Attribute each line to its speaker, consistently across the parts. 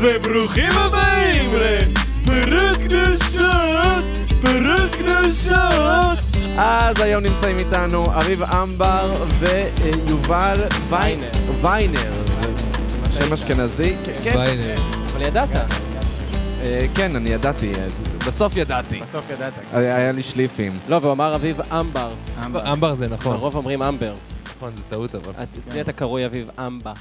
Speaker 1: וברוכים הבאים לפרק קדושות, פרק קדושות. אז היום נמצאים איתנו אביב אמבר ויובל ויינר. ויינר. זה שם אשכנזי? כן.
Speaker 2: ויינר.
Speaker 3: אבל ידעת.
Speaker 1: אה, כן, אני ידעתי. אה, בסוף ידעתי.
Speaker 4: בסוף ידעת.
Speaker 1: היה היה לי שליפים.
Speaker 3: לא, והוא אמר אביב אמבר.
Speaker 2: אמבר זה נכון,
Speaker 3: הרוב אומרים אמבר.
Speaker 2: נכון, זה טעות אבל.
Speaker 3: את- אצלי אתה קרוי אביב אמבה.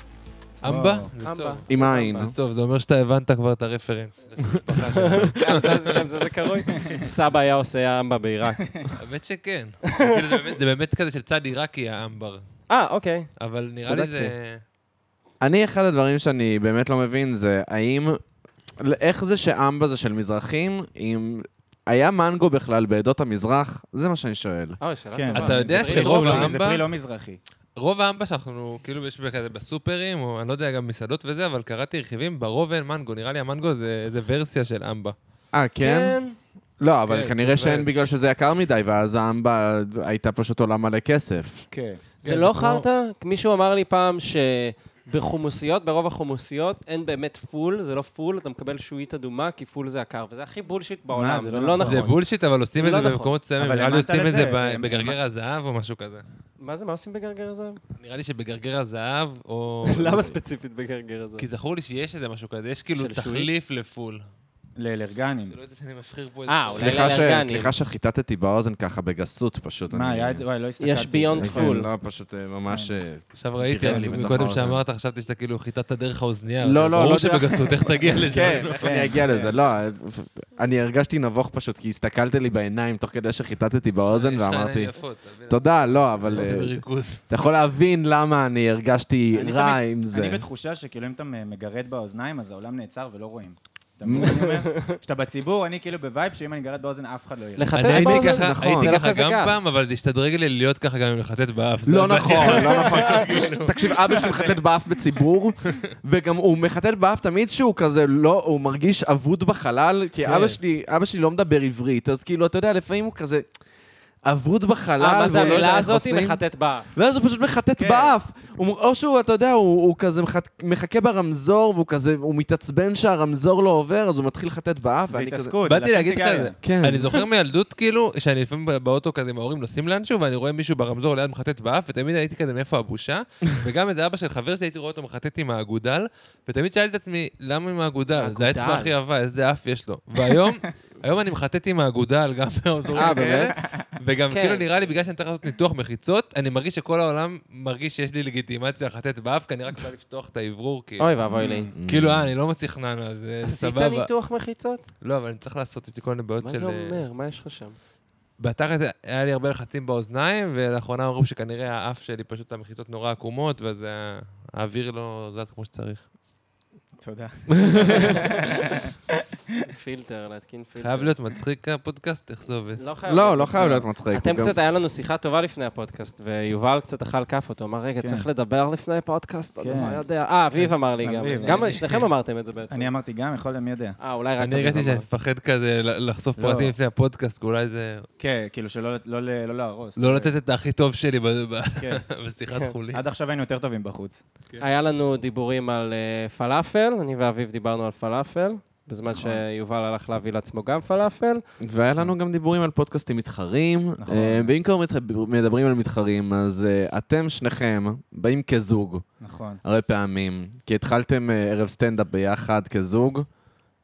Speaker 2: אמבה?
Speaker 4: אה, וואו.
Speaker 2: זה
Speaker 3: אמבה.
Speaker 2: טוב.
Speaker 1: עם עין.
Speaker 2: זה טוב, זה אומר שאתה הבנת כבר את הרפרנס. למשפחה שלנו.
Speaker 3: שם זה זה קרוי. סבא היה עושה אמבה בעיראק.
Speaker 2: האמת שכן. כאילו, זה באמת- זה באמת כזה של צד עיראקי האמבר.
Speaker 3: אה, אוקיי.
Speaker 2: אבל נראה לי זה...
Speaker 1: אני, אחד הדברים שאני באמת לא מבין זה האם... איך זה שאמבה זה של מזרחים, אם... היה מנגו בכלל בעדות המזרח? זה מה שאני שואל.
Speaker 3: אה, שאלה
Speaker 4: כן,
Speaker 2: אתה
Speaker 4: זה
Speaker 2: יודע
Speaker 4: פרי
Speaker 2: שרוב
Speaker 4: לא-
Speaker 2: האמבה-
Speaker 4: זה פרי לא מזרחי.
Speaker 2: רוב האמבה שאנחנו, כאילו, יש כזה בסופרים, או אני לא יודע, גם מסעדות וזה, אבל קראתי רכיבים, ברוב אין מנגו. נראה לי המנגו זה איזה ורסיה של אמבה.
Speaker 1: אה, כן? לא, אבל
Speaker 2: כן,
Speaker 1: כנראה שאין
Speaker 2: זה-
Speaker 1: בגלל שזה יקר מדי, ואז האמבה הייתה פשוט עולה מלא כסף.
Speaker 4: כן.
Speaker 3: זה
Speaker 2: כן,
Speaker 3: לא
Speaker 2: זה כמו-
Speaker 3: חרטא? מישהו אמר לי פעם שבחומוסיות, ברוב החומוסיות, אין באמת פול, זה לא פול, אתה מקבל שועית אדומה, כי פול זה עקר. וזה הכי בולשיט בעולם,
Speaker 4: זה
Speaker 3: זה
Speaker 4: לא
Speaker 3: לא
Speaker 4: נכון.
Speaker 3: נכון.
Speaker 2: זה בולשיט, אבל עושים
Speaker 3: זה
Speaker 2: את
Speaker 3: לא
Speaker 2: זה
Speaker 3: נכון.
Speaker 2: במקומות מסוימים.
Speaker 4: אבל
Speaker 2: נראה לי
Speaker 4: למטה
Speaker 2: עושים את זה
Speaker 4: לזה, אה,
Speaker 2: ב-
Speaker 4: הם-
Speaker 2: בגרגר הזהב או משהו כזה.
Speaker 3: מה זה, מה עושים בגרגר הזהב?
Speaker 2: נראה לי שבגרגר הזהב, או...
Speaker 3: למה ספציפית בגרגר הזהב?
Speaker 2: כי זכור לי שיש איזה משהו כזה, יש כאילו
Speaker 3: של שועית?
Speaker 2: תחליף לפול.
Speaker 4: לאלרגנים.
Speaker 2: שלא ידע שאני משחיר פה
Speaker 3: אה,
Speaker 2: איזה-
Speaker 3: אולי
Speaker 1: סליחה ש-
Speaker 3: לאלרגנים.
Speaker 1: סליחה שחיטטתי באוזן ככה בגסות, פשוט.
Speaker 4: מה,
Speaker 1: אני-
Speaker 4: היה את זה? כן. וואי, לא הסתכלתי.
Speaker 3: יש ביונד
Speaker 1: כן,
Speaker 3: פול.
Speaker 1: לא, פשוט אה, ממש... אה,
Speaker 2: עכשיו ראיתי,
Speaker 1: קירר לי
Speaker 2: אבל
Speaker 1: בתוך
Speaker 2: מקודם
Speaker 1: האוזן.
Speaker 2: שאמרת, חשבתי שאתה כאילו חיטטת דרך האוזנייה.
Speaker 1: לא, לא,
Speaker 2: אבל
Speaker 1: לא
Speaker 2: ברור
Speaker 1: יודע.
Speaker 2: שבגסות, איך תגיע לשם?
Speaker 1: כן, איך אני
Speaker 4: כן,
Speaker 1: אגיע
Speaker 4: כן.
Speaker 1: לזה? לא, אני הרגשתי נבוך פשוט, כי הסתכלת לי בעיניים תוך כדי שחיטטתי באוזן ואמרתי, תודה, לא, אבל אה,
Speaker 2: בריכוז.
Speaker 1: אתה יכול להבין למה אני הרגשתי
Speaker 4: אני
Speaker 1: רע
Speaker 4: תמיד-
Speaker 1: עם זה.
Speaker 4: אני בתחושה שכאילו אם אתה מגרד באוזניים, אז העולם נעצר ולא רואים. אתה מבין מה אני אומר? כשאתה בציבור, אני כאילו בווייב שאם אני גרד באוזן, אף אחד לא יראה.
Speaker 3: לחטט
Speaker 2: אני הייתי
Speaker 3: באוזן?
Speaker 2: ככה-
Speaker 1: נכון.
Speaker 2: הייתי
Speaker 1: זה
Speaker 3: לא
Speaker 2: ככה
Speaker 3: כזה
Speaker 2: גם
Speaker 3: גס.
Speaker 2: פעם, אבל זה השתדרג לי להיות ככה גם עם לחטט באף. זה כאילו,
Speaker 1: לא
Speaker 2: הבעיה.
Speaker 1: נכון, לא נכון. תקשיב, אבא שלי מחטט באף בציבור, וגם הוא מחטט באף תמיד שהוא כזה לא, הוא מרגיש אבוד בחלל, כי
Speaker 2: כן.
Speaker 1: אבא שלי, אבא שלי לא מדבר עברית, אז כאילו, אתה יודע, לפעמים הוא כזה אבוד בחלל,
Speaker 3: אה, מה זה
Speaker 1: והוא לא יודע
Speaker 3: המילה
Speaker 1: איך
Speaker 3: הזאת?
Speaker 1: עושים.
Speaker 3: לחטט באף.
Speaker 1: ואז הוא פשוט מחטט
Speaker 4: כן.
Speaker 1: באף. הוא מ- או שהוא, אתה יודע, הוא הוא כזה מחט- מחכה ברמזור, והוא כזה, הוא מתעצבן שהרמזור לא עובר, אז הוא מתחיל לחטט באף,
Speaker 4: זה
Speaker 1: ואני כזה...
Speaker 4: התעסקות, זה
Speaker 2: באתי
Speaker 4: לעשן
Speaker 2: להגיד לך את
Speaker 4: סיגריה.
Speaker 2: זה.
Speaker 1: כן.
Speaker 2: אני זוכר מילדות כאילו, שאני לפעמים בא- באוטו כזה עם ההורים נוסעים לאנשהו, ואני רואה מישהו ברמזור ליד מחטט באף, ותמיד הייתי כזה מאיפה הבושה, וגם את אבא של חבר שלי הייתי רואה אותו מחטט עם האגודל, ותמיד שאלתי את עצמי, למה עם האגודל? זה האצבע הכי עבה, איזה אף יש לו. והיום, היום אני מחטט עם האגודל, גם באוזרים
Speaker 3: אה,
Speaker 2: כאלה,
Speaker 3: באמת?
Speaker 2: וגם
Speaker 3: כן.
Speaker 2: כאילו נראה לי בגלל שאני צריך לעשות ניתוח מחיצות, אני מרגיש שכל העולם מרגיש שיש לי לגיטימציה לחטט באף, כי אני רק בא לפתוח את האוורור, כאילו.
Speaker 3: אוי ואבוי לי.
Speaker 2: כאילו, אה, אני לא מצליח ננו, אז אה,
Speaker 3: עשית
Speaker 2: סבבה.
Speaker 3: ניתוח מחיצות?
Speaker 2: לא, אבל אני צריך לעשות, יש לי כל מיני בעיות של...
Speaker 3: מה זה
Speaker 2: אה,
Speaker 3: אומר? מה יש לך שם?
Speaker 2: בתחת היה לי הרבה לחצים באוזניים, ולאחרונה אמרו שכנראה האף שלי, פשוט המחיצות נורא עקומות, ואז ה- האוויר לא זז כמו שצריך.
Speaker 4: תודה.
Speaker 3: פילטר, להתקין פילטר.
Speaker 2: חייב להיות מצחיק הפודקאסט, תחזוב את זה.
Speaker 3: לא חייב.
Speaker 1: לא, לא חייב להיות מצחיק.
Speaker 3: אתם
Speaker 1: הוא גם-
Speaker 3: קצת, היה לנו שיחה טובה לפני הפודקאסט, ויובל קצת אכל כאפות, הוא אמר, רגע,
Speaker 4: כן.
Speaker 3: צריך לדבר לפני הפודקאסט? אני
Speaker 4: כן.
Speaker 3: לא יודע. אה, אביב אמר לי גם.
Speaker 4: אביב, כן.
Speaker 3: גם
Speaker 2: אני-
Speaker 3: שניכם אמרתם את זה בעצם.
Speaker 4: אני אמרתי גם, יכול להיות מי יודע.
Speaker 3: אה, אולי רק
Speaker 2: אני
Speaker 3: אביב
Speaker 2: הרגשתי
Speaker 3: אמר.
Speaker 2: שאני מפחד כזה ל- לחשוף
Speaker 4: לא.
Speaker 2: פרטים לפני הפודקאסט, כי אולי זה...
Speaker 4: כן, כאילו שלא לא- לא- לא להרוס.
Speaker 2: לא לתת את הכי טוב שלי ב- ב-
Speaker 4: כן.
Speaker 2: בשיחת
Speaker 3: כן.
Speaker 2: חולין.
Speaker 4: עד עכשיו היינו יותר טובים בחוץ.
Speaker 3: היה לנו דיבורים על אה, פלאפל, אני ואביב דיברנו על פלאפל, בזמן
Speaker 4: נכון.
Speaker 3: שיובל הלך להביא לעצמו גם פלאפל.
Speaker 1: והיה לנו גם דיבורים על פודקאסטים מתחרים.
Speaker 4: נכון.
Speaker 1: אה, ואם כבר מת- מדברים על מתחרים, אז אה, אתם שניכם באים כזוג
Speaker 4: נכון.
Speaker 1: הרבה פעמים, כי התחלתם אה, ערב סטנדאפ ביחד כזוג.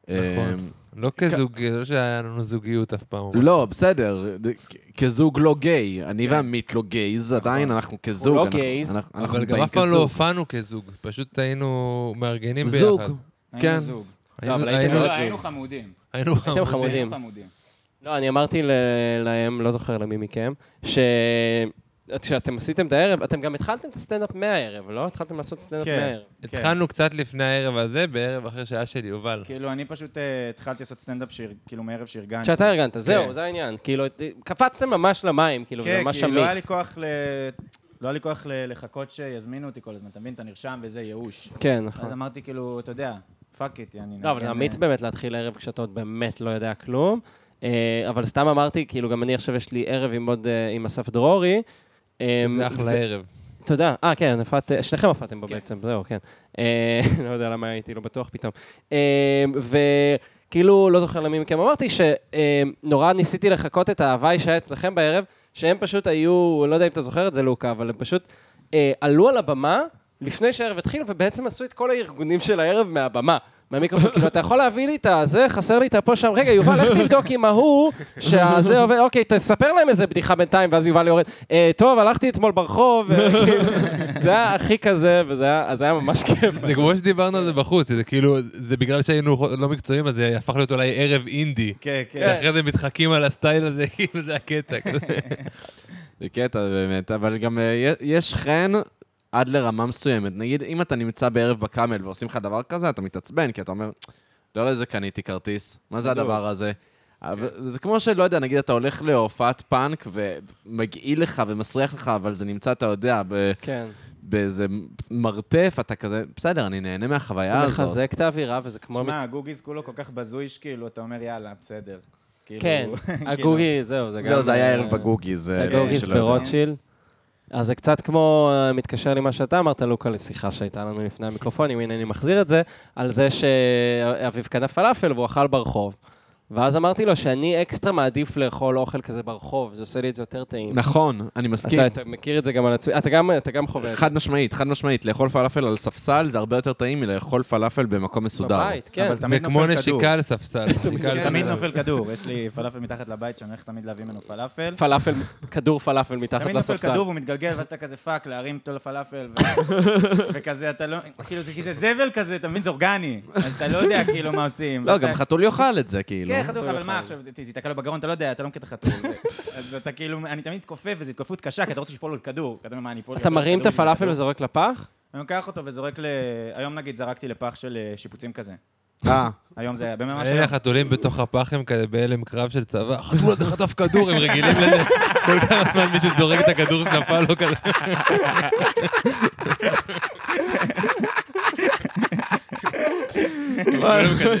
Speaker 1: אה,
Speaker 2: נכון. לא כזוג, לא שהיה לנו זוגיות אף פעם.
Speaker 1: לא, בסדר, ד- כ- כזוג לא גיי. אני
Speaker 2: כן.
Speaker 1: ועמית לא גייז,
Speaker 2: נכון.
Speaker 1: עדיין אנחנו כזוג.
Speaker 3: לא
Speaker 1: אנחנו-
Speaker 3: גייז.
Speaker 1: אנחנו- אנחנו
Speaker 2: אבל גם
Speaker 1: באים
Speaker 2: אף פעם לא
Speaker 1: כזוג.
Speaker 2: הופענו כזוג, פשוט היינו מארגנים ביחד.
Speaker 1: זוג. כן.
Speaker 4: היינו זוג.
Speaker 2: היינו-
Speaker 3: אבל הייתם
Speaker 2: היינו-
Speaker 3: לא
Speaker 4: לא,
Speaker 3: זוג.
Speaker 4: היינו חמודים.
Speaker 2: היינו
Speaker 3: הייתם
Speaker 2: חמודים.
Speaker 3: חמודים.
Speaker 4: היינו חמודים.
Speaker 3: לא, אני אמרתי ל- להם, לא זוכר למי מכם, שכשאתם עשיתם את הערב, אתם גם התחלתם את הסטנדאפ מהערב, לא? התחלתם לעשות סטנדאפ
Speaker 4: כן.
Speaker 3: מהערב.
Speaker 4: כן.
Speaker 2: התחלנו קצת לפני הערב הזה, בערב אחר שהיה של יובל.
Speaker 4: כאילו, אני פשוט אה, התחלתי לעשות סטנדאפ, שיר- כאילו, מערב שארגנתי.
Speaker 3: כשאתה ארגנת,
Speaker 2: כן.
Speaker 3: זהו, זה העניין. כאילו, קפצתם ממש למים, כאילו, זה
Speaker 4: כן,
Speaker 3: ממש
Speaker 4: כי לא היה לי
Speaker 3: אמיץ.
Speaker 4: כוח ל... לא היה לי כוח ל- לחכות שיזמינו אותי כל הזמן, אתה מבין? אתה נרשם וזה ייאוש.
Speaker 3: כן,
Speaker 4: אז
Speaker 3: נכון.
Speaker 4: אמרתי כאילו, אתה יודע, פאק איט, אני...
Speaker 3: לא, אבל זה
Speaker 4: נארגן,
Speaker 3: אמיץ
Speaker 4: אה,
Speaker 3: באמת להתחיל ערב כשאתה עוד באמת לא יודע כלום. אה, אבל סתם אמרתי, כאילו, גם אני עכשיו יש לי ערב עם עוד, אה, עם אסף דרורי. אה,
Speaker 2: זה אחלה ערב.
Speaker 3: תודה. אה, כן, הפעת, שניכם הפעתם בו בעצם, זהו, כן. אה, לא יודע למה הייתי לא בטוח פתאום. אה, וכאילו, לא זוכר למי מכם אמרתי, שנורא ניסיתי לחקות את ההוואי שהיה אצלכם בערב, שהם פשוט היו, לא יודע אם אתה זוכר את זה, לוקה, אבל הם פשוט אה, עלו על הבמה לפני שהערב התחיל, ובעצם עשו את כל הארגונים של הערב מהבמה. מהמיקרופון, כאילו, אתה יכול להביא לי את הזה, חסר לי את הפה שם, רגע, יובל, לך תבדוק עם ההוא, שהזה עובד, אוקיי, תספר להם איזה בדיחה בינתיים, ואז יובל יורד, "אה, טוב, הלכתי אתמול ברחוב, אה, כאילו, זה היה הכי כזה, וזה היה אז זה היה ממש כיף.
Speaker 2: זה כמו שדיברנו על זה בחוץ, זה כאילו, זה בגלל שהיינו לא מקצועיים, אז זה הפך להיות אולי ערב אינדי.
Speaker 4: כן, כן.
Speaker 2: שאחרי זה מתחקים על הסטייל הזה, כאילו זה הקטע. כזה.
Speaker 1: זה קטע באמת, אבל גם אה, יש חן עד לרמה מסוימת. נגיד, אם אתה נמצא בערב בקאמל ועושים לך דבר כזה, אתה מתעצבן, כי אתה אומר, לא לזה קניתי כרטיס, מה זה
Speaker 4: בדיוק.
Speaker 1: הדבר הזה?
Speaker 3: כן.
Speaker 1: אבל זה כמו שלא יודע, נגיד אתה הולך להופעת פאנק ומגעיל לך ומסריח לך, אבל זה נמצא, אתה יודע, ב-
Speaker 3: כן.
Speaker 1: באיזה מרתף, אתה כזה, בסדר, אני נהנה מהחוויה
Speaker 3: זה
Speaker 1: הזאת.
Speaker 3: מחזק את האווירה, וזה כמו...
Speaker 4: שמע, הגוגיז כולו כל כך בזוי שכאילו, אתה אומר, יאללה, בסדר. כאילו,
Speaker 3: כן,
Speaker 4: כאילו,
Speaker 3: הגוגי, זהו, זה גם...
Speaker 1: זהו, זה היה ערב
Speaker 3: אה,
Speaker 1: בגוגי, זה...
Speaker 3: הגוגיס
Speaker 1: שלא יודע.
Speaker 3: ברוטשילד. אז זה קצת כמו, אה, מתקשר למה שאתה אמרת, לוקה, לשיחה שהייתה לנו לפני המיקרופון, אם הנה אני מחזיר את זה, על זה שאביב קנה פלאפל והוא אכל ברחוב. ואז אמרתי לו שאני אקסטרה מעדיף לאכול אוכל כזה ברחוב, זה עושה לי את זה יותר טעים.
Speaker 1: נכון, אני מסכים.
Speaker 3: אתה, אתה מכיר את זה גם על עצמי, אתה גם, אתה גם חווה את זה.
Speaker 1: חד משמעית, חד משמעית, לאכול פלאפל על ספסל זה הרבה יותר טעים מלאכול פלאפל במקום מסודר.
Speaker 3: בבית, כן.
Speaker 4: אבל
Speaker 2: זה
Speaker 4: תמיד
Speaker 2: כמו
Speaker 4: נופל כדור.
Speaker 2: נשיקה על ספסל. נשיקה על
Speaker 4: תמיד
Speaker 2: ספסל.
Speaker 4: נופל כדור. יש לי פלאפל מתחת לבית שאני הולך תמיד להביא ממנו פלאפל.
Speaker 3: פלאפל, כדור פלאפל מתחת
Speaker 4: תמיד נופל
Speaker 3: לספסל.
Speaker 4: כדור והוא מתגלגל, ואז אתה כזה פאק, להרים אותו לפלאפל, ו- וכזה, אתה לא... כאילו, זה כי זה זבל כזה, אתה מבין? זה אורגני. אז אתה לא יודע כאילו מה עושים.
Speaker 1: לא,
Speaker 4: ואתה-
Speaker 1: גם חתול יאכל את זה, כאילו.
Speaker 4: כן, חתול, אבל
Speaker 3: חתול.
Speaker 4: מה עכשיו, זה- זה ייתקע לו בגרון, אתה לא יודע, אתה לא מכיר את החתול. אז אתה כאילו, אני תמיד מתכופף, וזו התכופפות קשה, כי אתה רוצה שיפול לו כדור. אתה אומר, מה, אני אפול
Speaker 3: אתה
Speaker 4: כדור
Speaker 3: מרים את
Speaker 4: בשביל
Speaker 3: הפלאפל
Speaker 4: כדור?
Speaker 3: וזורק לפח?
Speaker 4: אני לוקח אותו וזורק ל... היום נגיד זרקתי לפח של אה, שיפוצים כזה.
Speaker 1: אה,
Speaker 4: היום זה היה בממש...
Speaker 2: אלה החתולים בתוך הפח הם כזה בהלם קרב של צבא. החתול הזה חטף כדור, הם רגילים לזה. כל כמה זמן מישהו זורק את הכדור שנפל לו כזה. כולם כזה-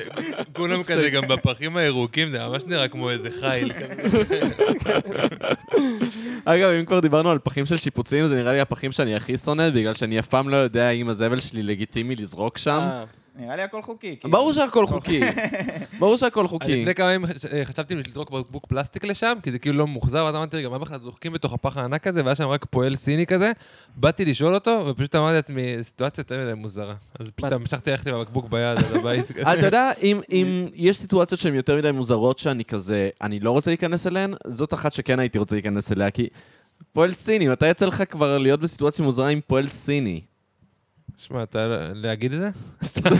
Speaker 2: כולם כזה, גם בפחים הירוקים זה ממש נראה כמו איזה חיל. כזה.
Speaker 1: אגב, אם כבר דיברנו על פחים של שיפוצים, זה נראה לי הפחים שאני הכי שונא, בגלל שאני אף פעם לא יודע אם הזבל שלי לגיטימי לזרוק שם.
Speaker 3: אה,
Speaker 4: נראה לי הכל חוקי. כאילו.
Speaker 1: ברור שהכל חוקי. ברור שהכל
Speaker 2: אני
Speaker 1: חוקי.
Speaker 2: לפני כמה ימים חש- אה, חשבתי לזרוק בקבוק פלסטיק לשם, כי זה כאילו לא מוחזר, ואז אמרתי, רגע, מה בכלל זורקים בתוך הפח הענק הזה, והיה שם רק פועל סיני כזה. באתי לשאול אותו, ופשוט אמרתי לעצמי, סיטואציה יותר מדי מוזרה. אז פשוט
Speaker 3: מה?
Speaker 2: המשכתי ללכת עם הבקבוק ביד עד הבית. כזה.
Speaker 1: אתה יודע, אם- אם יש סיטואציות שהן יותר מדי מוזרות שאני כזה, אני לא רוצה להיכנס אליהן, זאת אחת שכן הייתי רוצה להיכנס אליה, כי פועל סיני, מתי יצא לך כבר להיות בסיטואציה מוזרה עם פועל סיני?
Speaker 2: שמע, אתה להגיד את זה? סתם.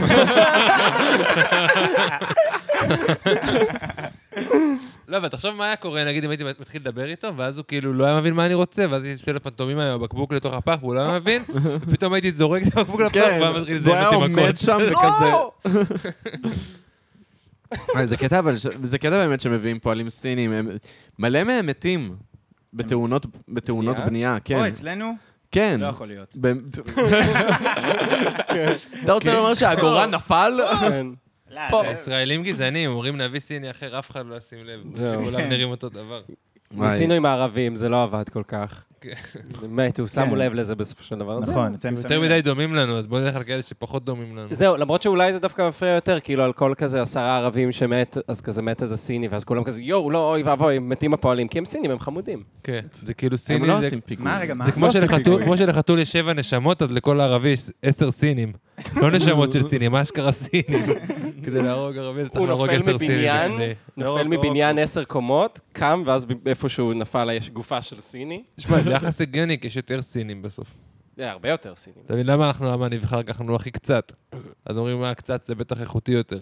Speaker 2: לא, אבל תחשוב מה היה קורה, נגיד אם הייתי מתחיל לדבר איתו, ואז הוא כאילו לא היה מבין מה אני רוצה, ואז הייתי יוצא לפנטומימה עם הבקבוק לתוך הפח, והוא לא היה מבין, ופתאום הייתי זורק את הבקבוק לפח, והוא היה מתחיל
Speaker 1: כן, והוא
Speaker 2: לזיין
Speaker 1: היה
Speaker 2: אותי מכות.
Speaker 1: עומד שם וכזה... אה, זה קטע, אבל ש- זה קטע באמת שמביאים פועלים סינים, הם- מלא מהם מתים בתאונות, בתאונות
Speaker 3: בנייה?
Speaker 1: בנייה,
Speaker 4: או,
Speaker 1: כן.
Speaker 4: אצלנו?
Speaker 1: כן.
Speaker 4: לא יכול להיות.
Speaker 1: במ- אתה רוצה לומר שהגורל נפל?
Speaker 3: כן.
Speaker 4: לא,
Speaker 1: פה.
Speaker 4: זה-
Speaker 2: ישראלים גזענים, אומרים נביא סיני אחר, אף אחד לא ישים לב.
Speaker 3: זהו.
Speaker 2: כולם נראים אותו דבר.
Speaker 1: וואי.
Speaker 3: ניסינו עם הערבים, זה לא עבד כל כך.
Speaker 2: כן.
Speaker 3: מתו, שמו
Speaker 4: כן.
Speaker 3: לב לזה בסופו של דבר. זהו.
Speaker 4: נכון, אתם
Speaker 2: יותר
Speaker 4: שמים...
Speaker 2: מדי דומים לנו, אז בואו נלך על כאלה שפחות דומים לנו.
Speaker 3: זהו, למרות שאולי זה דווקא מפריע יותר, כאילו על כל כזה עשרה ערבים שמת, אז כזה מת איזה סיני, ואז כולם כזה, יואו, לא, אוי ואבוי, מתים הפועלים, כי הם סינים, הם חמודים.
Speaker 2: כן, זה כאילו
Speaker 1: הם
Speaker 2: סיני,
Speaker 1: לא
Speaker 2: זה-
Speaker 1: עושים פיגועים.
Speaker 4: מה, רגע, מה?
Speaker 2: זה כמו
Speaker 4: לא עושים
Speaker 2: שלחתול-
Speaker 4: פיגועים.
Speaker 2: כמו שלחתול יש שבע נשמות, אז לכל ערבי יש עשר סינים. לא נשמות של סינים, אשכרה סינים. כדי להרוג ערבי, אתה צריך
Speaker 3: הוא
Speaker 2: להרוג
Speaker 3: נופל
Speaker 2: עשר סינים.
Speaker 3: מבניין?
Speaker 2: לפני.
Speaker 4: לא,
Speaker 3: נופל
Speaker 4: לא,
Speaker 3: מבניין עשר קומות, קם, ואז ב- איפה שהוא נפל יש גופה של סיני.
Speaker 2: שמע, זה יחס הגיוני, כי יש יותר סינים בסוף.
Speaker 3: זה הרבה יותר סינים.
Speaker 2: אתה מבין למה אנחנו, למה נבחר ככה, אנחנו הכי קצת. אז אומרים, מה קצת, זה בטח איכותי יותר.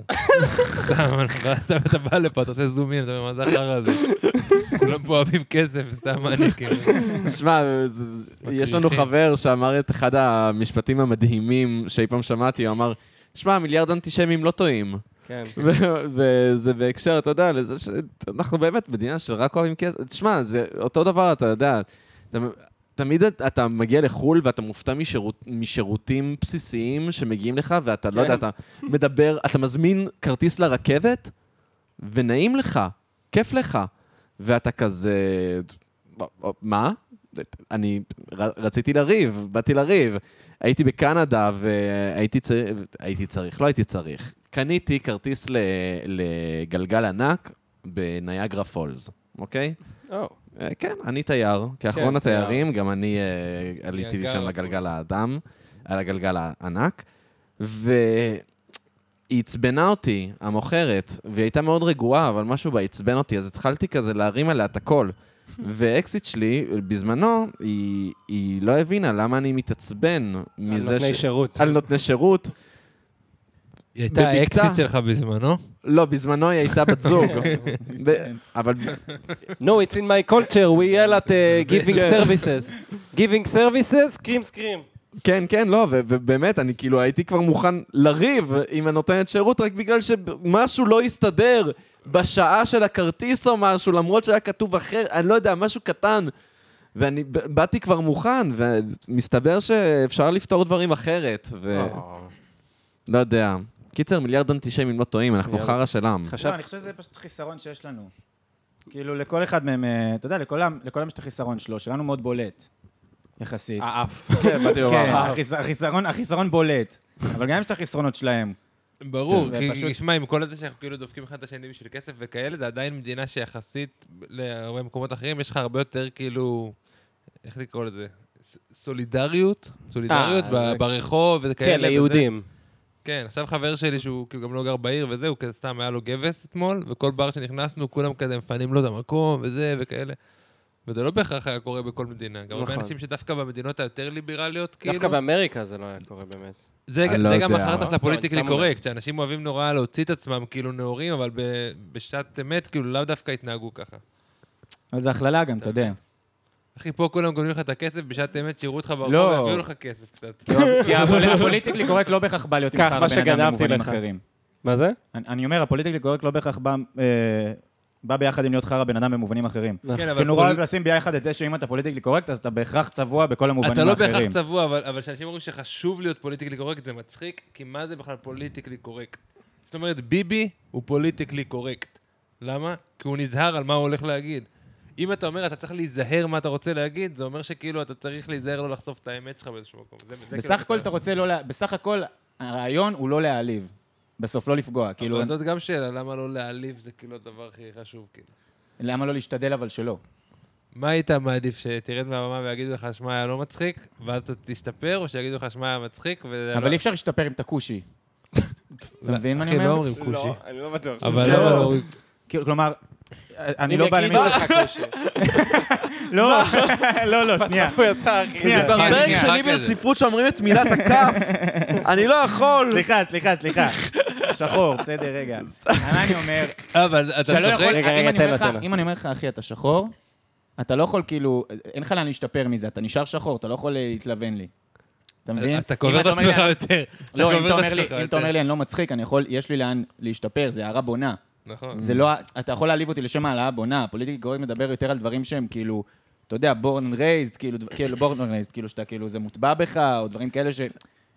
Speaker 2: סתם, אנחנו- סתם אתה בא לפה, אתה עושה זום אין, אתה אומר, מה זה החרא הזה? כולם פה אוהבים כסף, סתם מניאקים.
Speaker 1: שמע, זה- זה- יש לנו
Speaker 2: מקריחים.
Speaker 1: חבר שאמר את אחד המשפטים המדהימים שאי פעם שמעתי, הוא אמר, שמע, מיליארד אנטישמים לא טועים.
Speaker 3: כן.
Speaker 1: ו- וזה בהקשר, אתה יודע, לזה שאנחנו באמת מדינה שרק אוהבים כסף. תשמע, זה אותו דבר, אתה יודע. אתה, תמיד את- אתה מגיע לחו"ל ואתה מופתע משירות, משירותים בסיסיים שמגיעים לך, ואתה לא יודע,
Speaker 3: כן.
Speaker 1: אתה מדבר, אתה מזמין כרטיס לרכבת, ונעים לך, כיף לך. ואתה כזה... מה? אני ר- רציתי לריב, באתי לריב. הייתי בקנדה והייתי צריך, הייתי צריך, לא הייתי צריך. קניתי כרטיס ל- לגלגל ענק בניאגרה פולס, אוקיי?
Speaker 3: או,
Speaker 1: אה, כן, אני תייר, כאחרון
Speaker 3: כן,
Speaker 1: התיירים, גם אני אה, עליתי
Speaker 2: גלגל
Speaker 1: שם
Speaker 2: הפוך.
Speaker 1: לגלגל האדם, על הגלגל הענק, והיא עצבנה אותי, המוכרת, והיא הייתה מאוד רגועה, אבל משהו בה עצבן אותי, אז התחלתי כזה להרים עליה את הכל. ואקזיט שלי, בזמנו, היא, היא לא הבינה למה אני מתעצבן
Speaker 3: על
Speaker 1: מזה
Speaker 3: נותני
Speaker 1: ש...
Speaker 3: שירות.
Speaker 1: על נותני שירות.
Speaker 2: היא הייתה
Speaker 1: בבקתה.
Speaker 2: האקסיט שלך בזמנו.
Speaker 1: לא, בזמנו היא הייתה בת זוג. ב- אבל
Speaker 3: No, it's in my culture, we yell at uh, giving
Speaker 1: כן.
Speaker 3: services. giving services, scream scream.
Speaker 1: כן, כן, לא, ו- ובאמת, אני כאילו הייתי כבר מוכן לריב עם הנותנת שירות רק בגלל שמשהו לא הסתדר בשעה של הכרטיס או משהו, למרות שהיה כתוב אחר, אני לא יודע, משהו קטן. ואני ב- באתי כבר מוכן, ומסתבר שאפשר לפתור דברים אחרת,
Speaker 3: אה. Oh.
Speaker 1: ולא יודע. קיצר, מיליארד אנטישמים לא טועים, אנחנו
Speaker 3: מיליארד.
Speaker 1: חרא של עם.
Speaker 3: חשב,
Speaker 4: לא, אני חושב שזה פשוט חיסרון שיש לנו. כאילו, לכל אחד מהם, אה, אתה יודע, לכל העם- לכל עם יש את החיסרון שלו, שלנו מאוד בולט, יחסית.
Speaker 3: האף.
Speaker 1: כן, באתי
Speaker 4: כן,
Speaker 3: אה,
Speaker 1: לומר.
Speaker 4: החיס- החיסרון- החיסרון בולט, אבל גם יש את החסרונות שלהם.
Speaker 2: ברור,
Speaker 4: כן,
Speaker 2: כי
Speaker 4: ופשוט-
Speaker 2: פשוט... שמע, עם כל זה שאנחנו כאילו דופקים אחד את השני בשביל כסף וכאלה, זה עדיין מדינה שיחסית להרבה מקומות אחרים, יש לך הרבה יותר כאילו, איך לקרוא לזה? ס- סולידריות? סולידריות ב-
Speaker 3: אה, זה-
Speaker 2: ברחוב וזה כאלה.
Speaker 3: כן,
Speaker 2: וזה-
Speaker 3: ליהודים.
Speaker 2: כן, עכשיו חבר שלי שהוא כאילו גם לא גר בעיר וזה, הוא כזה סתם היה לו גבס אתמול, וכל בר שנכנסנו, כולם כזה מפנים לו את המקום וזה וכאלה. וזה לא בהכרח היה קורה בכל מדינה. גם הרבה
Speaker 3: נכון.
Speaker 2: אנשים שדווקא במדינות היותר ליברליות, כאילו...
Speaker 3: דווקא באמריקה זה לא היה קורה באמת.
Speaker 2: זה,
Speaker 1: אני
Speaker 2: ג-
Speaker 1: לא
Speaker 2: זה גם
Speaker 1: יודע.
Speaker 2: החרטא של
Speaker 3: לא, אני
Speaker 2: הפוליטיקלי
Speaker 3: סתם אומר.
Speaker 2: קורקט, שאנשים אוהבים נורא להוציא את עצמם כאילו נאורים, אבל ב, בשעת אמת כאילו לאו דווקא התנהגו ככה.
Speaker 4: אבל זה הכללה גם, אתה יודע.
Speaker 2: אחי, פה כולם גונבים לך את הכסף, בשעת אמת שיראו אותך ברחוב,
Speaker 4: לא.
Speaker 2: יביאו לך כסף קצת.
Speaker 4: כי הפול- הפוליטיקלי קורקט לא בהכרח בא להיות עם
Speaker 3: קח
Speaker 4: חרא
Speaker 3: מה
Speaker 4: בן אדם
Speaker 3: שגנבתי
Speaker 4: במובנים
Speaker 3: לך.
Speaker 4: אחרים.
Speaker 3: מה זה?
Speaker 4: אני- אני אומר, הפוליטיקלי קורקט לא בהכרח בא, אה, בא ביחד עם להיות חרא בן אדם במובנים אחרים.
Speaker 2: כן,
Speaker 4: כי
Speaker 2: אבל
Speaker 4: נורא
Speaker 2: פול-
Speaker 4: אוהב לשים ביחד את זה שאם אתה פוליטיקלי קורקט, אז אתה בהכרח צבוע בכל המובנים
Speaker 2: אתה לא
Speaker 4: האחרים.
Speaker 2: בהכרח צבוע, אבל אבל כשאנשים אומרים שחשוב להיות פוליטיקלי קורקט, זה מצחיק, כי מה זה בכלל פוליטיקלי קורקט? זאת אומרת, ביבי הוא פוליטיקלי קורקט. למה? כי הוא נזהר על מה הוא הולך להגיד. אם אתה אומר, אתה צריך להיזהר מה אתה רוצה להגיד, זה אומר שכאילו אתה צריך להיזהר לא לחשוף את האמת שלך באיזשהו מקום. זה- זה כאילו-
Speaker 4: בסך הכל אתה רוצה לא... לה- בסך הכל הרעיון הוא לא להעליב. בסוף לא לפגוע. כאילו,
Speaker 2: אבל זאת גם שאלה, למה לא להעליב זה כאילו הדבר הכי חשוב, כאילו.
Speaker 4: למה לא להשתדל אבל שלא?
Speaker 2: מה היית מעדיף, שתרד מהבמה ויגידו לך, שמע, היה לא מצחיק, ואז אתה תשתפר, או שיגידו לך, שמע, היה מצחיק, וזה
Speaker 4: אבל
Speaker 2: לא...
Speaker 4: אי אפשר להשתפר עם תקושי. אתה מבין מה אני
Speaker 2: אחי, לא
Speaker 4: אומר?
Speaker 2: אומרים כושי.
Speaker 3: אני לא בטוח.
Speaker 2: אבל למה לא...
Speaker 4: כאילו, כלומר, אני לא בא למישהו... לא, לא, לא, שנייה.
Speaker 3: הוא יצא, אחי.
Speaker 4: שנייה,
Speaker 1: כבר
Speaker 2: כן,
Speaker 1: פרק
Speaker 2: כן,
Speaker 1: שני
Speaker 2: רק כזה.
Speaker 1: ברציפות שאומרים את מילת הכף, אני לא יכול.
Speaker 4: סליחה, סליחה, סליחה. שחור, בסדר, רגע. מה אני אומר?
Speaker 2: אבל אתה
Speaker 4: אתה לא יכול...
Speaker 2: צוחק?
Speaker 3: רגע,
Speaker 4: אם
Speaker 3: רגע,
Speaker 4: אני
Speaker 3: תן
Speaker 4: אומר
Speaker 3: לו,
Speaker 4: לך-
Speaker 3: תן לו.
Speaker 4: אם אני אומר לך, אחי, אתה שחור, אתה לא יכול כאילו... אין לך לאן להשתפר מזה, אתה נשאר שחור, אתה לא יכול אה, להתלבן לי. אתה מבין?
Speaker 2: אתה
Speaker 4: אם
Speaker 2: קובר את
Speaker 4: אומר לי,
Speaker 2: עצמך יותר.
Speaker 4: לא, אם
Speaker 2: קובר את
Speaker 4: אתה אומר לי-
Speaker 2: עצמך
Speaker 4: אם אתה אומר
Speaker 2: יותר.
Speaker 4: לי, אני לא מצחיק, אני יכול, יש לי לאן להשתפר, זה הערה בונה.
Speaker 2: נכון.
Speaker 4: זה לא, אתה יכול להעליב אותי לשם העלאה בונה, הפוליטיקלי קורקט מדבר יותר על דברים שהם כאילו, אתה יודע, born and raised, כאילו, דבר- כאילו, born and raised, כאילו, שאתה, כאילו, זה מוטבע בך, או דברים כאלה ש...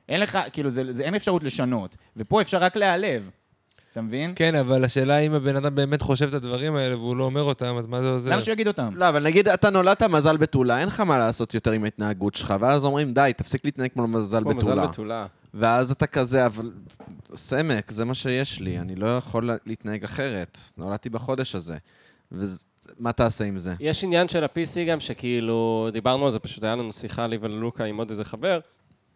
Speaker 4: אין לך, כאילו, זה, זה, אין אפשרות לשנות. ופה אפשר רק להיעלב, אתה מבין?
Speaker 2: כן, אבל השאלה אם הבן אדם באמת חושב את הדברים האלה והוא לא אומר אותם, אז מה זה עוזר?
Speaker 4: למה שהוא יגיד אותם?
Speaker 1: לא, אבל נגיד, אתה נולדת מזל בתולה, אין לך מה לעשות יותר עם ההתנהגות שלך, ואז אומרים, די, תפסיק להתנהג כמו מזל
Speaker 3: כמו
Speaker 1: בתולה.
Speaker 3: מזל בתולה.
Speaker 1: ואז אתה כזה, אבל סמק, זה מה שיש לי, אני לא יכול להתנהג אחרת. נולדתי בחודש הזה. ומה תעשה עם זה?
Speaker 3: יש עניין של ה-PC גם, שכאילו, דיברנו על זה, פשוט היה לנו שיחה לי וללוקה עם עוד איזה חבר,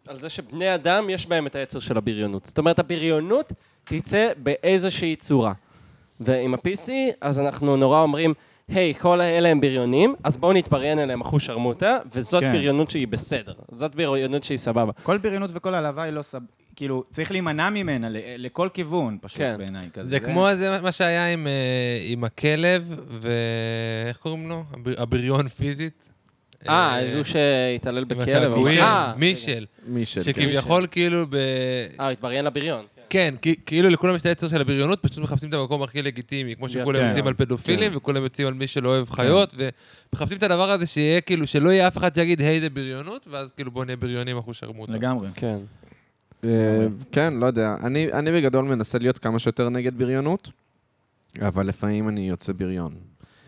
Speaker 3: על זה שבני אדם, יש בהם את היצר של הבריונות. זאת אומרת, הבריונות תצא באיזושהי צורה. ועם ה-PC, אז אנחנו נורא אומרים, היי, כל האלה הם בריונים, אז בואו נתבריין אליהם אחוש שרמוטה, וזאת
Speaker 4: כן.
Speaker 3: בריונות שהיא בסדר. זאת בריונות שהיא סבבה.
Speaker 4: כל בריונות וכל העלבה היא לא סב... כאילו, צריך להימנע ממנה ל- לכל כיוון, פשוט
Speaker 3: כן.
Speaker 4: בעיניי. כזה.
Speaker 2: זה כמו זה מה שהיה עם, אה, עם הכלב, ואיך קוראים לו? הבר- הבריון פיזית?
Speaker 3: אה, אלו שהתעלל
Speaker 2: עם
Speaker 3: בכלב.
Speaker 2: הקעקועים.
Speaker 3: אבל- אה,
Speaker 2: מישל.
Speaker 1: מי של...
Speaker 2: שכביכול כאילו ב...
Speaker 3: אה, התבריין לבריון.
Speaker 2: כן, כי- כאילו לכולם יש את היצר של הבריונות, פשוט מחפשים את המקום הכי לגיטימי, כמו שכולם
Speaker 4: כן.
Speaker 2: יוצאים על פדופילים, וכולם יוצאים על מי שלא אוהב חיות,
Speaker 1: כן.
Speaker 2: ומחפשים את הדבר הזה שיהיה כאילו, שלא יהיה אף אחד שיגיד, היי, זה בריונות, ואז כאילו בוא נהיה בריונים, אחו שרמוטה.
Speaker 4: לגמרי.
Speaker 3: כן.
Speaker 1: אה, כן, לא יודע. אני אני בגדול מנסה להיות כמה שיותר נגד בריונות, אבל לפעמים אני יוצא בריון.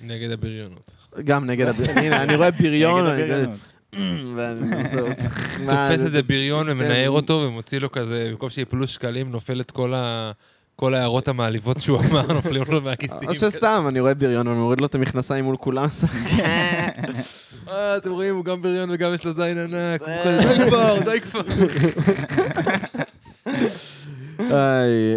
Speaker 2: נגד הבריונות.
Speaker 1: גם נגד הבריון. הנה, אני רואה בריון,
Speaker 4: נגד
Speaker 1: ואני כזה,
Speaker 4: הבריונות.
Speaker 1: ואני עושה עוד- מה,
Speaker 2: תופס
Speaker 1: אה, זה-
Speaker 2: איזה בריון ומנער
Speaker 1: כן.
Speaker 2: אותו ומוציא לו כזה, במקום שיפלו שקלים, נופל את כל ה... כל ההערות המעליבות שהוא אמר נופלים לו מהכיסים.
Speaker 1: או שסתם, אני רואה בריון ואני מוריד לו את המכנסיים מול כולם.
Speaker 2: אה, אתם רואים, הוא גם בריון וגם יש לו זין ענק.
Speaker 1: אה.
Speaker 2: הוא כזה, די כבר, די כבר.
Speaker 1: איי,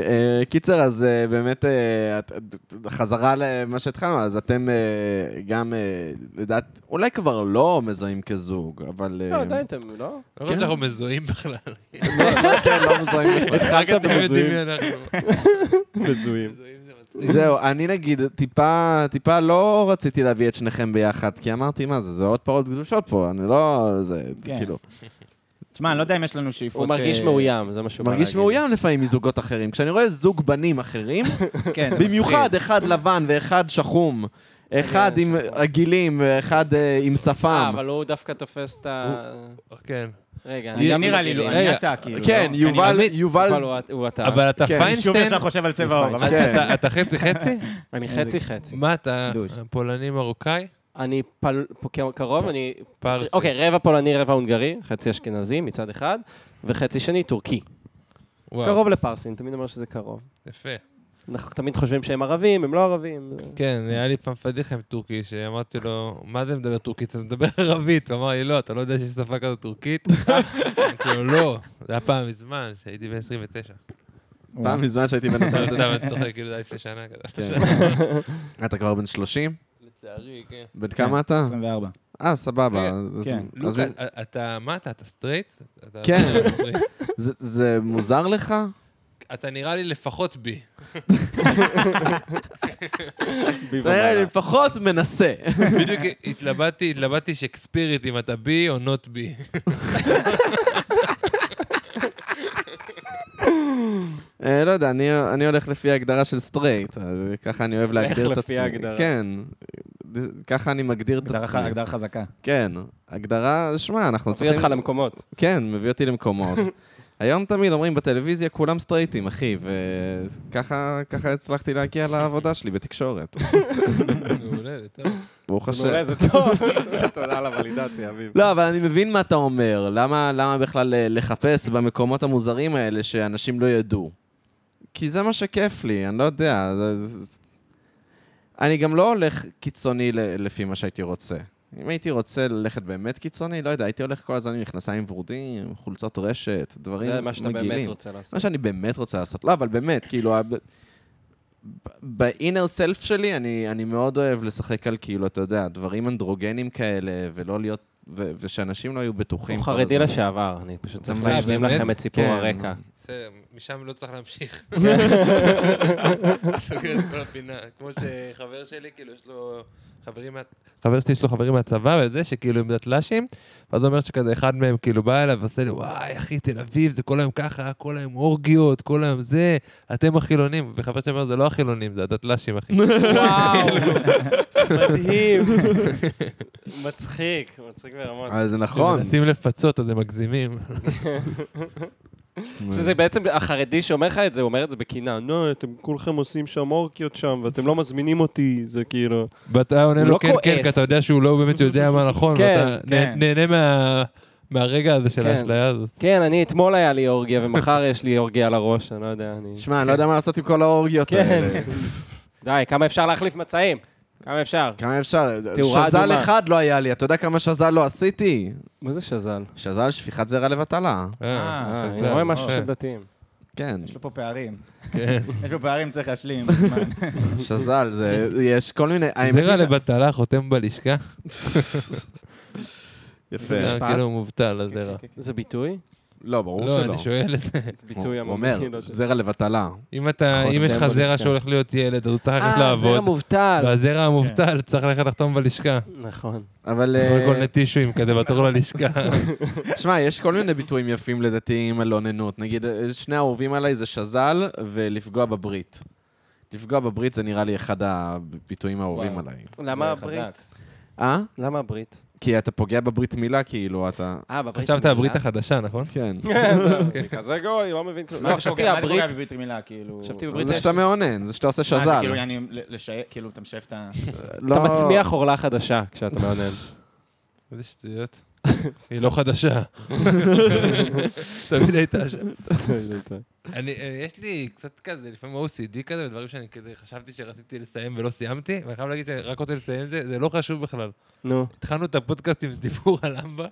Speaker 1: אה, קיצר, אז אה, באמת, אה, את- את- חזרה למה שהתחלנו, אז אתם אה, גם, אה, לדעת, אולי כבר לא מזוהים כזוג, אבל...
Speaker 3: לא,
Speaker 1: אה,
Speaker 3: עדיין אתם, לא?
Speaker 2: לא חושב שאנחנו מזוהים בכלל.
Speaker 1: לא, לא, כן, לא מזוהים.
Speaker 2: רק אתם יודעים
Speaker 3: מזוהים.
Speaker 2: מי אנחנו.
Speaker 3: מזוהים.
Speaker 2: מזוהים זה מצחיק.
Speaker 1: זהו, אני נגיד, טיפה, טיפה לא רציתי להביא את שניכם ביחד, כי אמרתי, מה זה, זה עוד פרות קדושות פה, אני לא... זה,
Speaker 4: כן.
Speaker 1: כאילו...
Speaker 4: תשמע, אני לא יודע אם יש לנו שאיפות...
Speaker 3: הוא מרגיש
Speaker 4: אה,
Speaker 3: מאוים, זה מה שהוא
Speaker 1: הוא
Speaker 3: בא
Speaker 1: מרגיש
Speaker 3: להגיד.
Speaker 1: מאוים לפעמים מזוגות אחרים. כשאני רואה זוג בנים אחרים,
Speaker 4: כן, זה
Speaker 1: במיוחד אחד לבן ואחד שחום, אחד עם עגילים ואחד אה, עם
Speaker 3: אה,
Speaker 1: שפם.
Speaker 3: אבל הוא דווקא תופס את ה...
Speaker 2: כן.
Speaker 3: רגע,
Speaker 4: אני
Speaker 2: י-
Speaker 4: גם נראה
Speaker 3: אה,
Speaker 4: לי, לא,
Speaker 2: רגע,
Speaker 4: אני אתה, כאילו.
Speaker 1: כן,
Speaker 4: לא?
Speaker 1: יובל,
Speaker 2: עמית,
Speaker 1: יובל...
Speaker 3: אבל הוא- הוא אתה.
Speaker 2: אבל אתה
Speaker 1: כן,
Speaker 4: אני שוב
Speaker 2: פיינשטיין?
Speaker 4: ישר חושב על צבע העור, אבל...
Speaker 1: כן.
Speaker 2: אתה- אתה חצי חצי?
Speaker 3: אני חצי חצי.
Speaker 2: מה אתה?
Speaker 4: דוש.
Speaker 2: פולני מרוקאי?
Speaker 3: אני פל- פה כ- קרוב, אני...
Speaker 2: פרסי.
Speaker 3: אוקיי, רבע פולני, רבע הונגרי, חצי אשכנזי מצד אחד, וחצי שני טורקי.
Speaker 2: וואו,
Speaker 3: קרוב לפרסי, אני תמיד אומר שזה קרוב.
Speaker 2: יפה.
Speaker 3: אנחנו תמיד חושבים שהם ערבים, הם לא ערבים.
Speaker 2: כן, היה לי פעם פדיחה עם טורקי, שאמרתי לו, מה זה מדבר טורקית? אתה מדבר ערבית. הוא אמר לי, לא, אתה לא יודע שיש שפה כזאת טורקית? אמרתי לו, לא, זה היה פעם מזמן, שהייתי בן 29.
Speaker 1: פעם מזמן שהייתי בן
Speaker 2: סתם,
Speaker 1: עשרה.
Speaker 2: סתם, אני צוחק, כאילו זה היה לפני שנה
Speaker 1: כן.
Speaker 2: כזה.
Speaker 1: אתה כבר בן 30?
Speaker 2: לצערי, כן.
Speaker 1: בן כמה אתה?
Speaker 4: 24.
Speaker 1: אה, סבבה.
Speaker 2: רגע,
Speaker 1: אז-
Speaker 4: כן.
Speaker 1: אז-
Speaker 2: לוקה, אתה, מה אתה, אתה סטרייט? אתה-
Speaker 1: כן.
Speaker 2: אתה סטרייט.
Speaker 1: זה- זה מוזר לך?
Speaker 2: אתה נראה לי לפחות בי.
Speaker 1: אה, אני לפחות מנסה.
Speaker 2: בדיוק התלבטתי, התלבטתי שקספיריט אם אתה בי או נוט בי.
Speaker 1: אה, לא יודע, אני, אני הולך לפי ההגדרה של סטרייט, אז ככה אני אוהב להגדיר את
Speaker 3: לפי
Speaker 1: עצמי.
Speaker 3: ההגדרה.
Speaker 1: כן, ככה אני מגדיר את
Speaker 4: הגדרה ח-
Speaker 1: עצמי.
Speaker 4: הגדרה חזקה.
Speaker 1: כן, הגדרה, שמע, אנחנו
Speaker 3: מצביע
Speaker 1: צריכים...
Speaker 3: אותך למקומות.
Speaker 1: כן, מביא אותי למקומות. היום תמיד אומרים בטלוויזיה כולם סטרייטים, אחי, וככה ככה הצלחתי להגיע לעבודה שלי בתקשורת.
Speaker 2: מעולה, זה טוב.
Speaker 1: ברוך
Speaker 3: זה
Speaker 1: השם.
Speaker 3: מעולה, זה טוב. תודה על הוולידציה, אביב.
Speaker 1: לא, אבל אני מבין מה אתה אומר. למה, למה בכלל אה, לחפש במקומות המוזרים האלה שאנשים לא ידעו? כי זה מה שכיף לי, אני לא יודע. זה, זה, זה... אני גם לא הולך קיצוני ל- לפי מה שהייתי רוצה. אם הייתי רוצה ללכת באמת קיצוני, לא יודע, הייתי הולך כל הזמן עם מכנסיים ורודים, חולצות רשת, דברים מגעילים.
Speaker 3: זה לא, מה שאתה באמת רוצה
Speaker 1: מה
Speaker 3: לעשות.
Speaker 1: שאני באמת רוצה לעשות. לא, אבל באמת, כאילו, ה- ב- ב-inner self שלי, אני, אני מאוד אוהב לשחק על, כאילו, אתה יודע, דברים אנדרוגנים כאלה, ולא להיות, ו- ושאנשים לא יהיו בטוחים.
Speaker 3: הוא
Speaker 1: כל
Speaker 3: חרדי
Speaker 1: הזמן.
Speaker 3: לשעבר, אני פשוט צריך
Speaker 1: אה,
Speaker 3: להשלים
Speaker 2: באמת?
Speaker 3: לכם את סיפור
Speaker 1: כן.
Speaker 3: הרקע.
Speaker 2: בסדר, משם לא צריך להמשיך. סוגר את כל הפינה. כמו שחבר שלי, כאילו, יש לו חברים מה... חבר שלי יש לו חברים מהצבא וזה, שכאילו הם דתל"שים, ואז הוא אומר שכזה אחד מהם כאילו בא אליו ועושה לי, וואי, אחי, תל אביב, זה כל היום ככה, כל היום אורגיות, כל היום זה, אתם החילונים. וחבר שלי אומר, זה לא החילונים, זה הדתל"שים, אחי.
Speaker 3: וואו, מדהים. מצחיק, מצחיק ברמות.
Speaker 1: אז זה נכון.
Speaker 2: מנסים לפצות, אז הם מגזימים.
Speaker 3: שזה בעצם החרדי שאומר לך את זה, הוא אומר את זה בקינה. נו, אתם כולכם עושים שם אורקיות שם, ואתם לא מזמינים אותי, זה כאילו...
Speaker 2: ואתה עונה
Speaker 3: הוא
Speaker 2: לו
Speaker 3: לא
Speaker 2: כן, כן,
Speaker 3: כועס.
Speaker 2: כי אתה יודע שהוא לא באמת יודע מה נכון,
Speaker 3: כן,
Speaker 2: ואתה
Speaker 4: כן.
Speaker 2: נה- נהנה מה- מהרגע הזה של
Speaker 3: כן.
Speaker 2: האשליה הזאת.
Speaker 3: כן, אני, אתמול היה לי אורגיה, ומחר יש לי אורגיה על הראש, אני לא יודע, אני...
Speaker 1: שמע, אני לא יודע מה לעשות עם כל האורגיות האלה.
Speaker 3: כן. די, כמה אפשר להחליף מצעים? כמה אפשר?
Speaker 1: כמה אפשר?
Speaker 3: תאורה
Speaker 1: שזל
Speaker 3: אדומה.
Speaker 1: אחד לא היה לי, אתה יודע כמה שזל לא עשיתי?
Speaker 3: מה זה שזל?
Speaker 1: שזל שפיכת זרע לבטלה.
Speaker 2: אה,
Speaker 4: אה,
Speaker 3: אה,
Speaker 2: שזל,
Speaker 3: אני רואה משהו
Speaker 2: אוקיי.
Speaker 3: של דתיים.
Speaker 1: כן,
Speaker 4: יש לו פה פערים.
Speaker 2: כן.
Speaker 4: יש לו פערים, צריך להשלים. בזמן.
Speaker 1: שזל, זה, יש כל מיני... האמת היא
Speaker 2: זרע
Speaker 1: ש-
Speaker 2: לבטלה חותם בלשכה?
Speaker 1: יפה.
Speaker 2: זה
Speaker 3: משפט? כן,
Speaker 2: כאילו מובטל, הזרע.
Speaker 4: כן,
Speaker 3: זה ביטוי?
Speaker 1: לא, ברור
Speaker 2: לא,
Speaker 1: שלא.
Speaker 2: אני שואל את זה.
Speaker 3: זה ביטוי
Speaker 1: הוא אומר,
Speaker 3: עממי, לא יודע.
Speaker 1: זרע לבטלה.
Speaker 2: אם אתה,
Speaker 3: חותם
Speaker 2: אם יש לך זרע
Speaker 3: בלשכה.
Speaker 2: שהולך להיות ילד, אז הוא צריך ללכת
Speaker 3: אה, זרע
Speaker 2: לעבוד.
Speaker 3: מובטל. כן.
Speaker 2: והזרע המובטל צריך ללכת לחתום בלשכה.
Speaker 3: נכון.
Speaker 1: אבל...
Speaker 2: כל
Speaker 1: אה,
Speaker 2: כל מיני טישואים כזה בתור ללשכה.
Speaker 1: שמע, יש כל מיני ביטויים יפים לדתיים על אוננות. נגיד, אה, שני האהובים עליי זה שז"ל ולפגוע בברית. לפגוע בברית זה נראה לי אחד הביטויים האהובים
Speaker 4: וואו.
Speaker 1: עליי.
Speaker 3: למה
Speaker 4: זה חזק.
Speaker 3: הברית?
Speaker 1: אה?
Speaker 3: למה הברית?
Speaker 1: כי אתה פוגע בברית מילה, כאילו, אתה...
Speaker 3: אה, בברית
Speaker 2: חשבת
Speaker 3: מילה.
Speaker 2: הברית החדשה, נכון?
Speaker 1: כן.
Speaker 3: כזה גוי, לא מבין כלום.
Speaker 4: מה
Speaker 3: לא,
Speaker 4: זה
Speaker 3: חשבתי
Speaker 4: פוגע? מה זה
Speaker 3: הברית...
Speaker 4: פוגע בברית מילה, כאילו?
Speaker 3: חשבתי
Speaker 4: מה,
Speaker 3: בברית
Speaker 1: זה
Speaker 3: יש. אה,
Speaker 1: שאתה מאונן, זה שאתה עושה
Speaker 4: זה
Speaker 1: שז"ל.
Speaker 4: כאילו, יעני, ל- לשייך, כאילו, אתה משייף את ה...
Speaker 1: לא-
Speaker 3: אתה מצמיח עורלה חדשה כשאתה מעונן.
Speaker 2: איזה שטויות. היא לא חדשה. תמיד הייתה שם. אני, אה, יש לי קצת כזה, לפעמים OCD כזה, ודברים שאני כזה חשבתי שרציתי לסיים ולא סיימתי, ואני חייב להגיד שרק רוצה לסיים את זה, זה לא חשוב בכלל.
Speaker 3: נו.
Speaker 2: התחלנו את הפודקאסט עם דיבור על אמבה,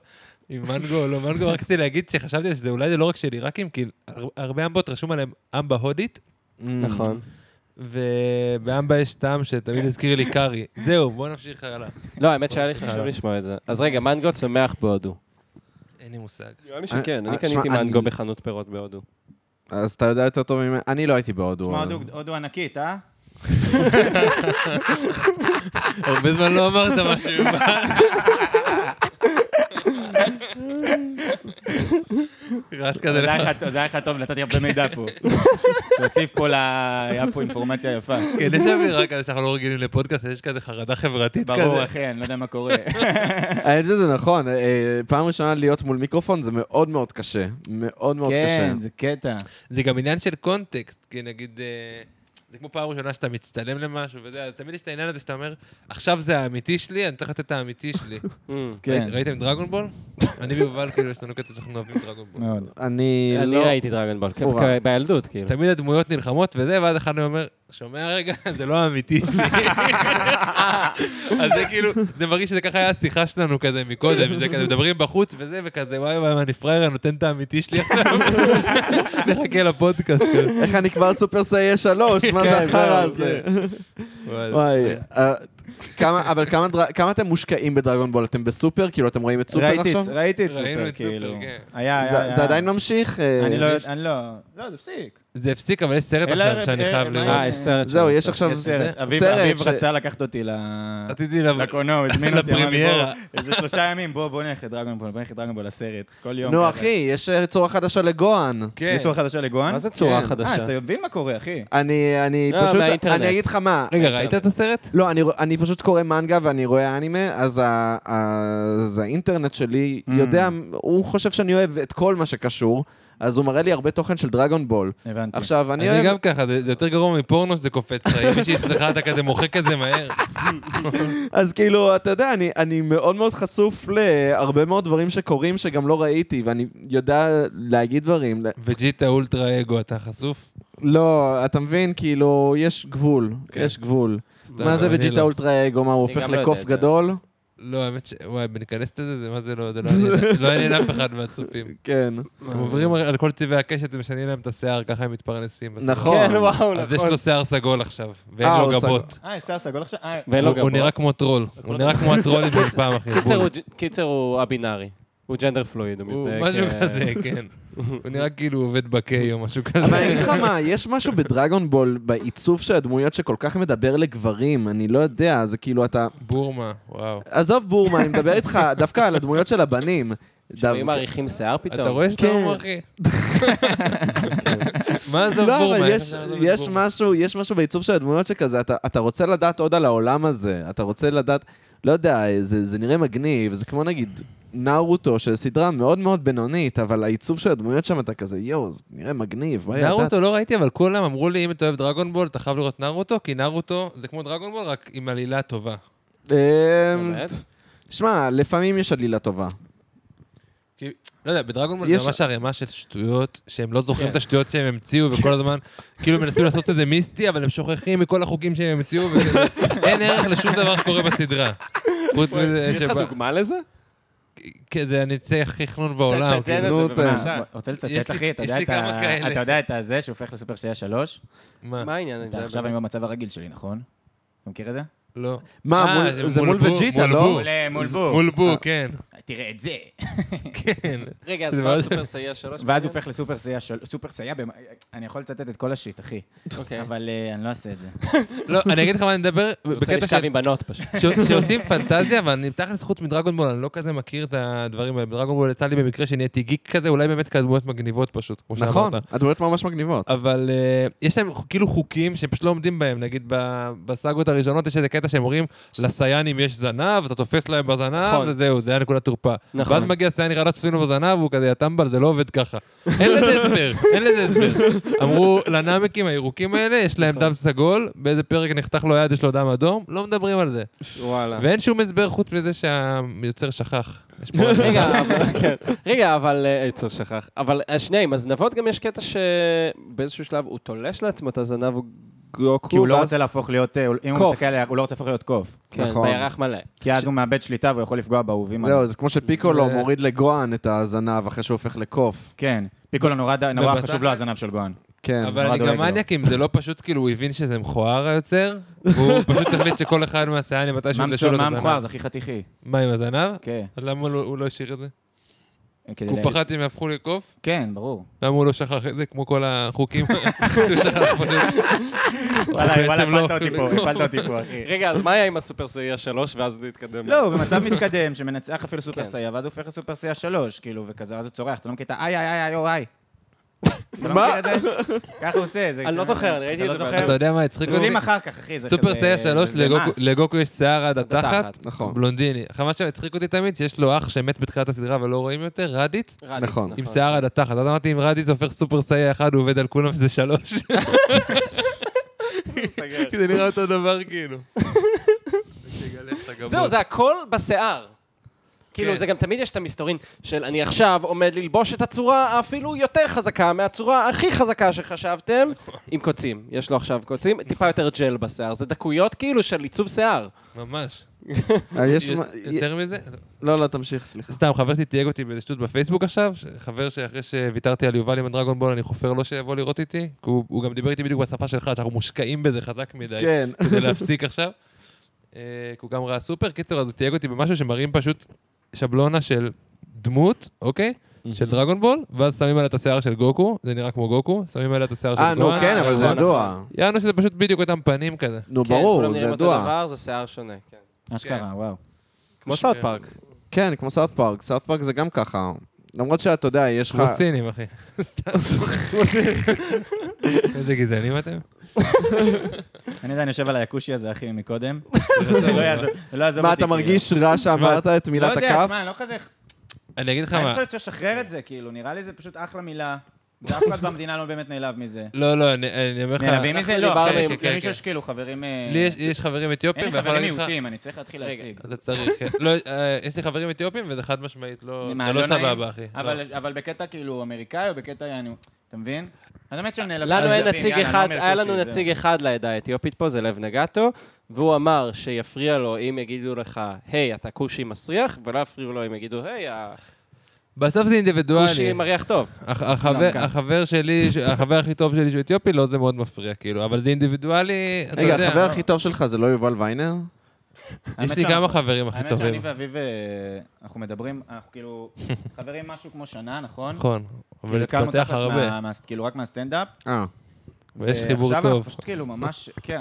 Speaker 2: עם מנגו או לא מנגו, רק רציתי להגיד שחשבתי שזה אולי זה לא רק של עיראקים, כי הר- הרבה אמבות רשום עליהם אמבה הודית,
Speaker 1: Mm.
Speaker 3: נכון.
Speaker 2: ובאמבה יש טעם שתמיד הזכיר לי קארי. זהו, בואו נמשיך הלאה.
Speaker 3: לא, האמת שהיה לי חשוב לשמוע את זה. אז רגע, מנגו צומח בהודו.
Speaker 2: אין לי מושג.
Speaker 3: נראה לי
Speaker 1: שכן,
Speaker 3: שכן,
Speaker 1: אני אה,
Speaker 3: אני
Speaker 1: קניתי
Speaker 3: קניתי
Speaker 1: שמע, מנגו
Speaker 3: מנגו
Speaker 1: אני-
Speaker 3: בחנות פירות בהודו.
Speaker 1: אז אתה יודע יותר טוב ממני. אני לא הייתי בהודו.
Speaker 4: תשמע,
Speaker 1: אבל-
Speaker 4: הודו- הודו ענקית, אה?
Speaker 2: הרבה זמן לא אמרת משהו. רץ כזה
Speaker 4: זה
Speaker 2: לך.
Speaker 4: היה לך- זה היה לך טוב, נתתי הרבה מידע פה. תוסיף פה, ל- היה פה אינפורמציה יפה.
Speaker 2: כן, יש אווירה כזה שאנחנו לא רגילים לפודקאסט, יש כזה חרדה חברתית כזה.
Speaker 4: ברור, אחי, אני לא יודע מה קורה.
Speaker 1: האמת שזה נכון, אה, אה, פעם ראשונה להיות מול מיקרופון זה מאוד מאוד קשה. מאוד מאוד קשה.
Speaker 4: כן, זה קטע.
Speaker 2: זה גם עניין של קונטקסט, כי נגיד, אה, זה כמו פעם ראשונה שאתה מצטלם למשהו, וזה, אז תמיד יש את העניין הזה שאתה אומר, עכשיו זה האמיתי שלי, אני צריך לתת את האמיתי שלי.
Speaker 4: כן,
Speaker 2: ראית- ראיתם דרגונבול? אני ויובל, כאילו, יש לנו קטע שאנחנו אוהבים דרגונבול.
Speaker 4: מאוד.
Speaker 1: אני
Speaker 3: אני
Speaker 1: לא...
Speaker 3: ראיתי דרגן בול,
Speaker 1: נורא.
Speaker 3: כ- בילדות, כאילו.
Speaker 2: תמיד הדמויות נלחמות וזה, ואז אחד אומר, שומע רגע, זה לא האמיתי שלי. אז זה כאילו, זה מרגיש שזה ככה היה השיחה שלנו כזה מקודם, שזה כזה מדברים בחוץ וזה, וכזה, וואי וואי, מה, אני פראייר, אני נותן את האמיתי שלי עכשיו. נחכה לפודקאסט כזה.
Speaker 1: איך אני כבר סופר סאייה שלוש? מה זה
Speaker 3: כן,
Speaker 1: החרא
Speaker 3: זהו,
Speaker 1: הזה?
Speaker 2: וואי, זה
Speaker 1: וואי,
Speaker 2: מצחיק.
Speaker 1: אה, כמה- אבל כמה דרג- כמה אתם מושקעים בדרגון בול? אתם בסופר? כאילו, אתם רואים את סופר
Speaker 4: ראיתי
Speaker 1: עכשיו?
Speaker 4: את- ראיתי את
Speaker 2: ראינו
Speaker 4: סופר,
Speaker 2: את סופר,
Speaker 4: כאילו.
Speaker 2: כן.
Speaker 4: היה, היה,
Speaker 1: זה-
Speaker 4: היה.
Speaker 1: זה עדיין ממשיך? אה,
Speaker 4: אה. אני לא יודע, אני לא... לא, זה הפסיק.
Speaker 2: זה הפסיק, אבל יש סרט
Speaker 4: אלא
Speaker 2: עכשיו
Speaker 4: ר-
Speaker 2: שאני
Speaker 4: אה,
Speaker 2: חייב
Speaker 4: מה
Speaker 2: לראות.
Speaker 4: היה?
Speaker 3: אה, יש סרט.
Speaker 1: זהו,
Speaker 3: שם,
Speaker 1: יש
Speaker 3: סרט.
Speaker 1: עכשיו
Speaker 4: יש סרט.
Speaker 1: ס-
Speaker 4: אביב-
Speaker 1: סרט.
Speaker 4: אביב
Speaker 1: ש-
Speaker 4: רצה לקחת אותי ל-
Speaker 2: רציתי לבוא.
Speaker 4: לקולנוע, הוא הזמין אותי, אמר לי,
Speaker 2: לפרמיירה.
Speaker 4: בוא, איזה שלושה ימים, בוא, בוא נלך לדרגונבול, בוא נלך לדרגונבול לסרט, כל יום.
Speaker 1: נו,
Speaker 4: ככה.
Speaker 1: אחי, יש אה, צורה חדשה לגוהן.
Speaker 2: כן.
Speaker 4: יש צורה חדשה לגוהן?
Speaker 3: מה זה צורה
Speaker 1: כן.
Speaker 4: אה, אז
Speaker 3: חדשה?
Speaker 4: אתה מבין מה קורה, אחי.
Speaker 1: אני אני
Speaker 3: אה,
Speaker 1: פשוט...
Speaker 3: מהאינטרנט.
Speaker 1: אני אגיד לך מה.
Speaker 2: רגע, ראית את הסרט?
Speaker 1: לא, אני, רוא- אני פשוט קורא מנגה ואני רואה אנימה, אז, ה, אז האינטרנט שלי
Speaker 4: Mm.
Speaker 1: יודע, הוא חושב שאני אוהב את כל מה שקשור, אז הוא מראה לי הרבה תוכן של דרגון בול.
Speaker 4: הבנתי.
Speaker 1: עכשיו, אני
Speaker 2: אני
Speaker 1: אוהב...
Speaker 2: גם ככה, זה זה יותר גרוע מפורנו שזה קופץ לך. אם מישהי אצלך אתה כזה מוחק את זה מהר.
Speaker 1: אז כאילו, אתה יודע, אני, אני מאוד מאוד חשוף להרבה מאוד דברים שקורים שגם לא ראיתי, ואני יודע להגיד דברים. ל-
Speaker 2: וג'יטה אולטרה אגו, אתה חשוף?
Speaker 1: לא, אתה מבין? כאילו, יש גבול.
Speaker 2: כן.
Speaker 1: יש גבול.
Speaker 2: סתם,
Speaker 1: מה זה
Speaker 2: אני
Speaker 1: וג'יטה
Speaker 2: לא.
Speaker 1: אולטרה אגו? מה, הוא
Speaker 3: אני
Speaker 1: הופך
Speaker 3: גם לא
Speaker 1: לקוף
Speaker 3: יודע את זה.
Speaker 1: גדול?
Speaker 2: לא, האמת ש... וואי, בניכנס לזה, זה מה זה לא... זה לא עניין- לא עניין אף אחד מהצופים.
Speaker 1: כן.
Speaker 2: הם עוברים על כל צבעי הקשת ומשנים להם את השיער, ככה הם מתפרנסים. בסוף.
Speaker 1: נכון.
Speaker 3: כן, וואו,
Speaker 2: אז יש
Speaker 3: נכון.
Speaker 2: לו שיער סגול עכשיו, ואין
Speaker 1: אה,
Speaker 2: לו
Speaker 1: הוא
Speaker 2: גבות.
Speaker 4: אה, יש שיער סגול עכשיו? אה,
Speaker 3: ואין לו
Speaker 2: הוא- הוא
Speaker 3: גבות.
Speaker 2: נראה כמו טרול. הוא נראה כמו הטרולים של פעם, אחי.
Speaker 3: קיצר,
Speaker 2: בול.
Speaker 3: הוא ג'- קיצר הוא א-בינארי. הוא ג'נדר פלואיד, הוא
Speaker 2: הוא
Speaker 3: מזדהה.
Speaker 2: משהו
Speaker 3: כ-
Speaker 2: כזה, כן. הוא נראה כאילו הוא עובד בקיי או משהו כזה.
Speaker 1: אבל אני אגיד לך מה, יש משהו בדרגון בול, בעיצוב של הדמויות שכל כך מדבר לגברים, אני לא יודע, זה כאילו אתה...
Speaker 2: בורמה, וואו.
Speaker 1: עזוב בורמה, אני מדבר איתך דווקא על הדמויות של הבנים.
Speaker 3: שומעים
Speaker 1: דווקא-
Speaker 3: מעריכים שיער פתאום.
Speaker 2: אתה רואה שאתה
Speaker 1: כן.
Speaker 2: הומו, אחי? מה זה
Speaker 1: לא,
Speaker 2: בורמה?
Speaker 1: אבל
Speaker 2: איך
Speaker 1: יש,
Speaker 2: אפשר לעזוב את
Speaker 1: יש,
Speaker 2: בורמה?
Speaker 1: משהו, יש משהו בעיצוב של הדמויות שכזה, אתה, אתה רוצה לדעת עוד על העולם הזה, אתה רוצה לדעת, לא יודע, זה, זה נראה מגניב, זה כמו נגיד נארוטו, של סדרה מאוד מאוד בינונית, אבל העיצוב של הדמויות שם, אתה כזה, יואו, זה נראה מגניב, בא לי לדעת.
Speaker 2: נרוטו לא ראיתי, אבל כולם אמרו לי, אם אתה אוהב דרגונבול, אתה חייב לראות נרוטו, כי נרוטו זה כמו דרגונבול, רק עם עלילה טובה.
Speaker 1: אמ,
Speaker 3: באמת?
Speaker 1: שמע, לפעמים יש עלילה טובה.
Speaker 2: כי, לא יודע, בדרגונבול
Speaker 1: יש- כן.
Speaker 2: זה ממש ערימה של שטויות, שהם לא זוכרים את השטויות שהם המציאו, וכל הזמן, כאילו מנסים לעשות את זה מיסטי, אבל הם שוכחים מכל החוקים שהם המציאו, וכזה, אין ערך לשום דבר שקורה בסדרה. חוץ מזה
Speaker 3: יש לך
Speaker 2: שבא-
Speaker 3: דוגמה לזה?
Speaker 2: כן, זה הנצח הכי חנון בעולם.
Speaker 3: תתן
Speaker 2: כאילו.
Speaker 3: את
Speaker 1: נו,
Speaker 3: זה,
Speaker 1: תן.
Speaker 3: בבקשה.
Speaker 4: מה, רוצה
Speaker 2: יש
Speaker 4: לצטט,
Speaker 2: לי-
Speaker 4: אחי? אתה
Speaker 2: יש
Speaker 4: יודע
Speaker 2: לי
Speaker 4: את ה-
Speaker 2: כמה כאלה.
Speaker 4: אתה יודע את הזה שהופך לסופר שהיה שלוש?
Speaker 2: מה?
Speaker 3: מה העניין? עם זה?
Speaker 4: עכשיו אני במצב הרגיל שלי, נכון? אתה מכיר את זה? אה,
Speaker 2: לא.
Speaker 1: מה,
Speaker 2: אה,
Speaker 1: מול- זה מול
Speaker 2: בו-
Speaker 1: וג'יטה,
Speaker 2: מול
Speaker 1: לא?
Speaker 2: בו.
Speaker 4: מול
Speaker 2: מול בו, כן.
Speaker 4: תראה את זה.
Speaker 2: כן.
Speaker 3: רגע, אז
Speaker 2: זה
Speaker 3: מה
Speaker 2: מאוד-
Speaker 3: סופר סייע שלוש?
Speaker 4: ואז הוא הופך לסופר סייע, של- סופר סייע, במ- אני יכול לצטט את כל השיט, אחי,
Speaker 3: אוקיי.
Speaker 4: אבל אה, אני לא אעשה את זה.
Speaker 2: לא, אני אגיד לך מה אני מדבר,
Speaker 3: הוא רוצה
Speaker 2: בקטע
Speaker 3: לשכב
Speaker 2: של...
Speaker 3: עם בנות פשוט.
Speaker 2: ש- שעושים פנטזיה, אבל אני תכלס חוץ מדרגון בול, אני לא כזה מכיר את הדברים האלה. בדרגון בול יצא לי במקרה שנהייתי גיק כזה, אולי באמת כדמויות מגניבות פשוט, כמו שאמרת.
Speaker 1: נכון, הדמויות ממש מגניבות.
Speaker 2: אבל uh, יש להם חו- כאילו חוקים שהם פשוט לא עומדים בהם. נגיד ב- בסאגות הראשונות יש איזה קטע שהם אומרים, לסיינים יש זנב, אתה תופס להם בזנב,
Speaker 3: נכון.
Speaker 2: וזהו, זה היה נקודת תורפה.
Speaker 3: נכון.
Speaker 2: ואז מגיע סייני רלת תופסים לו בזנב, והוא כזה, יא טמבל, זה לא עובד ככה. אין לזה הסבר, אין לזה הסבר. אמרו, לנאמקים הירוקים האלה, יש להם
Speaker 3: נכון.
Speaker 2: דם סגול, באיזה פרק נחתך לו יד, יש לו דם אדום, לא מדברים על זה.
Speaker 3: וואלה.
Speaker 2: ואין שום הסבר חוץ מזה שהיוצר שכח. יש פה-
Speaker 3: רגע, אבל- כן. רגע, אבל אה, יצר שכח. אבל אה, שנייה, עם הזנבות גם יש קטע שבאיזשהו שלב הוא תולש לעצמו את הזנב הוא גוקו.
Speaker 4: כי הוא לא
Speaker 3: ואז-
Speaker 4: רוצה להפוך להיות, אה, אם הוא
Speaker 3: קוף.
Speaker 4: מסתכל על הירח, הוא לא רוצה להפוך להיות קוף.
Speaker 3: כן,
Speaker 1: נכון.
Speaker 3: בירח מלא.
Speaker 4: כי אז הוא מאבד שליטה והוא יכול לפגוע באהובים. עליו.
Speaker 1: זהו, זה כמו שפיקולו
Speaker 2: ו-
Speaker 1: מוריד לגואן את הזנב אחרי שהוא הופך לקוף.
Speaker 4: כן. פיקולו נורא ד- נורא
Speaker 2: ובתחת-
Speaker 4: חשוב לו הזנב של גוהן.
Speaker 1: כן.
Speaker 2: אבל אני
Speaker 4: נורא דואג
Speaker 2: גם
Speaker 4: לו.
Speaker 2: מניאק אם זה לא פשוט, כאילו, הוא הבין שזה מכוער היוצר, והוא פשוט החליט שכל אחד מהסייאנים מתישהו יפלשו לו את
Speaker 4: מה
Speaker 2: הזנב.
Speaker 4: המכוער? זה הכי חתיכי.
Speaker 2: מה עם הזנב?
Speaker 4: כן. אה, לא-
Speaker 2: אז למה הוא לא- הוא לא השאיר את זה?
Speaker 4: כדי
Speaker 2: הוא
Speaker 4: ל-
Speaker 2: פחד שהם יהפכו לקוף?
Speaker 4: כן, ברור.
Speaker 2: למה הוא לא שכח את זה, כמו כל החוקים? שהוא שכח פשוט. הוא
Speaker 4: וואלה,
Speaker 2: בעצם
Speaker 4: וואלה,
Speaker 2: לא
Speaker 4: הפלת אותי
Speaker 2: אפילו
Speaker 4: פה,
Speaker 2: לקוף.
Speaker 4: הפלת אותי פה, אחי.
Speaker 3: רגע, אז מה היה עם הסופר סייע שלוש ואז נתקדם?
Speaker 4: לא, הוא במצב מתקדם, שמנצח אפילו סופר
Speaker 3: כן.
Speaker 4: סייע, ואז הוא הופך לסופר סייע שלוש, כאילו, וכזה, אז הוא צורח, אתה לא מכיר את ה- איי, איי, איי, איי, או, איי. אתה לא
Speaker 1: מה?
Speaker 4: מכיר את זה? ככה הוא עושה. זה
Speaker 3: אני לא
Speaker 4: כש-
Speaker 3: זוכר, אני ראיתי
Speaker 4: אתה
Speaker 3: את זה
Speaker 4: לא זוכר?
Speaker 2: אתה יודע מה הצחיק אותי?
Speaker 4: תשלים אחר כך, אחי. זה-
Speaker 2: סופר
Speaker 4: זה-
Speaker 2: סייע
Speaker 4: זה-
Speaker 2: 3,
Speaker 4: זה מס.
Speaker 2: לגוקו יש שיער עד התחת,
Speaker 3: התחת.
Speaker 4: כן.
Speaker 1: נכון.
Speaker 2: בלונדיני. עכשיו, מה שהצחיק אותי תמיד, שיש לו אח שמת בתחילת הסדרה ולא רואים יותר, רדיץ,
Speaker 3: רדיץ,
Speaker 1: נכון.
Speaker 2: עם שיער עד התחת. אז אמרתי, אם רדיס הופך סופר סייע אחד, הוא עובד על כולם, זה שלוש. כי זה נראה אותו דבר, כאילו.
Speaker 3: זהו, זה הכל בשיער. כאילו, זה גם תמיד יש את המסתורין של אני עכשיו עומד ללבוש את הצורה אפילו יותר חזקה מהצורה הכי חזקה שחשבתם, עם קוצים. יש לו עכשיו קוצים, טיפה יותר ג'ל בשיער. זה דקויות כאילו של עיצוב שיער.
Speaker 2: ממש.
Speaker 1: אה, יש...
Speaker 2: י-
Speaker 1: מה-
Speaker 2: יותר מזה?
Speaker 1: לא, לא, תמשיך, סליחה.
Speaker 2: סתם, חבר שלי תייג אותי באיזה שטות בפייסבוק עכשיו, ש- חבר שאחרי שוויתרתי על יובל עם הדרגון בול, אני חופר לו שיבוא לראות איתי, כי הוא הוא גם דיבר איתי בדיוק בשפה שלך, שאנחנו מושקעים בזה חזק מדי.
Speaker 1: כן.
Speaker 2: כדי להפסיק עכשיו. אה, כי הוא גם ראה סופר. קיצור, אז הוא תייג אותי במשהו שמראים פשוט שבלונה של דמות, אוקיי? של דרגון בול, ואז שמים עליה את השיער של גוקו, זה נראה כמו גוקו, שמים עליה את השיער של
Speaker 1: אה, נו,
Speaker 2: גואן.
Speaker 1: כן, אבל זה
Speaker 3: נכון,
Speaker 1: ידוע.
Speaker 2: יענו שזה פשוט בדיוק אותם פנים כזה.
Speaker 1: נו,
Speaker 3: כן, כולם
Speaker 1: ברור, זה
Speaker 3: נראים אותו
Speaker 1: ידוע.
Speaker 3: דבר, זה שיער שונה. כן.
Speaker 4: אשכרה, וואו.
Speaker 3: כמו סאוט פארק.
Speaker 1: כן, כמו סאוט פארק. סאוט פארק זה גם ככה. למרות שאתה יודע, יש לך...
Speaker 2: כמו סינים, אחי. סתם. איזה גזענים אתם?
Speaker 4: אני עדיין יושב על היאקושי הזה, אחי, מקודם. זה לא יעזור- זה לא יעזוב
Speaker 1: מה,
Speaker 4: אותי,
Speaker 1: אתה
Speaker 4: כאילו.
Speaker 1: מרגיש רע שאמרת את
Speaker 4: לא
Speaker 1: מילת
Speaker 4: יודע,
Speaker 1: הכף?
Speaker 4: תשמע, אני לא כזה...
Speaker 2: אני אגיד לך
Speaker 4: אני
Speaker 2: מה.
Speaker 4: חושב שצריך לשחרר את זה, כאילו, נראה לי זה פשוט אחלה מילה. ואף אחד במדינה לא באמת נעלב מזה.
Speaker 2: לא, לא, אני אני אומר לך...
Speaker 4: נעלבים מזה? לא,
Speaker 3: דיברנו
Speaker 4: עכשיו
Speaker 3: עם-
Speaker 4: יש-
Speaker 2: כן,
Speaker 4: למישהו
Speaker 2: כן.
Speaker 4: יש כאילו חברים... אה,
Speaker 2: לי יש- יש חברים אתיופים,
Speaker 4: אין לי
Speaker 2: ואני יכול
Speaker 4: חברים
Speaker 2: להגיד לך-
Speaker 4: מיעוטים, אני צריך להתחיל
Speaker 3: רגע.
Speaker 4: להשיג.
Speaker 2: אתה צריך, כן. לא, אה, יש לי חברים אתיופים, וזה חד משמעית, לא...
Speaker 4: מה,
Speaker 2: זה לא
Speaker 4: נעים?
Speaker 2: סבבה, אחי. לא.
Speaker 4: אבל- אבל בקטע כאילו אמריקאי או בקטע יענו, אתה מבין? אז האמת שהם נעלבים.
Speaker 3: לנו היה
Speaker 4: נעלבים,
Speaker 3: נציג
Speaker 4: יאללה,
Speaker 3: אחד,
Speaker 4: נעמר
Speaker 3: היה
Speaker 4: קושי,
Speaker 3: לנו
Speaker 4: זהו.
Speaker 3: נציג אחד לעדה האתיופית פה, זה לב נגטו, והוא אמר שיפריע לו אם יגידו לך, היי, אתה כושי מסריח, ולא יפריעו לו אם יגידו, היי,
Speaker 2: בסוף זה אינדיבידואלי.
Speaker 3: הכושי מריח טוב.
Speaker 2: הח- החבר-
Speaker 4: גם
Speaker 2: החבר שלי, ש- החבר הכי טוב שלי שהוא אתיופי, לא זה מאוד מפריע, כאילו, אבל זה אינדיבידואלי, אתה
Speaker 1: רגע,
Speaker 2: יודע.
Speaker 1: החבר הכי טוב שלך זה לא יובל ויינר?
Speaker 2: יש
Speaker 4: האמת
Speaker 2: לי
Speaker 4: שאנחנו-
Speaker 2: כמה חברים הכי
Speaker 4: האמת שאני
Speaker 2: טובים.
Speaker 4: ואביב, אה, אנחנו מדברים, אנחנו כאילו חברים משהו כמו שנה, נכון?
Speaker 2: נכון, אבל
Speaker 4: כאילו, הכרנו
Speaker 2: התפתח
Speaker 4: תכלס
Speaker 2: הרבה,
Speaker 4: מה- מה- כאילו רק מהסטנדאפ.
Speaker 1: אה.
Speaker 2: ויש
Speaker 4: ועכשיו
Speaker 2: חיבור
Speaker 4: אנחנו
Speaker 2: טוב.
Speaker 4: פשוט כאילו ממש, כן.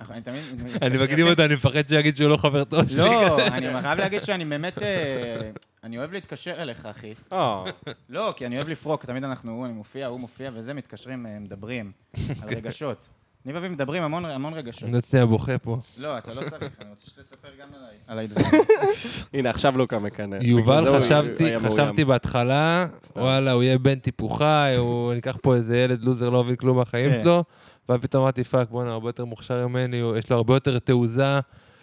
Speaker 4: אנחנו- אני תמיד...
Speaker 2: אני מקדים
Speaker 4: עושים-
Speaker 2: אותו, אני מפחד שיגיד שהוא לא חבר טוב שלי.
Speaker 4: לא, אני חייב להגיד שאני באמת... אה, אני אוהב להתקשר אליך, אחי.
Speaker 3: אה.
Speaker 4: לא, כי אני אוהב לפרוק, תמיד אנחנו, אני מופיע, הוא מופיע וזה, מתקשרים, אה, מדברים על
Speaker 2: אוקיי.
Speaker 4: רגשות. אני ואביב מדברים המון המון רגשות.
Speaker 2: אני לא שנייה בוכה פה.
Speaker 4: לא, אתה לא צריך, אני רוצה שתספר גם עליי. עליי דברים.
Speaker 3: הנה, עכשיו לוקה מקנא. בגלל זה
Speaker 2: יובל,
Speaker 3: הוא- הוא
Speaker 2: חשבתי,
Speaker 3: אוקיי, היה
Speaker 2: חשבתי
Speaker 3: מאוים.
Speaker 2: בהתחלה, וואלה, הוא יהיה בן טיפוחה, הוא ניקח פה איזה ילד לוזר, לא מבין כלום מהחיים
Speaker 4: כן.
Speaker 2: שלו, ואז פתאום אמרתי, פאק, בואנה, הרבה יותר מוכשר ממני, הוא- יש לו הרבה יותר תעוזה,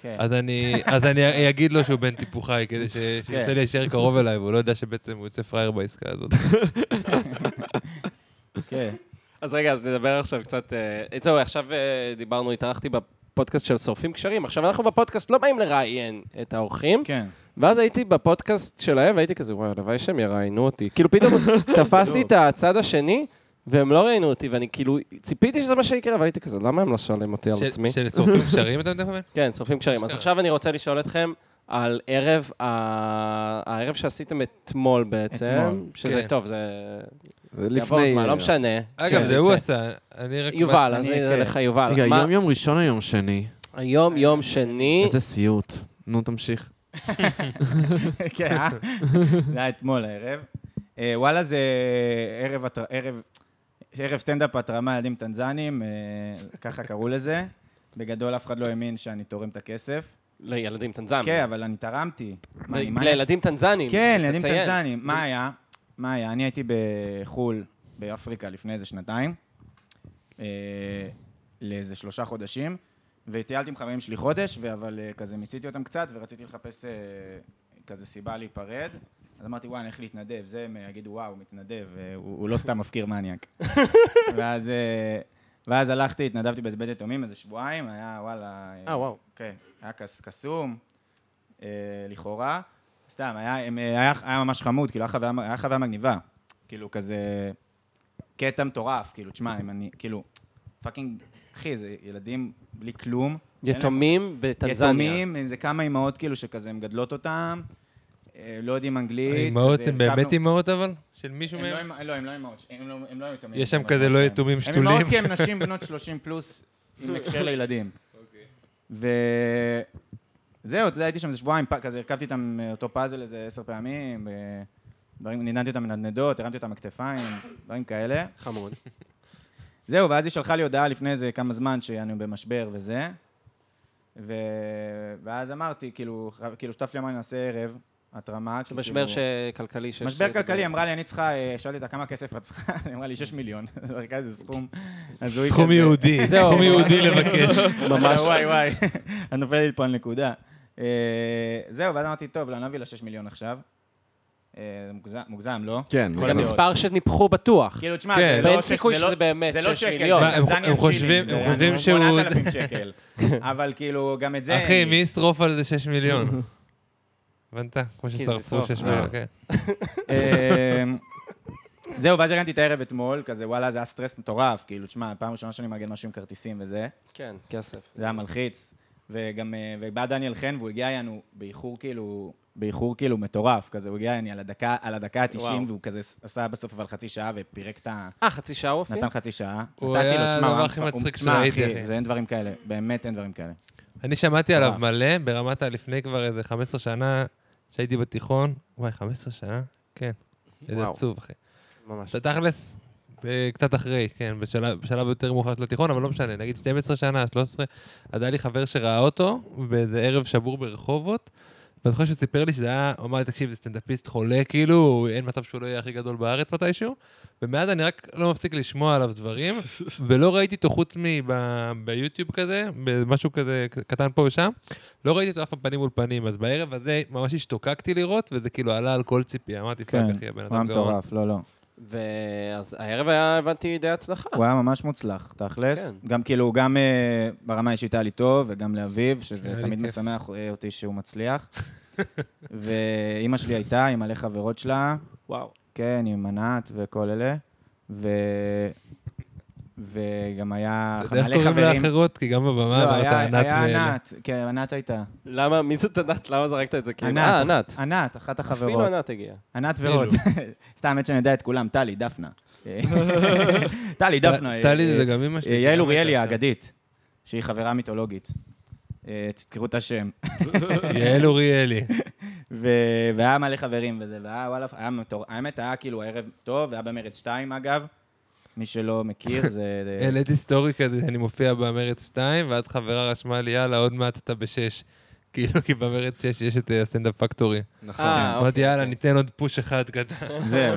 Speaker 4: כן. כן.
Speaker 2: אז אני, אז אני אגיד לו שהוא בן טיפוחי, כדי ש- שירצה להישאר קרוב אליי, והוא לא יודע שבעצם הוא יוצא פראייר בעסקה הזאת.
Speaker 4: כן.
Speaker 3: אז רגע, אז נדבר עכשיו קצת... אה, זהו, עכשיו אה, דיברנו, התארחתי בפודקאסט של שורפים קשרים. עכשיו, אנחנו בפודקאסט לא באים לראיין את האורחים,
Speaker 4: כן.
Speaker 3: ואז הייתי בפודקאסט שלהם, והייתי כזה, וואי, הלוואי שהם יראיינו אותי. כאילו, פתאום תפסתי את הצד השני, והם לא ראיינו אותי, ואני כאילו, ציפיתי שזה מה שיקרה, אבל הייתי כזה, למה הם לא שואלים אותי על
Speaker 2: של-
Speaker 3: עצמי?
Speaker 4: כן,
Speaker 2: של שורפים קשרים, אתה מתכוון?
Speaker 3: כן, שורפים קשרים. אז עכשיו אני רוצה לשאול אתכם על ערב, ה- הערב שעשיתם אתמול בעצם,
Speaker 4: אתמול,
Speaker 3: שזה
Speaker 2: כן.
Speaker 3: טוב, זה יעבור
Speaker 1: לפני...
Speaker 3: זמן, לא משנה.
Speaker 2: אגב,
Speaker 3: כן,
Speaker 2: זה הוא
Speaker 3: זה-
Speaker 2: עשה, אני רק...
Speaker 3: יובל, אז
Speaker 4: אני-
Speaker 3: זה
Speaker 4: כן.
Speaker 3: לך יובל.
Speaker 1: רגע,
Speaker 3: מה-
Speaker 1: יום יום ראשון היום שני.
Speaker 3: היום יום שני,
Speaker 1: איזה סיוט. נו, תמשיך.
Speaker 4: כן, אה? זה היה אתמול הערב. אה, וואלה, זה ערב הת- ערב- ערב סטנדאפ התרמה ילדים טנזנים, אה, ככה קראו לזה. בגדול, אף אחד לא האמין שאני תורם את הכסף.
Speaker 3: לילדים טנזנים.
Speaker 4: כן, אבל אני תרמתי. מה, אני- מה אני-
Speaker 3: לילדים טנזנים.
Speaker 4: כן, לילדים
Speaker 3: תציין.
Speaker 4: טנזנים. מה היה? מה היה? אני הייתי בחו"ל, באפריקה, לפני איזה שנתיים, אה, לאיזה שלושה חודשים, וטיילתי עם חברים שלי חודש, ו- אבל אה, כזה מיציתי אותם קצת, ורציתי לחפש אה, כזה סיבה להיפרד. אז אמרתי, וואי, אני הולך להתנדב. זה, הם אה, יגידו, וואו, מתנדב, אה, הוא הוא לא סתם מפקיר מניאק. ואז... אה, ואז הלכתי, התנדבתי באיזה בית יתומים איזה שבועיים, היה וואלה...
Speaker 3: אה, וואו.
Speaker 4: כן, היה קס- קסום, אה, לכאורה. סתם, היה, הם, אה, היה, היה ממש חמוד, כאילו, היה חוויה, היה חוויה מגניבה. כאילו, כזה... קטע מטורף, כאילו, תשמע, אם אני, כאילו, פאקינג, אחי, זה ילדים בלי כלום. אין להם-
Speaker 3: יתומים בטנזניה.
Speaker 4: יתומים, זה כמה אימהות, כאילו, שכזה מגדלות אותם, אה, לא יודעים אנגלית.
Speaker 2: האימהות
Speaker 4: כזה,
Speaker 2: הן באמת
Speaker 4: הרכבנו-
Speaker 2: אימהות אבל? של מישהו
Speaker 4: הם לא
Speaker 2: מהם?
Speaker 4: אימ- לא, הם לא אימהות, הם לא- הם לא יתומים.
Speaker 2: יש שם
Speaker 4: הם
Speaker 2: כזה לא
Speaker 4: שלהם.
Speaker 2: יתומים
Speaker 4: הם
Speaker 2: שתולים.
Speaker 4: אימהות כי הם נשים בנות 30 פלוס, עם הקשר לילדים.
Speaker 2: אוקיי.
Speaker 4: וזהו, אתה יודע, הייתי שם איזה שבועיים, פ- כזה הרכבתי איתם אה, אותו פאזל איזה עשר פעמים, אה, דברים, נדנדתי אותם מנדנדות, הרמתי אותם בכתפיים, דברים כאלה.
Speaker 3: חמוד.
Speaker 4: זהו, ואז היא שלחה לי הודעה לפני איזה כמה זמן שאני במשבר וזה. ו... ואז אמרתי, כאילו, ח- כאילו, שותף לי אמר לי, נעשה ערב, התרמה. כי
Speaker 3: משבר
Speaker 4: כאילו-
Speaker 3: ש- כלכלי. ש-
Speaker 4: משבר
Speaker 3: ש-
Speaker 4: כלכלי, אמרה לי, אני צריכה, אה, שאלתי אותה כמה כסף את צריכה, היא אמרה לי, 6 מיליון. זה רק היה איזה סכום הזוי
Speaker 2: סכום
Speaker 4: כזה.
Speaker 2: יהודי,
Speaker 3: זהו.
Speaker 2: סכום יהודי לבקש.
Speaker 3: ממש.
Speaker 4: וואי, וואי, את נופלת לי פה על נקודה. אה, זהו, ואז אמרתי, טוב, לא, אני לא אביא לה 6 מיליון עכשיו. אה, מוגזם- מוגזם, לא?
Speaker 1: כן,
Speaker 4: יכול
Speaker 1: מוגזם.
Speaker 4: להיות.
Speaker 3: מספר שניפחו בטוח.
Speaker 4: כאילו, תשמע,
Speaker 2: כן.
Speaker 4: זה לא...
Speaker 3: ואין
Speaker 4: שש-
Speaker 3: סיכוי
Speaker 4: זה לא-
Speaker 3: שזה באמת
Speaker 4: זה לא
Speaker 3: שש
Speaker 4: שקל,
Speaker 3: מיליון.
Speaker 4: זה
Speaker 2: מה, הם-
Speaker 4: טנזניה
Speaker 2: הם חושבים-
Speaker 4: שילינג,
Speaker 2: הם
Speaker 4: זה
Speaker 2: חושבים
Speaker 4: היה
Speaker 2: שהוא-
Speaker 4: 8,000 שקל. אבל כאילו, גם את זה... אין
Speaker 2: אחי,
Speaker 4: לי.
Speaker 2: מי ישרוף על זה 6 מיליון? הבנת?
Speaker 4: כן,
Speaker 2: כמו
Speaker 3: זה
Speaker 2: ששרפו
Speaker 3: ישרוף.
Speaker 2: 6
Speaker 4: אה.
Speaker 2: מיליון, כן.
Speaker 4: אמ, זהו, ואז ארגנתי את הערב אתמול, כזה, וואלה, זה היה סטרס מטורף, כאילו, תשמע, פעם ראשונה שאני מארגן משהו עם כרטיסים וזה,
Speaker 3: כן, כסף.
Speaker 4: זה היה מלחיץ. וגם, אה, ובא דניאל חן, והוא הגיע אלינו באיחור כאילו, באיחור כאילו מטורף, כזה, הוא הגיע אלינו על הדקה, על הדקה ה-90,
Speaker 3: וואו.
Speaker 4: והוא כזה ס- עשה בסוף אבל חצי שעה, ופירק את ה...
Speaker 3: אה, חצי שעה הוא הופיע?
Speaker 4: נתן חצי שעה.
Speaker 2: כן. הוא
Speaker 4: נתתי לו,
Speaker 2: היה
Speaker 4: תשמע, הוא
Speaker 2: הדבר
Speaker 4: היה
Speaker 2: הכי
Speaker 4: מפ- הוא-
Speaker 2: מצחיק
Speaker 4: תשמע,
Speaker 2: שראיתי, אחי. כן,
Speaker 4: אחי, זה אין דברים כאלה, באמת אין דברים כאלה.
Speaker 2: אני שמעתי עליו
Speaker 4: מטורף.
Speaker 2: מלא, ברמת הלפני כבר איזה 15 שנה, שהייתי בתיכון. וואי, 15 שנה? כן. איזה
Speaker 3: וואו.
Speaker 2: עצוב, אחי.
Speaker 3: ממש.
Speaker 2: אתה תכלס, אה, קצת אחרי, כן, בשלב, בשלב יותר מאוחר של התיכון, אבל לא משנה, נגיד 12 שנה, 13, אז היה לי חבר שראה אותו באיזה ערב שבור ברחובות, ואני זוכר שהוא סיפר לי שזה היה, הוא אמר לי, תקשיב, זה סטנדאפיסט חולה, כאילו, אין מצב שהוא לא יהיה הכי גדול בארץ מתישהו, ומאז אני רק לא מפסיק לשמוע עליו דברים, ולא ראיתי אותו חוץ מביוטיוב כזה, במשהו כזה קטן פה ושם, לא ראיתי אותו אף פעם פנים מול פנים, אז בערב הזה ממש השתוקקתי לראות, וזה כאילו עלה על כל ציפייה, אמרתי, פאק, אחי, הבן
Speaker 4: כן. הוא היה
Speaker 2: אדם גאון.
Speaker 4: מטורף, לא, לא.
Speaker 3: ואז הערב היה, הבנתי, די הצלחה.
Speaker 4: הוא היה ממש מוצלח, תכלס.
Speaker 3: כן.
Speaker 4: גם כאילו, גם אה, ברמה האישית היה לי טוב, וגם לאביו,
Speaker 2: היה
Speaker 4: שזה
Speaker 2: לי
Speaker 4: תמיד
Speaker 2: כיף.
Speaker 4: משמח אה, אותי שהוא מצליח. ואימא שלי הייתה עם מלא חברות שלה,
Speaker 3: וואו.
Speaker 4: כן, עם ענת וכל אלה. ו... וגם היה
Speaker 2: אתה יודע איך
Speaker 4: מלא
Speaker 2: קוראים
Speaker 4: חברים.
Speaker 2: לאחרות? כי גם בבמה
Speaker 4: לא,
Speaker 2: אמרת
Speaker 4: היה
Speaker 2: ענת
Speaker 4: היה
Speaker 2: ואלה.
Speaker 4: ענת, כן, ענת הייתה.
Speaker 3: למה, מי זאת ענת? למה זרקת את זה? כאילו?
Speaker 4: ענת.
Speaker 3: אה, ענת.
Speaker 4: ענת, אחת
Speaker 3: אפילו
Speaker 4: החברות.
Speaker 3: ענת הגיעה.
Speaker 4: ענת
Speaker 2: אפילו.
Speaker 4: ורוד. סתם, האמת שאני יודע את כולם, טלי, דפנה. טלי, דפנה.
Speaker 2: ט- טלי
Speaker 4: אה,
Speaker 2: זה גם אמא שלי.
Speaker 4: יעל
Speaker 2: שגם
Speaker 4: אוריאלי
Speaker 2: הייתה
Speaker 4: האגדית, שהיא חברה מיתולוגית. אה, תזכרו את השם.
Speaker 2: שם. יעל אוריאלי.
Speaker 4: ו- והיה מלא חברים וזה, והיה וואלה, היה מטור... האמת, היה כאילו הערב טוב, היה במרץ 2 אגב. מי שלא מכיר, זה...
Speaker 2: העליתי סטורי אה, כזה, אני מופיע במרץ 2, ואז חברה רשמה לי, יאללה, עוד מעט אתה בשש. כאילו, כי במרץ 6 יש את אה, הסטנדאפ פקטורי.
Speaker 1: נכון.
Speaker 3: אה,
Speaker 2: אמרתי,
Speaker 3: אוקיי,
Speaker 2: יאללה,
Speaker 3: אוקיי.
Speaker 2: ניתן עוד פוש אחד קטן.
Speaker 4: זהו.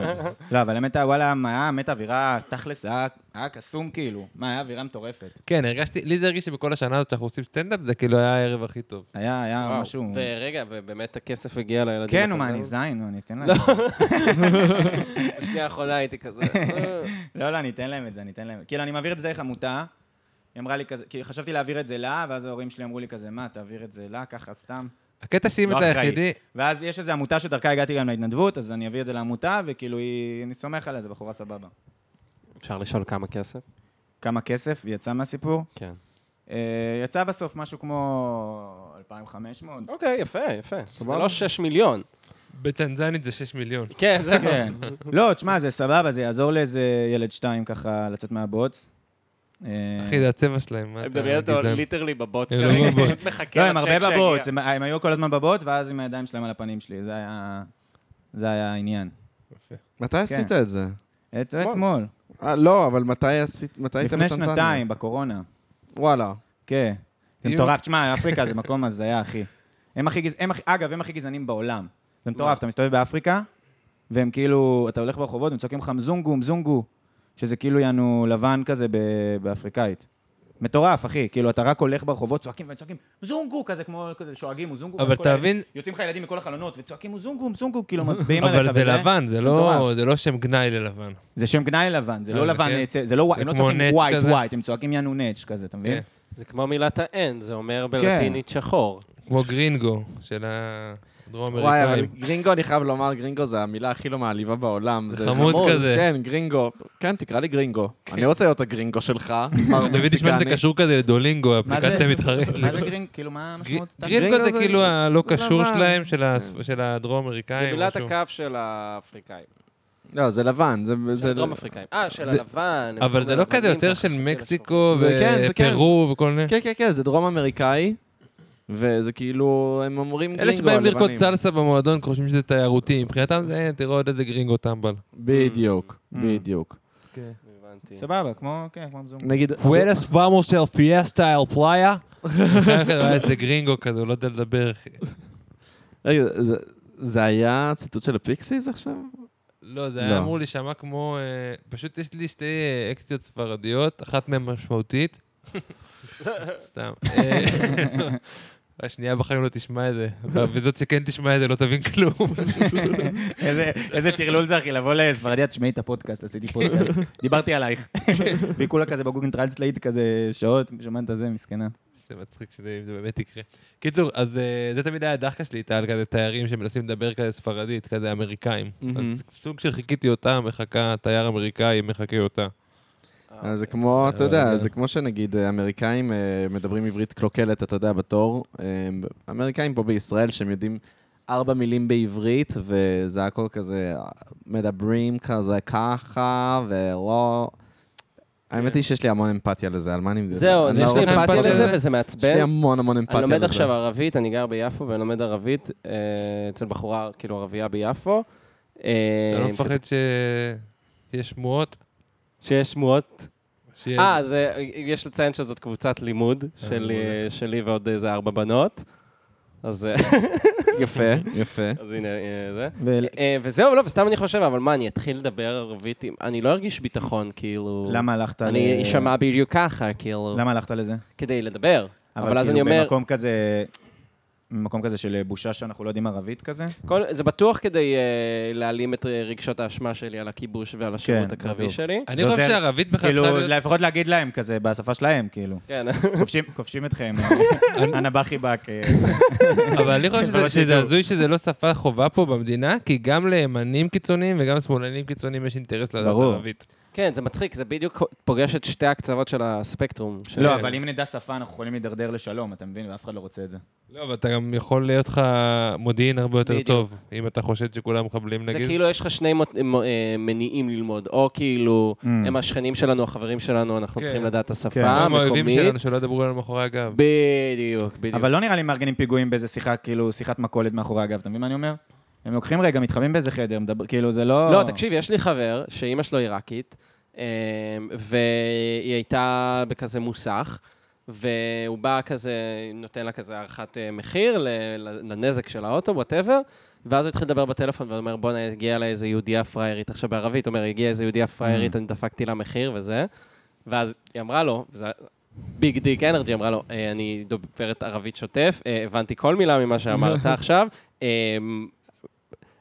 Speaker 4: לא, אבל האמת, היה, וואלה, היה האמת אווירה, תכלס, היה היה קסום כאילו. מה, היה אווירה מטורפת.
Speaker 2: כן, הרגשתי, לי זה הרגיש שבכל השנה הזאת שאנחנו עושים סטנדאפ, זה כאילו היה הערב הכי טוב.
Speaker 4: היה, היה
Speaker 3: וואו.
Speaker 4: משהו...
Speaker 3: ורגע, ובאמת הכסף הגיע לילדים.
Speaker 4: כן, נו, מה, אני
Speaker 3: הטנזנים?
Speaker 4: זין, נו, אני אתן להם.
Speaker 3: לא. בשנייה האחרונה הייתי כזה. אה,
Speaker 4: לא, לא, אני אתן להם את זה, אני אתן להם. כאילו, אני מעביר את זה דרך עמותה. היא אמרה לי כזה, כאילו, חשבתי להעביר את זה לה, ואז ההורים שלי אמרו לי כזה, מה, תעביר את זה לה, ככה סתם.
Speaker 2: הקטע שאם
Speaker 4: לא
Speaker 2: אתה
Speaker 4: אחראי.
Speaker 2: היחידי,
Speaker 4: ואז יש איזו עמותה שדרכה הגעתי גם להתנדבות, אז אני אביא את זה לעמותה, וכאילו, היא, אני סומך עליה, זו בחורה סבבה.
Speaker 3: אפשר לשאול כמה כסף?
Speaker 4: כמה כסף יצא מהסיפור?
Speaker 3: כן.
Speaker 4: אה, יצא בסוף משהו כמו 2,500 2,500.
Speaker 3: אוקיי, יפה, יפה. זה לא 6 מיליון.
Speaker 2: בטנזנית זה 6 מיליון.
Speaker 3: כן, זה...
Speaker 4: כן. לא, תשמע, זה סבבה, זה יעזור לאיזה ילד שתיים ככה לצאת מהבוץ. אה,
Speaker 2: אחי, זה הצבע שלהם, מה
Speaker 3: אני
Speaker 2: אתה
Speaker 3: מדמיין אותו
Speaker 2: גזען?
Speaker 3: ליטרלי בבוץ
Speaker 2: הם לא
Speaker 3: כרגע,
Speaker 2: בבוץ.
Speaker 3: פשוט מחכה
Speaker 4: לא, הם
Speaker 3: לצ'ק
Speaker 4: הרבה
Speaker 3: שיגיע.
Speaker 4: בבוץ, הם- הם היו כל הזמן בבוץ, ואז עם הידיים שלהם על הפנים שלי, זה היה... זה היה העניין.
Speaker 2: יפה.
Speaker 1: מתי עשית את זה?
Speaker 4: את- אתמול,
Speaker 1: אה, לא, אבל מתי עשית, מתי הייתם
Speaker 4: לפני
Speaker 1: בטנזניה?
Speaker 4: שנתיים, בקורונה.
Speaker 1: וואלה.
Speaker 4: כן. זה
Speaker 2: אם-
Speaker 4: מטורף, תשמע, אפריקה זה מקום הזיה, אחי. הם הכי גזענים, אגב, הם הכי גזענים בעולם. זה מטורף, אתה מסתובב באפריקה, והם כאילו, אתה הולך ברחובות, הם צועקים לך מזונגו, מזונגו, שזה כאילו יענו לבן כזה ב- באפריקאית. מטורף, אחי, כאילו, אתה רק הולך ברחובות, צועקים והם צועקים, מזונגו, כזה כמו, כזה שואגים, מזונגו.
Speaker 2: אבל
Speaker 4: ואז כל
Speaker 2: תבין-
Speaker 4: הילדים- יוצאים לך ילדים מכל החלונות, וצועקים מזונגו, מזונגו, כאילו מצביעים עליך.
Speaker 2: אבל זה
Speaker 4: וזה-
Speaker 2: לבן, זה לא-
Speaker 4: מטורף.
Speaker 2: זה לא שם גנאי ללבן.
Speaker 4: זה שם גנאי לבן, זה
Speaker 2: אה,
Speaker 4: לא לבן,
Speaker 2: כן.
Speaker 4: אה, צ- זה לא,
Speaker 2: זה
Speaker 4: הם לא
Speaker 2: כמו
Speaker 4: צועקים
Speaker 2: נאץ'
Speaker 4: ווייט,
Speaker 2: כזה.
Speaker 4: ווייט, הם צועקים יענו נאץ' כזה, אתה מבין?
Speaker 2: כן.
Speaker 3: זה כמו מילת האין, זה אומר בלטינית שחור.
Speaker 2: כמו גרינגו של הדרום
Speaker 1: וואי, אבל
Speaker 2: אמריקאים.
Speaker 1: גרינגו, אני חייב לומר, גרינגו זה המילה הכי לא מעליבה בעולם.
Speaker 2: זה חמוד כזה.
Speaker 1: כן, גרינגו. כן, תקרא לי גרינגו. אני רוצה להיות הגרינגו שלך, מר
Speaker 2: דוד נשמע שזה
Speaker 1: מקסיקני.
Speaker 2: קשור כזה לדולינגו,
Speaker 4: מה זה-
Speaker 2: אפליקציה מתחרית.
Speaker 4: מה זה גרינג? כאילו, מה המשמעות?
Speaker 2: גר- גרינגו זה
Speaker 1: זה-
Speaker 2: כאילו
Speaker 1: זה-
Speaker 2: הלא
Speaker 1: זה
Speaker 2: קשור
Speaker 1: לבן.
Speaker 2: שלהם, של ה- של הדרום
Speaker 3: זה
Speaker 2: אמריקאים.
Speaker 3: מילת הכף של האפריקאים.
Speaker 1: לא, זה לבן. זה-
Speaker 3: של
Speaker 1: זה...
Speaker 3: הדרום אפריקאים. אה, של
Speaker 2: זה-
Speaker 3: הלבן. הם
Speaker 2: אבל
Speaker 3: קוראים
Speaker 2: זה לא
Speaker 3: ללבנים
Speaker 2: כזה יותר
Speaker 3: ככה,
Speaker 2: של
Speaker 3: שכאלה
Speaker 2: מקסיקו
Speaker 1: זה כן, זה כן.
Speaker 2: ופרו וכל מיני.
Speaker 1: כן, כן, כן, זה דרום אמריקאי, וזה כאילו, הם אומרים גרינגו
Speaker 2: אלה שבאים לרקוד
Speaker 1: הלבנים.
Speaker 2: סלסה במועדון חושבים שזה תיירותי, מבחינתם זה, "אה, תראו עוד איזה גרינגו טמבל.
Speaker 1: בדיוק, בדיוק.
Speaker 3: שחור. הבנתי.
Speaker 4: סבבה, כמו, כן, כמו מזונגו.
Speaker 1: נגיד...
Speaker 2: וואלס ואמוס אל פיאסטה אל פלאיה. איזה גרינגו כזה, הוא לא יודע לדבר. אחי.
Speaker 1: רגע, זה- זה היה ציטוט של הפיקסיס עכשיו?
Speaker 2: לא, זה
Speaker 1: לא.
Speaker 2: היה אמור להישמע כמו... אה, פשוט יש לי שתי אה, אקציות ספרדיות, אחת מהן משמעותית. סתם. אה, השנייה בחיים לא תשמע את זה, וזאת שכן תשמע את זה לא תבין כלום.
Speaker 4: איזה- איזה טרלול זה, אחי, לבוא לספרדיה, תשמעי את הפודקאסט, עשיתי פודקאסט. דיברתי עלייך. והיא כולה כזה בגוגל טרנסלייט כזה שעות, שומעת את זה, מסכנה.
Speaker 2: זה מצחיק שזה אם זה באמת יקרה. קיצור, אז אה, זה תמיד היה הדחקה שלי איתה על כזה תיירים שמנסים לדבר כזה ספרדית, כזה אמריקאים.
Speaker 1: מהמם.
Speaker 2: אז סוג של חיכיתי אותה, מחכה, תייר אמריקאי מחכה אותה.
Speaker 1: אה, זה כמו, אתה יודע,
Speaker 2: אבל-
Speaker 1: זה כמו שנגיד אה, אמריקאים אה, מדברים עברית קלוקלת, אתה יודע, בתור. אה, אמריקאים פה בישראל, שהם יודעים ארבע מילים בעברית, וזה הכל כזה, אה, מדברים כזה ככה, ולא... האמת היא שיש לי המון אמפתיה לזה, על מה אני...
Speaker 3: זהו,
Speaker 1: אני
Speaker 3: אז
Speaker 1: לא
Speaker 3: יש לי
Speaker 1: רוצה-
Speaker 2: רוצה
Speaker 3: אמפתיה לזה
Speaker 2: אמפתיה לזה.
Speaker 3: וזה
Speaker 1: יש לי
Speaker 3: מעצבן.
Speaker 1: המון המון אמפתיה
Speaker 3: אני
Speaker 1: לזה.
Speaker 3: לומד עכשיו ערבית, אני גר ביפו ואני לומד ערבית אה, אצל בחורה, כאילו ערבייה ביפו. אה,
Speaker 2: אתה לא
Speaker 3: כזה-
Speaker 2: מפחד ש... שיש שמועות?
Speaker 3: שיש שמועות.
Speaker 2: שיהיה-
Speaker 3: אה, זה- יש לציין שזאת קבוצת לימוד של- אה,
Speaker 2: מעולה.
Speaker 3: שלי ועוד איזה ארבע בנות. אז אה,
Speaker 1: יפה, יפה.
Speaker 3: אז הנה, הנה זה. אה, וזהו, לא, וסתם אני חושב, אבל מה, אני אתחיל לדבר ערבית? עם- אני לא ארגיש ביטחון, כאילו...
Speaker 4: למה הלכת ל...
Speaker 3: אני אשמע בדיוק ככה, כאילו,
Speaker 4: למה הלכת לזה?
Speaker 3: כדי לדבר. אבל אז אני
Speaker 4: כאילו,
Speaker 3: אומר,
Speaker 4: במקום כזה... במקום כזה של בושה שאנחנו לא יודעים ערבית כזה?
Speaker 3: כל- זה בטוח כדי אה, להעלים את אה, רגשות האשמה שלי על הכיבוש ועל השירות
Speaker 4: כן,
Speaker 3: הקרבי
Speaker 4: בדיוק.
Speaker 3: שלי.
Speaker 2: אני
Speaker 4: זה
Speaker 2: חושב
Speaker 4: עוזר.
Speaker 2: שערבית בכלל
Speaker 4: כאילו,
Speaker 2: צריכה להיות...
Speaker 4: לפחות להגיד להם כזה, בשפה שלהם, כאילו.
Speaker 3: כן,
Speaker 4: כובשים- כובשים אתכם, אנא בכי בק. אה,
Speaker 2: אבל אני חושב שזה-
Speaker 4: אבל
Speaker 2: שזה
Speaker 4: תדעו.
Speaker 2: הזוי שזה לא שפה חובה פה במדינה, כי גם לימנים קיצוניים וגם שמאלנים קיצוניים יש אינטרס לדעת
Speaker 4: ברור.
Speaker 2: ערבית.
Speaker 3: כן, זה מצחיק, זה בדיוק פוגש את שתי הקצוות של הספקטרום. של-
Speaker 4: לא, אבל אם נדע שפה, אנחנו יכולים להידרדר לשלום, אתה מבין? ואף אחד לא רוצה את זה.
Speaker 2: לא, אבל אתה גם יכול להיות לך מודיעין הרבה יותר
Speaker 3: בדיוק.
Speaker 2: טוב, אם אתה חושד שכולם מחבלים
Speaker 3: זה
Speaker 2: נגיד.
Speaker 3: כאילו יש לך שני מות- מ- אה, מניעים ללמוד, או כאילו
Speaker 4: Mm.
Speaker 3: הם השכנים שלנו, החברים שלנו, אנחנו
Speaker 2: כן.
Speaker 3: צריכים לדעת את
Speaker 4: כן.
Speaker 3: השפה
Speaker 2: גם האויבים
Speaker 3: המקומית.
Speaker 2: שלנו שלא ידברו עלינו מאחורי הגב.
Speaker 3: בדיוק, בדיוק.
Speaker 4: אבל לא נראה לי מארגנים פיגועים באיזה שיחה, כאילו, שיחת מכולת מאחורי הגב, אתה מבין מה אני אומר? הם לוקחים רגע, מתחבאים באיזה חדר, מדבר, כאילו, זה לא...
Speaker 3: לא, תקשיב, יש לי חבר שאימא שלו עיראקית, אמ, והיא הייתה בכזה מוסך, והוא בא כזה, נותן לה כזה הערכת אה, מחיר ל- ל- לנזק של האוטו, וואטאבר, ואז הוא התחיל לדבר בטלפון ואומר, בואנה, הגיעה לה איזה יהודייה פריירית, עכשיו בערבית, אומר, הגיעה איזה יהודייה פריירית, אני דפקתי לה מחיר וזה, ואז היא אמרה לו, וזה... ביג דיק אנרג'י אמרה לו, "אה, אני דוברת ערבית שוטף, אה, הבנתי כל מילה ממה שאמרת עכשיו, אמ,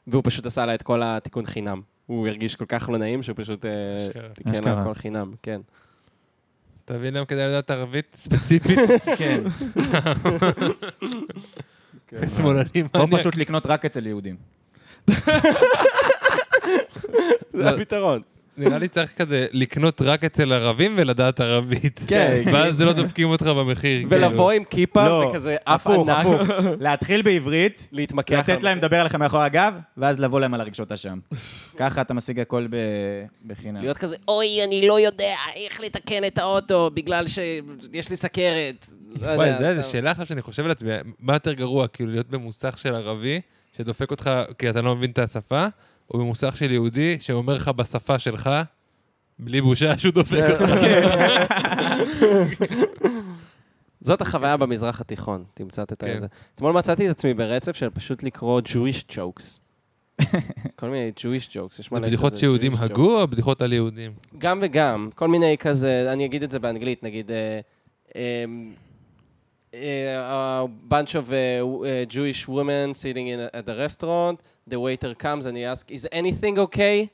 Speaker 3: והוא פשוט עשה לה את כל התיקון חינם. הוא הרגיש כל כך לא נעים שהוא פשוט אה,
Speaker 2: אשכרה.
Speaker 3: תיקן לה
Speaker 4: אשכרה.
Speaker 3: הכל חינם, כן.
Speaker 2: אתה מבין למה כדאי לדעת ערבית ספציפית?
Speaker 4: כן.
Speaker 3: כן,
Speaker 2: שמאלנים.
Speaker 3: לא
Speaker 4: או
Speaker 2: מניאק.
Speaker 4: פשוט לקנות רק אצל יהודים.
Speaker 2: זה
Speaker 3: הפתרון.
Speaker 2: לא, נראה לי צריך כזה לקנות רק אצל ערבים ולדעת ערבית.
Speaker 1: כן.
Speaker 2: ואז לא דופקים אותך במחיר. כאילו.
Speaker 3: ולבוא עם כיפה
Speaker 4: לא,
Speaker 3: וכזה אף
Speaker 4: הפוך,
Speaker 3: ענק,
Speaker 4: הפוך. להתחיל בעברית,
Speaker 3: להתמקח.
Speaker 4: לתת להם לדבר עליך מאחורי הגב, ואז לבוא להם על הרגשות אשם. ככה אתה משיג הכל ב- בחינם.
Speaker 3: להיות כזה,
Speaker 5: אוי, אני לא יודע איך לתקן את האוטו בגלל שיש לי סכרת.
Speaker 3: לא
Speaker 2: וואי,
Speaker 3: יודע,
Speaker 2: אתה יודע,
Speaker 3: סתם.
Speaker 2: זו שאלה עכשיו שאני חושב על עצמי, מה יותר גרוע, כאילו להיות במוסך של ערבי, שדופק אותך כי אתה לא מבין את השפה, או במוסך של יהודי, שאומר לך בשפה שלך, בלי בושה שהוא דופק אותך.
Speaker 3: זאת החוויה במזרח התיכון, תמצא תתאר
Speaker 2: כן.
Speaker 3: את זה. אתמול מצאתי את עצמי ברצף של פשוט לקרוא Jewish jokes. כל מיני Jewish jokes, יש
Speaker 2: זה
Speaker 3: מלא
Speaker 2: בדיחות
Speaker 3: כזה
Speaker 2: שיהודים
Speaker 3: Jewish jokes.
Speaker 2: הגו, או בדיחות על יהודים?
Speaker 3: גם וגם, כל מיני כזה, אני אגיד את זה באנגלית, נגיד, אה, אמ, אה, a bunch of uh, uh, Jewish women sitting in a, at the restaurant, the waiter comes and he asks, is anything okay?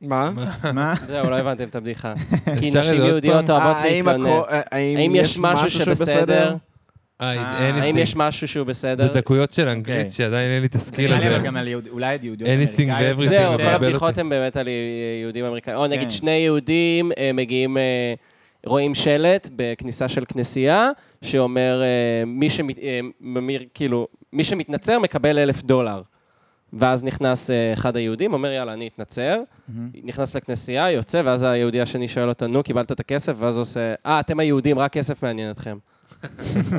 Speaker 1: מה?
Speaker 4: מה?
Speaker 3: זהו, לא הבנתם את הבדיחה. כי
Speaker 2: אפשר את זה
Speaker 3: נשים
Speaker 2: עוד
Speaker 3: יהודיות
Speaker 2: פעם?
Speaker 3: אוהבות
Speaker 1: האם
Speaker 3: להתלונן.
Speaker 1: הכל- אה,
Speaker 3: האם יש משהו שבסדר?
Speaker 2: אה,
Speaker 4: אה,
Speaker 2: אין לי
Speaker 3: האם
Speaker 2: סיג.
Speaker 3: יש משהו שהוא
Speaker 2: זה
Speaker 3: בסדר?
Speaker 2: דקויות של
Speaker 4: אוקיי.
Speaker 2: אנגלית שעדיין אין לי את הסקיל
Speaker 4: נראה לי
Speaker 2: הזה.
Speaker 4: אבל גם על יהוד- אולי על יהודיות
Speaker 2: Anything
Speaker 4: אמריקאיות.
Speaker 2: ו- everything
Speaker 3: זהו, כל
Speaker 2: מבלבל אותי.
Speaker 3: הבדיחות הן באמת על יהודים אמריקאים. או נגיד
Speaker 4: כן.
Speaker 3: שני יהודים אה, מגיעים, אה, רואים שלט בכניסה של כנסייה, שאומר, אה, מי שמת- אה, ממיר- כאילו, מי שמתנצר מקבל אלף דולר. ואז נכנס אה, אחד היהודים, אומר, יאללה, אני אתנצר. נכנס לכנסייה, יוצא, ואז היהודי השני שואל אותו, נו, קיבלת את הכסף? ואז הוא עושה, אה, אתם היהודים, רק כסף מעניין אתכם.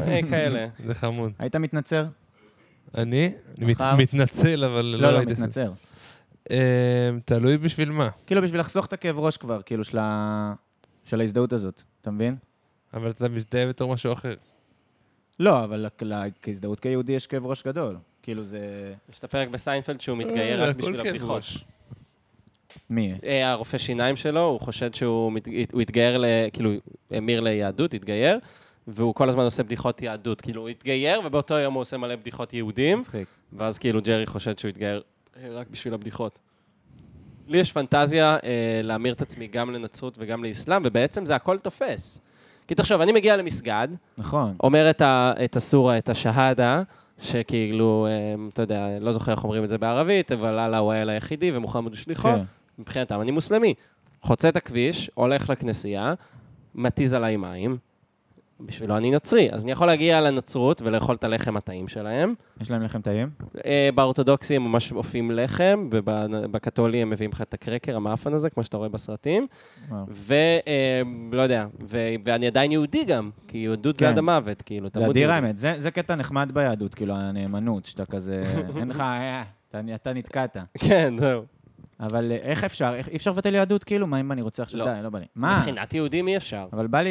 Speaker 3: אה, כאלה.
Speaker 2: זה חמוד.
Speaker 4: היית מתנצר?
Speaker 2: אני? אני מת-
Speaker 4: מחר?
Speaker 2: מתנצל, אבל לא
Speaker 4: לא, לא,
Speaker 2: ראיתי את זה.
Speaker 4: מתנצר.
Speaker 2: אמ, תלוי בשביל מה.
Speaker 4: כאילו בשביל לחסוך את הכאב ראש כבר, כאילו של ה- של ההזדהות הזאת, אתה מבין?
Speaker 2: אבל אתה מזדהה בתור משהו אחר.
Speaker 4: לא, אבל לכ- לה- כהזדהות כיהודי יש כאב ראש גדול. כאילו זה...
Speaker 3: יש את הפרק בסיינפלד שהוא מתגייר רק
Speaker 2: אה, הכל כן,
Speaker 3: בשביל
Speaker 2: כאב
Speaker 3: הבדיחות.
Speaker 2: ראש.
Speaker 4: מי?
Speaker 3: אה, הרופא שיניים שלו, הוא חושד שהוא מת, הוא התגייר, ל, כאילו, המיר ליהדות, התגייר, והוא כל הזמן עושה בדיחות יהדות. כאילו, הוא התגייר, ובאותו יום הוא עושה מלא בדיחות יהודים,
Speaker 4: מצחיק.
Speaker 3: ואז כאילו ג'רי חושד שהוא התגייר אה, רק בשביל הבדיחות. לי יש פנטזיה אה, להמיר את עצמי גם לנצרות וגם לאסלאם, ובעצם זה הכל תופס. כי תחשוב, אני מגיע למסגד,
Speaker 4: נכון.
Speaker 3: אומר את, ה, את הסורה, את השהדה, שכאילו, אה, אתה יודע, לא זוכר איך אומרים את זה בערבית, אבל אללה הוא האל היחידי ומוחמד הוא שליחו.
Speaker 2: נכון.
Speaker 4: כן.
Speaker 3: מבחינתם אני מוסלמי. חוצה את הכביש, הולך לכנסייה, מתיז עליי מים, בשבילו אני נוצרי. אז אני יכול להגיע לנצרות ולאכול את הלחם הטעים שלהם.
Speaker 4: יש להם לחם טעים?
Speaker 3: אה, באורתודוקסים הם ממש אופים לחם, ובקתולי הם מביאים לך את הקרקר, המאפן הזה, כמו שאתה רואה בסרטים.
Speaker 4: וואו.
Speaker 3: ולא יודע, ו- ואני עדיין יהודי גם, כי יהדות זה
Speaker 4: כן.
Speaker 3: עד המוות, כאילו,
Speaker 4: זה
Speaker 3: תרבות
Speaker 4: אדיר
Speaker 3: יהודית.
Speaker 4: האמת, זה זה קטע נחמד ביהדות, כאילו הנאמנות, שאתה כזה, אין לך, אה, אתה- אתה נתקעת.
Speaker 3: כן, זהו.
Speaker 4: אבל אה, איך אפשר, איך- אי אפשר לבטל יהדות, כאילו? מה אם אני רוצה עכשיו?
Speaker 3: לא.
Speaker 4: די, לא בא לי. מה?
Speaker 3: מבחינת יהודים אי אפשר.
Speaker 4: אבל בא לי...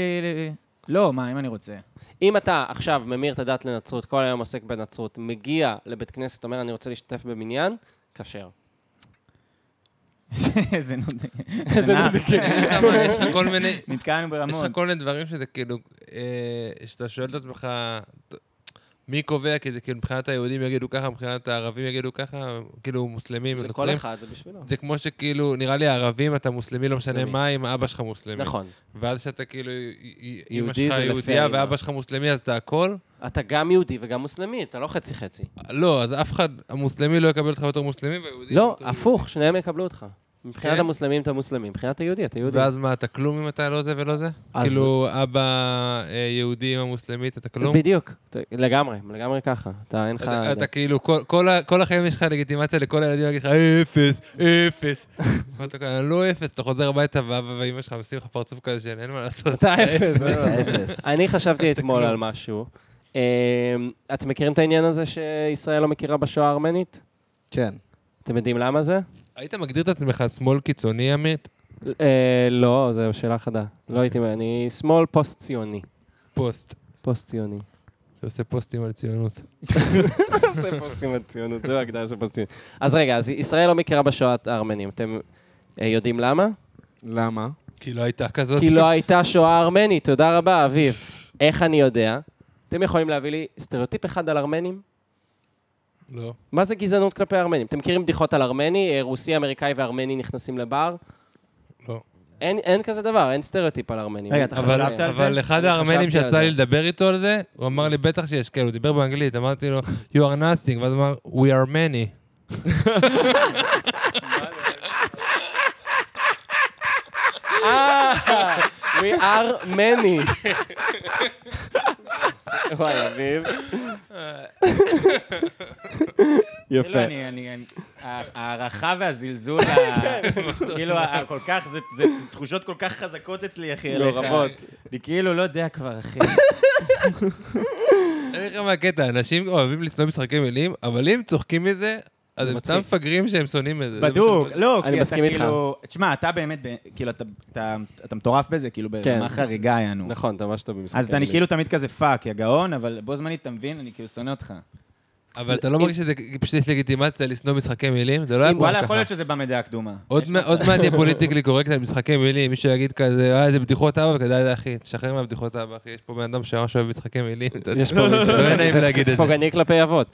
Speaker 4: לא, מה אם אני רוצה?
Speaker 3: אם אתה עכשיו ממיר את הדת לנצרות, כל היום עוסק בנצרות, מגיע לבית כנסת, אומר, אני רוצה להשתתף במניין, כשר.
Speaker 4: איזה נודק.
Speaker 3: איזה
Speaker 4: נח.
Speaker 3: נודק.
Speaker 2: יש לך מה, יש לך כל מיני...
Speaker 4: נתקענו
Speaker 2: יש
Speaker 4: ברמון.
Speaker 2: לך כל מיני דברים שזה כאילו, אה, שאתה שואל את עצמך, ת- מי קובע? כי זה כאילו מבחינת היהודים יגידו ככה, מבחינת הערבים יגידו ככה, כאילו מוסלמים,
Speaker 3: לכל
Speaker 2: נוצרים.
Speaker 3: אחד זה בשבילו.
Speaker 2: זה כמו שכאילו, נראה לי הערבים, אתה מוסלמי, לא משנה
Speaker 3: מוסלמי.
Speaker 2: מה, אם אבא שלך מוסלמי.
Speaker 3: נכון.
Speaker 2: ואז שאתה כאילו, י- י- אמא
Speaker 3: יהודי
Speaker 2: שלך
Speaker 3: זה לפי
Speaker 2: יהודייה
Speaker 3: האמא.
Speaker 2: ואבא שלך מוסלמי, אז אתה הכל?
Speaker 3: אתה גם יהודי וגם מוסלמי, אתה לא חצי-חצי.
Speaker 2: לא, אז אף אחד, המוסלמי לא יקבל אותך בתור מוסלמי, והיהודי...
Speaker 3: לא,
Speaker 2: בתור
Speaker 3: הפוך, שניהם יקבלו אותך. מבחינת
Speaker 2: כן.
Speaker 3: המוסלמים אתה מוסלמי, מבחינת היהודי אתה יהודי.
Speaker 2: יהודי. ואז מה, אתה כלום אם אתה לא זה ולא זה?
Speaker 3: אז-
Speaker 2: כאילו, אבא אה, יהודי, אמא מוסלמית, אתה כלום?
Speaker 3: בדיוק, אתה- לגמרי, לגמרי ככה. אתה אין לך...
Speaker 2: אתה- אתה כאילו, כל- כל ה- כל החיים יש לך לגיטימציה לכל הילדים להגיד לך, אפס, אפס. ואתה כזה, לא אפס, אתה חוזר הביתה ואבא ואמא שלך עושים לך פרצוף כזה של אין מה לעשות.
Speaker 3: אתה אפס. אה.
Speaker 4: אפס.
Speaker 3: אני חשבתי אתמול על משהו. אמ, אתם מכירים את העניין הזה שישראל לא מכירה בשואה הארמנית?
Speaker 1: כן.
Speaker 3: אתם יודעים למה זה?
Speaker 2: היית מגדיר את עצמך שמאל קיצוני, עמית?
Speaker 3: אה, לא, זו שאלה חדה.
Speaker 4: אוקיי.
Speaker 3: לא הייתי... אני שמאל פוסט-ציוני.
Speaker 2: פוסט.
Speaker 3: פוסט-ציוני.
Speaker 2: שעושה פוסטים על ציונות.
Speaker 3: זה פוסטים על ציונות, זו ההגדרה של פוסטים. אז רגע, אז ישראל לא מכירה בשואת הארמנים. אתם אה, יודעים למה?
Speaker 1: למה?
Speaker 2: כי לא הייתה כזאת.
Speaker 3: כי לא הייתה שואה ארמנית, תודה רבה, אביב. איך אני יודע? אתם יכולים להביא לי סטריאוטיפ אחד על ארמנים?
Speaker 2: לא.
Speaker 3: מה זה גזענות כלפי ארמנים? אתם מכירים בדיחות על ארמני? אה, רוסי, אמריקאי וארמני נכנסים לבר?
Speaker 2: לא.
Speaker 3: אין, אין כזה דבר, אין סטריאוטיפ על ארמנים.
Speaker 4: רגע, אתה
Speaker 3: אבל-
Speaker 2: אבל,
Speaker 4: חשבת על זה?
Speaker 2: אבל אחד
Speaker 3: אני
Speaker 2: הארמנים
Speaker 3: חשבתי על
Speaker 2: שיצא
Speaker 3: זה.
Speaker 2: לי לדבר איתו על זה, הוא אמר לי, בטח שיש כאלה, הוא דיבר באנגלית, אמרתי לו, you are nothing, ואז הוא אמר, we are many.
Speaker 3: We are many. וואי, אביב.
Speaker 4: כאילו,
Speaker 3: יפה.
Speaker 4: אני, אני, אני- ההערכה והזלזול,
Speaker 3: כן.
Speaker 4: ה- כאילו, ה- ה- כל כך, זה זה תחושות כל כך חזקות אצלי, אחי, אליך.
Speaker 3: מעורבות.
Speaker 4: אני כאילו לא יודע כבר, אחי.
Speaker 2: אני אגיד לך מה הקטע, אנשים אוהבים לשנוא משחקי מילים, אבל אם צוחקים מזה, אז הם
Speaker 3: מצחיק.
Speaker 2: סתם מפגרים שהם שונאים את זה. זה. מה
Speaker 4: בדוק,
Speaker 2: שאני-
Speaker 4: לא,
Speaker 3: אני
Speaker 4: כי אתה
Speaker 3: מסכים איתך.
Speaker 4: כאילו... תשמע, אתה באמת, ב- כאילו, אתה- אתה אתה מטורף בזה, כאילו,
Speaker 3: כן.
Speaker 4: ברמה חריגה, יענו.
Speaker 3: נכון, אתה ממש טוב במשחק.
Speaker 4: אז אני כאילו תמיד כזה פאק, יא גאון, אבל בו זמנית, אתה מבין? אני כאילו שונא אותך.
Speaker 2: אבל אתה לא מרגיש שזה, פשוט יש לגיטימציה לשנוא משחקי מילים? זה לא היה
Speaker 4: וואלה,
Speaker 2: פעם
Speaker 4: יכול
Speaker 2: ככה.
Speaker 4: להיות שזה בא מדעה קדומה.
Speaker 2: עוד
Speaker 4: יש
Speaker 2: מה-
Speaker 4: מצב.
Speaker 2: עוד מעט יהיה פוליטיקלי קורקט על משחקי מילים, מישהו יגיד כזה, אה, איזה בדיחות אבא, וכדאי זה, אחי, תשחרר מהבדיחות אבא, אחי, יש פה בן אדם שממש אוהב משחקי מילים. אתה יודע.
Speaker 3: יש פה מישהו.
Speaker 2: לא נעים
Speaker 3: זה
Speaker 2: להגיד את זה.
Speaker 3: פוגעני כלפי אבות.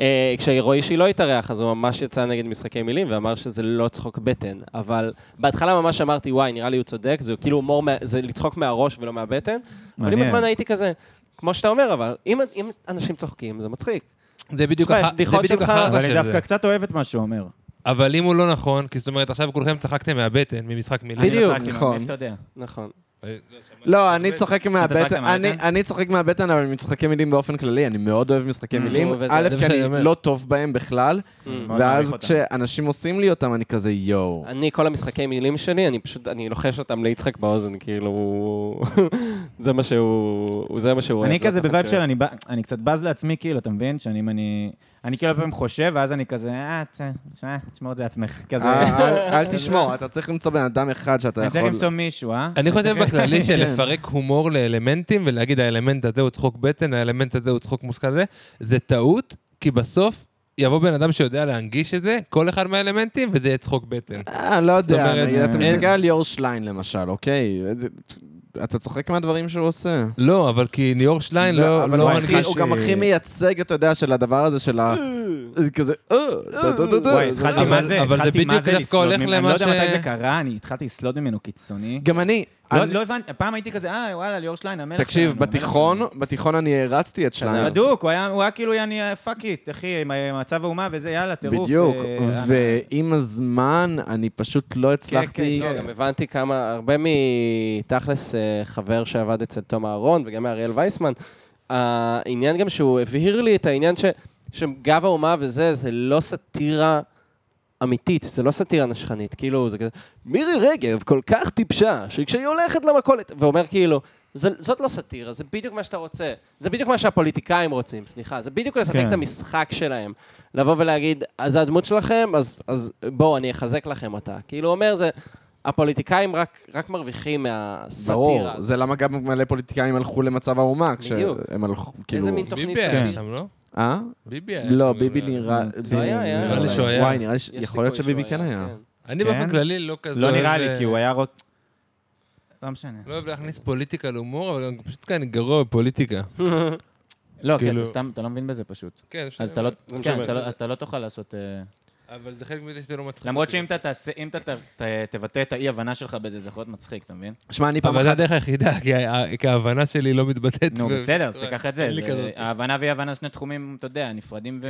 Speaker 3: אה, כשרועי שילה התארח, אז הוא ממש יצא נגד משחקי מילים ואמר שזה לא צחוק בטן. אבל בהתחלה ממש אמרתי, וואי, נראה לי הוא צודק, זה כאילו הומור, מה- זה לצחוק מהראש ולא מהבטן. אבל עם
Speaker 4: מעניין.
Speaker 3: הזמן הייתי כזה, כמו שאתה אומר, אבל אם- אם אנשים צוחקים, זה מצחיק.
Speaker 2: זה בדיוק
Speaker 3: תשמע, יש
Speaker 2: הח- זה
Speaker 3: בדיחות
Speaker 2: בדיוק
Speaker 3: שלך,
Speaker 2: החרטא
Speaker 4: אבל
Speaker 2: של
Speaker 4: אני
Speaker 2: זה.
Speaker 4: דווקא קצת אוהב את מה שהוא אומר.
Speaker 2: אבל אם הוא לא נכון, כי זאת אומרת, עכשיו כולכם צחקתם מהבטן, ממשחק מילים.
Speaker 3: בדיוק,
Speaker 1: נכון.
Speaker 4: נכון. אתה יודע?
Speaker 3: נכון.
Speaker 1: לא, אני צוחק מהבטן,
Speaker 4: מהבטן?
Speaker 1: אני- אני צוחק מהבטן, אבל ממשחקי מילים באופן כללי, אני מאוד אוהב
Speaker 4: Mm.
Speaker 1: משחקי מילים.
Speaker 3: וזה-
Speaker 1: א',
Speaker 2: זה מה
Speaker 1: כי
Speaker 2: שאני אומר.
Speaker 1: אני לא טוב בהם בכלל,
Speaker 4: מאוד מעריך
Speaker 1: ואז
Speaker 4: אותם.
Speaker 1: כשאנשים עושים לי אותם, אני כזה יואו.
Speaker 3: אני, כל המשחקי מילים שלי, אני פשוט, אני לוחש אותם ליצחק באוזן, כאילו, הוא- זה מה שהוא, זה מה שהוא אוהב.
Speaker 4: אני
Speaker 3: לא
Speaker 4: כזה
Speaker 3: ככה
Speaker 4: בווייב
Speaker 3: ש-
Speaker 4: של, אני בא- אני קצת בז לעצמי, כאילו, אתה מבין? שאני, אם אני... אני כאילו פעמים חושב, ואז אני כזה, אה, ת- תשמע, תשמור את זה לעצמך. כזה,
Speaker 1: אה, אל- אל תשמור, אתה צריך למצוא בן אדם אחד שאתה
Speaker 4: אני צריך
Speaker 1: יכול...
Speaker 4: למצוא מישהו, אה?
Speaker 2: אני חושב בכללי שלפרק הומור לאלמנטים ולהגיד האלמנט הזה הוא צחוק בטן, האלמנט הזה הוא צחוק מושכל זה, זה טעות, כי בסוף יבוא בן אדם שיודע להנגיש את זה, כל אחד מהאלמנטים, וזה יהיה צחוק בטן.
Speaker 1: אה, לא יודע,
Speaker 2: אומרת,
Speaker 1: נגיד, אתה
Speaker 4: אין-
Speaker 1: מסתכל על ליאור שליין למשל, אוקיי? אתה צוחק מהדברים שהוא עושה.
Speaker 2: לא, אבל כי ליאור שליין לא
Speaker 1: אבל
Speaker 2: לא
Speaker 1: הוא הכי-
Speaker 2: מנגיש...
Speaker 1: הוא גם הכי מייצג, אתה יודע, של הדבר הזה של ה... כזה... אה, דה, דה, דה, דה.
Speaker 4: וואי, התחלתי
Speaker 2: אבל-
Speaker 4: מה זה,
Speaker 2: אבל זה
Speaker 4: התחלתי מה
Speaker 2: בדיוק
Speaker 4: זה
Speaker 2: דווקא
Speaker 4: לסלוד
Speaker 2: הולך
Speaker 4: ממנו, אני לא יודע
Speaker 2: למה
Speaker 4: מתי
Speaker 2: ש-
Speaker 4: זה קרה, אני התחלתי לסלוד ממנו קיצוני.
Speaker 1: גם אני.
Speaker 4: לא-
Speaker 1: אני-
Speaker 4: לא הבנתי, פעם הייתי כזה, אה, וואלה, ליאור שליין, המלך שלנו.
Speaker 1: תקשיב,
Speaker 4: המלך
Speaker 1: בתיכון,
Speaker 4: שלנו."
Speaker 1: בתיכון אני הרצתי את שליין.
Speaker 4: בדוק, הוא היה- הוא היה כאילו, אני, פאק איט, אחי, עם ה- מצב האומה וזה, יאללה, טירוף.
Speaker 1: בדיוק.
Speaker 4: אה,
Speaker 1: ועם הזמן, אני פשוט לא הצלחתי...
Speaker 4: כן,
Speaker 3: לא, גם הבנתי כמה, הרבה מתכלס אה, חבר שעבד אצל תום אהרון וגם מאריאל וייסמן, העניין גם שהוא הבהיר לי את העניין ש, שגב האומה וזה, זה לא סאטירה אמיתית, זה לא סאטירה נשכנית, כאילו זה כזה, מירי רגב כל כך טיפשה, שכשהיא הולכת למכולת, ואומר כאילו, "זה- זאת לא סאטירה, זה בדיוק מה שאתה רוצה. זה בדיוק מה שהפוליטיקאים רוצים, סליחה. זה בדיוק לשחק
Speaker 4: כן.
Speaker 3: את המשחק שלהם. לבוא ולהגיד, אז זו הדמות שלכם, אז, אז בואו, אני אחזק לכם אותה. כאילו, הוא אומר, זה... הפוליטיקאים רק, רק מרוויחים מהסאטירה.
Speaker 1: ברור, זה למה גם מלא פוליטיקאים הלכו למצב האומה,
Speaker 3: בדיוק.
Speaker 1: כשהם הלכו, כאילו...
Speaker 3: איזה מין תוכנית
Speaker 2: ביבי היה
Speaker 4: כן.
Speaker 2: שם, לא?
Speaker 1: אה?
Speaker 2: ביבי כן, היה
Speaker 1: לא,
Speaker 2: שם,
Speaker 1: ביבי
Speaker 2: אבל-
Speaker 1: נראה...
Speaker 3: לא היה, היה.
Speaker 2: נראה לי שהוא היה.
Speaker 1: וואי, נראה לי ש...
Speaker 3: יש
Speaker 1: יכול להיות
Speaker 3: סיכוי
Speaker 1: שביבי
Speaker 3: שהוא
Speaker 1: כן היה.
Speaker 2: אני
Speaker 4: כן?
Speaker 2: באופן כללי לא כזה...
Speaker 4: לא
Speaker 2: אוהב,
Speaker 4: נראה
Speaker 2: אה,
Speaker 4: לי, כי הוא היה רוצ... לא משנה.
Speaker 2: לא אוהב להכניס פוליטיקה להומור, אבל גם פשוט כאן גרוע בפוליטיקה.
Speaker 4: לא, כן,
Speaker 2: כאילו-
Speaker 4: אתה סתם, אתה לא מבין בזה פשוט.
Speaker 2: כן,
Speaker 4: אז אתה לא-
Speaker 3: זה
Speaker 4: כן,
Speaker 3: משנה.
Speaker 4: אז אתה לא- אז אתה לא תוכל לעשות... אה,
Speaker 2: אבל זה חלק מזה שזה לא מצחיק.
Speaker 4: למרות
Speaker 2: אותי.
Speaker 4: שאם אתה תעשה, אם אתה ת- ת- תבטא את האי-הבנה שלך בזה, זה יכול להיות מצחיק, אתה מבין?
Speaker 1: שמע, אני פעם
Speaker 2: אבל זה
Speaker 1: אחת...
Speaker 2: הדרך היחידה, כי ה- כי ההבנה שלי לא מתבטאת.
Speaker 4: נו,
Speaker 2: ב-
Speaker 4: בסדר, אז תיקח את זה.
Speaker 2: אין לי
Speaker 4: זה-
Speaker 2: כזאת.
Speaker 4: ההבנה ואי-הבנה שני תחומים, אתה יודע, נפרדים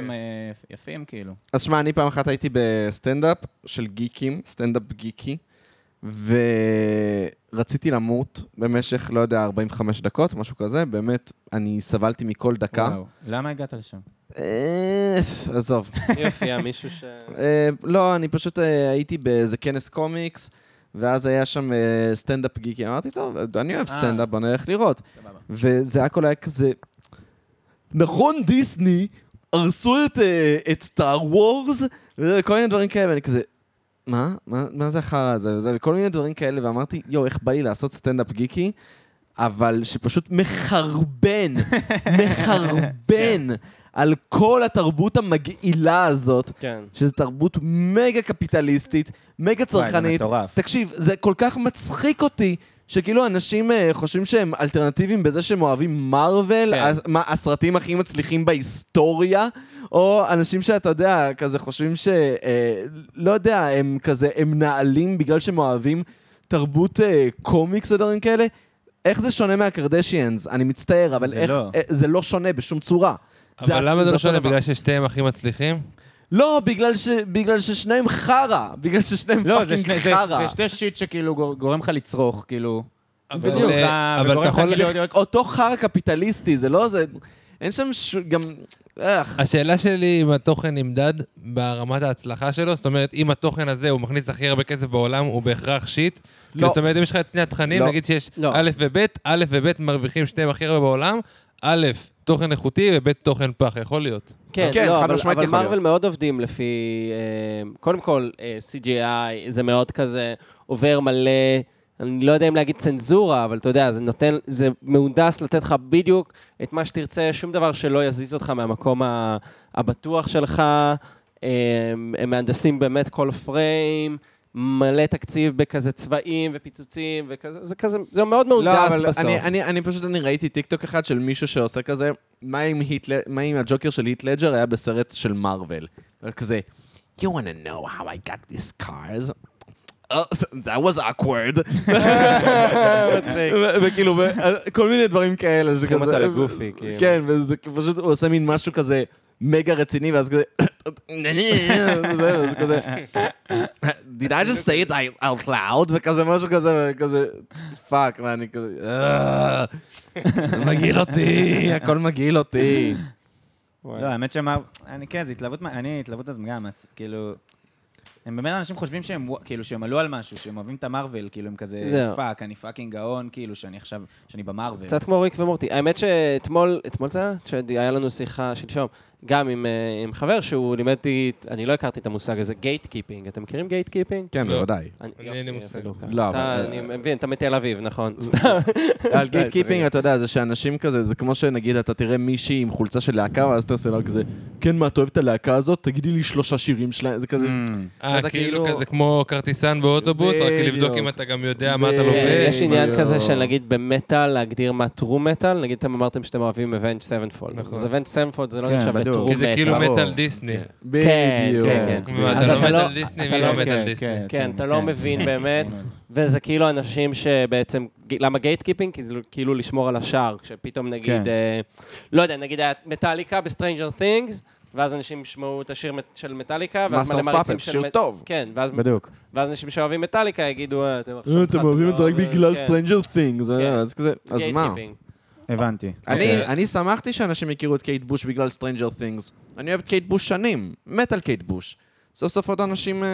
Speaker 4: ויפים, כאילו.
Speaker 1: אז שמע, אני פעם אחת הייתי בסטנדאפ של גיקים, סטנדאפ גיקי, ורציתי למות במשך, לא יודע, 45 דקות, משהו כזה. באמת, אני סבלתי מכל דקה.
Speaker 4: וואו, למה הגעת לשם?
Speaker 1: אה, עזוב.
Speaker 3: כן. יופי, היה מישהו ש...
Speaker 1: אה, לא, אני פשוט אה, הייתי באיזה כנס קומיקס, ואז היה שם אה, סטנדאפ גיקי. אמרתי, טוב, אני אוהב
Speaker 4: אה.
Speaker 1: סטנדאפ, בוא נלך לראות.
Speaker 4: סבבה.
Speaker 1: וזה הכל היה כזה... נכון, דיסני הרסו את, אה, את סטאר וורס, וכל מיני דברים כאלה, ואני כזה... מה? מה, מה זה החרא הזה? וזה, וכל מיני דברים כאלה, ואמרתי, יואו, איך בא לי לעשות סטנדאפ גיקי, אבל שפשוט מחרבן, מחרבן על כל התרבות המגעילה הזאת,
Speaker 3: כן.
Speaker 1: שזו תרבות מגה קפיטליסטית, מגה
Speaker 4: וואי, זה
Speaker 1: צרכנית.
Speaker 4: מטורף.
Speaker 1: תקשיב, זה כל כך מצחיק אותי, שכאילו אנשים אה, חושבים שהם אלטרנטיביים בזה שהם אוהבים מארוול,
Speaker 3: כן.
Speaker 1: הס- מה, הסרטים הכי מצליחים בהיסטוריה, או אנשים שאתה יודע, כזה חושבים ש... אה, לא יודע, הם כזה, הם נעלים בגלל שהם אוהבים תרבות אה, קומיקס ודברים כאלה. איך זה שונה מהקרדשיאנס? אני מצטער, אבל
Speaker 4: זה
Speaker 1: איך...
Speaker 4: לא.
Speaker 1: אה, זה לא שונה בשום צורה.
Speaker 2: אבל למה זה לא
Speaker 1: אותו
Speaker 2: שונה?
Speaker 1: דבר.
Speaker 2: בגלל ששתיהם הכי מצליחים?
Speaker 1: לא, בגלל, ש... בגלל ששניהם חרא, בגלל ששניהם
Speaker 4: לא, זה
Speaker 1: פאקינג
Speaker 4: שני- זה-
Speaker 1: חרא.
Speaker 4: זה שתי שיט שכאילו גור- גורם לך לצרוך, כאילו.
Speaker 2: אבל,
Speaker 1: בדיוק.
Speaker 2: אה, אבל אתה
Speaker 4: וגורם לך
Speaker 2: יכול...
Speaker 4: כאילו להיות-
Speaker 1: אותו חרא קפיטליסטי, זה לא זה... אין שם ש... גם... איך.
Speaker 2: השאלה שלי אם התוכן נמדד ברמת ההצלחה שלו, זאת אומרת, אם התוכן הזה הוא מכניס הכי הרבה כסף בעולם, הוא בהכרח שיט. לא. זאת אומרת, אם יש לך את שני התכנים,
Speaker 1: לא.
Speaker 2: נגיד שיש
Speaker 3: לא.
Speaker 2: א' וב', א' וב' מרוויחים שניהם הכי הרבה בעולם, א', תוכן איכותי וב', תוכן פח, יכול להיות.
Speaker 3: כן,
Speaker 1: כן,
Speaker 3: לא,
Speaker 1: חד
Speaker 3: אבל,
Speaker 1: משמעית
Speaker 3: אבל
Speaker 1: יכול
Speaker 3: מרוויל מאוד עובדים לפי... אה, קודם כל, אה, CGI, זה מאוד כזה עובר מלא, אני לא יודע אם להגיד צנזורה, אבל אתה יודע, זה נותן, זה מהונדס לתת לך בדיוק את מה שתרצה, שום דבר שלא יזיז אותך מהמקום ה- הבטוח שלך. אה, הם מהנדסים באמת כל פריים. מלא תקציב בכזה צבעים ופיצוצים וכזה, זה כזה, זה מאוד מהונדס
Speaker 1: לא, אבל
Speaker 3: בסוף.
Speaker 1: אני, אני, אני פשוט, אני ראיתי טיקטוק אחד של מישהו שעושה כזה, מה אם, היט, ל- מה אם הג'וקר של היט לג'ר היה בסרט של מארוול? כזה, you wanna know how I got this cars? Oh, that was awkward.
Speaker 3: מצחיק.
Speaker 1: ו- וכאילו, ו- אה, כל מיני דברים כאלה. שכזה-
Speaker 3: לוקחים אותו לגופי, כאילו.
Speaker 1: כן, וזה פשוט, הוא עושה מין משהו כזה מגה רציני, ואז כזה... וזה- וזה כזה... Did I just say it out loud? וכזה משהו כזה, וכזה... פאק, מה, אני כזה... "אה, זה מגעיל אותי, הכל מגעיל אותי.
Speaker 3: וואי.
Speaker 4: לא, האמת שהם... אני כן, זה התלהבות... מה- אני, התלהבות הזאת גם, את- כאילו... הם באמת אנשים חושבים שהם, כאילו, שהם עלו על משהו, שהם אוהבים את המרוויל, כאילו, הם כזה,
Speaker 3: זהו.
Speaker 4: פאק, אני פאקינג גאון, כאילו, שאני עכשיו, שאני
Speaker 2: כן.
Speaker 4: במרוויל.
Speaker 3: קצת כמו ריק ומורטי. האמת שאתמול, אתמול זה היה? שהיה לנו שיחה שלשום, גם עם, אה, עם חבר שהוא לימד אותי, אני לא הכרתי את המושג הזה, גייט קיפינג. אתם מכירים גייט קיפינג?
Speaker 1: כן,
Speaker 2: לא.
Speaker 1: בוודאי.
Speaker 2: אני אין לי מושג.
Speaker 1: לא,
Speaker 3: לא,
Speaker 1: אבל-
Speaker 3: אבל... אני מבין, אתה מתל אביב, נכון? סתם.
Speaker 1: על גייט קיפינג, אתה יודע, זה שאנשים כזה, זה כמו שנגיד, אתה תראה מישהי עם חולצה של להקה, ואז אתה עושה לה כזה, כן, מה, אתה אוהב את הלהקה הזאת? תגידי לי שלושה שירים שלהם,
Speaker 4: Mm.
Speaker 1: זה כזה...
Speaker 2: אה,
Speaker 1: אתה
Speaker 2: כאילו
Speaker 1: כאילו-
Speaker 2: כזה כמו כרטיסן באוטובוס, רק
Speaker 1: בדיוק.
Speaker 2: לבדוק אם אתה גם יודע מה אתה
Speaker 3: לא,
Speaker 1: בדיוק.
Speaker 2: לובש.
Speaker 3: אה, יש עניין
Speaker 1: בדיוק.
Speaker 3: כזה של נגיד במטאל, להגדיר מה טרו מטאל, נגיד אתם אמרתם שאתם אוהבים אבנג' סבנפולד.
Speaker 2: נכון.
Speaker 3: אז אבנג' סבנפולד זה לא
Speaker 4: כן,
Speaker 3: נחשב
Speaker 4: בדוק.
Speaker 3: לטרו
Speaker 2: כי זה כאילו
Speaker 3: מטאל.
Speaker 4: ברור.
Speaker 2: מטאל דיסני.
Speaker 3: כן,
Speaker 1: בדיוק. "אה,
Speaker 3: כן, כן.
Speaker 2: אם
Speaker 3: אז
Speaker 2: אתה לא
Speaker 3: אתה
Speaker 2: מטאל
Speaker 3: לא-
Speaker 2: דיסני,
Speaker 3: אתה
Speaker 2: מי
Speaker 3: לא-
Speaker 2: לא
Speaker 3: כן,
Speaker 2: מטאל דיסני.
Speaker 3: כן, אתה לא מבין באמת, וזה כאילו אנשים שבעצם, למה גייט קיפינג? כי זה כאילו לשמור על השער, כשפתאום נגיד,
Speaker 4: כן.
Speaker 3: אה, לא יודע, נגיד היה מטאליקה בסטרנג'ר תינגס, ואז אנשים ישמעו את השיר מט- של מטאליקה, ואז
Speaker 1: Master
Speaker 3: מלא
Speaker 1: of
Speaker 3: מעריצים
Speaker 1: Puppets,
Speaker 3: של...
Speaker 1: שיר
Speaker 3: מט-
Speaker 1: טוב.
Speaker 3: כן, ואז-
Speaker 4: בדיוק.
Speaker 3: ואז אנשים שאוהבים מטאליקה יגידו, "אה, אתם עכשיו...
Speaker 1: אתם אוהבים את זה רק בגלל סטרנג'ר תינגס,
Speaker 3: כן.
Speaker 1: אז כזה, אז מה?
Speaker 4: הבנתי.
Speaker 1: אני אני שמחתי שאנשים הכירו את קייט בוש בגלל סטרנג'ר תינגס. אני אוהב את קייט בוש שנים, מת על קייט בוש. סוף סוף עוד אנשים... אה,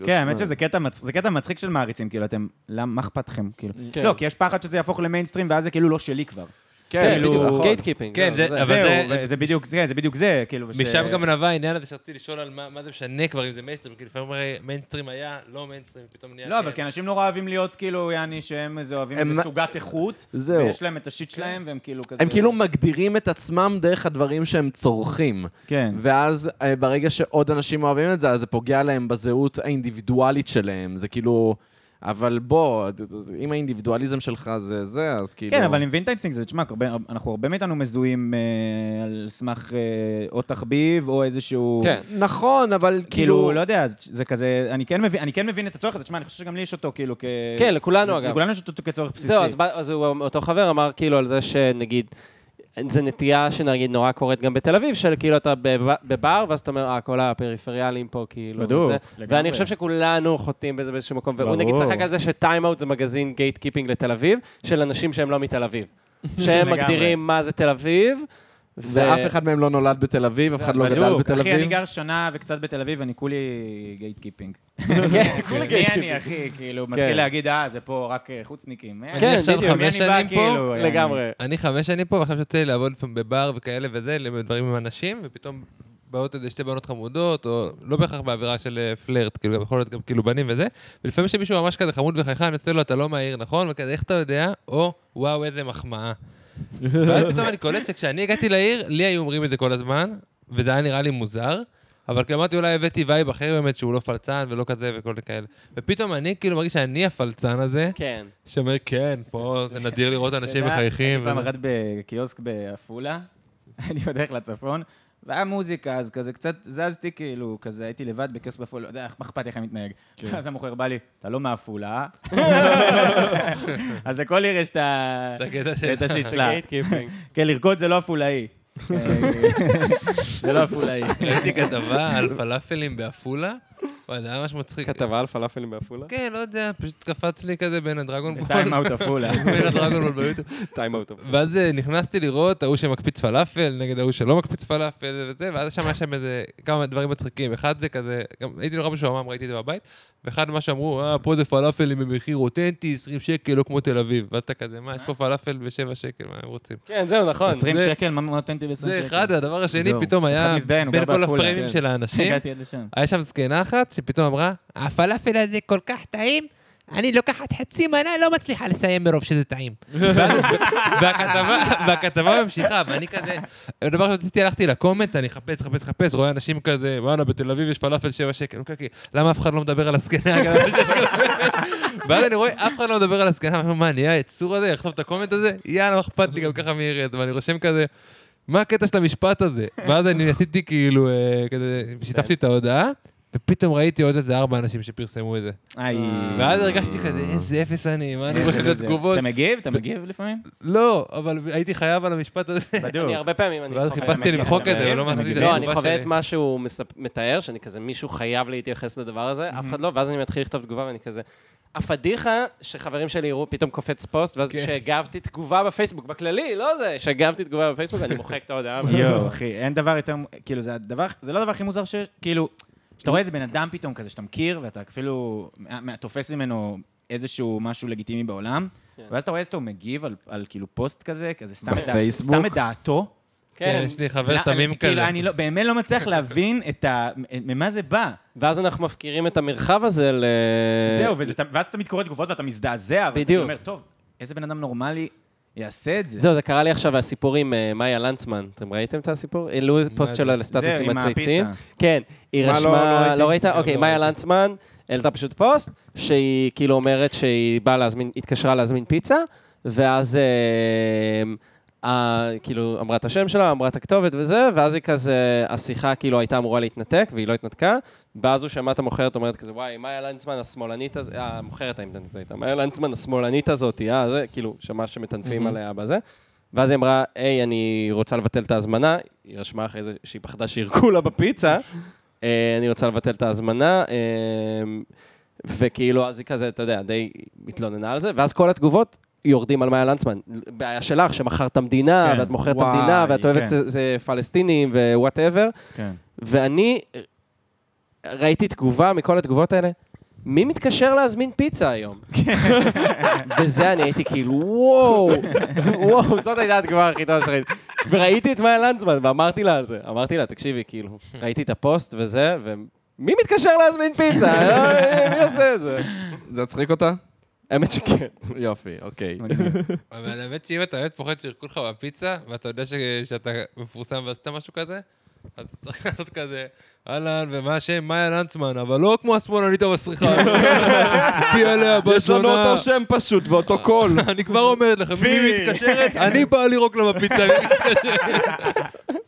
Speaker 3: לא
Speaker 4: כן, האמת שזה קטע, מצ... זה קטע מצחיק של מעריצים, כאילו, אתם, למה, מה אכפתכם? כאילו.
Speaker 3: כן.
Speaker 4: לא, כי יש פחד שזה יהפוך למיינסטרים, ואז זה כאילו לא שלי כבר.
Speaker 1: כן,
Speaker 4: כאילו-
Speaker 1: בדיוק.
Speaker 3: גייט קיפינג.
Speaker 2: כן, זה- אבל
Speaker 4: זהו,
Speaker 2: זה-
Speaker 4: זה, זה בדיוק זה, זה בדיוק זה, כאילו. וש-
Speaker 2: משם גם נבע העניין הזה שרציתי לשאול על מה מה זה משנה כבר אם זה מיינסטרים, כי לפעמים הרי מיינסטרים היה, לא מיינסטרים, פתאום נהיה... כן.
Speaker 4: לא, אבל כי אנשים נורא אוהבים להיות, כאילו, יעני, שהם איזה אוהבים
Speaker 1: הם-
Speaker 4: איזה סוגת איכות.
Speaker 1: זהו.
Speaker 4: ויש להם את השיט שלהם, והם כאילו כזה...
Speaker 1: הם כאילו מגדירים את עצמם דרך הדברים שהם צורכים.
Speaker 4: כן.
Speaker 1: ואז אה, ברגע שעוד אנשים אוהבים את זה, אז זה פוגע להם בזהות האינדיבידואלית שלהם. זה כאילו... אבל בוא, אם האינדיבידואליזם שלך זה זה, אז כאילו...
Speaker 4: כן, אבל אני מבין את האינסטינקט הזה, תשמע, הרבה- אנחנו הרבה מאיתנו מזוהים אה, על סמך אה, או תחביב, או איזשהו...
Speaker 3: כן.
Speaker 1: נכון, אבל כאילו...
Speaker 4: כאילו, לא יודע, זה- זה כזה, אני כן מבין, אני כן מבין את הצורך הזה, תשמע, אני חושב שגם לי יש אותו, כאילו, כ...
Speaker 3: כן, לכולנו,
Speaker 4: זה-
Speaker 3: אגב.
Speaker 4: לכולנו יש אותו כצורך בסיסי.
Speaker 3: זהו, אז, בא- אז הוא, אותו חבר אמר כאילו על זה שנגיד, זו נטייה שנגיד נורא קורית גם בתל אביב, של כאילו אתה בב- בבר, ואז אתה אומר, אה, כל הפריפריאלים פה, כאילו.
Speaker 4: בדוק,
Speaker 3: וזה."
Speaker 4: לגמרי.
Speaker 3: ואני חושב שכולנו חוטאים בזה באיזשהו מקום. והוא
Speaker 4: ברור.
Speaker 3: נגיד צחק על זה שטיים אאוט זה מגזין גייט קיפינג לתל אביב, של אנשים שהם לא מתל אביב. שהם
Speaker 4: לגמרי.
Speaker 3: מגדירים מה זה תל אביב. ו-
Speaker 1: ואף אחד מהם לא נולד בתל אביב, אף אחד לא גדל
Speaker 4: בדוק,
Speaker 1: בתל
Speaker 4: אחי, אני
Speaker 1: אביב.
Speaker 4: גר שנה וקצת בתל אביב, אני כולי גייט קיפינג.
Speaker 3: כן,
Speaker 4: כולי גייט קיפינג. מי אני, אחי? כאילו, מתחיל להגיד, אה, זה פה רק אה, חוצניקים. אה,
Speaker 3: כן,
Speaker 2: אני עכשיו
Speaker 3: בדיוק,
Speaker 4: מי
Speaker 2: חמש
Speaker 4: אני בא,
Speaker 2: שנים פה,
Speaker 4: כאילו, אה,
Speaker 3: לגמרי.
Speaker 2: אני חמש שנים פה, ועכשיו שיוצא לי לעבוד לפעמים בבר וכאלה וזה, לדברים עם אנשים, ופתאום באות איזה שתי בנות חמודות, או לא בהכרח באווירה של אה, פלרט, כאילו, גם יכול להיות גם כאילו בנים וזה, ולפעמים שמישהו ממש כזה חמוד וחייכן, אני עושה לו, אתה לא מהעיר, נכון? וכזה, איך אתה יודע? או, וואו, איזה מחמאה. ואז פתאום אני קולט שכשאני הגעתי לעיר, לי היו אומרים את זה כל הזמן, וזה היה נראה לי מוזר. אבל כאילו אמרתי, אולי הבאתי וייב אחר באמת, שהוא לא פלצן ולא כזה וכל כאלה. ופתאום אני כאילו מרגיש שאני הפלצן הזה,
Speaker 3: כן.
Speaker 2: שאומר, כן, פה זה נדיר לראות אנשים
Speaker 4: אתה יודע,
Speaker 2: מחייכים.
Speaker 4: אני פעם
Speaker 2: וזה."
Speaker 4: אחת בקיוסק בעפולה, אני בדרך לצפון, והיה מוזיקה, אז כזה קצת זזתי, כאילו, כזה הייתי לבד בקיוסק בעפולה, לא יודע, מה אכפת לי איך אני מתנהג.
Speaker 3: כן.
Speaker 4: אז המוכר בא לי, אתה לא מעפולה, אה?" אז לכל עיר יש את ה-
Speaker 2: את הקטע
Speaker 4: את
Speaker 2: של...
Speaker 4: השיט
Speaker 3: זה
Speaker 4: שלה.
Speaker 3: גייט קיפינג.
Speaker 4: כן, לרקוד זה לא עפולאי. אה, זה לא אפולאי.
Speaker 2: ראיתי כתבה על פלאפלים בעפולה, וואי, זה היה ממש מצחיק.
Speaker 3: כתבה על פלאפלים בעפולה?
Speaker 2: כן, לא יודע, פשוט קפץ לי כזה בין הדרגון בול.
Speaker 4: טיים אאוט עפולה.
Speaker 2: בין הדרגון בול ביוטיוב.
Speaker 3: טיים אאוט.
Speaker 2: ואז אה, נכנסתי לראות ההוא שמקפיץ פלאפל נגד ההוא שלא מקפיץ פלאפל וזה, ואז שם היה שם איזה כמה דברים מצחיקים. אחד זה כזה, גם הייתי נורא משועמם, ראיתי את זה בבית, ואחד מה שאמרו, אה, פה זה פלאפלים במחיר אותנטי, 20 שקל, לא כמו תל אביב. ואז אתה כזה, מה, יש פה פלאפל ב-7 שקל, מה הם רוצים?
Speaker 3: כן, זהו, נכון.
Speaker 4: 20
Speaker 3: זה-
Speaker 4: שקל, מה נותן לי ב-20 שקל?
Speaker 2: זה אחד, הדבר השני
Speaker 1: זהו.
Speaker 2: פתאום היה,
Speaker 4: אחד מזדיין, הוא
Speaker 2: בין
Speaker 4: גר
Speaker 2: כל
Speaker 4: בעפולה,
Speaker 2: הפריימים
Speaker 4: כן.
Speaker 2: של האנשים,
Speaker 4: הגעתי עד לשם.
Speaker 2: היה שם זקנה אחת שפתאום אמרה, הפלאפל הזה כל כך טעים, אני לוקחת חצי מנה, לא מצליחה לסיים מרוב שזה טעים. ואז- והכתבה- והכתבה ממשיכה, ואני כזה, הדבר שרציתי, הלכתי לקומט, אני אחפש, אחפש, אחפש, רואה אנשים כזה, וואלה, בתל אביב יש פלאפל 7 שקל, אוקיי, למה אף אחד לא מדבר על הזקנה? ואז אני רואה, אף אחד לא מדבר על הזקנה, אני אומר, מה, נהיה היצור הזה, יחשוף את הקומט הזה? יאללה, מה אכפת לי, גם ככה מי ירד, ואני רושם כזה, מה הקטע של המשפט הזה? ואז אני עשיתי כאילו, אה, כזה, שיתפתי את ההודעה, ופתאום ראיתי עוד איזה ארבע אנשים שפרסמו את זה.
Speaker 4: איי.
Speaker 2: ואז הרגשתי כזה, איזה אפס אני, מה אני
Speaker 4: איזה
Speaker 2: רואה אה, את
Speaker 4: זה.
Speaker 2: התגובות?
Speaker 4: אה, אתה מגיב? אתה מגיב לפעמים?
Speaker 2: לא, אבל הייתי חייב על המשפט הזה.
Speaker 4: בדיוק.
Speaker 3: אני הרבה פעמים, אני...
Speaker 2: ואז
Speaker 3: חווה-
Speaker 2: חיפשתי למחוק את זה, אבל לא
Speaker 4: אתה
Speaker 2: מצאתי את
Speaker 4: מגיב?
Speaker 3: לא, אני
Speaker 2: התגובה
Speaker 3: חווה
Speaker 2: שלי.
Speaker 3: את מה שהוא מספ- מתאר, שאני כזה, מישהו חייב להתייחס לדבר הזה, אף אחד לא, ואז אני מתחיל לכתוב תגובה ואני כזה... הפדיחה שחברים שלי יראו פתאום קופץ פוסט, ואז כשהגבתי תגובה בפייסבוק, בכללי, לא זה, כשהגבתי תגובה בפייסבוק, אני מוחק את ההודעה.
Speaker 4: יואו, אחי, אין דבר יותר, כאילו, זה הדבר, זה לא הדבר הכי מוזר ש... כאילו, כשאתה רואה איזה בן אדם פתאום כזה, שאתה מכיר, ואתה אפילו מה- מה- תופס ממנו איזשהו משהו לגיטימי בעולם,
Speaker 2: כן.
Speaker 4: ואז אתה רואה איזה הוא מגיב על- על כאילו פוסט כזה, כזה סתם את דע-
Speaker 1: בפייסבוק?
Speaker 4: סתם את דעתו.
Speaker 2: כן, יש לי חבר
Speaker 4: לא,
Speaker 2: תמים
Speaker 4: אני- כאילו,
Speaker 2: כזה.
Speaker 4: אני לא- באמת לא מצליח להבין את ה... ממה זה בא.
Speaker 3: ואז אנחנו מפקירים את המרחב הזה ל...
Speaker 4: זהו, וזה- ואז אתה קורא תגובות ואתה מזדעזע, ואתה
Speaker 3: אה, בדיוק.
Speaker 4: כאילו אומר, טוב, איזה בן אדם נורמלי יעשה את זה?
Speaker 3: זהו, זה קרה לי עכשיו, הסיפור עם אה, מאיה לנצמן. אתם ראיתם את הסיפור? העלו פוסט
Speaker 2: זה?
Speaker 3: שלה לסטטוס
Speaker 4: זה
Speaker 3: עם
Speaker 4: עם
Speaker 3: הציצים.
Speaker 4: הפיצה.
Speaker 3: כן, היא
Speaker 1: מה, לא- לא
Speaker 3: רשמה...
Speaker 1: ראיתי.
Speaker 3: לא ראית?
Speaker 2: לא,
Speaker 3: אוקיי,
Speaker 2: לא
Speaker 3: מאיה
Speaker 2: ראיתי.
Speaker 3: לנצמן העלתה פשוט פוסט, שהיא כאילו אומרת שהיא באה להזמין, התקשרה להזמין פיצה, ואז אה, אה, כאילו אמרה את השם שלה, אמרה את הכתובת וזה, ואז היא כזה, השיחה כאילו הייתה אמורה להתנתק, והיא לא התנתקה, ואז הוא שמע את המוכרת אומרת כזה, וואי, מאיה לנצמן השמאלנית הזאת, המוכרת האמדנית הייתה, מאיה לנצמן השמאלנית הזאת, אה, זה, כאילו, שמע שמטנפים עליה בזה. ואז היא אמרה, היי, אני רוצה לבטל את ההזמנה. היא רשמה אחרי זה שהיא פחדה שירקו לה בפיצה. אה, אני רוצה לבטל את ההזמנה. אה, וכאילו, אז היא כזה, אתה יודע, די התלוננה על זה. ואז כל התגובות יורדים על מאיה לנצמן. בעיה שלך, שמכרת המדינה,
Speaker 4: כן,
Speaker 3: ואת מוכרת את
Speaker 4: וואי,
Speaker 3: המדינה, ואת אוהבת
Speaker 4: כן.
Speaker 3: זה- זה פלסטינים ווואטאבר.
Speaker 4: כן.
Speaker 3: ואני ראיתי תגובה מכל התגובות האלה, מי מתקשר להזמין פיצה היום? וזה אני הייתי כאילו, וואו, וואו, זאת הייתה התגובה הכי טובה שראיתי. וראיתי את מאיה לנצמן ואמרתי לה על זה, אמרתי לה, תקשיבי, כאילו, ראיתי את הפוסט וזה, ומי מתקשר להזמין פיצה? לא, מי עושה את זה?
Speaker 1: זה יצחיק אותה?
Speaker 3: האמת שכן.
Speaker 1: יופי, אוקיי.
Speaker 2: אבל האמת שאם אתה באמת פוחד שירקו לך בפיצה, ואתה יודע ש- שאתה מפורסם ועשית משהו כזה, אז אתה צריך לעשות כזה, אהלן, ומה השם? מאיה לנצמן, אבל לא כמו השמאלנית המסריחה. תהיי עליה בשונה.
Speaker 1: יש לנו אותו שם פשוט ואותו קול.
Speaker 2: אני כבר אומרת לכם, אם היא מתקשרת, אני בא לירוק לה בפיצה. אני מתקשרת.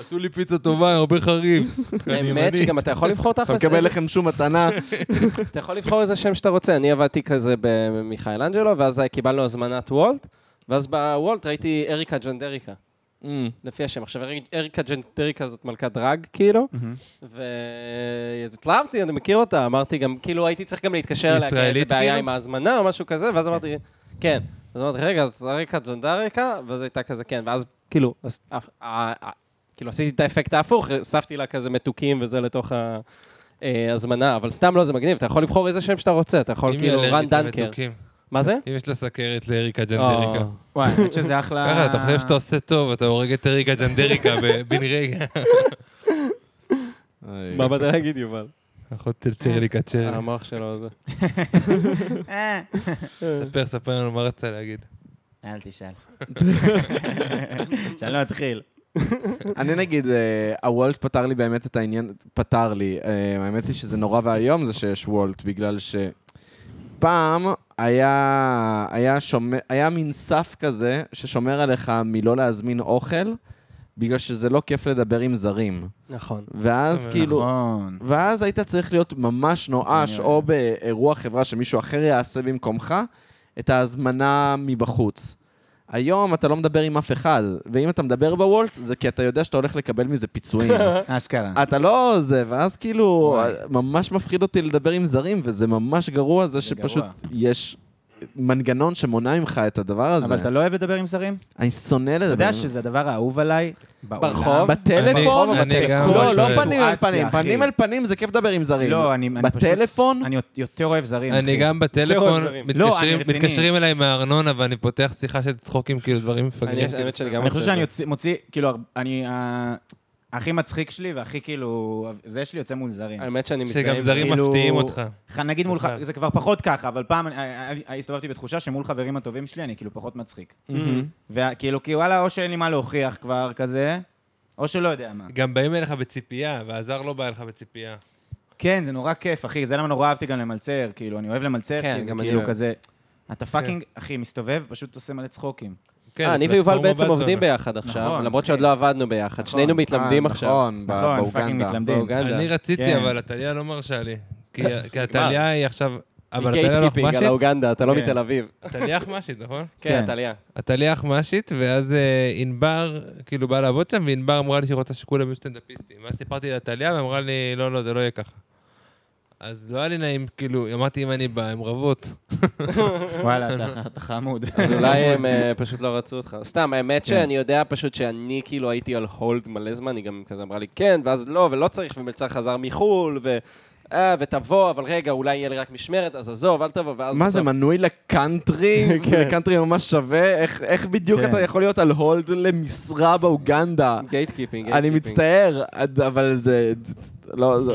Speaker 2: עשו לי פיצה טובה, הרבה חריף. אני
Speaker 3: האמת
Speaker 2: ימני.
Speaker 3: שגם אתה יכול לבחור
Speaker 1: אתה
Speaker 3: תכלס,
Speaker 1: מקבל
Speaker 3: איזה-
Speaker 1: לכם שום מתנה.
Speaker 3: אתה יכול לבחור איזה שם שאתה רוצה. אני עבדתי כזה במיכאל אנג'לו, ואז קיבלנו הזמנת וולט, ואז בוולט ראיתי אריקה ג'נדריקה. לפי השם. עכשיו, אריק- אריקה ג'נטריקה זאת מלכת דרג, כאילו, ואז התלהבתי, אני מכיר אותה, אמרתי גם, כאילו, הייתי צריך גם להתקשר אליה, כי היה איזה
Speaker 2: ישראלית,
Speaker 3: בעיה
Speaker 2: כאילו?
Speaker 3: עם ההזמנה או משהו כזה, ואז אמרתי, כן. אז אמרתי, רגע, אז אריקה ג'נדריקה, ואז הייתה כזה, כן, ואז כאילו, אז- אה, אה, אה, כאילו, עשיתי את האפקט ההפוך, הוספתי לה כזה מתוקים וזה לתוך ה... אה, הזמנה, אבל סתם לא, זה מגניב, אתה יכול לבחור איזה שם שאתה רוצה, אתה יכול
Speaker 2: אם היא
Speaker 3: כאילו רן
Speaker 2: אלרגית
Speaker 3: דנקר.
Speaker 2: למתוקים.
Speaker 3: מה זה?
Speaker 2: אם יש לה סכרת לאריקה ג'נדריקה.
Speaker 3: אה.
Speaker 4: וואי, האמת שזה אחלה...
Speaker 2: ככה, אתה חושב שאתה עושה טוב, אתה הורג את אריקה ג'נדריקה ב- בן רגע.
Speaker 3: מה באת להגיד, יובל?
Speaker 2: אחות של
Speaker 3: אה.
Speaker 2: צ'רליקה צ'רליקה.
Speaker 3: המוח שלו זה.
Speaker 4: אה.
Speaker 2: ספר, ספר לנו מה רצית להגיד.
Speaker 4: אל תשאל. שאני לא אתחיל.
Speaker 1: אני נגיד, אה, הוולט פתר לי באמת את העניין, פתר לי. אה, האמת היא שזה נורא ואיום זה שיש וולט, בגלל ש... פעם היה, היה, שומר, היה מין סף כזה ששומר עליך מלא להזמין אוכל, בגלל שזה לא כיף לדבר עם זרים.
Speaker 3: נכון.
Speaker 1: ואז
Speaker 2: אבל
Speaker 1: כאילו,
Speaker 4: נכון.
Speaker 1: ואז היית צריך להיות ממש נואש,
Speaker 4: אני
Speaker 1: או באירוע חברה שמישהו אחר יעשה במקומך, את ההזמנה מבחוץ. היום אתה לא מדבר עם אף אחד, ואם אתה מדבר בוולט, זה כי אתה יודע שאתה הולך לקבל מזה פיצויים.
Speaker 4: אשכרה.
Speaker 1: אתה לא זה, ואז כאילו,
Speaker 4: וואי.
Speaker 1: ממש מפחיד אותי לדבר עם זרים, וזה ממש גרוע, זה שפשוט
Speaker 4: גרוע.
Speaker 1: יש מנגנון שמונע ממך את הדבר הזה.
Speaker 4: אבל אתה לא אוהב לדבר עם זרים?
Speaker 1: אני שונא לדבר.
Speaker 4: אתה יודע שזה הדבר האהוב עליי בעולם.
Speaker 3: ברחוב?
Speaker 1: בטלפון?
Speaker 2: אני- אני גם
Speaker 1: לא,
Speaker 2: שואל.
Speaker 1: לא פנים אל פנים.
Speaker 4: אחי.
Speaker 1: פנים אל פנים זה כיף לדבר עם זרים.
Speaker 4: לא, אני- אני פשוט-
Speaker 1: בטלפון?
Speaker 4: אני יותר אוהב זרים,
Speaker 2: אני
Speaker 3: אוקיי.
Speaker 4: אחי.
Speaker 2: גם בטלפון,
Speaker 3: זרים.
Speaker 2: מתקשרים-
Speaker 4: לא, אני רציני.
Speaker 2: מתקשרים אליי מהארנונה ואני פותח שיחה של צחוקים, כאילו דברים
Speaker 3: אני-
Speaker 2: מפגרים.
Speaker 3: האמת שאני גם
Speaker 4: אני חושב
Speaker 3: עושה את
Speaker 4: שאני
Speaker 3: זה.
Speaker 4: יוצא- מוציא, כאילו, הר- אני... ה- הכי מצחיק שלי והכי כאילו... זה שלי יוצא מול זרים.
Speaker 3: האמת שאני מזדהה
Speaker 2: שגם
Speaker 3: עם
Speaker 2: זרים
Speaker 4: כאילו-
Speaker 2: מפתיעים אותך.
Speaker 4: ח- נגיד מול... ח-
Speaker 2: בכלל.
Speaker 4: זה כבר פחות ככה, אבל פעם אני- אני- אני הסתובבתי בתחושה שמול חברים הטובים שלי אני כאילו פחות מצחיק.
Speaker 1: מהמם.
Speaker 4: וכאילו, כי וואלה, או שאין לי מה להוכיח כבר כזה, או שלא יודע מה.
Speaker 2: גם באים אליך בציפייה, והזר לא בא אליך בציפייה.
Speaker 4: כן, זה נורא כיף, אחי, זה למה נורא אהבתי גם למלצר, כאילו, אני אוהב למלצר,
Speaker 3: כן,
Speaker 4: כי זה
Speaker 3: גם אני
Speaker 4: כאילו
Speaker 3: אוהב. כן.
Speaker 4: כזה... אתה פאקינג, אחי, מסתובב, פשוט עושה מלא צחוקים.
Speaker 2: כן,
Speaker 3: אה, אני
Speaker 2: זה
Speaker 3: ויובל
Speaker 2: פלטפורמה
Speaker 3: בעצם
Speaker 2: בת
Speaker 3: עובדים
Speaker 2: זונה.
Speaker 3: ביחד עכשיו,
Speaker 4: נכון,
Speaker 3: למרות
Speaker 4: כן.
Speaker 3: שעוד לא עבדנו ביחד.
Speaker 4: נכון.
Speaker 3: שנינו מתלמדים
Speaker 1: אה,
Speaker 3: עכשיו.
Speaker 1: נכון, ב-
Speaker 4: נכון, פאקינג
Speaker 1: באוגנדה.
Speaker 4: מתלמדים.
Speaker 3: באוגנדה.
Speaker 2: אני רציתי,
Speaker 4: כן.
Speaker 2: אבל הטליה לא מרשה לי. כי- כי הטליה היא עכשיו... אבל הטליה לא
Speaker 3: גייטקיפינג על
Speaker 2: אחמ"שית?
Speaker 3: האוגנדה, אתה לא
Speaker 4: כן.
Speaker 3: מתל אביב.
Speaker 2: הטליה אחמ"שית, נכון?
Speaker 3: כן,
Speaker 4: כן.
Speaker 3: טליה.
Speaker 2: הטליה אחמ"שית, ואז אה, ענבר, כאילו, באה לעבוד שם, וענבר אמרה לי שהיא רוצה שכולם יהיו סטנדאפיסטים. ואז סיפרתי לה טליה, ואמרה לי, לא, לא, זה לא יהיה ככה. אז לא היה לי נעים, כאילו, אמרתי, אם אני בא, הם רבות.
Speaker 4: וואלה, אתה- אתה חמוד.
Speaker 3: אז אולי הם אה, פשוט לא רצו אותך. סתם,
Speaker 4: כן.
Speaker 3: האמת שאני יודע פשוט שאני כאילו הייתי על הולד מלא זמן, היא גם כזה אמרה לי כן, ואז לא, ולא צריך, ומלצר חזר מחול, ו... אה, ותבוא, אבל רגע, אולי יהיה לי רק משמרת, אז עזוב, אל תבוא, ואז...
Speaker 1: מה זה,
Speaker 3: בסוף-
Speaker 1: מנוי לקאנטרי?
Speaker 3: כן.
Speaker 1: לקאנטרי ממש שווה? איך- איך בדיוק
Speaker 4: כן.
Speaker 1: אתה יכול להיות על הולד למשרה באוגנדה?
Speaker 3: גייטקיפינג,
Speaker 1: אני
Speaker 3: גייטקיפינג.
Speaker 1: מצטער, עד- אבל זה... לא, זה-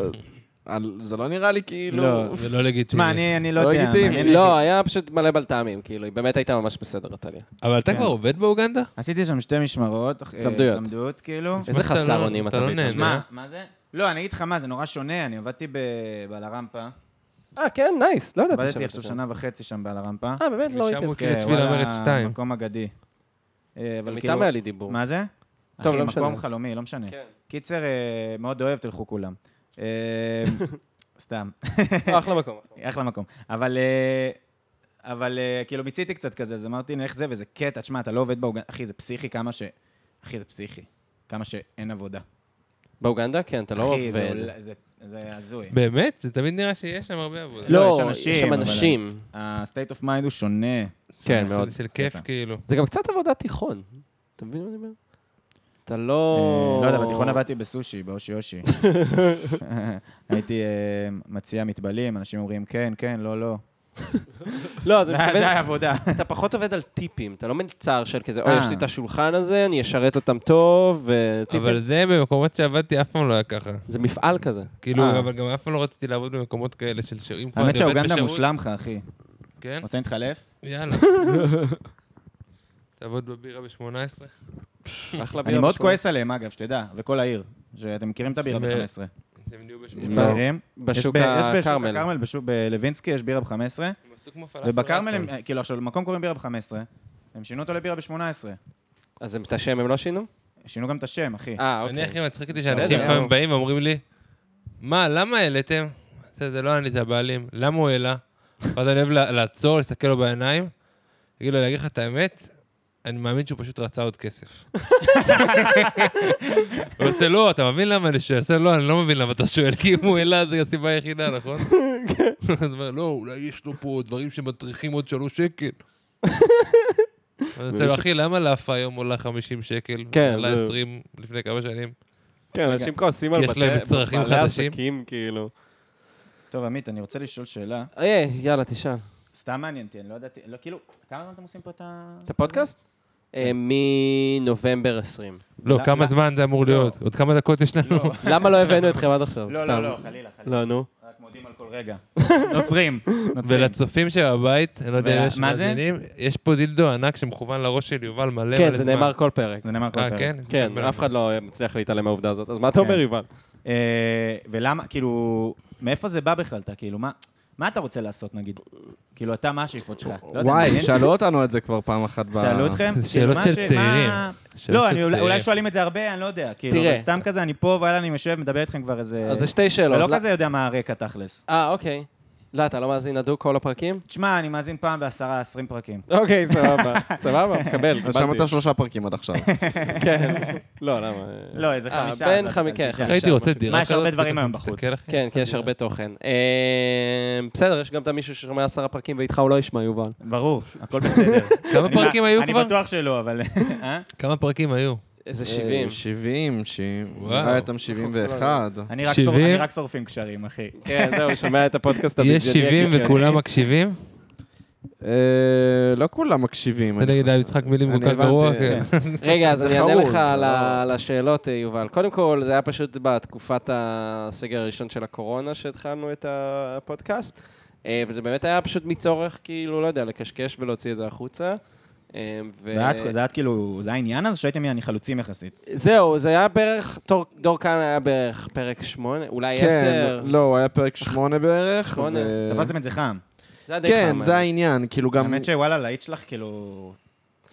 Speaker 1: על- זה לא נראה לי כאילו...
Speaker 4: לא.
Speaker 2: זה לא לגיטימי.
Speaker 4: תשמע, אני אני לא
Speaker 1: לא
Speaker 4: יודע.
Speaker 1: לגיטימי.
Speaker 4: מעניין לי.
Speaker 3: לא, היה פשוט מלא בלת"מים, כאילו, היא באמת הייתה ממש בסדר, נטליה.
Speaker 2: אבל אתה
Speaker 4: כן.
Speaker 2: כבר עובד באוגנדה?
Speaker 4: עשיתי שם שתי משמרות. אה,
Speaker 3: התלמדויות.
Speaker 4: התלמדות, כאילו.
Speaker 3: איזה
Speaker 2: אתה לא-
Speaker 3: חסר אונים
Speaker 2: אתה
Speaker 3: אתה
Speaker 2: לא
Speaker 3: בעצם.
Speaker 2: נהנה.
Speaker 4: שמע, מה זה? לא, אני אגיד לך מה, זה נורא שונה, אני עבדתי ב- בעל הרמפה.
Speaker 3: אה, כן, נייס, לא ידעתי
Speaker 4: עבדתי
Speaker 3: שאתה
Speaker 4: עכשיו
Speaker 3: שם.
Speaker 4: שנה וחצי שם בעל הרמפה.
Speaker 3: אה, באמת, לא
Speaker 2: שם
Speaker 3: הייתי...
Speaker 2: הוא
Speaker 4: כן,
Speaker 2: כאילו צבי
Speaker 4: וואלה,
Speaker 2: לאמרת שתיים.
Speaker 4: מקום אגדי. אה, אבל
Speaker 3: גם
Speaker 4: כאילו-
Speaker 3: איתם היה לי דיבור.
Speaker 4: מה זה?
Speaker 3: טוב,
Speaker 4: אחי,
Speaker 3: לא
Speaker 4: מקום
Speaker 3: משנה.
Speaker 4: חלומי, לא משנה.
Speaker 3: כן.
Speaker 4: קיצר, אה, מאוד אוהב, תלכו כולם. אה, סתם.
Speaker 3: אה, אחלה מקום.
Speaker 4: אחלה מקום. אבל... אה, אבל אה, כאילו מיציתי קצת כזה, אז אמרתי, נלך זה, וזה קטע, תשמע, אתה לא עובד באוגנדה, אחי, זה פסיכי כמה ש... אחי, זה פסיכי. כמה שאין עבודה.
Speaker 3: באוגנדה? כן, אתה לא
Speaker 4: אחי, זה
Speaker 3: עובד.
Speaker 4: עול- זה- זה הזוי.
Speaker 2: באמת? זה תמיד נראה שיש שם הרבה עבודה.
Speaker 4: לא,
Speaker 3: לא, יש
Speaker 4: יש אנשים,
Speaker 3: שם
Speaker 4: אבל-
Speaker 3: אנשים.
Speaker 4: ה-state of mind הוא שונה.
Speaker 3: כן,
Speaker 2: של-
Speaker 3: מאוד.
Speaker 2: של כיף,
Speaker 4: קטע.
Speaker 2: כאילו.
Speaker 3: זה גם קצת עבודת תיכון. אתה מבין מה אני אומר? אתה
Speaker 4: אה,
Speaker 3: לא...
Speaker 4: לא יודע, בתיכון עבדתי בסושי, באושי אושי. הייתי אה, מציע מתבלים, אנשים אומרים כן, כן, לא, לא.
Speaker 3: לא, זה
Speaker 4: זה
Speaker 3: מתכוון...
Speaker 4: היה עבודה.
Speaker 3: אתה פחות עובד על טיפים, אתה לא מלצר של כזה, אוי,
Speaker 4: אה.
Speaker 3: יש לי את השולחן הזה, אני אשרת אותם טוב, וטיפים.
Speaker 2: אבל זה במקומות שעבדתי, אף פעם לא היה ככה.
Speaker 3: זה מפעל כזה.
Speaker 2: כאילו,
Speaker 3: אה.
Speaker 2: אבל גם אף פעם לא רציתי לעבוד במקומות כאלה של שירים.
Speaker 4: האמת שהאוגנדה מושלם לך, אחי.
Speaker 2: כן?
Speaker 4: רוצה להתחלף?
Speaker 2: יאללה. תעבוד בבירה ב-18.
Speaker 3: אחלה
Speaker 4: אני
Speaker 3: בירה.
Speaker 4: מאוד
Speaker 3: בשכונה.
Speaker 4: כועס עליהם, אגב, שתדע, וכל העיר. שאתם מכירים את הבירה
Speaker 2: ש-
Speaker 4: ב-15.
Speaker 2: אתם נהיו
Speaker 3: לא.
Speaker 2: ב-18.
Speaker 4: מכירים?
Speaker 3: בשוק
Speaker 4: יש ב- יש בשוק
Speaker 3: הכרמל.
Speaker 4: הכרמל, בשוק- בלווינסקי יש בירה ב-15,
Speaker 2: הם עשו כמו פלאפל.
Speaker 4: ובכרמל הם,
Speaker 2: רצון.
Speaker 4: אה, כאילו, עכשיו, למקום קוראים בירה ב-15, הם שינו אותו לבירה ב-18.
Speaker 3: אז הם- את השם הם לא שינו?
Speaker 4: שינו גם את השם, אחי.
Speaker 3: אה,
Speaker 2: אני
Speaker 3: אוקיי.
Speaker 2: הכי מצחיק אותי
Speaker 4: בסדר,
Speaker 2: שאנשים
Speaker 4: יאללה.
Speaker 2: לפעמים באים ואומרים לי, מה, למה העליתם? זה זה לא אני, זה הבעלים. למה הוא העלה? ואז אני אוהב לה- לעצור, להסתכל לו בעיניים, להגיד לו, להגיד לך את האמת, אני מאמין שהוא פשוט רצה עוד כסף. הוא עושה, לא, אתה מבין למה אני שואל? עושה, לא, אני לא מבין למה אתה שואל, כי אם הוא העלה, זו הסיבה היחידה, נכון? אז הוא אומר, לא, אולי יש לו פה דברים שמטריחים עוד שלוש שקל. אז אצלו, אחי, למה לאפה היום עולה 50 שקל?
Speaker 3: כן,
Speaker 2: עולה
Speaker 3: זהו.
Speaker 2: 20 לפני כמה שנים.
Speaker 3: כן, אנשים כועסים על
Speaker 2: כי יש להם צרכים
Speaker 3: בעלי
Speaker 2: חדשים.
Speaker 3: עסקים, כאילו.
Speaker 4: טוב, עמית, אני רוצה לשאול שאלה.
Speaker 3: אה, יאללה, תשאל.
Speaker 4: סתם מעניין אותי, אני לא ידעתי, לא, כאילו, כמה זמן אתם עושים פה את ה...
Speaker 3: את הפודקאסט? אה, מנובמבר 20.
Speaker 2: לא,
Speaker 4: לא,
Speaker 2: כמה
Speaker 4: לא.
Speaker 2: זמן זה אמור להיות? עוד כמה דקות יש לנו?
Speaker 4: לא.
Speaker 3: למה לא הבאנו אתכם עד עכשיו?
Speaker 4: לא,
Speaker 3: סתם.
Speaker 4: לא, לא, חלילה, חלילה.
Speaker 3: לא, נו.
Speaker 4: רק מודים על כל רגע. נוצרים, נוצרים.
Speaker 2: ולצופים שבבית, אני לא יודע אם
Speaker 4: ולה-
Speaker 2: יש
Speaker 4: מה זה?
Speaker 2: מאזינים, יש פה דילדו ענק שמכוון לראש של יובל מלא מלא זמן.
Speaker 3: כן, זה נאמר כל פרק.
Speaker 4: זה נאמר כל
Speaker 2: אה,
Speaker 4: פרק.
Speaker 2: כן? אז
Speaker 3: כן,
Speaker 2: נדבר.
Speaker 3: אף אחד לא מצליח להתעלם מהעובדה הזאת. אז מה אתה אומר,
Speaker 4: כן.
Speaker 3: יובל?
Speaker 4: אה, ולמה, כאילו, מאיפה זה בא בכלל? אתה כאילו, מה... מה אתה רוצה לעשות, נגיד? כאילו, אתה, מה השאיפות שלך? לא יודע,
Speaker 1: וואי,
Speaker 4: מעניין.
Speaker 1: שאלו אותנו את זה כבר פעם אחת. ב-
Speaker 4: שאלו אתכם?
Speaker 2: זה
Speaker 4: כאילו,
Speaker 2: שאלות
Speaker 4: מה
Speaker 2: של
Speaker 4: ש- מה-
Speaker 2: צעירים. שאלות
Speaker 4: לא,
Speaker 2: של
Speaker 4: אני- אולי-
Speaker 2: צעירים.
Speaker 4: אולי שואלים את זה הרבה, אני לא יודע. כאילו,
Speaker 3: תראה.
Speaker 4: אבל סתם כזה, אני פה, וואלה, אני יושב, מדבר איתכם כבר איזה...
Speaker 3: אז זה שתי שאלות.
Speaker 4: ולא
Speaker 3: לא-
Speaker 4: כזה יודע מה הרקע תכלס.
Speaker 3: אה, אוקיי. לא, אתה לא מאזין הדוק כל הפרקים?
Speaker 4: תשמע, אני מאזין פעם בעשרה, עשרים פרקים.
Speaker 3: אוקיי, סבבה. סבבה, מקבל.
Speaker 1: אז שם אתה אה, שלושה פרקים עד עכשיו.
Speaker 3: כן. לא, למה?
Speaker 4: לא, איזה
Speaker 3: אה,
Speaker 4: חמישה.
Speaker 3: בין
Speaker 4: אז-
Speaker 3: חמי-
Speaker 4: אז
Speaker 3: כן,
Speaker 4: שישה.
Speaker 3: אחרי
Speaker 2: הייתי רוצה
Speaker 3: משהו.
Speaker 2: דירה
Speaker 4: מה, יש הרבה
Speaker 2: כזאת,
Speaker 4: דברים
Speaker 2: בטח
Speaker 4: היום
Speaker 2: מסתכל
Speaker 4: בחוץ.
Speaker 2: לך.
Speaker 3: כן, כי יש הרבה תוכן. אה, בסדר, יש גם את המישהו ששומע עשר הפרקים ואיתך הוא לא ישמע, יובל.
Speaker 4: ברור, הכל בסדר.
Speaker 2: כמה
Speaker 4: אני-
Speaker 2: פרקים היו
Speaker 4: אני
Speaker 2: כבר?
Speaker 4: בטוח שלא, אבל... אה?
Speaker 2: כמה פרקים היו?
Speaker 3: איזה
Speaker 1: אה,
Speaker 3: 70.
Speaker 1: 70, 70.
Speaker 2: וואו.
Speaker 1: אולי אתם 71.
Speaker 4: אני רק שור- אני
Speaker 2: שבעים?
Speaker 4: רק שורפים קשרים, אחי.
Speaker 3: כן, זהו, שומע את הפודקאסט כן.
Speaker 2: יש
Speaker 3: הבדיוני
Speaker 2: 70
Speaker 3: הקיקיוני.
Speaker 4: כן.
Speaker 2: וכולם מקשיבים?
Speaker 1: אה, לא כולם מקשיבים.
Speaker 2: זה
Speaker 1: אני
Speaker 2: נגיד
Speaker 1: חושב.
Speaker 2: היה משחק מילים
Speaker 1: אני
Speaker 2: כל כך
Speaker 1: הבנתי,
Speaker 2: גרוע.
Speaker 1: כן.
Speaker 2: כן.
Speaker 3: רגע, אז
Speaker 1: זה
Speaker 3: אני אענה
Speaker 1: חרוז,
Speaker 3: לך על ה-
Speaker 1: לא-
Speaker 3: על השאלות, אה, יובל. קודם כל, זה היה פשוט בתקופת הסגר הראשון של הקורונה שהתחלנו את הפודקאסט, אה, וזה באמת היה פשוט מצורך, כאילו, לא יודע, לקשקש ולהוציא את זה החוצה. אה, ו-
Speaker 4: זה היה- זה היה כאילו, זה היה עניין אז שהייתם יעני חלוצים יחסית.
Speaker 3: זהו, זה היה בערך, תור- דור כאן היה בערך פרק שמונה, אולי
Speaker 1: כן,
Speaker 3: עשר.
Speaker 1: לא, הוא היה פרק שמונה בערך.
Speaker 3: שמונה.
Speaker 1: ו-
Speaker 4: תפסתם את זה חם.
Speaker 3: זה היה די
Speaker 1: כן,
Speaker 3: חם,
Speaker 1: זה
Speaker 3: האמת.
Speaker 1: העניין, כאילו גם...
Speaker 4: האמת שוואלה, להיט שלך כאילו...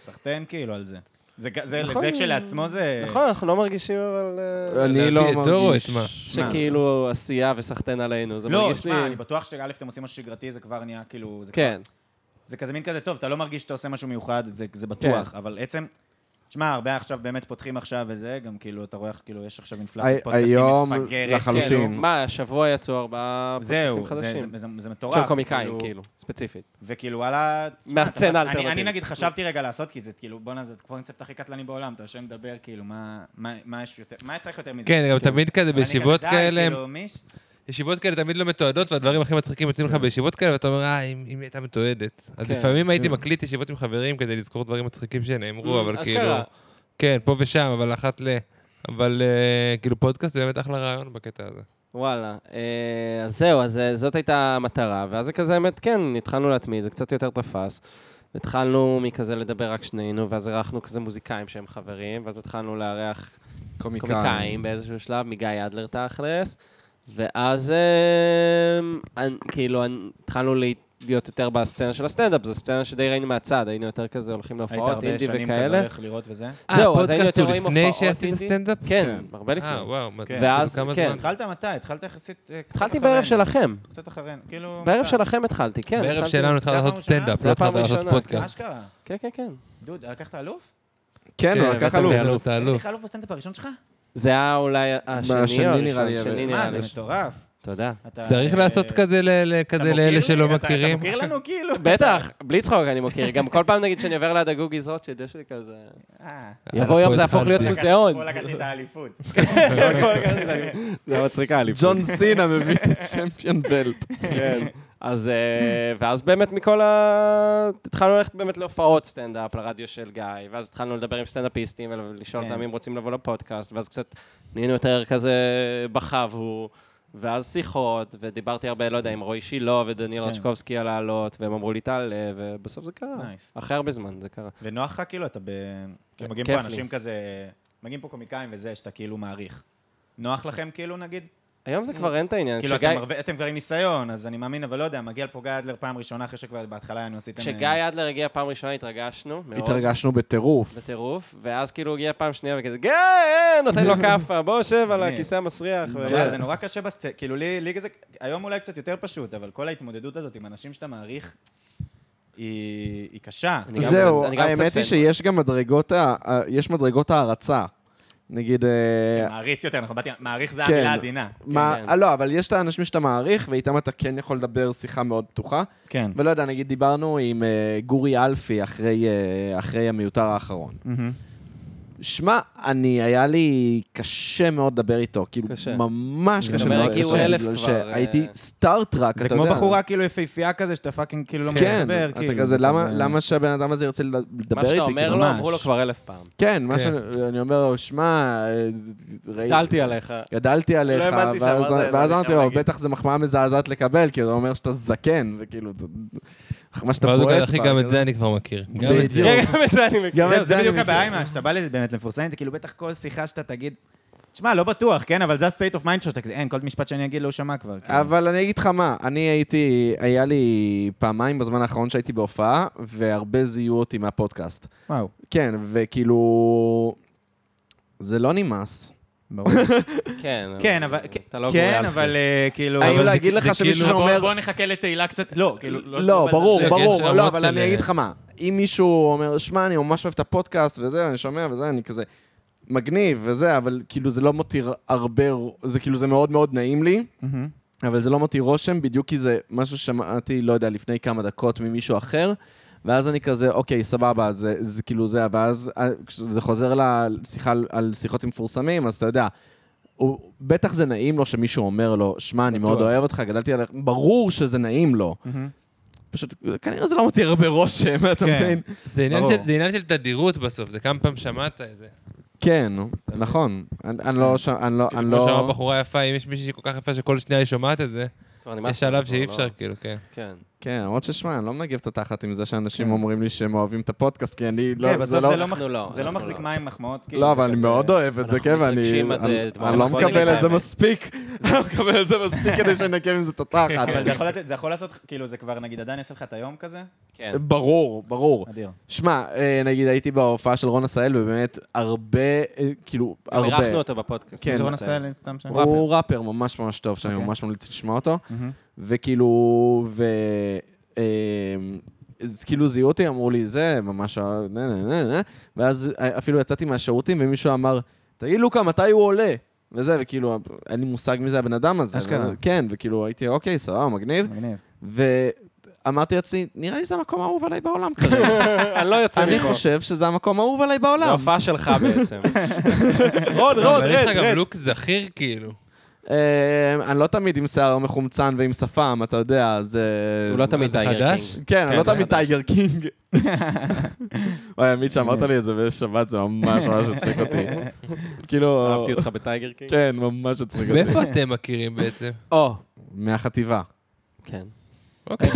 Speaker 4: סחטיין כאילו על זה. זה ג- זה
Speaker 3: נכון.
Speaker 4: זה כשלעצמו זה...
Speaker 3: נכון, אנחנו לא מרגישים אבל... אה,
Speaker 1: אני לא
Speaker 2: לדעתי, את דורו,
Speaker 1: מרגיש...
Speaker 2: את מה?
Speaker 3: שכאילו עשייה וסחטיין עלינו, זה
Speaker 4: לא,
Speaker 3: מרגיש לי...
Speaker 4: שמע, אני בטוח שא' אתם עושים משהו שגרתי, זה כבר נהיה כאילו... זה
Speaker 3: כן,
Speaker 4: זה כזה מין כזה, טוב, אתה לא מרגיש שאתה עושה משהו מיוחד, זה, זה בטוח, כן. אבל עצם... תשמע, הרבה עכשיו באמת פותחים עכשיו וזה, גם כאילו, אתה רואה, איך, כאילו, יש עכשיו אינפלציה,
Speaker 1: הי- היום לחלוטין.
Speaker 3: כן, נו, מה, השבוע יצאו ארבעה פודקאסטים
Speaker 4: זהו, זה, זה,
Speaker 3: חדשים.
Speaker 4: זה, זה, זה מטורף.
Speaker 3: של קומיקאים, כאילו, ספציפית.
Speaker 4: וכאילו, וואלה... תשמע,
Speaker 3: מהסצנה
Speaker 4: אתה-
Speaker 3: האלטרנטיבית.
Speaker 4: אני, אני נגיד חשבתי רגע לעשות, כי זה כאילו, בואנה, זה הקונספט הכי קטלני בעולם, אתה יושב מדבר, כאילו, מה, מה, מה יש יותר, מה צריך יותר מזה?
Speaker 2: כן, גם
Speaker 4: כאילו,
Speaker 2: תמיד כזה
Speaker 4: ואני
Speaker 2: בישיבות
Speaker 4: די,
Speaker 2: כאלה,
Speaker 4: כאילו, מי ש-
Speaker 2: ישיבות כאלה תמיד לא מתועדות, והדברים הכי מצחיקים יוצאים לך בישיבות כאלה, ואתה אומר, אה, אם אם היא הייתה מתועדת. אז
Speaker 3: כן,
Speaker 2: לפעמים הייתי מקליט ישיבות עם חברים כדי לזכור דברים מצחיקים
Speaker 3: Mm,
Speaker 2: שנאמרו, אבל כאילו...
Speaker 3: אשכרה.
Speaker 2: כן, פה ושם, אבל אחת ל... אבל אה, כאילו פודקאסט זה באמת אחלה רעיון בקטע הזה.
Speaker 3: וואלה. אה, אז זהו, אז אה, זאת הייתה המטרה, ואז זה כזה, האמת, כן, התחלנו להתמיד, זה קצת יותר תפס. התחלנו מכזה לדבר רק שנינו, ואז אירחנו כזה מוזיקאים שהם חברים, ואז התחלנו לארח קומיקאים באיזשהו שלב, מגיא אדלר תכלס, ואז אמ, אנ- כאילו אנ- התחלנו לה- להיות יותר בסצנה של הסטנדאפ, זו סצנה שדי ראינו מהצד, היינו יותר כזה הולכים
Speaker 4: היית
Speaker 3: להופעות
Speaker 4: הרבה
Speaker 3: אינדי
Speaker 4: שנים כזה
Speaker 3: וכאלה.
Speaker 4: הולך לראות וזה?
Speaker 3: זהו, אז היינו
Speaker 2: הפודקאסט
Speaker 3: יותר
Speaker 2: הוא
Speaker 3: רואים
Speaker 2: לפני
Speaker 3: הופעות
Speaker 2: שעשית
Speaker 3: אינדי.
Speaker 2: סטנדאפ?
Speaker 3: כן, הרבה לפני.
Speaker 2: אה, וואו. מה-
Speaker 4: כן.
Speaker 2: כאילו,
Speaker 3: ואז-
Speaker 2: כמה
Speaker 3: כן.
Speaker 2: זמן?
Speaker 4: התחלת מתי? התחלת יחסית... אה, קצת
Speaker 3: התחלתי
Speaker 4: אחרינו.
Speaker 3: בערב שלכם,
Speaker 4: קצת אחרינו, כאילו...
Speaker 3: בערב
Speaker 4: אתה-
Speaker 3: שלכם התחלתי, כן.
Speaker 2: בערב
Speaker 3: התחלתי-
Speaker 2: שלנו התחלת
Speaker 4: זה
Speaker 2: לעשות
Speaker 4: הפעם הראשונה?
Speaker 2: סטנדאפ,
Speaker 3: זה
Speaker 2: לא
Speaker 3: הפעם
Speaker 2: התחלת לעשות
Speaker 3: הראשונה,
Speaker 2: פודקאסט.
Speaker 4: אשכרה.
Speaker 3: כן, כן, כן.
Speaker 4: דוד, לקחת אלוף?
Speaker 1: כן, הוא
Speaker 2: כן,
Speaker 1: לקח
Speaker 2: ואתה
Speaker 1: אלוף.
Speaker 2: באלוף, אתה אלוף.
Speaker 4: לקחת אלוף בסטנדאפ הראשון שלך?
Speaker 3: זה היה אולי השני או
Speaker 1: השני
Speaker 3: הראשון,
Speaker 1: נראה לי, אבל-
Speaker 3: השני
Speaker 4: מה,
Speaker 3: נראה
Speaker 4: זה
Speaker 3: לי.
Speaker 4: מטורף.
Speaker 3: תודה.
Speaker 4: אתה-
Speaker 2: צריך
Speaker 4: אה,
Speaker 2: לעשות
Speaker 4: אתה
Speaker 2: כזה ל- ל- כזה
Speaker 4: מוקיר
Speaker 2: לאלה
Speaker 4: לי?
Speaker 2: שלא
Speaker 4: אתה-
Speaker 2: מכירים.
Speaker 4: אתה מכיר לנו כאילו?
Speaker 3: בטח, בלי צחוק אני מוכיר. גם כל פעם נגיד שאני עובר ליד הגוגיז רוטשילד, יש לי כזה...
Speaker 4: אה.
Speaker 3: יבוא יום זה יהפוך להיות
Speaker 2: התחלתי.
Speaker 3: מוזיאון.
Speaker 4: פה לקחתי את האליפות.
Speaker 3: זה מצחיקה לי.
Speaker 1: ג'ון סינה מביא את צ'מפיון בלט.
Speaker 3: כן. אז, אה, ואז באמת מכל ה... התחלנו ללכת באמת להופעות סטנדאפ, לרדיו של גיא, ואז התחלנו לדבר עם סטנדאפיסטים ולשאול
Speaker 4: כן.
Speaker 3: אותם אם רוצים לבוא לפודקאסט, ואז קצת נהיינו יותר כזה בחבו, ואז שיחות, ודיברתי הרבה, לא יודע, עם רועי שילה ודניאל
Speaker 4: כן.
Speaker 3: רצ'קובסקי על לעלות, והם אמרו לי תעלה, ובסוף זה קרה.
Speaker 4: Nice.
Speaker 3: אחרי הרבה זמן זה קרה.
Speaker 4: ונוח לך כאילו, אתה ב... כאילו, מגיעים
Speaker 3: כיף
Speaker 4: פה
Speaker 3: לי.
Speaker 4: אנשים כזה... מגיעים פה קומיקאים וזה, שאתה כאילו מעריך. נוח לכם כאילו נגיד?
Speaker 3: היום זה כבר אין את העניין.
Speaker 4: כאילו
Speaker 3: כשגיא-
Speaker 4: אתם הרבה- אתם כבר עם ניסיון, אז אני מאמין, אבל לא יודע, מגיע לפה גיא אדלר פעם ראשונה אחרי שכבר בהתחלה היינו עשיתם... אה,
Speaker 3: כשגיא אדלר הגיע פעם ראשונה התרגשנו מאוד.
Speaker 1: התרגשנו בטירוף.
Speaker 3: בטירוף, ואז כאילו הוא הגיע פעם שנייה וכזה, גיא, אה, נותן לו כאפה, בוא שב על הכיסא המסריח. ו-
Speaker 4: אבל זה נורא קשה בסצנה, כאילו לי, לי זה, היום אולי קצת יותר פשוט, אבל כל ההתמודדות הזאת עם אנשים שאתה מעריך, היא, היא קשה.
Speaker 3: אני גם
Speaker 1: זהו,
Speaker 3: קצת- אני גם קצת
Speaker 1: האמת היא
Speaker 3: פנבוי.
Speaker 1: שיש גם מדרגות ה- ה- יש מדרגות הערצה. נגיד... אה,
Speaker 4: מעריץ יותר, אנחנו באתי, מעריך זה
Speaker 1: כן.
Speaker 4: המילה העדינה.
Speaker 1: מה,
Speaker 3: כן.
Speaker 1: אה, לא, אבל יש את האנשים שאתה מעריך, ואיתם אתה כן יכול לדבר שיחה מאוד פתוחה.
Speaker 4: כן.
Speaker 1: ולא יודע, נגיד דיברנו עם אה, גורי אלפי אחרי, אה, אחרי המיותר האחרון. שמע, אני, היה לי קשה מאוד לדבר איתו, כאילו,
Speaker 3: קשה.
Speaker 1: ממש
Speaker 4: זה
Speaker 1: קשה
Speaker 4: אומר,
Speaker 1: מאוד.
Speaker 4: הגיעו
Speaker 1: קשה,
Speaker 3: אלף
Speaker 1: בגלל
Speaker 3: כבר,
Speaker 1: שהייתי
Speaker 3: אה.
Speaker 1: סטארט-טראק, אתה
Speaker 4: זה
Speaker 1: יודע.
Speaker 4: כמו בחורה כאילו יפהפייה כזה, שאתה פאקינג כאילו לא
Speaker 1: כן,
Speaker 4: מדבר, כאילו.
Speaker 1: אתה כזה, למה- למה שהבן אדם הזה ירצה לד- לדבר
Speaker 3: מה
Speaker 1: איתי?
Speaker 3: שאתה
Speaker 1: כאילו,
Speaker 3: אומר לו,
Speaker 4: ממש.
Speaker 3: אמרו לו כבר אלף פעם.
Speaker 1: כן, מה
Speaker 2: כן.
Speaker 1: שאני אומר לו, שמע, אה, ראי-
Speaker 3: דלתי עליך.
Speaker 1: גדלתי עליך,
Speaker 3: הבנתי
Speaker 1: ואז-
Speaker 3: שאמרת את זה,
Speaker 1: ואז
Speaker 3: אני
Speaker 1: אמרתי
Speaker 3: חייב
Speaker 1: לו,
Speaker 3: להגיד.
Speaker 1: בטח זו מחמאה מזעזעת לקבל, כי הוא אומר שאתה זקן, וכאילו, זה- מה שאתה
Speaker 2: ואז הוא
Speaker 1: בועט
Speaker 2: כזה, אחי,
Speaker 1: בה,
Speaker 2: גם את
Speaker 1: כזה."
Speaker 2: זה אני כבר מכיר. גם את זה.
Speaker 1: בדיוק.
Speaker 3: כן, גם את זה אני מכיר.
Speaker 1: גם
Speaker 4: זהו,
Speaker 1: את זה
Speaker 4: זה
Speaker 1: אני
Speaker 4: בדיוק
Speaker 1: מכיר.
Speaker 4: הבעיה עם מה, שאתה בא לזה באמת למפורסמים, זה כאילו בטח כל שיחה שאתה תגיד, תשמע, לא בטוח, כן, אבל זה ה-state of mind שלך, שאתה כזה, אין, כל משפט שאני אגיד לא הוא שמע כבר. כאילו.
Speaker 1: אבל אני אגיד לך מה, אני הייתי, היה לי פעמיים בזמן האחרון שהייתי בהופעה, והרבה זיהו אותי מהפודקאסט.
Speaker 4: וואו,
Speaker 1: כן, וכאילו... זה לא נמאס.
Speaker 4: ברור.
Speaker 3: כן.
Speaker 4: כן, אבל כן,
Speaker 3: אתה לא גוריאל.
Speaker 4: כן, אבל אה, כאילו...
Speaker 1: האם
Speaker 4: אבל
Speaker 1: להגיד
Speaker 4: זה-
Speaker 1: לך
Speaker 4: זה
Speaker 1: שמישהו
Speaker 4: כאילו, בוא-
Speaker 1: שאומר-
Speaker 4: בוא נחכה לתהילה קצת... לא, כאילו...
Speaker 1: לא,
Speaker 4: אבל-
Speaker 1: ברור,
Speaker 2: זה-
Speaker 1: ברור.
Speaker 2: יש
Speaker 1: לא,
Speaker 2: רמות
Speaker 1: אבל
Speaker 2: של-
Speaker 1: אני אגיד לך מה, אם מישהו אומר, שמע, אני ממש אוהב את הפודקאסט וזה, אני שומע וזה, אני כזה מגניב וזה, אבל כאילו זה לא מותיר הרבה, ר- זה כאילו זה מאוד מאוד נעים לי.
Speaker 4: מהמם.
Speaker 1: אבל זה לא מותיר רושם, בדיוק כי זה משהו ששמעתי, לא יודע, לפני כמה דקות ממישהו אחר, ואז אני כזה, אוקיי, סבבה, זה, זה כאילו זה, ואז אה, כשזה חוזר לשיחה על- על שיחות עם מפורסמים, אז אתה יודע, הוא, בטח זה נעים לו שמישהו אומר לו, שמע, אני מאוד
Speaker 4: בטוח.
Speaker 1: אוהב אותך, גדלתי עליך, ברור שזה נעים לו.
Speaker 4: מהמם.
Speaker 1: פשוט, כנראה זה לא מותיר הרבה רושם, אתה
Speaker 4: כן.
Speaker 1: מבין?
Speaker 2: זה עניין
Speaker 4: ברור.
Speaker 2: של- זה עניין של תדירות בסוף, זה כמה פעמים שמעת את זה.
Speaker 1: כן, נכון. אני אני
Speaker 4: כן.
Speaker 1: לא... ש- אני לא... אני
Speaker 2: כאילו, כמו שאמרה
Speaker 1: לא...
Speaker 2: בחורה יפה, אם יש מישהי כל כך יפה שכל שנייה היא שומעת את זה,
Speaker 3: כבר נמאס
Speaker 2: יש
Speaker 3: לי,
Speaker 2: שלב
Speaker 3: כבר
Speaker 2: שאי
Speaker 3: לא-
Speaker 2: אפשר, כאילו, כן.
Speaker 3: כן.
Speaker 1: כן, למרות ששמע, אני לא מנגב את התחת עם זה שאנשים
Speaker 4: כן.
Speaker 1: אומרים לי שהם אוהבים את הפודקאסט, כי אני לא...
Speaker 4: כן,
Speaker 1: זה
Speaker 4: בסוף
Speaker 1: לא...
Speaker 4: זה לא
Speaker 3: אנחנו
Speaker 4: מחזיק-
Speaker 3: לא,
Speaker 4: זה לא
Speaker 3: אנחנו
Speaker 4: מחזיק
Speaker 3: לא.
Speaker 4: מים מחמאות. כאילו,
Speaker 1: לא,
Speaker 4: זה
Speaker 1: אבל אני
Speaker 4: כזה-
Speaker 1: מאוד אוהב את זה,
Speaker 3: אנחנו
Speaker 1: כן, ואני
Speaker 3: מתרגשים עד,
Speaker 1: אני-
Speaker 3: אה, דמעות
Speaker 1: אני לא
Speaker 4: אנחנו
Speaker 1: מקבל
Speaker 4: נגיד
Speaker 1: את זה
Speaker 4: האמת.
Speaker 1: מספיק, אני לא מקבל את זה מספיק כדי שנקם עם זה את התחת.
Speaker 4: כן, אבל זה
Speaker 3: נכון.
Speaker 4: יכול לתת- זה יכול לעשות, כאילו, זה כבר, נגיד, עדיין יעשה לך את היום כזה?
Speaker 3: כן.
Speaker 1: ברור, ברור.
Speaker 4: אדיר.
Speaker 1: שמע, אה, נגיד הייתי בהופעה של רון עשהאל, ובאמת הרבה, אה, כאילו,
Speaker 3: גם
Speaker 1: הרבה.
Speaker 3: אירחנו אותו בפודקאסט.
Speaker 1: כן,
Speaker 4: זה
Speaker 1: בוא
Speaker 4: בוא נעשה סתם שם.
Speaker 1: הוא ראפר ממש ממש טוב, שאני
Speaker 4: אוקיי.
Speaker 1: ממש ממליץ לשמוע אותו.
Speaker 4: מהמם.
Speaker 1: וכאילו, ו... אמ, אז כאילו זיהו אותי, אמרו לי, זה ממש... ה- נה, נה, נה, נה." ואז אה, אפילו יצאתי מהשירותים ומישהו אמר, תגיד לוקה, מתי הוא עולה? וזה, וכאילו, אין לי מושג מי זה הבן אדם הזה.
Speaker 4: אשכרה.
Speaker 1: ו- כן, וכאילו הייתי, אוקיי, סבבה, מגניב.
Speaker 4: מגניב.
Speaker 1: ואמרתי לעצמי, נראה לי זה המקום האהוב עליי בעולם כרגע.
Speaker 3: אני לא יוצא
Speaker 1: אני
Speaker 3: מפה.
Speaker 1: חושב שזה המקום האהוב עליי
Speaker 3: זה
Speaker 1: בעולם.
Speaker 3: הופעה שלך בעצם.
Speaker 1: רון,
Speaker 4: לא,
Speaker 2: אבל יש לך גם לוק זכיר, כאילו.
Speaker 1: אמ, אני לא תמיד עם שיער מחומצן ועם שפם, אתה יודע, אה, זה...
Speaker 3: הוא לא תמיד
Speaker 2: זה
Speaker 3: טייגר
Speaker 2: חדש?
Speaker 3: קינג.
Speaker 1: כן, אני
Speaker 3: כן,
Speaker 1: לא
Speaker 3: זה
Speaker 1: תמיד
Speaker 3: חדש.
Speaker 1: טייגר קינג. וואי, עמית, שאמרת לי את זה בשבת, זה ממש ממש הצחיק אותי. כאילו...
Speaker 3: אהבתי אותך בטייגר קינג.
Speaker 1: כן, ממש הצחיק אותי.
Speaker 2: מאיפה אתם מכירים בעצם?
Speaker 3: או.
Speaker 1: מהחטיבה.
Speaker 3: כן.
Speaker 2: אוקיי.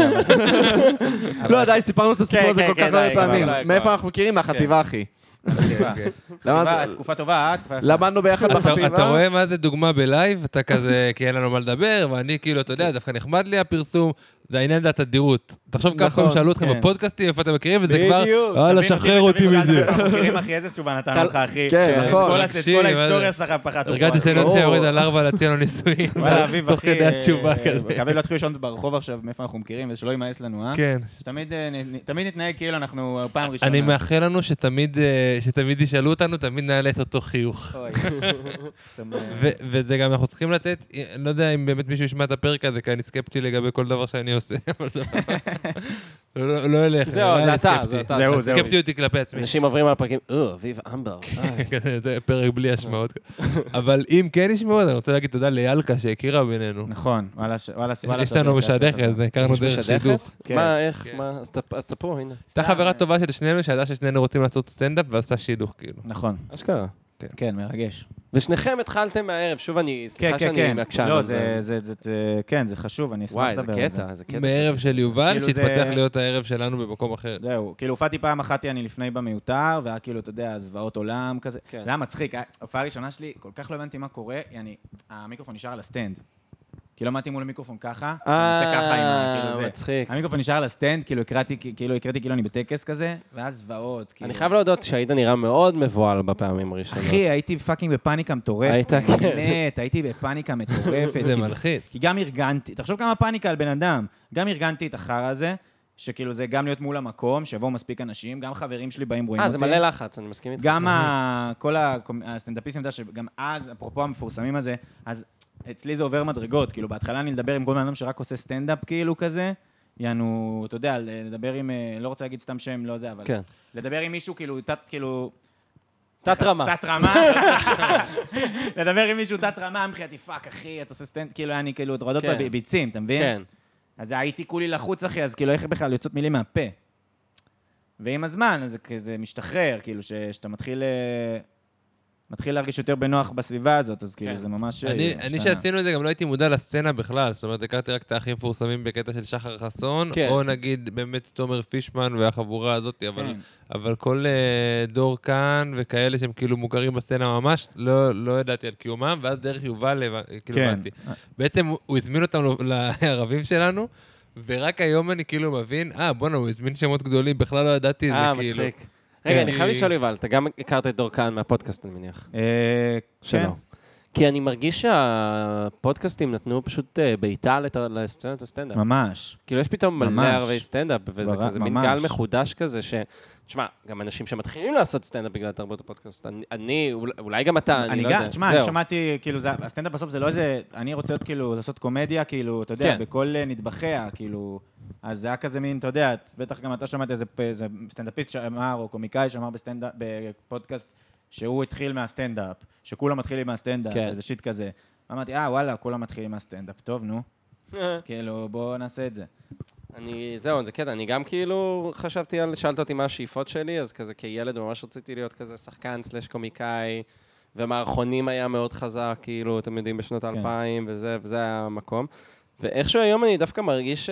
Speaker 1: לא, די, סיפרנו את הסיפור
Speaker 5: כן,
Speaker 1: הזה
Speaker 5: כן,
Speaker 1: כל
Speaker 5: כן,
Speaker 1: כך הרבה
Speaker 5: די, כבר,
Speaker 1: פעמים.
Speaker 3: די, כבר. כן.
Speaker 1: מאיפה אנחנו מכירים? מהחטיבה, אחי.
Speaker 4: תקווה.
Speaker 1: אוקיי. למד-
Speaker 4: תקווה, תקופה טובה, אה? תקופה יפה.
Speaker 1: למדנו ביחד
Speaker 2: אתה-
Speaker 1: בחטיבה.
Speaker 2: אתה רואה מה זה דוגמה בלייב, אתה כזה, כי אין לנו מה לדבר, ואני כאילו, אתה
Speaker 4: כן.
Speaker 2: יודע, דווקא נחמד לי הפרסום, זה העניין זה התדירות. תחשוב כמה
Speaker 1: נכון,
Speaker 2: פעמים שאלו אתכם
Speaker 4: כן.
Speaker 2: בפודקאסטים, איפה אתם מכירים, וזה כבר,
Speaker 1: בדיוק.
Speaker 2: וואלה,
Speaker 4: תבין,
Speaker 2: שחרר אותי
Speaker 4: תבין,
Speaker 2: מזה.
Speaker 4: אנחנו מכירים, אחי, איזה תשובה נתנו לך, אחי.
Speaker 1: כן,
Speaker 4: את
Speaker 1: נכון.
Speaker 4: כל ה- את
Speaker 2: תקשיב,
Speaker 4: כל
Speaker 2: מה זה-
Speaker 4: ההיסטוריה שלך פחדת.
Speaker 2: הרגעתי שאני
Speaker 1: ברור.
Speaker 2: לא יורד על ארבע להציע לו נישואים.
Speaker 4: וואלה, אביב,
Speaker 2: תוך
Speaker 4: אחי,
Speaker 2: כדי התשובה
Speaker 4: אה,
Speaker 2: כזה.
Speaker 4: מקווה להתחיל לישון ברחוב עכשיו, מאיפה אנחנו מכירים, ושלא יימאס לנו, אה?
Speaker 2: כן.
Speaker 4: שתמיד, אה, נ- נ- תמיד נתנהג כאילו אנחנו אה, פעם ראשונה.
Speaker 2: אני מאחל לנו שתמיד, אה, שתמיד ישאלו אותנו, תמיד נעלה את אותו חיוך.
Speaker 3: אוקיי.
Speaker 4: אוי. אתם,
Speaker 2: ו-
Speaker 4: אה,
Speaker 2: וזה גם אנחנו צריכים לתת, אני לא יודע אם באמת מישהו ישמע את הפרק הזה, כי אני סקפטי לגבי כל דבר שאני עושה, אבל זה- לא לא אלך.
Speaker 3: זהו,
Speaker 2: אבל
Speaker 3: זה
Speaker 2: אני
Speaker 3: אתה,
Speaker 2: סקפטי.
Speaker 3: זה אתה.
Speaker 4: זהו, זהו.
Speaker 2: סקפטיות היא כלפי עצמי.
Speaker 3: אנשים עוברים על הפרקים, או, אביב אמבר. אה,
Speaker 2: כזה, זה פרק בלי השמעות. אבל אם כן ישמעו, אז אני רוצה להגיד תודה ליאלקה שהכירה בינינו.
Speaker 4: נכון, וואלה, ש- וואלה, ש- וואלה.
Speaker 2: יש לנו
Speaker 4: שווה להתייעץ
Speaker 2: משדכת,
Speaker 4: איתך.
Speaker 2: הכרנו
Speaker 3: יש
Speaker 2: דרך
Speaker 3: משדכת?
Speaker 2: שידוך.
Speaker 4: כן.
Speaker 3: מה, איך,
Speaker 2: כן.
Speaker 3: מה, אז ת- אז תפו, הנה.
Speaker 2: הייתה
Speaker 4: סתם,
Speaker 2: חברה
Speaker 4: אה.
Speaker 2: טובה של שנינו, שידעה ששנינו רוצים לעשות סטנדאפ ועשה שידוך, כאילו.
Speaker 4: נכון,
Speaker 3: אשכרה.
Speaker 4: כן, מרגש.
Speaker 3: ושניכם התחלתם מהערב, שוב אני,
Speaker 4: כן,
Speaker 3: סליחה
Speaker 4: כן,
Speaker 3: שאני
Speaker 4: כן.
Speaker 3: מקשה.
Speaker 4: לא,
Speaker 3: אבל
Speaker 4: זה, זה, זה, זה, כן, זה חשוב, אני אשמח
Speaker 3: וואי, איזה
Speaker 4: לדבר על כן, זה.
Speaker 3: קטע, איזה קטע.
Speaker 2: מערב
Speaker 3: שזה-
Speaker 2: של יובל,
Speaker 4: כאילו זה-
Speaker 2: שהתפתח להיות הערב שלנו במקום אחר.
Speaker 4: זהו, כאילו הופעתי פעם אחת, אני לפני במיותר, והיה כאילו, אתה יודע, זוועות עולם כזה.
Speaker 3: כן.
Speaker 4: זה היה מצחיק, היה- ההופעה הראשונה שלי, כל כך לא הבנתי מה קורה, אני, המיקרופון נשאר על הסטנד. כאילו עמדתי מול המיקרופון ככה, אני עושה ככה עם ה... כאילו
Speaker 3: אה,
Speaker 4: זה.
Speaker 3: מצחיק.
Speaker 4: המיקרופון נשאר על הסטנד, כאילו הקראתי, כאילו הקראתי כאילו אני בטקס כזה, ואז זוועות, כאילו.
Speaker 3: אני חייב להודות שהיית נראה מאוד מבוהל בפעמים הראשונות.
Speaker 4: אחי, הייתי פאקינג בפאניקה מטורפת.
Speaker 3: היית, כן.
Speaker 4: באמת, הייתי בפאניקה מטורפת.
Speaker 2: זה
Speaker 4: כי
Speaker 2: מלחיץ.
Speaker 4: כי גם ארגנתי, תחשוב כמה פאניקה על בן אדם. גם ארגנתי את החרא הזה, שכאילו זה גם להיות מול המקום, שיבואו מספיק אנשים, גם חברים שלי באים רואים
Speaker 3: אה,
Speaker 4: אותי.
Speaker 3: זה מלא לחץ, אני מסכים איתך.
Speaker 4: גם ה- כל הקומ- הסטנדאפיסטים, אתה יודע שגם אז, אפרופו המפורסמים הזה, אז אצלי זה עובר מדרגות, כאילו בהתחלה אני לדבר עם כל בן אדם שרק עושה סטנדאפ כאילו כזה, יענו, אתה יודע, לדבר עם, אה, לא רוצה להגיד סתם שם, לא זה, אבל...
Speaker 3: כן.
Speaker 4: לדבר עם מישהו כאילו, תת, כאילו...
Speaker 3: תת-רמה.
Speaker 4: תת רמה. לדבר עם מישהו תת רמה, מבחינתי, פאק, אחי, אתה עושה סטנד, כאילו, אני כאילו, את רועדות
Speaker 3: כן.
Speaker 4: בביצים, אתה מבין?
Speaker 3: כן.
Speaker 4: אז הייתי כולי לחוץ, אחי, אז כאילו, איך בכלל יוצאות מילים מהפה? ועם הזמן, אז זה כזה משתחרר, כאילו, ש- שאתה מתחיל... אה, מתחיל להרגיש יותר בנוח בסביבה הזאת, אז כאילו,
Speaker 3: כן.
Speaker 4: זה ממש... אה,
Speaker 2: אני,
Speaker 4: השתנה.
Speaker 2: אני שעשינו את זה גם לא הייתי מודע לסצנה בכלל, זאת אומרת, הכרתי רק את האחים המפורסמים בקטע של שחר חסון,
Speaker 3: כן.
Speaker 2: או נגיד באמת תומר פישמן והחבורה הזאת, אבל,
Speaker 4: כן.
Speaker 2: אבל כל אה, דור כאן וכאלה שהם כאילו מוכרים בסצנה ממש, לא, לא ידעתי על קיומם, ואז דרך יובל הבנ- כאילו
Speaker 4: כן.
Speaker 2: הבנתי. בעצם הוא- הוא הזמין אותנו לערבים שלנו, ורק היום אני כאילו מבין, אה, בואנה, הוא הזמין שמות גדולים, בכלל לא ידעתי את זה,
Speaker 3: אה,
Speaker 2: כאילו.
Speaker 3: מצחיק. רגע,
Speaker 2: כן.
Speaker 3: אני חייב לשאול, יובל, אתה גם הכרת את דור כהן מהפודקאסט, אני מניח.
Speaker 4: אה, כן.
Speaker 3: שלו. כי אני מרגיש שהפודקאסטים נתנו פשוט אה, בעיטה לת- לסצנת הסטנדאפ.
Speaker 4: ממש.
Speaker 3: כאילו, יש פתאום מלא
Speaker 4: ממש.
Speaker 3: ערבי סטנדאפ, וזה
Speaker 4: ברק,
Speaker 3: כזה מין
Speaker 4: ממש.
Speaker 3: קהל מחודש כזה, ש... תשמע, גם אנשים שמתחילים לעשות סטנדאפ בגלל תרבות הפודקאסט, אני- אני, אול- אולי גם אתה, אני
Speaker 4: אני
Speaker 3: לא
Speaker 4: גם,
Speaker 3: יודע.
Speaker 4: תשמע, אני
Speaker 3: זהו.
Speaker 4: שמעתי, כאילו, זה- הסטנדאפ בסוף זה לא איזה, אני רוצה להיות כאילו, לעשות קומדיה, כאילו, אתה יודע,
Speaker 3: כן.
Speaker 4: בכל אה, נדבכיה, כאילו, אז זה היה כזה מין, אתה יודע, את- בטח גם אתה שמעת איזה פ- איזה סטנדאפיסט שאמר, או קומיקאי שאמר בסטנדאפ, בפודקאסט, שהוא התחיל מהסטנדאפ, שכולם מתחילים מהסטנדאפ,
Speaker 3: כן.
Speaker 4: איזה שיט כזה. אמרתי, אה, וואלה, כולם מתחילים מהסטנדאפ, טוב, נו. כאילו, בואו נעשה את זה.
Speaker 3: אני, זהו, זה קטע, אני גם כאילו חשבתי על, שאלת אותי מה השאיפות שלי, אז כזה כילד ממש רציתי להיות כזה שחקן סלש קומיקאי, ומערכונים היה מאוד חזק, כאילו, אתם יודעים, בשנות האלפיים, וזה, וזה היה המקום. ואיכשהו היום אני דווקא מרגיש, ש-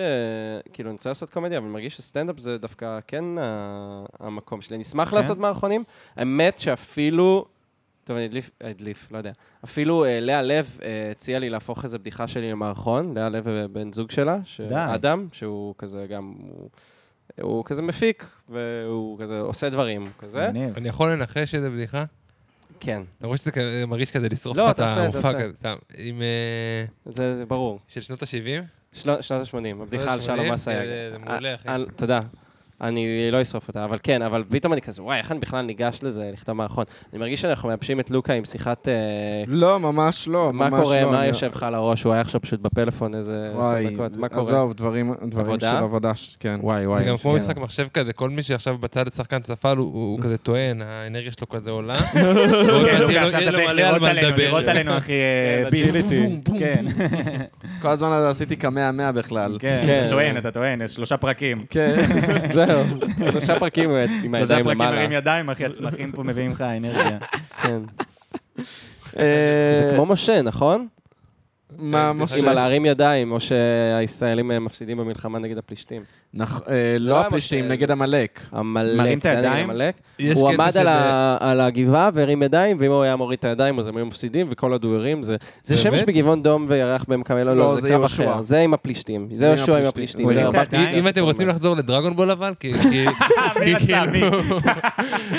Speaker 3: כאילו, אני רוצה לעשות קומדיה, אבל אני מרגיש שסטנדאפ זה דווקא כן ה- המקום שלי. אני אשמח לעשות מערכונים. האמת שאפילו, טוב, אני אדליף, אדליף, לא יודע. אפילו אה, לאה לב אה, הציעה לי להפוך איזו בדיחה שלי למערכון, לאה לב ובן זוג שלה, ש-
Speaker 4: די.
Speaker 3: אדם, שהוא כזה גם, הוא, הוא כזה מפיק, והוא כזה עושה דברים, כזה.
Speaker 4: מגניב.
Speaker 2: אני יכול לנחש איזה בדיחה?
Speaker 3: כן,
Speaker 2: למרות שזה כזה מרגיש כזה לשרוף
Speaker 3: לא,
Speaker 2: לך את
Speaker 3: תעשה,
Speaker 2: המופע
Speaker 3: תעשה.
Speaker 2: כזה, סתם. עם... אה,
Speaker 3: זה, זה ברור.
Speaker 2: של שנות ה-70?
Speaker 3: של, שנות ה-80, הבדיחה על שלום
Speaker 2: 80,
Speaker 3: אסייג.
Speaker 2: זה- זה מעולה, אחי.
Speaker 3: על- אה, תודה. אני לא אשרוף אותה, אבל כן, אבל פתאום אני כזה, וואי, איך אני בכלל ניגש לזה, לכתוב מערכון? אני מרגיש שאנחנו מייבשים את לוקה עם שיחת... אה,
Speaker 6: לא, ממש לא,
Speaker 3: מה
Speaker 6: ממש לא.
Speaker 3: קורה, מה
Speaker 6: אני-
Speaker 3: יושב לך על הראש? הוא היה עכשיו פשוט בפלאפון איזה עשר
Speaker 6: וואי,
Speaker 3: דקות, מה קורה?
Speaker 6: עזוב, דברים דברים של
Speaker 3: עבודה?
Speaker 6: עבודה, ש- כן.
Speaker 3: וואי,
Speaker 2: זה
Speaker 3: וואי.
Speaker 2: גם כמו
Speaker 3: מסכן.
Speaker 2: משחק מחשב כזה, כל מי שעכשיו בצד השחקן ספל, הוא- הוא כזה טוען, האנרגיה שלו כזה עולה. ועוד מעט
Speaker 4: כן,
Speaker 2: יהיה
Speaker 4: לוקה,
Speaker 2: לו-
Speaker 4: עכשיו
Speaker 2: יהיה
Speaker 4: אתה
Speaker 2: לו
Speaker 4: צריך
Speaker 2: מלא על
Speaker 4: לראות
Speaker 2: מה
Speaker 4: עלינו,
Speaker 2: לדבר.
Speaker 4: לראות עלינו, אחי, אה, ביט.
Speaker 6: בום, בום,
Speaker 4: כן,
Speaker 1: כל הזמן הזה עשיתי קמע מאה בכלל.
Speaker 4: כן,
Speaker 3: כן.
Speaker 4: אתה טוען, אתה טוען, יש שלושה פרקים.
Speaker 1: כן.
Speaker 3: זהו, שלושה פרקים עם
Speaker 4: שלושה
Speaker 3: הידיים
Speaker 4: פרקים
Speaker 3: למעלה.
Speaker 4: מרים ידיים, אחי, הצמחים פה מביאים לך אנרגיה.
Speaker 3: כן.
Speaker 1: אה,
Speaker 3: זה כמו אה, משה, נכון?
Speaker 1: מה
Speaker 3: עם
Speaker 1: משה?
Speaker 3: הלהרים ידיים, או שהישראלים אה, מפסידים במלחמה נגד הפלישתים.
Speaker 1: נכ- אה, לא
Speaker 3: היה משה,
Speaker 1: הפלישתים,
Speaker 3: זה-
Speaker 1: נגד עמלק.
Speaker 3: עמלק,
Speaker 4: מרים את
Speaker 3: זה היה כן, נגד
Speaker 4: הידיים?
Speaker 3: עמלק.
Speaker 2: יש
Speaker 3: הוא
Speaker 2: קטע
Speaker 3: עמד
Speaker 2: של-
Speaker 3: על ה- על הגבעה והרים ידיים, ואם הוא היה מוריד את הידיים, אז הם היו מפסידים, וכל עוד הוא הרים, זה... זה
Speaker 2: באמת?
Speaker 3: שמש בגבעון דום וירח בעמק המלון, לא,
Speaker 1: לא,
Speaker 3: זה
Speaker 1: זה
Speaker 3: קו
Speaker 1: יהושע.
Speaker 3: אחר. זה עם הפלישתים. זה
Speaker 1: עם
Speaker 3: יהושע עם
Speaker 1: הפלישתים.
Speaker 3: הפלישתים.
Speaker 4: הוא
Speaker 3: זה
Speaker 4: הרים את
Speaker 3: הרבה-
Speaker 4: הידיים?
Speaker 2: אם אתם רוצים לחזור לדרגונבול אבל, כי כי- כי כאילו...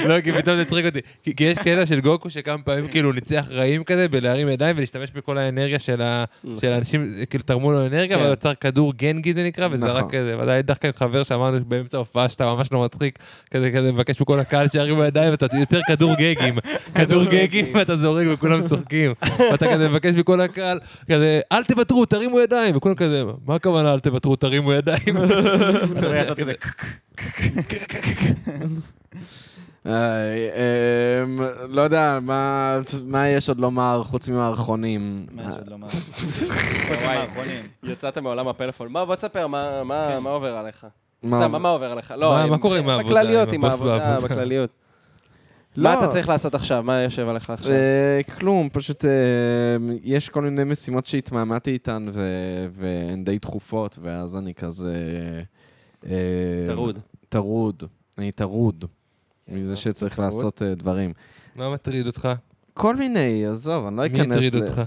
Speaker 2: לא, כי פתאום זה הצחיק אותי. כי כי יש קטע של גוקו שכמה פעמים כאילו ניצח רעים כזה בלהרים ידיים ולהשתמש בכל האנרגיה של ה- של האנשים, כאילו תרמו לו אנרגיה,
Speaker 3: כן.
Speaker 2: אבל יצר כדור גנגי זה נקרא, וזה רק
Speaker 1: נכון.
Speaker 2: כזה. ודאי דווקא עם חבר שאמרנו באמצע ההופעה שאתה ממש לא מצחיק, כזה כזה מבקש מכל הקהל שירימו ידיים, ואתה יוצר כדור גגים. כדור גגים ואתה זורק וכולם צוחקים. ואתה כזה מבקש מכל הקהל, כזה, אל תוותרו, תרימו ידיים. וכולם כזה, מה הכוונה אל תוותרו, תרימו ידיים?
Speaker 4: אתה יכול לעשות כזה, "קק".
Speaker 1: איי, אמ, לא יודע, מה- מה יש עוד לומר חוץ ממערכונים? אה,
Speaker 4: מה לא שעוד לומר. חוץ מהאחרונים.
Speaker 3: יצאת מעולם הפלאפון. מה, בוא תספר, מה- מה מה עובר עליך?
Speaker 1: מה-
Speaker 3: סתם, מה- מה עובר עליך? לא,
Speaker 2: מה-
Speaker 3: עם-
Speaker 2: מה קורה עם העבודה,
Speaker 3: בכלליות,
Speaker 2: עם
Speaker 3: עם
Speaker 2: הבוס
Speaker 3: העבודה,
Speaker 2: בעבודה?
Speaker 3: בכלליות.
Speaker 1: לא.
Speaker 3: מה אתה צריך לעשות עכשיו? מה יושב עליך עכשיו?
Speaker 1: אה, כלום, פשוט אה, יש כל מיני משימות שהתמהמהתי איתן ו- והן די דחופות, ואז אני כזה... אה,
Speaker 3: טרוד. כן,
Speaker 1: טרוד. אני טרוד. מזה שצריך לעשות אה, דברים.
Speaker 2: מה מטריד אותך?
Speaker 1: כל מיני, עזוב, אני לא
Speaker 2: מי
Speaker 1: אכנס...
Speaker 2: הטריד
Speaker 1: ל-
Speaker 2: אותך?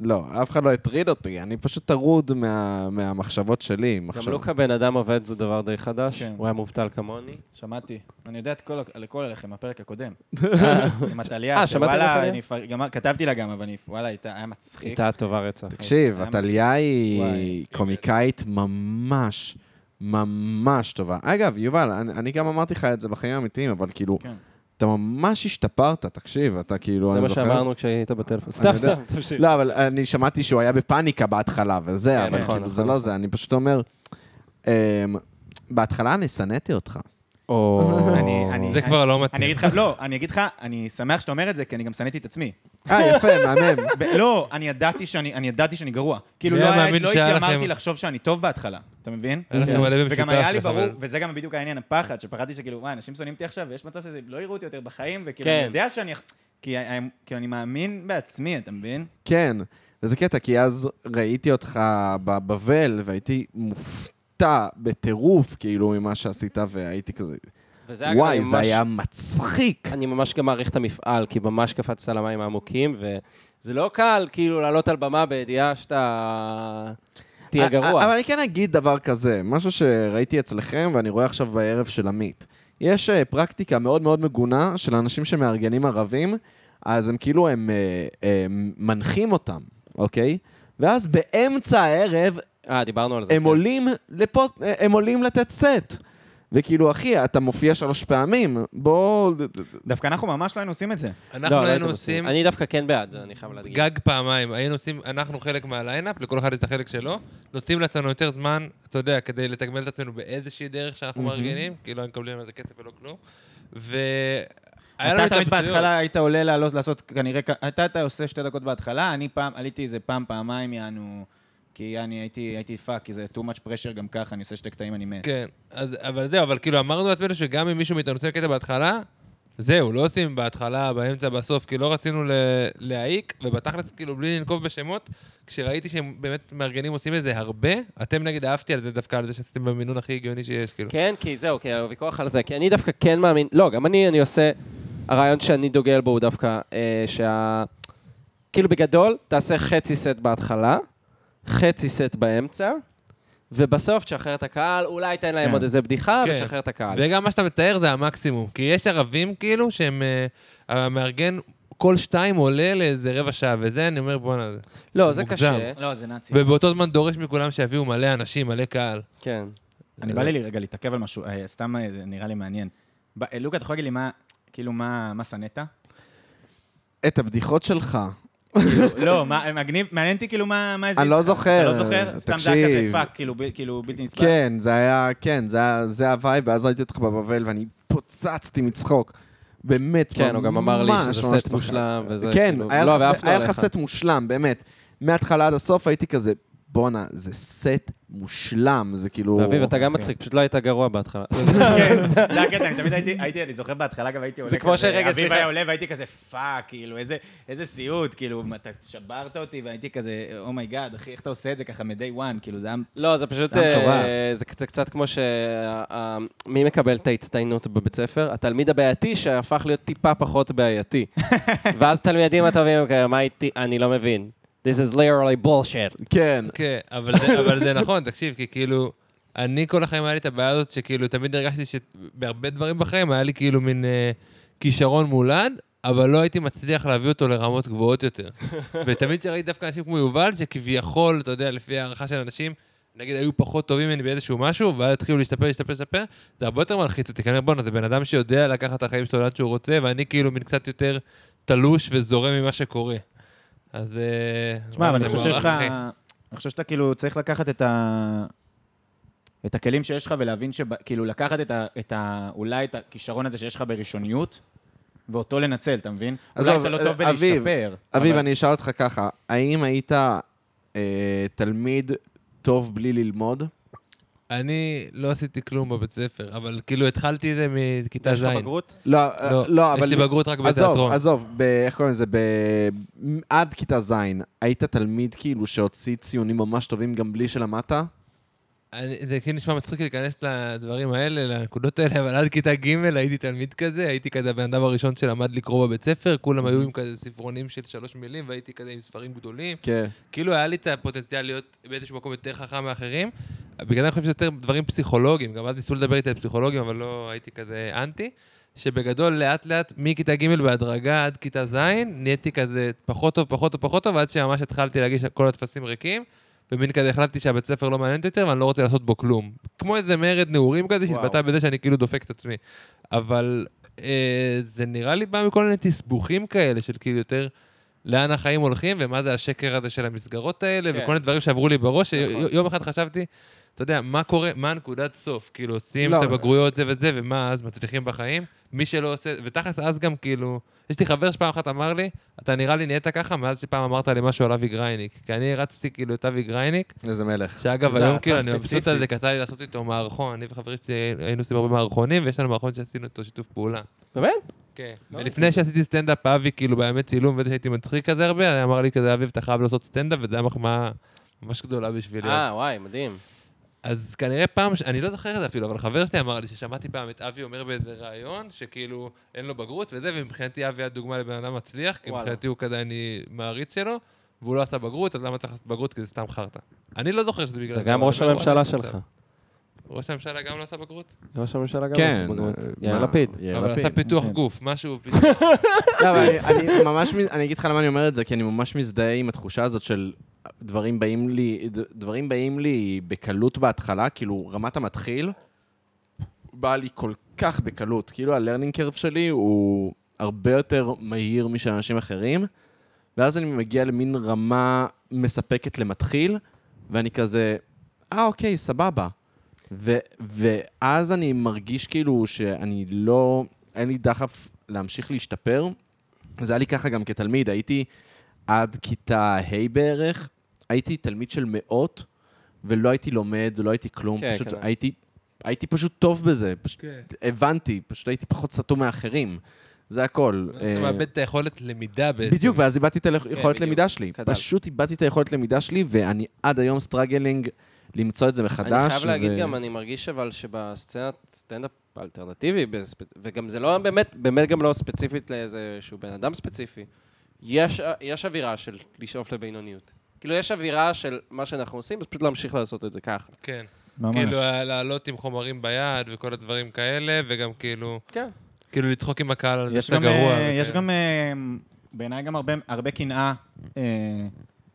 Speaker 1: לא, אף אחד לא הטריד אותי, אני פשוט טרוד מה- מהמחשבות שלי.
Speaker 3: גם לא
Speaker 1: מחשבות-
Speaker 3: לוקה בן אדם עובד זה דבר די חדש,
Speaker 4: כן.
Speaker 3: הוא היה מובטל כמוני.
Speaker 4: שמעתי. אני יודע את כל, על כל עליכם מהפרק הקודם.
Speaker 3: אה,
Speaker 4: עם
Speaker 3: אה,
Speaker 4: הטליה,
Speaker 3: שמעת על
Speaker 4: שוואלה,
Speaker 3: הטליה?
Speaker 4: אני פר- גם- כתבתי לה גם, אבל אני, וואלה, הייתה, היה מצחיק.
Speaker 3: הייתה טובה רצח.
Speaker 1: תקשיב,
Speaker 4: היה-
Speaker 1: עתליה היא
Speaker 4: וואי.
Speaker 1: קומיקאית ממש, ממש טובה. אגב, יובל, אני, אני גם אמרתי לך את זה בחיים האמיתיים, אבל כאילו,
Speaker 4: כן.
Speaker 1: אתה ממש השתפרת, תקשיב, אתה כאילו,
Speaker 3: זה
Speaker 1: אני
Speaker 3: מה
Speaker 1: זוכר...
Speaker 3: שאמרנו כשהיית בטלפון. סתם,
Speaker 1: יודע.
Speaker 3: סתם, תמשיך.
Speaker 1: לא, אבל אני שמעתי שהוא היה בפאניקה בהתחלה, וזה,
Speaker 3: כן,
Speaker 1: אבל
Speaker 3: נכון,
Speaker 1: כאילו,
Speaker 3: נכון,
Speaker 1: זה לא
Speaker 3: נכון.
Speaker 1: זה, אני פשוט אומר, אמ, בהתחלה אני שנאתי אותך.
Speaker 3: או...
Speaker 4: אני- אני-
Speaker 2: זה כבר לא
Speaker 3: אוקיי.
Speaker 4: אני אגיד
Speaker 2: מתאים.
Speaker 4: לך, לא, אני אגיד לך, אני שמח שאתה אומר את זה, כי אני גם שנאתי את עצמי.
Speaker 1: אה, יפה, מהמם.
Speaker 4: ב- לא, אני ידעתי שאני, אני ידעתי שאני גרוע. כאילו,
Speaker 2: מי
Speaker 4: לא
Speaker 2: היה
Speaker 4: היה-
Speaker 2: מאמין
Speaker 4: לא
Speaker 2: שהיה
Speaker 4: הייתי
Speaker 2: לכם-
Speaker 4: אמרתי לחשוב שאני טוב בהתחלה, אתה מבין?
Speaker 2: היה
Speaker 3: כן.
Speaker 2: לכם מלא במשותף,
Speaker 4: וגם היה לי
Speaker 2: לחבר.
Speaker 4: ברור, וזה גם בדיוק העניין, הפחד, שפחדתי שכאילו, וואי, אנשים שונאים אותי עכשיו, ויש מצב שזה לא יראו אותי יותר בחיים, וכאילו,
Speaker 3: כן.
Speaker 4: אני יודע שאני... כי ה- ה- כאילו, אני מאמין בעצמי, אתה מבין?
Speaker 1: כן, וזה קטע, כי אז ראיתי אותך בבבל, והייתי מופתע בטירוף, כאילו, ממה שעשית, והייתי כזה,
Speaker 3: וזה היה גם
Speaker 1: וואי,
Speaker 3: ממש-
Speaker 1: זה היה מצחיק.
Speaker 3: אני ממש גם מעריך את המפעל, כי ממש קפצת למים העמוקים, וזה לא קל כאילו לעלות על במה בידיעה שאתה... תהיה
Speaker 1: א-
Speaker 3: גרוע.
Speaker 1: א- אבל אני כן אגיד דבר כזה, משהו שראיתי אצלכם ואני רואה עכשיו בערב של עמית. יש אה, פרקטיקה מאוד מאוד מגונה של אנשים שמארגנים ערבים, אז הם כאילו, הם אה, אה, מנחים אותם, אוקיי? ואז באמצע הערב
Speaker 3: אה, דיברנו על זה.
Speaker 1: הם
Speaker 3: כן.
Speaker 1: עולים לפה, הם עולים לתת סט. וכאילו, אחי, אתה מופיע שלוש פעמים, בוא...
Speaker 4: דווקא אנחנו ממש לא היינו עושים את זה.
Speaker 3: לא, לא
Speaker 2: אנחנו היינו
Speaker 3: הייתם
Speaker 2: עושים
Speaker 3: אני דווקא כן בעד, זה אני חייב להגיד.
Speaker 2: גג פעמיים, היינו עושים, אנחנו חלק מהליינאפ, לכל אחד יש את החלק שלו, נותנים לעצמנו יותר זמן, אתה יודע, כדי לתגמל את עצמנו באיזושהי דרך שאנחנו מארגנים, כי לא מקבלים על זה כסף ולא כלום. ו... היה לנו
Speaker 4: אתה תמיד
Speaker 2: התלבטויות.
Speaker 4: בהתחלה היית עולה לעלות לעשות כנראה, כ- אתה אתה עושה שתי דקות בהתחלה, אני פעם, עליתי איזה פעם, פעמיים, יענו, כי אני הייתי, הייתי פאק, כי זה too much pressure גם ככה, אני עושה שתי קטעים, אני מת.
Speaker 2: כן, אז, אבל זהו, אבל כאילו אמרנו לעצמנו שגם אם מישהו מאיתנו עושה קטע בהתחלה, זהו, לא עושים בהתחלה, באמצע, בסוף, כי לא רצינו ל- להעיק, ובתכלס, כאילו, בלי לנקוב בשמות, כשראיתי שהם באמת מארגנים עושים את זה הרבה, אתם נגיד אהבתי על זה דווקא, על זה שעשיתם במינון הכי הגיוני שיש, כאילו.
Speaker 3: כן, כי זהו, כי הוויכוח על זה, כי אני דווקא כן מאמין, לא, גם אני, אני עושה, הרעיון שאני דוגל בו הוא דווקא, אה, שה... כאילו בגדול, תעשה חצי סט בהתחלה, חצי סט באמצע, ובסוף תשחרר את הקהל, אולי תן להם
Speaker 4: כן.
Speaker 3: עוד איזה בדיחה,
Speaker 2: כן.
Speaker 3: ותשחרר את הקהל.
Speaker 2: וגם מה שאתה מתאר זה המקסימום, כי יש ערבים כאילו שהם, אה, המארגן, כל שתיים עולה לאיזה רבע שעה, וזה אני אומר בואנה, זה-
Speaker 3: לא, זה
Speaker 2: מוגזם.
Speaker 3: קשה.
Speaker 4: לא, זה נאצי.
Speaker 2: ובאותו זמן דורש מכולם שיביאו מלא אנשים, מלא קהל.
Speaker 3: כן.
Speaker 4: אני בא לי רגע להתעכב על משהו, אה, סתם אה, זה נראה לי מעניין. ב- אה, לוקה, אתה יכול להגיד לי מה, כאילו, מה מה שנאת?
Speaker 1: את הבדיחות שלך.
Speaker 4: כאילו, לא, מה, מגניב, מעניין אותי כאילו מה מה הזיז
Speaker 1: אני לא
Speaker 4: לך.
Speaker 1: זוכר,
Speaker 4: אתה לא זוכר? סתם זה היה כזה
Speaker 1: תקשיב.
Speaker 4: פאק, כאילו, ב- כאילו בלתי נסבל.
Speaker 1: כן, זה היה, כן, זה היה- זה הווייב, ואז ראיתי אותך בבבל, ואני פוצצתי מצחוק. באמת,
Speaker 3: כן, הוא גם אמר לי
Speaker 1: ממש
Speaker 3: שזה
Speaker 1: ממש
Speaker 3: סט
Speaker 1: צחקתי.
Speaker 3: מושלם, וזה
Speaker 1: כן,
Speaker 3: כאילו-
Speaker 1: היה
Speaker 3: לא,
Speaker 1: לך-
Speaker 3: ואף לא
Speaker 1: היה לך
Speaker 3: עליך.
Speaker 1: סט מושלם, באמת. מההתחלה עד הסוף הייתי כזה, בואנה, זה סט מושלם, זה כאילו...
Speaker 3: ואביב, אתה גם מצחיק, פשוט לא היית גרוע בהתחלה.
Speaker 4: כן, זה הקטע, אני תמיד הייתי, הייתי, אני זוכר בהתחלה גם הייתי עולה כזה,
Speaker 3: כמו שרגע,
Speaker 4: אביב
Speaker 3: סליחה.
Speaker 4: היה עולה והייתי כזה פאק, כאילו, איזה- איזה סיוט, כאילו, מה, אתה שברת אותי והייתי כזה, אומייגאד, אחי, איך אתה עושה את זה ככה מ-day one, כאילו, זה היה...
Speaker 3: לא, זה פשוט...
Speaker 4: זה היה
Speaker 3: אה,
Speaker 4: מטורף.
Speaker 3: זה קצת- קצת כמו ש... אה, אה, מי מקבל את ההצטיינות בבית ספר? התלמיד הבעייתי שהפך להיות טיפה פחות בעייתי. ואז תלמידים הטובים הם כאלה, מה איתי? אני לא מבין. This is literally bullshit.
Speaker 1: כן.
Speaker 2: כן, אבל זה- אבל זה נכון, תקשיב, כי כאילו, אני כל החיים היה לי את הבעיה הזאת, שכאילו תמיד הרגשתי שבהרבה דברים בחיים היה לי כאילו מין אה, כישרון מולד. אבל לא הייתי מצליח להביא אותו לרמות גבוהות יותר. ותמיד כשראיתי דווקא אנשים כמו יובל, שכביכול, אתה יודע, לפי הערכה של אנשים, נגיד היו פחות טובים ממני באיזשהו משהו, ואז התחילו להשתפר, להשתפר, להשתפר, זה הרבה יותר מלחיץ אותי, כי אני אומר, בואנה, זה בן אדם שיודע לקחת את החיים שלו לאן שהוא רוצה, ואני כאילו מין קצת יותר תלוש וזורם ממה שקורה. אז... אה,
Speaker 4: תשמע, אבל
Speaker 2: וואלה,
Speaker 4: אני
Speaker 2: זה
Speaker 4: חושב שיש לך...
Speaker 2: מערך, אחי.
Speaker 4: אני חושב שאתה כאילו צריך לקחת את ה... את הכלים שיש לך ולהבין שב... כאילו, לקחת את ה... את ה... אולי את הכישרון הזה שיש לך בראשוניות, ואותו לנצל, אתה מבין? אולי
Speaker 1: עזוב,
Speaker 4: אתה לא
Speaker 1: אה,
Speaker 4: טוב
Speaker 1: אביב,
Speaker 4: בלהשתפר.
Speaker 1: אביב,
Speaker 4: אבל-
Speaker 1: אני אשאל אותך ככה, האם היית אה, תלמיד טוב בלי ללמוד?
Speaker 2: אני לא עשיתי כלום בבית ספר, אבל כאילו התחלתי את זה מכיתה ז'.
Speaker 3: בגרות?
Speaker 1: לא,
Speaker 2: לא,
Speaker 1: אה, לא, אבל...
Speaker 2: יש לי בגרות רק
Speaker 1: עזוב,
Speaker 2: בתיאטרון.
Speaker 1: עזוב, ב- איך קוראים לזה? ב... עד כיתה ז', היית תלמיד כאילו שהוציא ציונים ממש טובים גם בלי שלמדת?
Speaker 2: אני- זה כאילו נשמע מצחיק להיכנס לדברים האלה, לנקודות האלה, אבל עד כיתה ג' הייתי תלמיד כזה, הייתי כזה הבן אדם הראשון שלמד לקרוא בבית ספר, כולם היו עם כזה ספרונים של שלוש מילים, והייתי כזה עם ספרים גדולים.
Speaker 1: כן.
Speaker 2: כאילו היה לי את הפוטנציאל להיות באיזשהו מקום יותר חכם מאחרים. בגלל זה אני חושב שיותר דברים פסיכולוגיים, גם אז ניסו לדבר איתי על פסיכולוגים, אבל לא הייתי כזה אנטי. שבגדול לאט לאט מכיתה ג' בהדרגה עד כיתה ז', נהייתי כזה פחות טוב, פחות טוב, פחות טוב, עד שממש התחלתי להגיש כל הטפסים ריקים, ומין כזה החלטתי שהבית ספר לא מעניין אותי יותר ואני לא רוצה לעשות בו כלום. כמו איזה מרד נעורים כזה שהתבטא בזה שאני כאילו דופק את עצמי. אבל אה, זה נראה לי בא מכל מיני תסבוכים כאלה של כאילו יותר לאן החיים הולכים ומה זה השקר הזה של המסגרות האלה,
Speaker 3: כן. נכון.
Speaker 2: וכל מיני דברים שעברו לי בראש, שיום אחד חשבתי, אתה יודע, מה קורה, מה הנקודת סוף? כאילו, עושים
Speaker 1: לא.
Speaker 2: את הבגרויות זה וזה, ומה אז מצליחים בחיים? מי שלא עושה, ותכלס אז גם כאילו, יש לי חבר שפעם אחת אמר לי, אתה נראה לי נהיית ככה מאז שפעם אמרת לי משהו על אבי גרייניק. כי אני הרצתי כאילו את אבי גרייניק,
Speaker 1: איזה מלך.
Speaker 2: שאגב,
Speaker 3: זה
Speaker 2: היום
Speaker 3: הרצה
Speaker 2: כאילו אני מבסוט על זה,
Speaker 3: ספציפית.
Speaker 2: כי יצא לי לעשות איתו מערכון, אני וחברים שלי היינו עושים הרבה מערכונים, ויש לנו מערכון שעשינו איתו שיתוף פעולה.
Speaker 3: באמת?
Speaker 2: כן.
Speaker 4: לא, כאילו-
Speaker 2: ולפני שעשיתי סטנדאפ, אבי, כאילו, באמת צילום, וזה שהייתי מצחיק כזה הרבה, היה אמר לי כזה, אביב, אתה חייב לעשות סטנדאפ, וזה היה מחמאה ממש גדולה בשבילי.
Speaker 3: אה, וואי, מדהים.
Speaker 2: אז כנראה פעם, ש- אני לא זוכר את זה אפילו, אבל חבר שלי אמר לי ששמעתי פעם את אבי אומר באיזה ראיון, שכאילו אין לו בגרות וזה, ומבחינתי אבי היה דוגמה לבן אדם מצליח, כי
Speaker 3: וואלה.
Speaker 2: מבחינתי הוא כזה, אני מעריץ שלו, והוא לא עשה בגרות, אז למה צריך לעשות בגרות? כי זה סתם חרטא. אני לא זוכר שזה בגלל
Speaker 3: אתה גם
Speaker 2: אבל
Speaker 3: ראש
Speaker 2: אני לא
Speaker 3: הממשלה
Speaker 2: רואה את זה
Speaker 3: שלך.
Speaker 2: בצד. ראש הממשלה גם לא עשה בגרות?
Speaker 3: ראש הממשלה גם
Speaker 1: כן.
Speaker 3: עושה בגרות.
Speaker 1: אה,
Speaker 3: יאיר
Speaker 1: מה?
Speaker 3: לפיד.
Speaker 1: יאיר
Speaker 2: אבל
Speaker 1: לפיד.
Speaker 2: עשה פיתוח
Speaker 4: כן.
Speaker 2: גוף, משהו...
Speaker 1: לא, אבל אני- אני ממש, מז- אני אגיד לך למה אני אומר את זה, כי אני ממש מזדהה עם התחושה הזאת של דברים באים לי, ד- דברים באים לי בקלות בהתחלה, כאילו רמת המתחיל באה לי כל כך בקלות, כאילו ה-learning curve שלי הוא הרבה יותר מהיר משל אנשים אחרים, ואז אני מגיע למין רמה מספקת למתחיל, ואני כזה, אה אוקיי, סבבה. ו- ואז אני מרגיש כאילו שאני לא, אין לי דחף להמשיך להשתפר. זה היה לי ככה גם כתלמיד, הייתי עד כיתה ה' בערך, הייתי תלמיד של מאות, ולא הייתי לומד, לא הייתי כלום,
Speaker 3: כן,
Speaker 1: פשוט
Speaker 3: כן.
Speaker 1: הייתי, הייתי פשוט טוב בזה, פשוט
Speaker 4: כן.
Speaker 1: הבנתי, פשוט הייתי פחות סתום מאחרים. זה הכל.
Speaker 2: אתה
Speaker 1: אה,
Speaker 2: מאבד את היכולת למידה בעצם.
Speaker 1: בדיוק, ואז איבדתי את היכולת
Speaker 3: כן, בדיוק.
Speaker 1: למידה שלי.
Speaker 3: כדל.
Speaker 1: פשוט איבדתי את היכולת למידה שלי, ואני עד היום סטראגלינג למצוא את זה מחדש.
Speaker 3: אני חייב
Speaker 1: ו-
Speaker 3: להגיד גם, אני מרגיש אבל שבסצנת סטנדאפ אלטרנטיבי, בספ- וגם זה לא באמת, באמת גם לא ספציפית לאיזשהו בן אדם ספציפי, יש, יש אווירה של לשאוף לבינוניות. כאילו, יש אווירה של מה שאנחנו עושים, אז פשוט להמשיך לעשות את זה ככה.
Speaker 2: כן.
Speaker 4: ממש.
Speaker 2: כאילו, ה- לעלות עם חומרים ביד וכל הדברים כאלה, וגם כאילו...
Speaker 3: כן.
Speaker 2: כאילו לצחוק עם הקהל על זה
Speaker 4: יש
Speaker 2: שאתה
Speaker 4: גם,
Speaker 2: גרוע.
Speaker 4: אה, יש
Speaker 2: וכאלה.
Speaker 4: גם, אה, בעיניי גם הרבה- הרבה קנאה אה,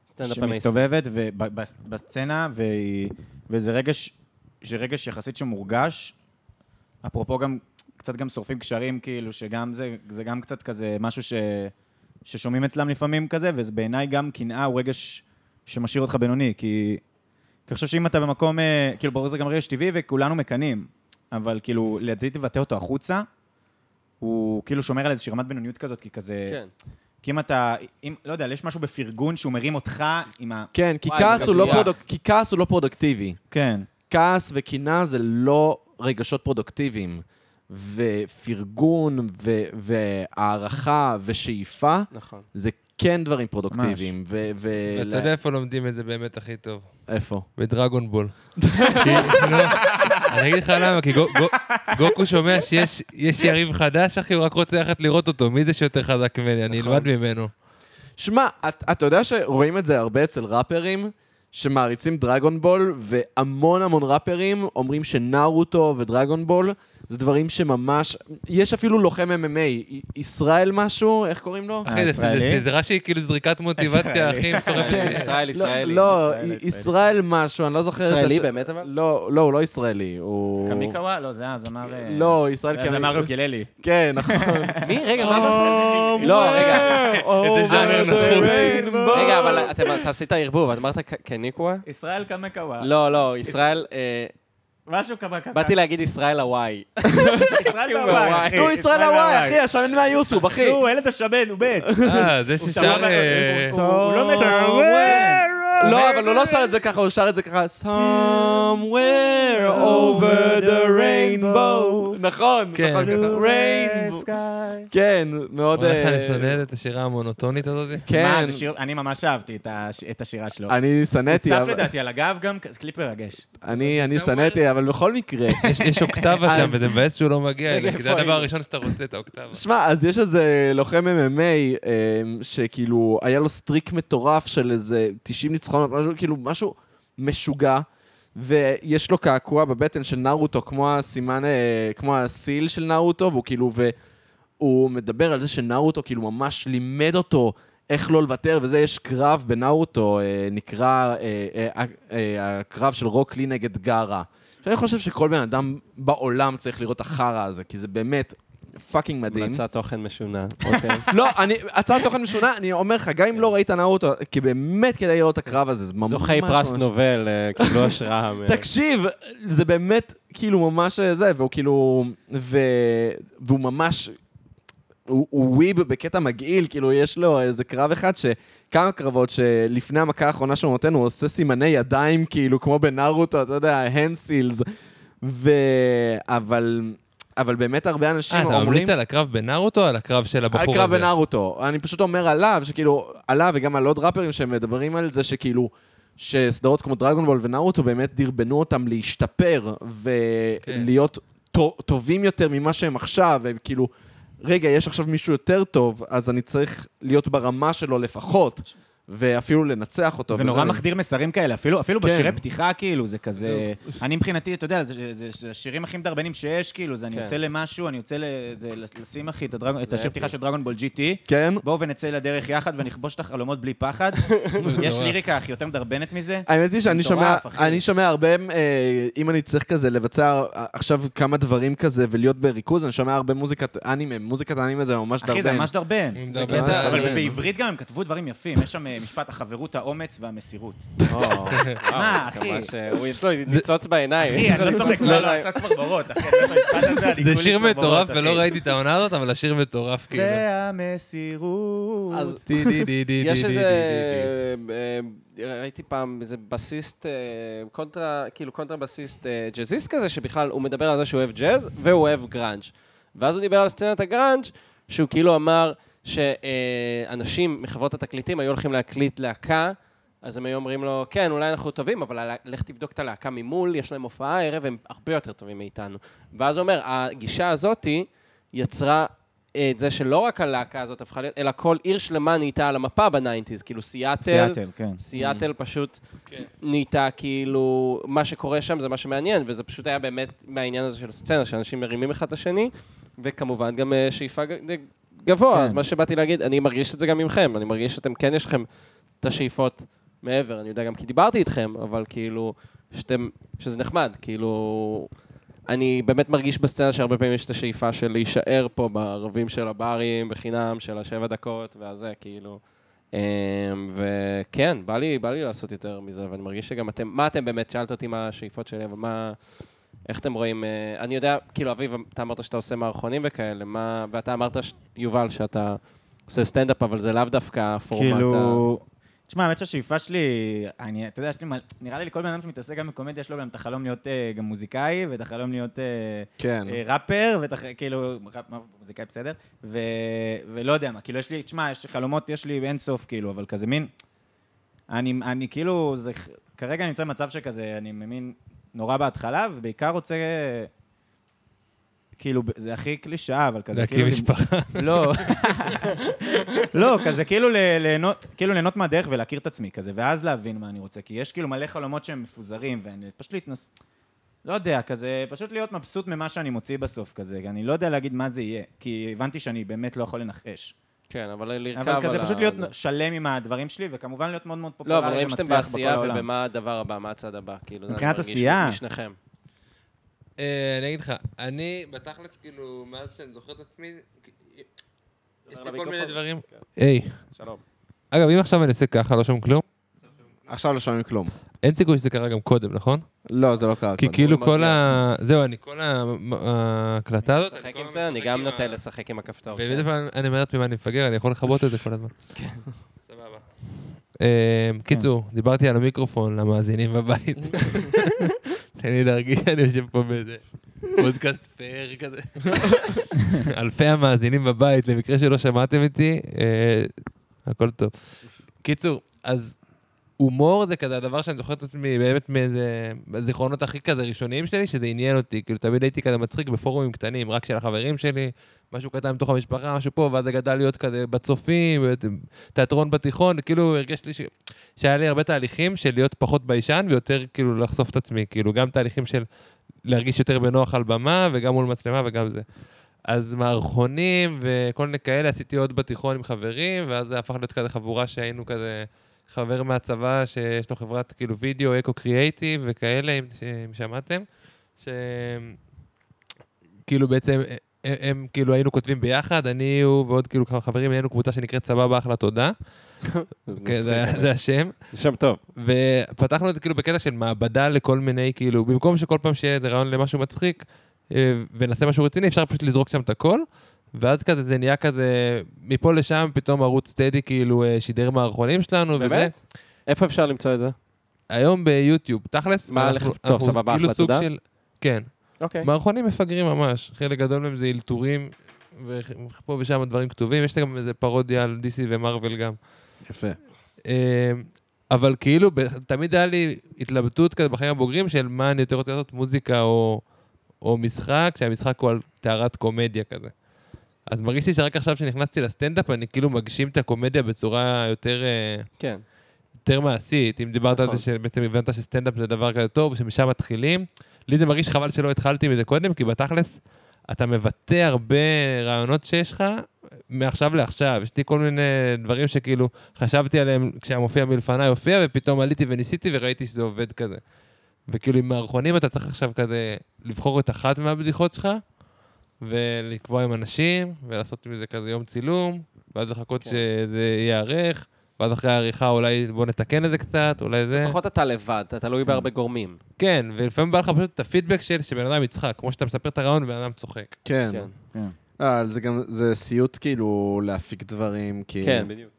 Speaker 3: סטנדאפ המייסטר.
Speaker 4: שמסתובבת וב- בס- בסצנה, והיא- וזה רגש, זה רגש יחסית שמורגש. אפרופו גם, קצת גם שורפים קשרים, כאילו, שגם זה, זה גם קצת כזה משהו ש, ששומעים אצלם לפעמים כזה, וזה בעיניי גם קנאה הוא רגש שמשאיר אותך בינוני, כי... כי אני חושב שאם אתה במקום, אה, כאילו, ברור זה גם רגש טבעי וכולנו מקנאים, אבל כאילו, לדעתי תבטא אותו החוצה, הוא כאילו שומר על איזושהי רמת בינוניות כזאת, כי כזה...
Speaker 3: כן.
Speaker 4: כי אם אתה, אם, לא יודע, יש משהו בפרגון שהוא מרים אותך עם ה...
Speaker 1: כן, כי
Speaker 3: וואי,
Speaker 1: כעס
Speaker 3: זה
Speaker 1: הוא לא
Speaker 3: מדויק.
Speaker 1: פרודוק- כי כעס הוא לא פרודוקטיבי.
Speaker 4: כן.
Speaker 1: כעס וקנאה זה לא רגשות פרודוקטיביים. ופרגון, ו- והערכה, ושאיפה,
Speaker 3: נכון.
Speaker 1: זה כן דברים פרודוקטיביים. ו...
Speaker 4: אה,
Speaker 1: ו-
Speaker 2: אתה יודע איפה לומדים את זה באמת הכי טוב?
Speaker 1: איפה?
Speaker 2: בדרגון בול.
Speaker 4: כאילו,
Speaker 2: כי- לא, אני אגיד לך למה, כי גו- גו- גוקו שומע שיש יש יריב חדש, אחי, הוא רק רוצה ללכת לראות אותו. מי זה שיותר חזק ממני? אני
Speaker 4: נכון.
Speaker 2: אלמד ממנו.
Speaker 4: אה,
Speaker 1: שמע, את- אתה יודע שרואים את זה הרבה אצל ראפרים, שמעריצים דרגון בול, והמון המון ראפרים אומרים שנארוטו ודרגון בול זה דברים שממש... יש אפילו לוחם MMA, י- ישראל משהו, איך קוראים לו?
Speaker 2: אחי, זה- זה
Speaker 4: הישראלי?
Speaker 2: סדרה שהיא כאילו זריקת מוטיבציה, אחי,
Speaker 3: ישראל,
Speaker 2: מטורפת.
Speaker 3: ישראל, ישראלי.
Speaker 1: לא,
Speaker 4: ישראלי,
Speaker 1: י- ישראל משהו, אני לא זוכר את
Speaker 3: ישראלי
Speaker 1: הש-
Speaker 3: באמת, אבל?
Speaker 1: לא, לא, הוא לא ישראלי, הוא...
Speaker 4: קמיקווה? לא, זה הזמר... אה,
Speaker 1: לא, ישראל
Speaker 4: זה הזמר יוקללי.
Speaker 1: כן, נכון.
Speaker 3: מי? רגע, מה אמרת? לא, רגע.
Speaker 1: "Oh
Speaker 2: איזה ז'אנר נחות.
Speaker 3: רגע, אבל אתם- אתה עשית ערבוב, את אמרת ק- קניקווה?
Speaker 1: אה.
Speaker 4: ישראל קמיקווה.
Speaker 3: לא, לא, ישראל... אה,
Speaker 4: משהו קמיקווה.
Speaker 3: באתי להגיד ישראל הוואי.
Speaker 4: ישראל הוואי. אחי,
Speaker 1: נו, ישראל הוואי, אחי, השמן מהיוטיוב, אחי.
Speaker 4: נו, ילד השמן, הוא מת.
Speaker 2: אה, זה ששר... אה,
Speaker 4: הוא הוא לא מת. הוא
Speaker 1: לא, אבל הוא לא שר את זה ככה, הוא שר את זה ככה, somewhere over the rainbow. נכון,
Speaker 2: כן.
Speaker 1: נכון, ככה,
Speaker 4: מת.
Speaker 1: rainbow. כן, מאוד...
Speaker 2: וואלה, איך
Speaker 1: אה,
Speaker 2: אני שונא את השירה המונוטונית הזאת.
Speaker 4: מה,
Speaker 1: כן,
Speaker 4: זה שיר, אני ממש אהבתי את הש- את השירה שלו.
Speaker 1: אני
Speaker 4: צף
Speaker 1: שנאתי, אבל-
Speaker 4: לדעתי על הגב גם, כ- קליפ מרגש.
Speaker 1: אני אני שנאתי, אבל בכל מקרה,
Speaker 2: יש- יש אוקטבה
Speaker 1: אז-
Speaker 2: שם, וזה מבאס שהוא לא מגיע אליה, כי זה
Speaker 1: איפה
Speaker 2: הדבר
Speaker 1: היא?
Speaker 2: הראשון שאתה רוצה, את האוקטבה.
Speaker 1: שמע, אז יש איזה לוחם MMA, אה, שכאילו, היה לו סטריק מטורף של איזה 90 ניצחונות, משהו, כאילו, משהו משוגע, ויש לו קעקוע בבטן של נארוטו, כמו הסימן, אה, כמו הסיל של נארוטו, והוא כאילו, והוא מדבר על זה שנארוטו כאילו ממש לימד אותו איך לא לוותר, וזה יש קרב בנארוטו, אה, נקרא אה, אה, אה, אה, הקרב של רוק לי נגד גארה. שאני חושב שכל בן אדם בעולם צריך לראות את החרא הזה, כי זה באמת פאקינג מדהים.
Speaker 3: המלצת תוכן משונה. אוקיי.
Speaker 1: לא, אני, הצעת תוכן משונה, אני אומר לך, גם אם לא ראית נאוטו, כי באמת כדאי לראות את הקרב הזה, זה ממש...
Speaker 3: זוכי פרס
Speaker 1: ממש-
Speaker 3: נובל אה, קיבלו השראה. מ-
Speaker 1: תקשיב, זה באמת כאילו ממש אה, זה, והוא כאילו... ו... והוא ממש... הוא, הוא וויב בקטע מגעיל, כאילו יש לו איזה קרב אחד ש... כמה קרבות שלפני המכה האחרונה שהוא נותן, הוא עושה סימני ידיים, כאילו, כמו בנארוטו, אתה יודע, הנסילס. ו... אבל... אבל באמת הרבה אנשים
Speaker 2: אה, אתה
Speaker 1: אומרים...
Speaker 2: ממליץ על הקרב בנארוטו או על הקרב של הבחור הזה?
Speaker 1: הקרב בנארוטו. אני פשוט אומר עליו, שכאילו, עליו וגם על עוד ראפרים שמדברים על זה שכאילו, שסדרות כמו דרגונבול ונארוטו באמת דרבנו אותם להשתפר ולהיות
Speaker 2: כן.
Speaker 1: טו- טובים יותר ממה שהם עכשיו, והם כאילו, רגע, יש עכשיו מישהו יותר טוב, אז אני צריך להיות ברמה שלו לפחות. ואפילו לנצח אותו.
Speaker 4: זה
Speaker 1: וזה-
Speaker 4: נורא מחדיר מסרים כאלה, אפילו, אפילו
Speaker 1: כן.
Speaker 4: בשירי פתיחה, כאילו, זה כזה... אני מבחינתי, אתה יודע, זה, זה, זה השירים הכי מדרבנים שיש, כאילו, זה אני
Speaker 3: כן.
Speaker 4: יוצא למשהו, אני יוצא ל, זה, לשים, אחי, את, הדרג, את השיר פתיחה של דרגונבול GT.
Speaker 1: כן.
Speaker 4: בואו ונצא לדרך יחד ונכבוש את החלומות בלי פחד. יש ליריקה, אחי, יותר מדרבנת מזה?
Speaker 1: האמת היא שאני שומע,
Speaker 4: מטורף, אחי.
Speaker 1: אני שומע הרבה, אה, אם אני צריך כזה לבצע אה, עכשיו כמה דברים כזה ולהיות בריכוז, אני שומע הרבה מוזיקת אנימה, מוזיקת אנימה זה ממש דרבן.
Speaker 4: אחי, זה ממש דרבן.
Speaker 1: קטע,
Speaker 2: זה קטע,
Speaker 1: דרבן.
Speaker 4: אבל בעברית גם הם כתבו דברים יפים, יש שם אה, משפט החברות, האומץ והמסירות.
Speaker 3: אה,
Speaker 4: מה, אחי?
Speaker 3: ממש, אה, הוא יש לו ניצוץ בעיניים.
Speaker 4: אחי,
Speaker 3: יש
Speaker 4: אני
Speaker 3: לו
Speaker 4: לא
Speaker 3: ניצוץ
Speaker 4: צוחק, לא, לא,
Speaker 3: בעיניים.
Speaker 4: עכשיו צמרמורות, אחי, אני לא יכול למשפט הזה,
Speaker 2: זה
Speaker 4: אני כולי
Speaker 2: שיר
Speaker 4: צמרמורות,
Speaker 2: מטורף,
Speaker 4: אחי.
Speaker 2: ולא ראיתי את העונה הזאת, אבל השיר מטורף, כאילו.
Speaker 4: כאילו- זה המסירות.
Speaker 3: אז
Speaker 2: די, די, די, די,
Speaker 3: יש
Speaker 2: די, די,
Speaker 3: איזה...
Speaker 2: די, די.
Speaker 3: אה, ראיתי פעם איזה בסיסט, אה, קונטרה, כאילו קונטרה בסיסט אה, ג'אזיסט כזה, שבכלל הוא מדבר על זה שהוא אוהב ג'אז והוא אוהב גראנג'. ואז הוא דיבר על סצנת הגראנג', שהוא כאילו אמר שאנשים מחברות התקליטים היו הולכים להקליט להקה, אז הם היו אומרים לו, כן, אולי אנחנו טובים, אבל הלהק- לך תבדוק את הלהקה ממול, יש להם הופעה הערב, הם הרבה יותר טובים מאיתנו. ואז הוא אומר, הגישה הזאתי יצרה את זה שלא רק הלהקה הזאת הפכה להיות, אלא כל עיר שלמה נהייתה על המפה בניינטיז, כאילו סיאטל.
Speaker 4: סיאטל, כן.
Speaker 3: סיאטל פשוט נהייתה כאילו, מה שקורה שם זה מה שמעניין, וזה פשוט היה באמת מהעניין הזה של סצנה, שאנשים מרימים אחד את השני, וכמובן גם אה, שאיפה ג- ד- גבוה,
Speaker 4: כן.
Speaker 3: אז מה שבאתי להגיד, אני מרגיש את זה גם ממכם, אני מרגיש שאתם כן יש לכם את השאיפות מעבר, אני יודע גם כי דיברתי איתכם, אבל כאילו, שאתם, שזה נחמד, כאילו... אני באמת מרגיש בסצנה שהרבה פעמים יש את השאיפה של להישאר פה בערבים של הברים בחינם, של השבע דקות והזה, כאילו. אמ, וכן, בא לי, בא לי לעשות יותר מזה, ואני מרגיש שגם אתם, מה אתם באמת, שאלת אותי מה השאיפות שלי, אבל מה, איך אתם רואים, אה, אני יודע, כאילו, אביב, אתה אמרת שאתה עושה מערכונים וכאלה, מה, ואתה אמרת, ש- יובל, שאתה עושה סטנדאפ, אבל זה לאו דווקא הפורמט. ה-
Speaker 4: כאילו... תשמע, האמת שהשאיפה שלי, אני, אתה יודע, יש לי, מל- נראה לי לכל בן אדם שמתעסק גם בקומדיה, יש לו גם את החלום להיות אה, גם מוזיקאי, ואת החלום להיות אה,
Speaker 1: כן.
Speaker 4: אה, ראפר, ואת הח- כאילו, ראפ- מה, מוזיקאי בסדר, ו, ולא יודע מה, כאילו, יש לי, תשמע, יש חלומות, יש לי אין סוף, כאילו, אבל כזה מין, אני, אני כאילו, זה, כרגע אני נמצא במצב שכזה, אני מבין, נורא בהתחלה, ובעיקר רוצה, כאילו, ב- זה הכי קלישאה, אבל כזה,
Speaker 2: להקים
Speaker 4: כאילו,
Speaker 2: משפחה.
Speaker 4: לא. לא, כזה כאילו ל- ליהנות, כאילו ליהנות מהדרך ולהכיר את עצמי כזה, ואז להבין מה אני רוצה, כי יש כאילו מלא חלומות שהם מפוזרים, ואני פשוט להתנס... לא יודע, כזה, פשוט להיות מבסוט ממה שאני מוציא בסוף כזה, כי אני לא יודע להגיד מה זה יהיה, כי הבנתי שאני באמת לא יכול לנחש.
Speaker 3: כן, אבל לרכב
Speaker 4: אבל כזה
Speaker 3: על
Speaker 4: פשוט
Speaker 3: ה-
Speaker 4: להיות
Speaker 3: זה.
Speaker 4: שלם עם הדברים שלי, וכמובן להיות מאוד מאוד
Speaker 3: לא, אבל
Speaker 4: פופולרי
Speaker 3: רואים שאתם
Speaker 4: ומצליח בכל
Speaker 3: בעשייה,
Speaker 4: העולם.
Speaker 3: ובמה הדבר הבא, מה הצעד הבא, כאילו, זה אני
Speaker 4: מבחינת
Speaker 3: מרגיש
Speaker 4: עשייה.
Speaker 3: משניכם.
Speaker 2: אה, אני אגיד לך, אני בתכלס, כאילו, מאז שאני זוכר את עצמי, יש לי כל מיני דברים. היי.
Speaker 3: שלום.
Speaker 2: אגב, אם עכשיו אני עושה ככה, לא שומעים כלום,
Speaker 1: עכשיו לא שומעים כלום.
Speaker 2: אין סיכוי שזה קרה גם קודם, נכון?
Speaker 1: לא, זה לא קרה.
Speaker 2: כי
Speaker 1: קודם.
Speaker 2: כאילו
Speaker 3: הוא
Speaker 2: כל
Speaker 3: משגיח.
Speaker 2: ה... זהו, אני כל ה- ההקלטה הזאת...
Speaker 3: לשחק
Speaker 2: כל
Speaker 3: עם
Speaker 2: הזמן
Speaker 3: זה, אני
Speaker 2: משחק
Speaker 3: גם
Speaker 2: עם ה-
Speaker 3: נוטה לשחק עם הכפתור.
Speaker 2: ומדי
Speaker 3: כן.
Speaker 2: פעם אני אומרת ממה אני מפגר, אני יכול לכבות את זה כל הזמן. סבבה. אה, קיצור, דיברתי על המיקרופון למאזינים בבית. תן לי להרגיש שאני יושב פה באיזה פודקאסט פייר כזה. אלפי המאזינים בבית, למקרה שלא שמעתם איתי, אה, הכל טוב. קיצור, אז הומור זה כזה הדבר שאני זוכר את עצמי באמת מאיזה... בזיכרונות הכי כזה ראשוניים שלי, שזה עניין אותי. כאילו, תמיד הייתי כזה מצחיק בפורומים קטנים, רק של החברים שלי, משהו קטן בתוך המשפחה, משהו פה, ואז זה גדל להיות כזה בצופים, תיאטרון בתיכון, כאילו הרגשתי לי ש... שהיה לי הרבה תהליכים של להיות פחות ביישן ויותר כאילו לחשוף את עצמי, כאילו גם תהליכים של להרגיש יותר בנוח על במה וגם מול מצלמה וגם זה. אז מערכונים וכל מיני כאלה, עשיתי עוד בתיכון עם חברים, ואז זה הפך להיות כזה חבורה שהיינו כזה חבר מהצבא שיש לו חברת כאילו וידאו, אקו קריאייטיב וכאלה, אם, אם שמעתם, ש... כאילו בעצם הם, הם כאילו היינו כותבים ביחד, אני, הוא ועוד כאילו כמה חברים, היינו קבוצה שנקראת סבבה אחלה תודה, כן, זה היה- זה השם.
Speaker 3: אה. זה שם טוב.
Speaker 2: ופתחנו את זה כאילו בקטע של מעבדה לכל מיני, כאילו, במקום שכל פעם שיהיה איזה רעיון למשהו מצחיק, אה, ונעשה משהו רציני, אפשר פשוט לזרוק שם את הכל, ואז כזה זה נהיה כזה, מפה לשם פתאום ערוץ טדי כאילו אה, שידר מערכונים שלנו, וזה.
Speaker 3: באמת? איפה אפשר למצוא את זה?
Speaker 2: היום ביוטיוב, תכלס,
Speaker 3: מה,
Speaker 2: אנחנו-
Speaker 3: לך- טוב,
Speaker 2: אנחנו
Speaker 3: סבבה,
Speaker 2: כאילו
Speaker 3: אחלה,
Speaker 2: סוג
Speaker 3: תודה.
Speaker 2: של... כן.
Speaker 3: אוקיי.
Speaker 2: מערכונים מפגרים ממש, חלק גדול מהם זה אלתורים, ופה ושם דברים כתובים, יש גם איזה פרודיה על DC ומרוויל גם.
Speaker 1: יפה.
Speaker 2: אה, אבל כאילו, ב- תמיד היה לי התלבטות כזה בחיים הבוגרים של מה אני יותר רוצה לעשות, מוזיקה או, או משחק, שהמשחק הוא על טהרת קומדיה כזה. אז מרגיש לי שרק עכשיו שנכנסתי לסטנדאפ, אני כאילו מגשים את הקומדיה בצורה יותר, אה,
Speaker 3: כן.
Speaker 2: יותר מעשית. אם דיברת על
Speaker 3: נכון.
Speaker 2: זה שבעצם הבנת שסטנדאפ זה דבר כזה טוב, שמשם מתחילים. לי זה מרגיש חבל שלא התחלתי מזה קודם, כי בתכלס, אתה מבטא הרבה רעיונות שיש לך מעכשיו לעכשיו. יש לי כל מיני דברים שכאילו חשבתי עליהם כשהמופיע מלפניי הופיע, ופתאום עליתי וניסיתי וראיתי שזה עובד כזה. וכאילו עם מערכונים אתה צריך עכשיו כזה לבחור את אחת מהבדיחות שלך, ולקבוע עם אנשים, ולעשות מזה כזה יום צילום, ואז לחכות
Speaker 3: כן.
Speaker 2: שזה ייערך, ואז אחרי העריכה אולי בוא נתקן את זה קצת, אולי זה...
Speaker 3: לפחות אתה לבד, אתה תלוי בהרבה גורמים.
Speaker 2: כן, ולפעמים בא לך פשוט את הפידבק של שבן אדם יצחק, כמו שאתה מספר את הרעיון ובן אדם צוחק.
Speaker 1: כן.
Speaker 3: כן.
Speaker 1: אה, אבל זה גם, זה סיוט כאילו להפיק דברים, כי...
Speaker 3: כן, בדיוק.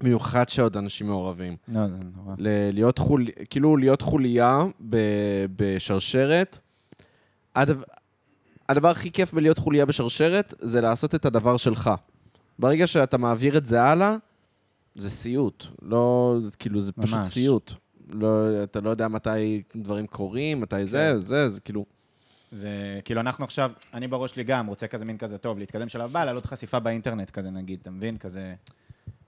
Speaker 1: במיוחד שעוד אנשים מעורבים.
Speaker 4: לא, זה נורא.
Speaker 1: ל- להיות חול... כאילו להיות חוליה ב- בשרשרת. הדבר... הדבר הכי כיף בלהיות חוליה בשרשרת זה לעשות את הדבר שלך. ברגע שאתה מעביר את זה הלאה, זה סיוט. לא, זה כאילו, זה פשוט
Speaker 4: ממש.
Speaker 1: סיוט. לא, אתה לא יודע מתי דברים קורים, מתי
Speaker 2: כן.
Speaker 1: זה, זה, זה כאילו...
Speaker 4: זה כאילו אנחנו עכשיו, אני בראש שלי גם רוצה כזה מין כזה טוב, להתקדם שלב הבא, לעלות חשיפה באינטרנט כזה נגיד, אתה מבין? כזה...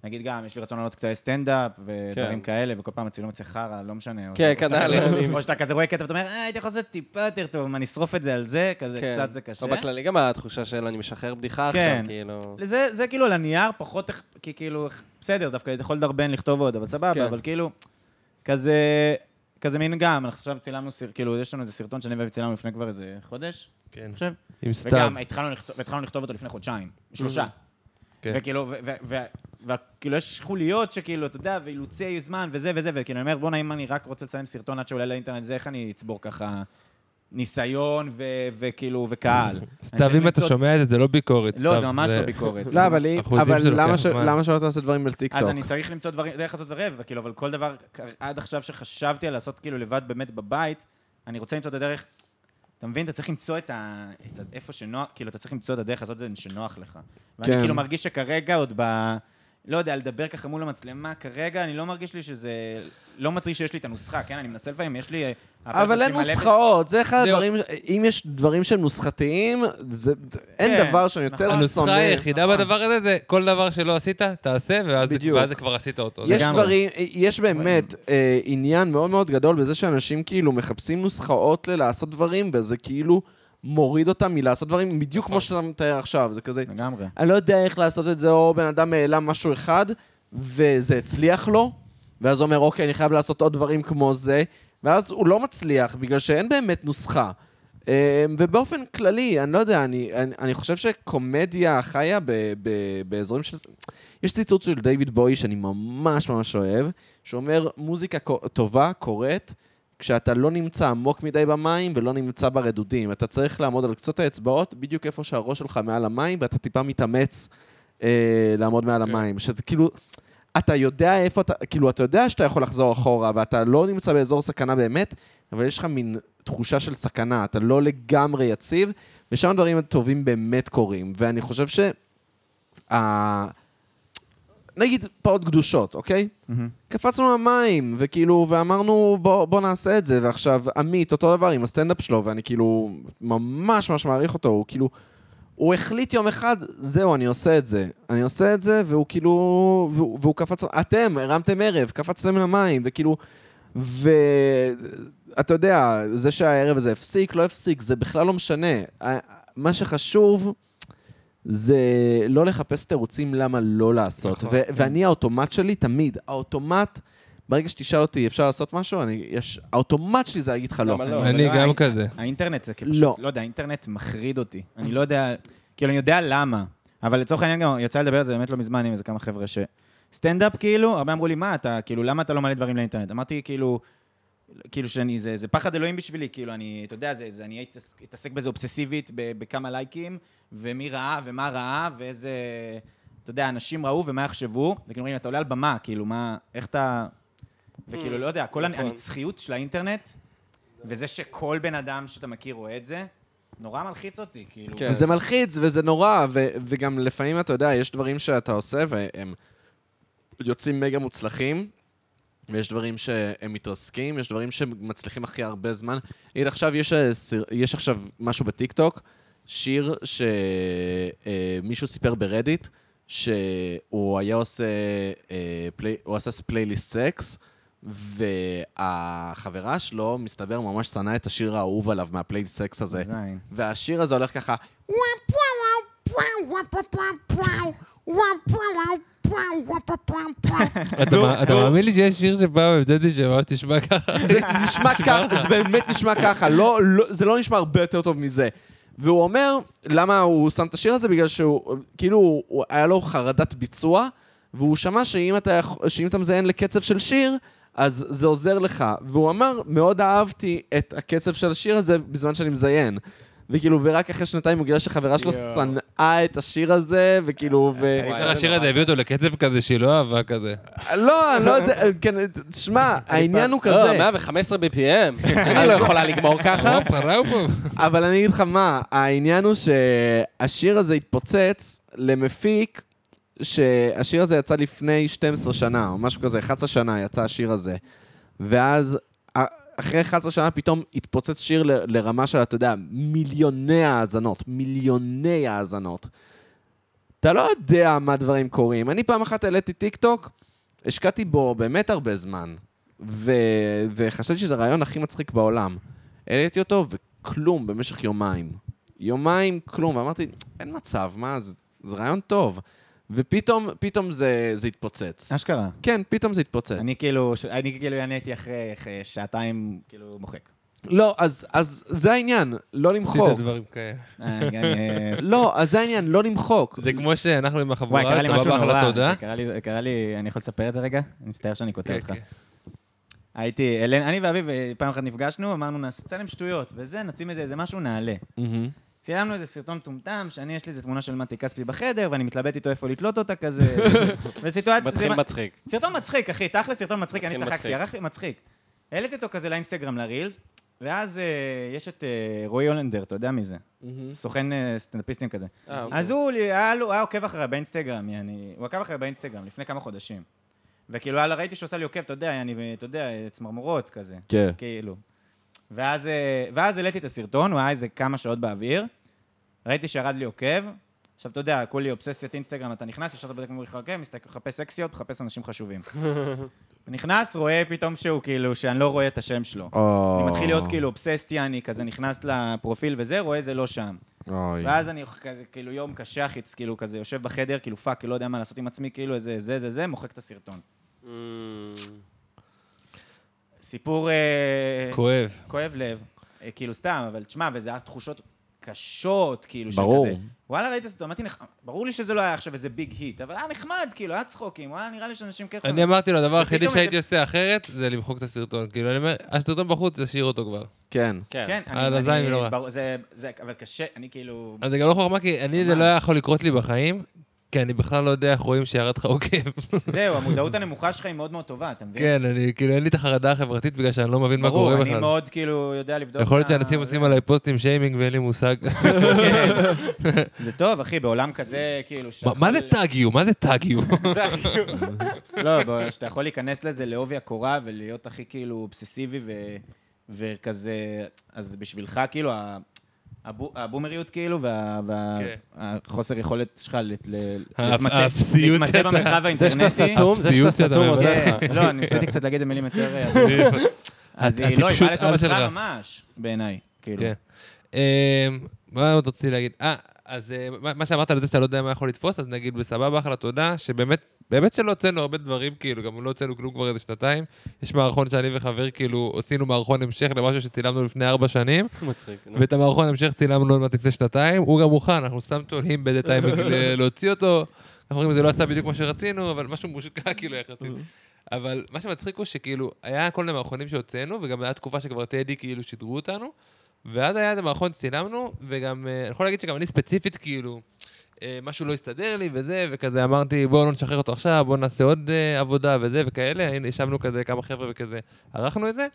Speaker 4: נגיד גם, יש לי רצון לעלות קטעי סטנדאפ ודברים
Speaker 3: כן.
Speaker 4: כאלה, וכל פעם הצילום יוצא חרא, לא משנה. או
Speaker 3: כן,
Speaker 4: שאתה-
Speaker 3: כנ"ל, אני-
Speaker 4: או שאתה כזה רואה קטע ואתה אומר, אה, הייתי יכול לעשות טיפה יותר טוב, מה, נשרוף את זה על זה? כזה,
Speaker 3: כן.
Speaker 4: קצת זה קשה.
Speaker 3: או בכללי גם התחושה של אני משחרר בדיחה
Speaker 4: כן.
Speaker 3: עכשיו, כאילו...
Speaker 4: זה, זה כאילו על הנייר פחות, אכ- כי כאילו, אכ- בסדר, דווקא אתה יכול לדרבן לכתוב עוד, אבל סבבה,
Speaker 3: כן.
Speaker 4: אבל כאילו, כזה, כזה מין גם, אנחנו עכשיו צילמנו, סר- כאילו, יש לנו איזה סרטון שאני וצילמנו לפני כבר איזה חודש,
Speaker 2: כן.
Speaker 4: אני חושב,
Speaker 2: עם סתיו.
Speaker 4: וגם התחלנו לכתוב, התחלנו לכתוב אותו לפני חודשיים, שלושה.
Speaker 2: כן.
Speaker 4: וכאילו, וכאילו, כאילו, יש חוליות שכאילו, אתה יודע, ואילוצי זמן וזה וזה, וכאילו, אני אומר, בואנה, אם אני רק רוצה לצלם סרטון עד שעולה לאינטרנט, זה איך אני אצבור ככה ניסיון ו- וכאילו, וקהל. אני צריך
Speaker 2: סתיו, אם אתה
Speaker 4: למצוא-
Speaker 2: שומע את זה, זה לא ביקורת.
Speaker 4: לא,
Speaker 2: סתיו,
Speaker 4: זה ממש לא ביקורת.
Speaker 1: לא, אבל,
Speaker 2: אנחנו יודעים
Speaker 1: אבל
Speaker 2: שזה לוקח
Speaker 1: למה, ש...
Speaker 2: זמן.
Speaker 1: למה שלא תעשה דברים על טיקטוק?
Speaker 4: אז אני צריך למצוא דברים, דרך לעשות דברים, וכאילו, אבל כל דבר, כ- עד עכשיו שחשבתי על לעשות כאילו לבד באמת בבית, אני רוצה למצוא את הדרך, אתה מבין? אתה צריך למצוא את ה... את ה... איפה שנוח, כאילו, אתה צריך למצוא את הדרך לעשות את זה שנוח לך. ואני
Speaker 1: כן.
Speaker 4: כאילו מרגיש שכרגע עוד ב... לא יודע, לדבר ככה מול המצלמה, כרגע אני לא מרגיש לי שזה... לא מרגיש שיש לי את הנוסחה, כן? אני מנסה לפעמים, יש לי... אה,
Speaker 1: אבל
Speaker 4: הפרק
Speaker 1: אין
Speaker 4: עם הלב-
Speaker 1: נוסחאות, זה אחד
Speaker 2: זה-
Speaker 1: הדברים, אם יש דברים שהם נוסחתיים, זה-
Speaker 4: כן,
Speaker 1: אין דבר שאני יותר
Speaker 4: נכון.
Speaker 2: הנוסחה
Speaker 1: שונא.
Speaker 2: היחידה
Speaker 4: נכון.
Speaker 2: בדבר הזה זה כל דבר שלא עשית, תעשה, ואז
Speaker 1: בדיוק.
Speaker 2: ואז כבר עשית אותו.
Speaker 1: יש
Speaker 4: לגמרי.
Speaker 1: דברים, יש באמת אה, עניין מאוד מאוד גדול בזה שאנשים כאילו מחפשים נוסחאות ללעשות דברים, וזה כאילו מוריד אותם מלעשות דברים, בדיוק כמו שאתה מתאר עכשיו, זה כזה,
Speaker 4: נכון. לגמרי.
Speaker 1: אני לא יודע איך לעשות את זה, או בן אדם העלה משהו אחד, וזה הצליח לו, ואז הוא אומר, אוקיי, אני חייב לעשות עוד דברים כמו זה, ואז הוא לא מצליח, בגלל שאין באמת נוסחה. אה, ובאופן כללי, אני לא יודע, אני, אני, אני חושב שקומדיה חיה ב, ב, באזורים של... יש ציטוט של דיוויד בוי שאני ממש ממש אוהב, שאומר, מוזיקה קו- טובה קורית כשאתה לא נמצא עמוק מדי במים ולא נמצא ברדודים. אתה צריך לעמוד על קצות האצבעות, בדיוק איפה שהראש שלך מעל המים, ואתה טיפה מתאמץ אה, לעמוד מעל המים. שזה כאילו, אתה יודע איפה אתה, כאילו, אתה יודע שאתה יכול לחזור אחורה, ואתה לא נמצא באזור סכנה באמת, אבל יש לך מין תחושה של סכנה, אתה לא לגמרי יציב, ושם הדברים הטובים באמת קורים. ואני חושב ש... ה- נגיד פעות קדושות, אוקיי? קפצנו למים, וכאילו, ואמרנו, בוא, בוא נעשה את זה, ועכשיו, עמית, אותו דבר עם הסטנדאפ שלו, ואני כאילו ממש ממש מעריך אותו, הוא כאילו, הוא החליט יום אחד, זהו, אני עושה את זה. אני עושה את זה, והוא כאילו, והוא, והוא קפץ, אתם, הרמתם ערב, קפצתם למים, וכאילו, ואתה יודע, זה שהערב הזה הפסיק, לא הפסיק, זה בכלל לא משנה. ה- מה שחשוב... זה לא לחפש תירוצים למה לא לעשות.
Speaker 2: נכון,
Speaker 1: ו- ואני, האוטומט שלי תמיד, האוטומט, ברגע שתשאל אותי, אפשר לעשות משהו? אני, יש, האוטומט שלי זה להגיד לך לא.
Speaker 3: למה לא?
Speaker 2: אני
Speaker 4: אבל לא,
Speaker 2: גם
Speaker 4: הא-
Speaker 2: כזה.
Speaker 4: האינטרנט זה כאילו,
Speaker 1: לא.
Speaker 4: פשוט, לא יודע, האינטרנט מחריד אותי. אני לא יודע, כאילו, אני יודע למה. אבל לצורך העניין גם יצא לדבר על זה באמת לא מזמן עם איזה כמה חבר'ה ש... סטנדאפ, כאילו, הרבה אמרו לי, מה אתה, כאילו, למה אתה לא מעלה דברים לאינטרנט? אמרתי, כאילו, כאילו שאני, זה, זה פחד אלוהים בשבילי, כאילו, אני, אתה יודע, זה, זה, אני אתעס- אתעסק בזה אובססיבית ב, בכמה לייקים, ומי ראה ומה ראה, ואיזה, אתה יודע, אנשים ראו ומה יחשבו, וכאילו, אומרים, אתה עולה על במה, כאילו, מה, איך אתה... וכאילו, לא יודע, כל הנ-
Speaker 3: נכון.
Speaker 4: הנצחיות של האינטרנט, וזה שכל בן אדם שאתה מכיר רואה את זה, נורא מלחיץ אותי, כאילו.
Speaker 3: כן.
Speaker 1: זה מלחיץ וזה נורא, ו- וגם לפעמים, אתה יודע, יש דברים שאתה עושה והם יוצאים מגה מוצלחים, ויש דברים שהם מתרסקים, יש דברים שמצליחים הכי הרבה זמן. נגיד, עכשיו יש, אה, סיר- יש עכשיו משהו בטיקטוק, שיר שמישהו סיפר ברדיט, שהוא היה עושה, אה, פלי- הוא עשה פלייליסט סקס, והחברה שלו, מסתבר, ממש שנאה את השיר האהוב עליו מהפלייליסט סקס הזה.
Speaker 4: זין.
Speaker 1: והשיר הזה הולך ככה...
Speaker 2: אתה מא- אתה מאמין לי שיש שיר שפעם הבדלתי שממש תשמע ככה?
Speaker 1: זה נשמע ככה, זה באמת נשמע ככה, לא, לא, זה לא נשמע הרבה יותר טוב מזה. והוא אומר, למה הוא שם את השיר הזה? בגלל שהוא, כאילו, הוא, היה לו חרדת ביצוע, והוא שמע שאם אתה, יכ- שאם אתה מזיין לקצב של שיר, אז זה עוזר לך. והוא אמר, מאוד אהבתי את הקצב של השיר הזה בזמן שאני מזיין. וכאילו, ורק אחרי שנתיים הוא גילה שחברה שלו שנאה את השיר הזה, וכאילו, ו...
Speaker 2: השיר הזה הביא אותו לקצב כזה שהיא לא אהבה כזה.
Speaker 1: לא, אני לא יודע, כן, שמע, העניין הוא
Speaker 3: לא,
Speaker 1: כזה.
Speaker 3: 115 BPM. אני לא יכולה לגמור ככה.
Speaker 4: לא-
Speaker 2: ראופה, ראופה.
Speaker 1: אבל אני אגיד לך מה, העניין הוא שהשיר הזה התפוצץ למפיק, שהשיר הזה יצא לפני 12 שנה, או משהו כזה, 11 שנה יצא השיר הזה. ואז א- אחרי 11 שנה פתאום התפוצץ שיר ל- לרמה של, אתה יודע, מיליוני האזנות, מיליוני האזנות. אתה לא יודע מה דברים קורים. אני פעם אחת העליתי טיקטוק, השקעתי בו באמת הרבה זמן, ו... וחשבתי שזה הרעיון הכי מצחיק בעולם. העליתי אותו, וכלום במשך יומיים. יומיים, כלום, ואמרתי, אין מצב, מה, זה, זה רעיון טוב. ופתאום, פתאום זה, זה התפוצץ.
Speaker 4: אשכרה.
Speaker 1: כן, פתאום זה התפוצץ.
Speaker 4: אני כאילו, ש- אני כאילו אני הייתי אחרי אחרי שעתיים, כאילו, מוחק.
Speaker 1: לא, אז, אז זה העניין, לא
Speaker 2: עשית
Speaker 1: למחוק.
Speaker 2: דברים כאלה.
Speaker 4: אה, גם, אה,
Speaker 1: לא, אז זה העניין, לא למחוק.
Speaker 2: זה כמו שאנחנו עם
Speaker 4: וואי, קרה
Speaker 2: החבורה,
Speaker 4: לי משהו
Speaker 2: סבבה,
Speaker 4: נורא. כן,
Speaker 2: אחלה תודה.
Speaker 4: קרה לי- קרה לי, אני יכול לספר את זה רגע? אני מצטער שאני קוטע
Speaker 2: כן,
Speaker 4: אותך.
Speaker 2: כן.
Speaker 4: הייתי, אלן- אני ואביב אה, פעם אחת נפגשנו, אמרנו, נעשה צלם שטויות, וזה, נצים איזה איזה משהו, נעלה.
Speaker 1: מהמם.
Speaker 4: צילמנו איזה סרטון מטומטם, שאני, יש לי איזה תמונה של מתי כספי בחדר, ואני מתלבט איתו איפה לתלות אותה כזה. וסיטואציה... זה
Speaker 3: מתחיל
Speaker 4: מה-
Speaker 3: מצחיק.
Speaker 4: סרטון מצחיק, אחי, תכל'ס סרטון מצחיק, אני
Speaker 3: מתחיל
Speaker 4: צחקתי,
Speaker 3: מצחיק.
Speaker 4: ערכתי מצחיק. העליתי אותו כזה לאינסטגרם, לרילס, ואז אה, יש את אה, רועי הולנדר, אתה יודע מי זה? סוכן אה, אוקיי. סטנדאפיסטים כזה. אז הוא לי- היה לו- היה עוקב אחריה באינסטגרם, יעני, הוא עקב אחריה באינסטגרם לפני כמה חודשים. וכאילו, היה לה- ראיתי שהוא עושה לי עוקב, אתה יודע, אני, אתה יודע, אה, צמרמורות כזה.
Speaker 1: כן.
Speaker 4: כאילו. ואז, אה, ואז העליתי את הסרטון, הוא היה איזה כמה שעות באוויר, ראיתי שירד לי עוקב. עכשיו, אתה יודע, כולי אובססיית אינסטגרם, אתה נכנס, ישר אתה בודק מי חכה, מסתכל, מחפש סקסיות, מחפש אנשים חשובים. נכנס, רואה פתאום שהוא, כאילו, שאני לא רואה את השם שלו.
Speaker 1: או...
Speaker 4: אני מתחיל להיות כאילו אובססט, יעני, כזה נכנס לפרופיל וזה, רואה זה לא שם.
Speaker 1: אוי.
Speaker 4: ואז אני כזה, כאילו יום קשה חיץ, כאילו כזה יושב בחדר, כאילו פאק, לא יודע מה לעשות עם עצמי, כאילו איזה זה זה זה, מוחק את הסרטון.
Speaker 3: Mm,
Speaker 4: סיפור אה,
Speaker 2: כואב.
Speaker 4: כואב לב, אה, כאילו סתם, אבל תשמע, וזה היה תחושות קשות, כאילו, של
Speaker 1: ברור.
Speaker 4: כזה. וואלה, ראית את הסרטון, אמרתי, "נח- ברור לי שזה לא היה עכשיו איזה ביג היט, אבל היה נחמד, כאילו, היה צחוקים, וואלה, נראה לי שאנשים כיף.
Speaker 2: אני אמרתי לו, הדבר היחידי
Speaker 4: ופתאום
Speaker 2: שהייתי
Speaker 4: איזה-
Speaker 2: עושה אחרת, זה למחוק את הסרטון. כאילו, אני אומר, הסרטון בחוץ, תשאיר אותו כבר.
Speaker 1: כן.
Speaker 4: כן,
Speaker 2: על
Speaker 4: אני...
Speaker 2: הזין
Speaker 4: אני-
Speaker 2: לא רע.
Speaker 4: ברור, זה, זה, אבל קשה, אני כאילו...
Speaker 2: אז זה גם לא חוכמה, כי אני, זה לא היה יכול לקרות לי בחיים, כי אני בכלל לא יודע איך רואים שירד לך עוקב.
Speaker 4: כן. זהו, המודעות הנמוכה שלך היא מאוד מאוד טובה, אתה מבין?
Speaker 2: כן, אני, כאילו, אין לי את החרדה החברתית בגלל שאני לא מבין מה
Speaker 4: ברור,
Speaker 2: קורה
Speaker 4: אני
Speaker 2: בכלל.
Speaker 4: מאוד כאילו יודע לבדוק...
Speaker 2: יכול להיות
Speaker 4: מה-
Speaker 2: שאנשים עושים עליי פוסטים שיימינג ואין לי מושג.
Speaker 4: כן. זה טוב, אחי, בעולם כזה, כאילו... שאתה
Speaker 2: מה- מה זה
Speaker 4: יכול-
Speaker 2: טאגיו? מה זה טאגיו?
Speaker 4: לא, בוא, שאתה יכול להיכנס לזה לעובי הקורה ולהיות הכי כאילו אובססיבי ו... וכזה... אז בשבילך, כאילו, ה- הבו- הבומריות, כאילו, והחוסר וה...
Speaker 2: כן.
Speaker 4: החוסר יכולת שלך לת... ל-
Speaker 2: האפ-
Speaker 4: להתמצא
Speaker 2: האפסיות
Speaker 4: להתמצא
Speaker 2: שאתה-
Speaker 4: במרחב
Speaker 3: זה שאתה
Speaker 4: האינטרנטי.
Speaker 3: סתום, זה שאתה
Speaker 2: אפסיות שאתה
Speaker 3: סתום עוזר
Speaker 4: כן,
Speaker 3: לך.
Speaker 4: לא, אני ניסיתי קצת להגיד במילים יותר... אה, אבל- אז היא לא, היא
Speaker 2: הטיפשות
Speaker 4: באה
Speaker 2: על שלך.
Speaker 4: לטובתך ממש, בעיניי. כאילו.
Speaker 2: כן. אמ, מה עוד רציתי להגיד? אה, אז אה, מה מה שאמרת על זה שאתה לא יודע מה יכול לתפוס, אז נגיד בסבבה, אחלה, תודה, שבאמת, באמת שלא הוצאנו הרבה דברים, כאילו, גם לא הוצאנו כלום כבר איזה שנתיים. יש מערכון שאני וחבר, כאילו, עשינו מערכון המשך למשהו שצילמנו לפני ארבע שנים,
Speaker 3: מצחיק. נו.
Speaker 2: ואת המערכון המשך צילמנו עוד מעט לפני שנתיים, הוא גם מוכן, אנחנו סתם תולים באיזה טיימינג ל- להוציא אותו. אנחנו אומרים, זה לא יצא בדיוק מה שרצינו, אבל משהו מושקע כאילו יחסית. אבל מה שמצחיק הוא שכאילו, היה כל מיני מערכונים שהוצאנו, וגם הייתה תקופה שכבר טדי כאילו שידרו אותנו, ואז היה איזה מערכון שצילמנו, וגם, אה, אני יכול להגיד שגם אני ספציפית כאילו, אה, משהו לא הסתדר לי וזה, וכזה אמרתי, בואו לא נשחרר אותו עכשיו, בואו נעשה עוד אה, עבודה וזה וכאלה, הנה, ישבנו כזה כמה חבר'ה וכזה, ערכנו את זה.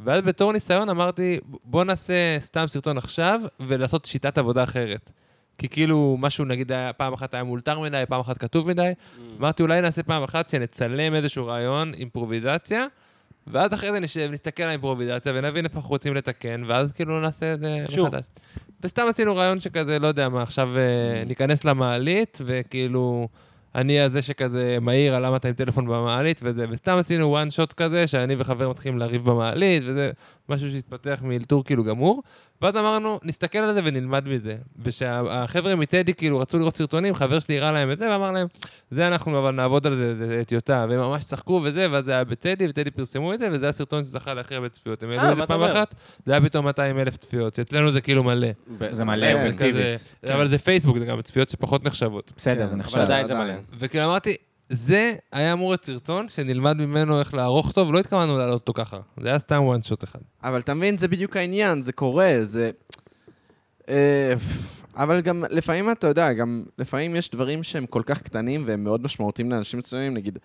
Speaker 2: ואז בתור ניסיון אמרתי, בוא נעשה סתם סרטון עכשיו, ולעשות שיטת עבודה אחרת. כי כאילו, משהו נגיד היה, פעם אחת היה מאולתר מדי, פעם אחת כתוב מדי. אמרתי, אולי נעשה פעם אחת שנצלם איזשהו רעיון, אימפרוביזציה, ואז אחרי זה נשב, נסתכל על האימפרוביזציה, ונבין איפה אנחנו רוצים לתקן, ואז כאילו נעשה את זה
Speaker 3: שוב.
Speaker 2: מחדש. וסתם עשינו רעיון שכזה, לא יודע מה, עכשיו
Speaker 3: Mm.
Speaker 2: אה, ניכנס למעלית, וכאילו, אני הזה שכזה מעיר על למה אתה עם טלפון במעלית וזה, וסתם עשינו one shot כזה, שאני וחבר מתחילים לריב במעלית, וזה משהו שהתפתח מאלתור כאילו גמור. ואז אמרנו, נסתכל על זה ונלמד מזה. ושהחבר'ה מטדי כאילו רצו לראות סרטונים, חבר שלי הראה להם את זה, ואמר להם, זה אנחנו אבל נעבוד על זה, זה זה טיוטה. והם ממש צחקו וזה, ואז זה היה בטדי, וטדי פרסמו את זה, וזה הסרטון שזכה להכי הרבה צפיות. הם העלו את
Speaker 3: אה, מה
Speaker 2: זה
Speaker 3: אתה
Speaker 2: פעם
Speaker 3: אומר?
Speaker 2: אחת, זה היה פתאום 200 אלף צפיות, שאצלנו זה כאילו מלא.
Speaker 4: זה מלא,
Speaker 6: כן,
Speaker 2: כזה- אה,
Speaker 4: אובייקטיבית. כן.
Speaker 2: אבל זה פייסבוק, זה גם צפיות שפחות נחשבות.
Speaker 1: כן,
Speaker 4: בסדר, זה
Speaker 6: אבל
Speaker 4: נחשב.
Speaker 3: אבל עדיין זה מלא.
Speaker 2: וכאילו אמרתי, זה היה אמור להיות סרטון שנלמד ממנו איך לערוך טוב, לא התכוונו להעלות אותו ככה. זה היה סתם one shot אחד.
Speaker 1: אבל אתה מבין, זה בדיוק העניין, זה קורה, זה... אה, אבל גם לפעמים, אתה יודע, גם לפעמים יש דברים שהם כל כך קטנים והם מאוד משמעותיים לאנשים מסוימים, נגיד,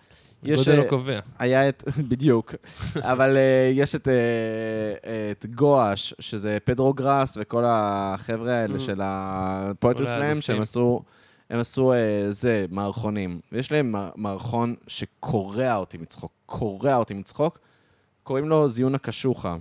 Speaker 1: יש...
Speaker 2: גודל
Speaker 1: אה,
Speaker 2: לא קובע.
Speaker 1: היה את, בדיוק, אבל אה, יש את, אה, את גואש, שזה פדרו גראס וכל החבר'ה האלה של הפואטר
Speaker 2: Mm. כל
Speaker 1: סלאם, שהם
Speaker 2: האלופים.
Speaker 1: עשו, הם עשו אה, זה, מערכונים. ויש להם מע- מערכון שקורע אותי מצחוק, קורע אותי מצחוק, קוראים לו זיון הקשוחה.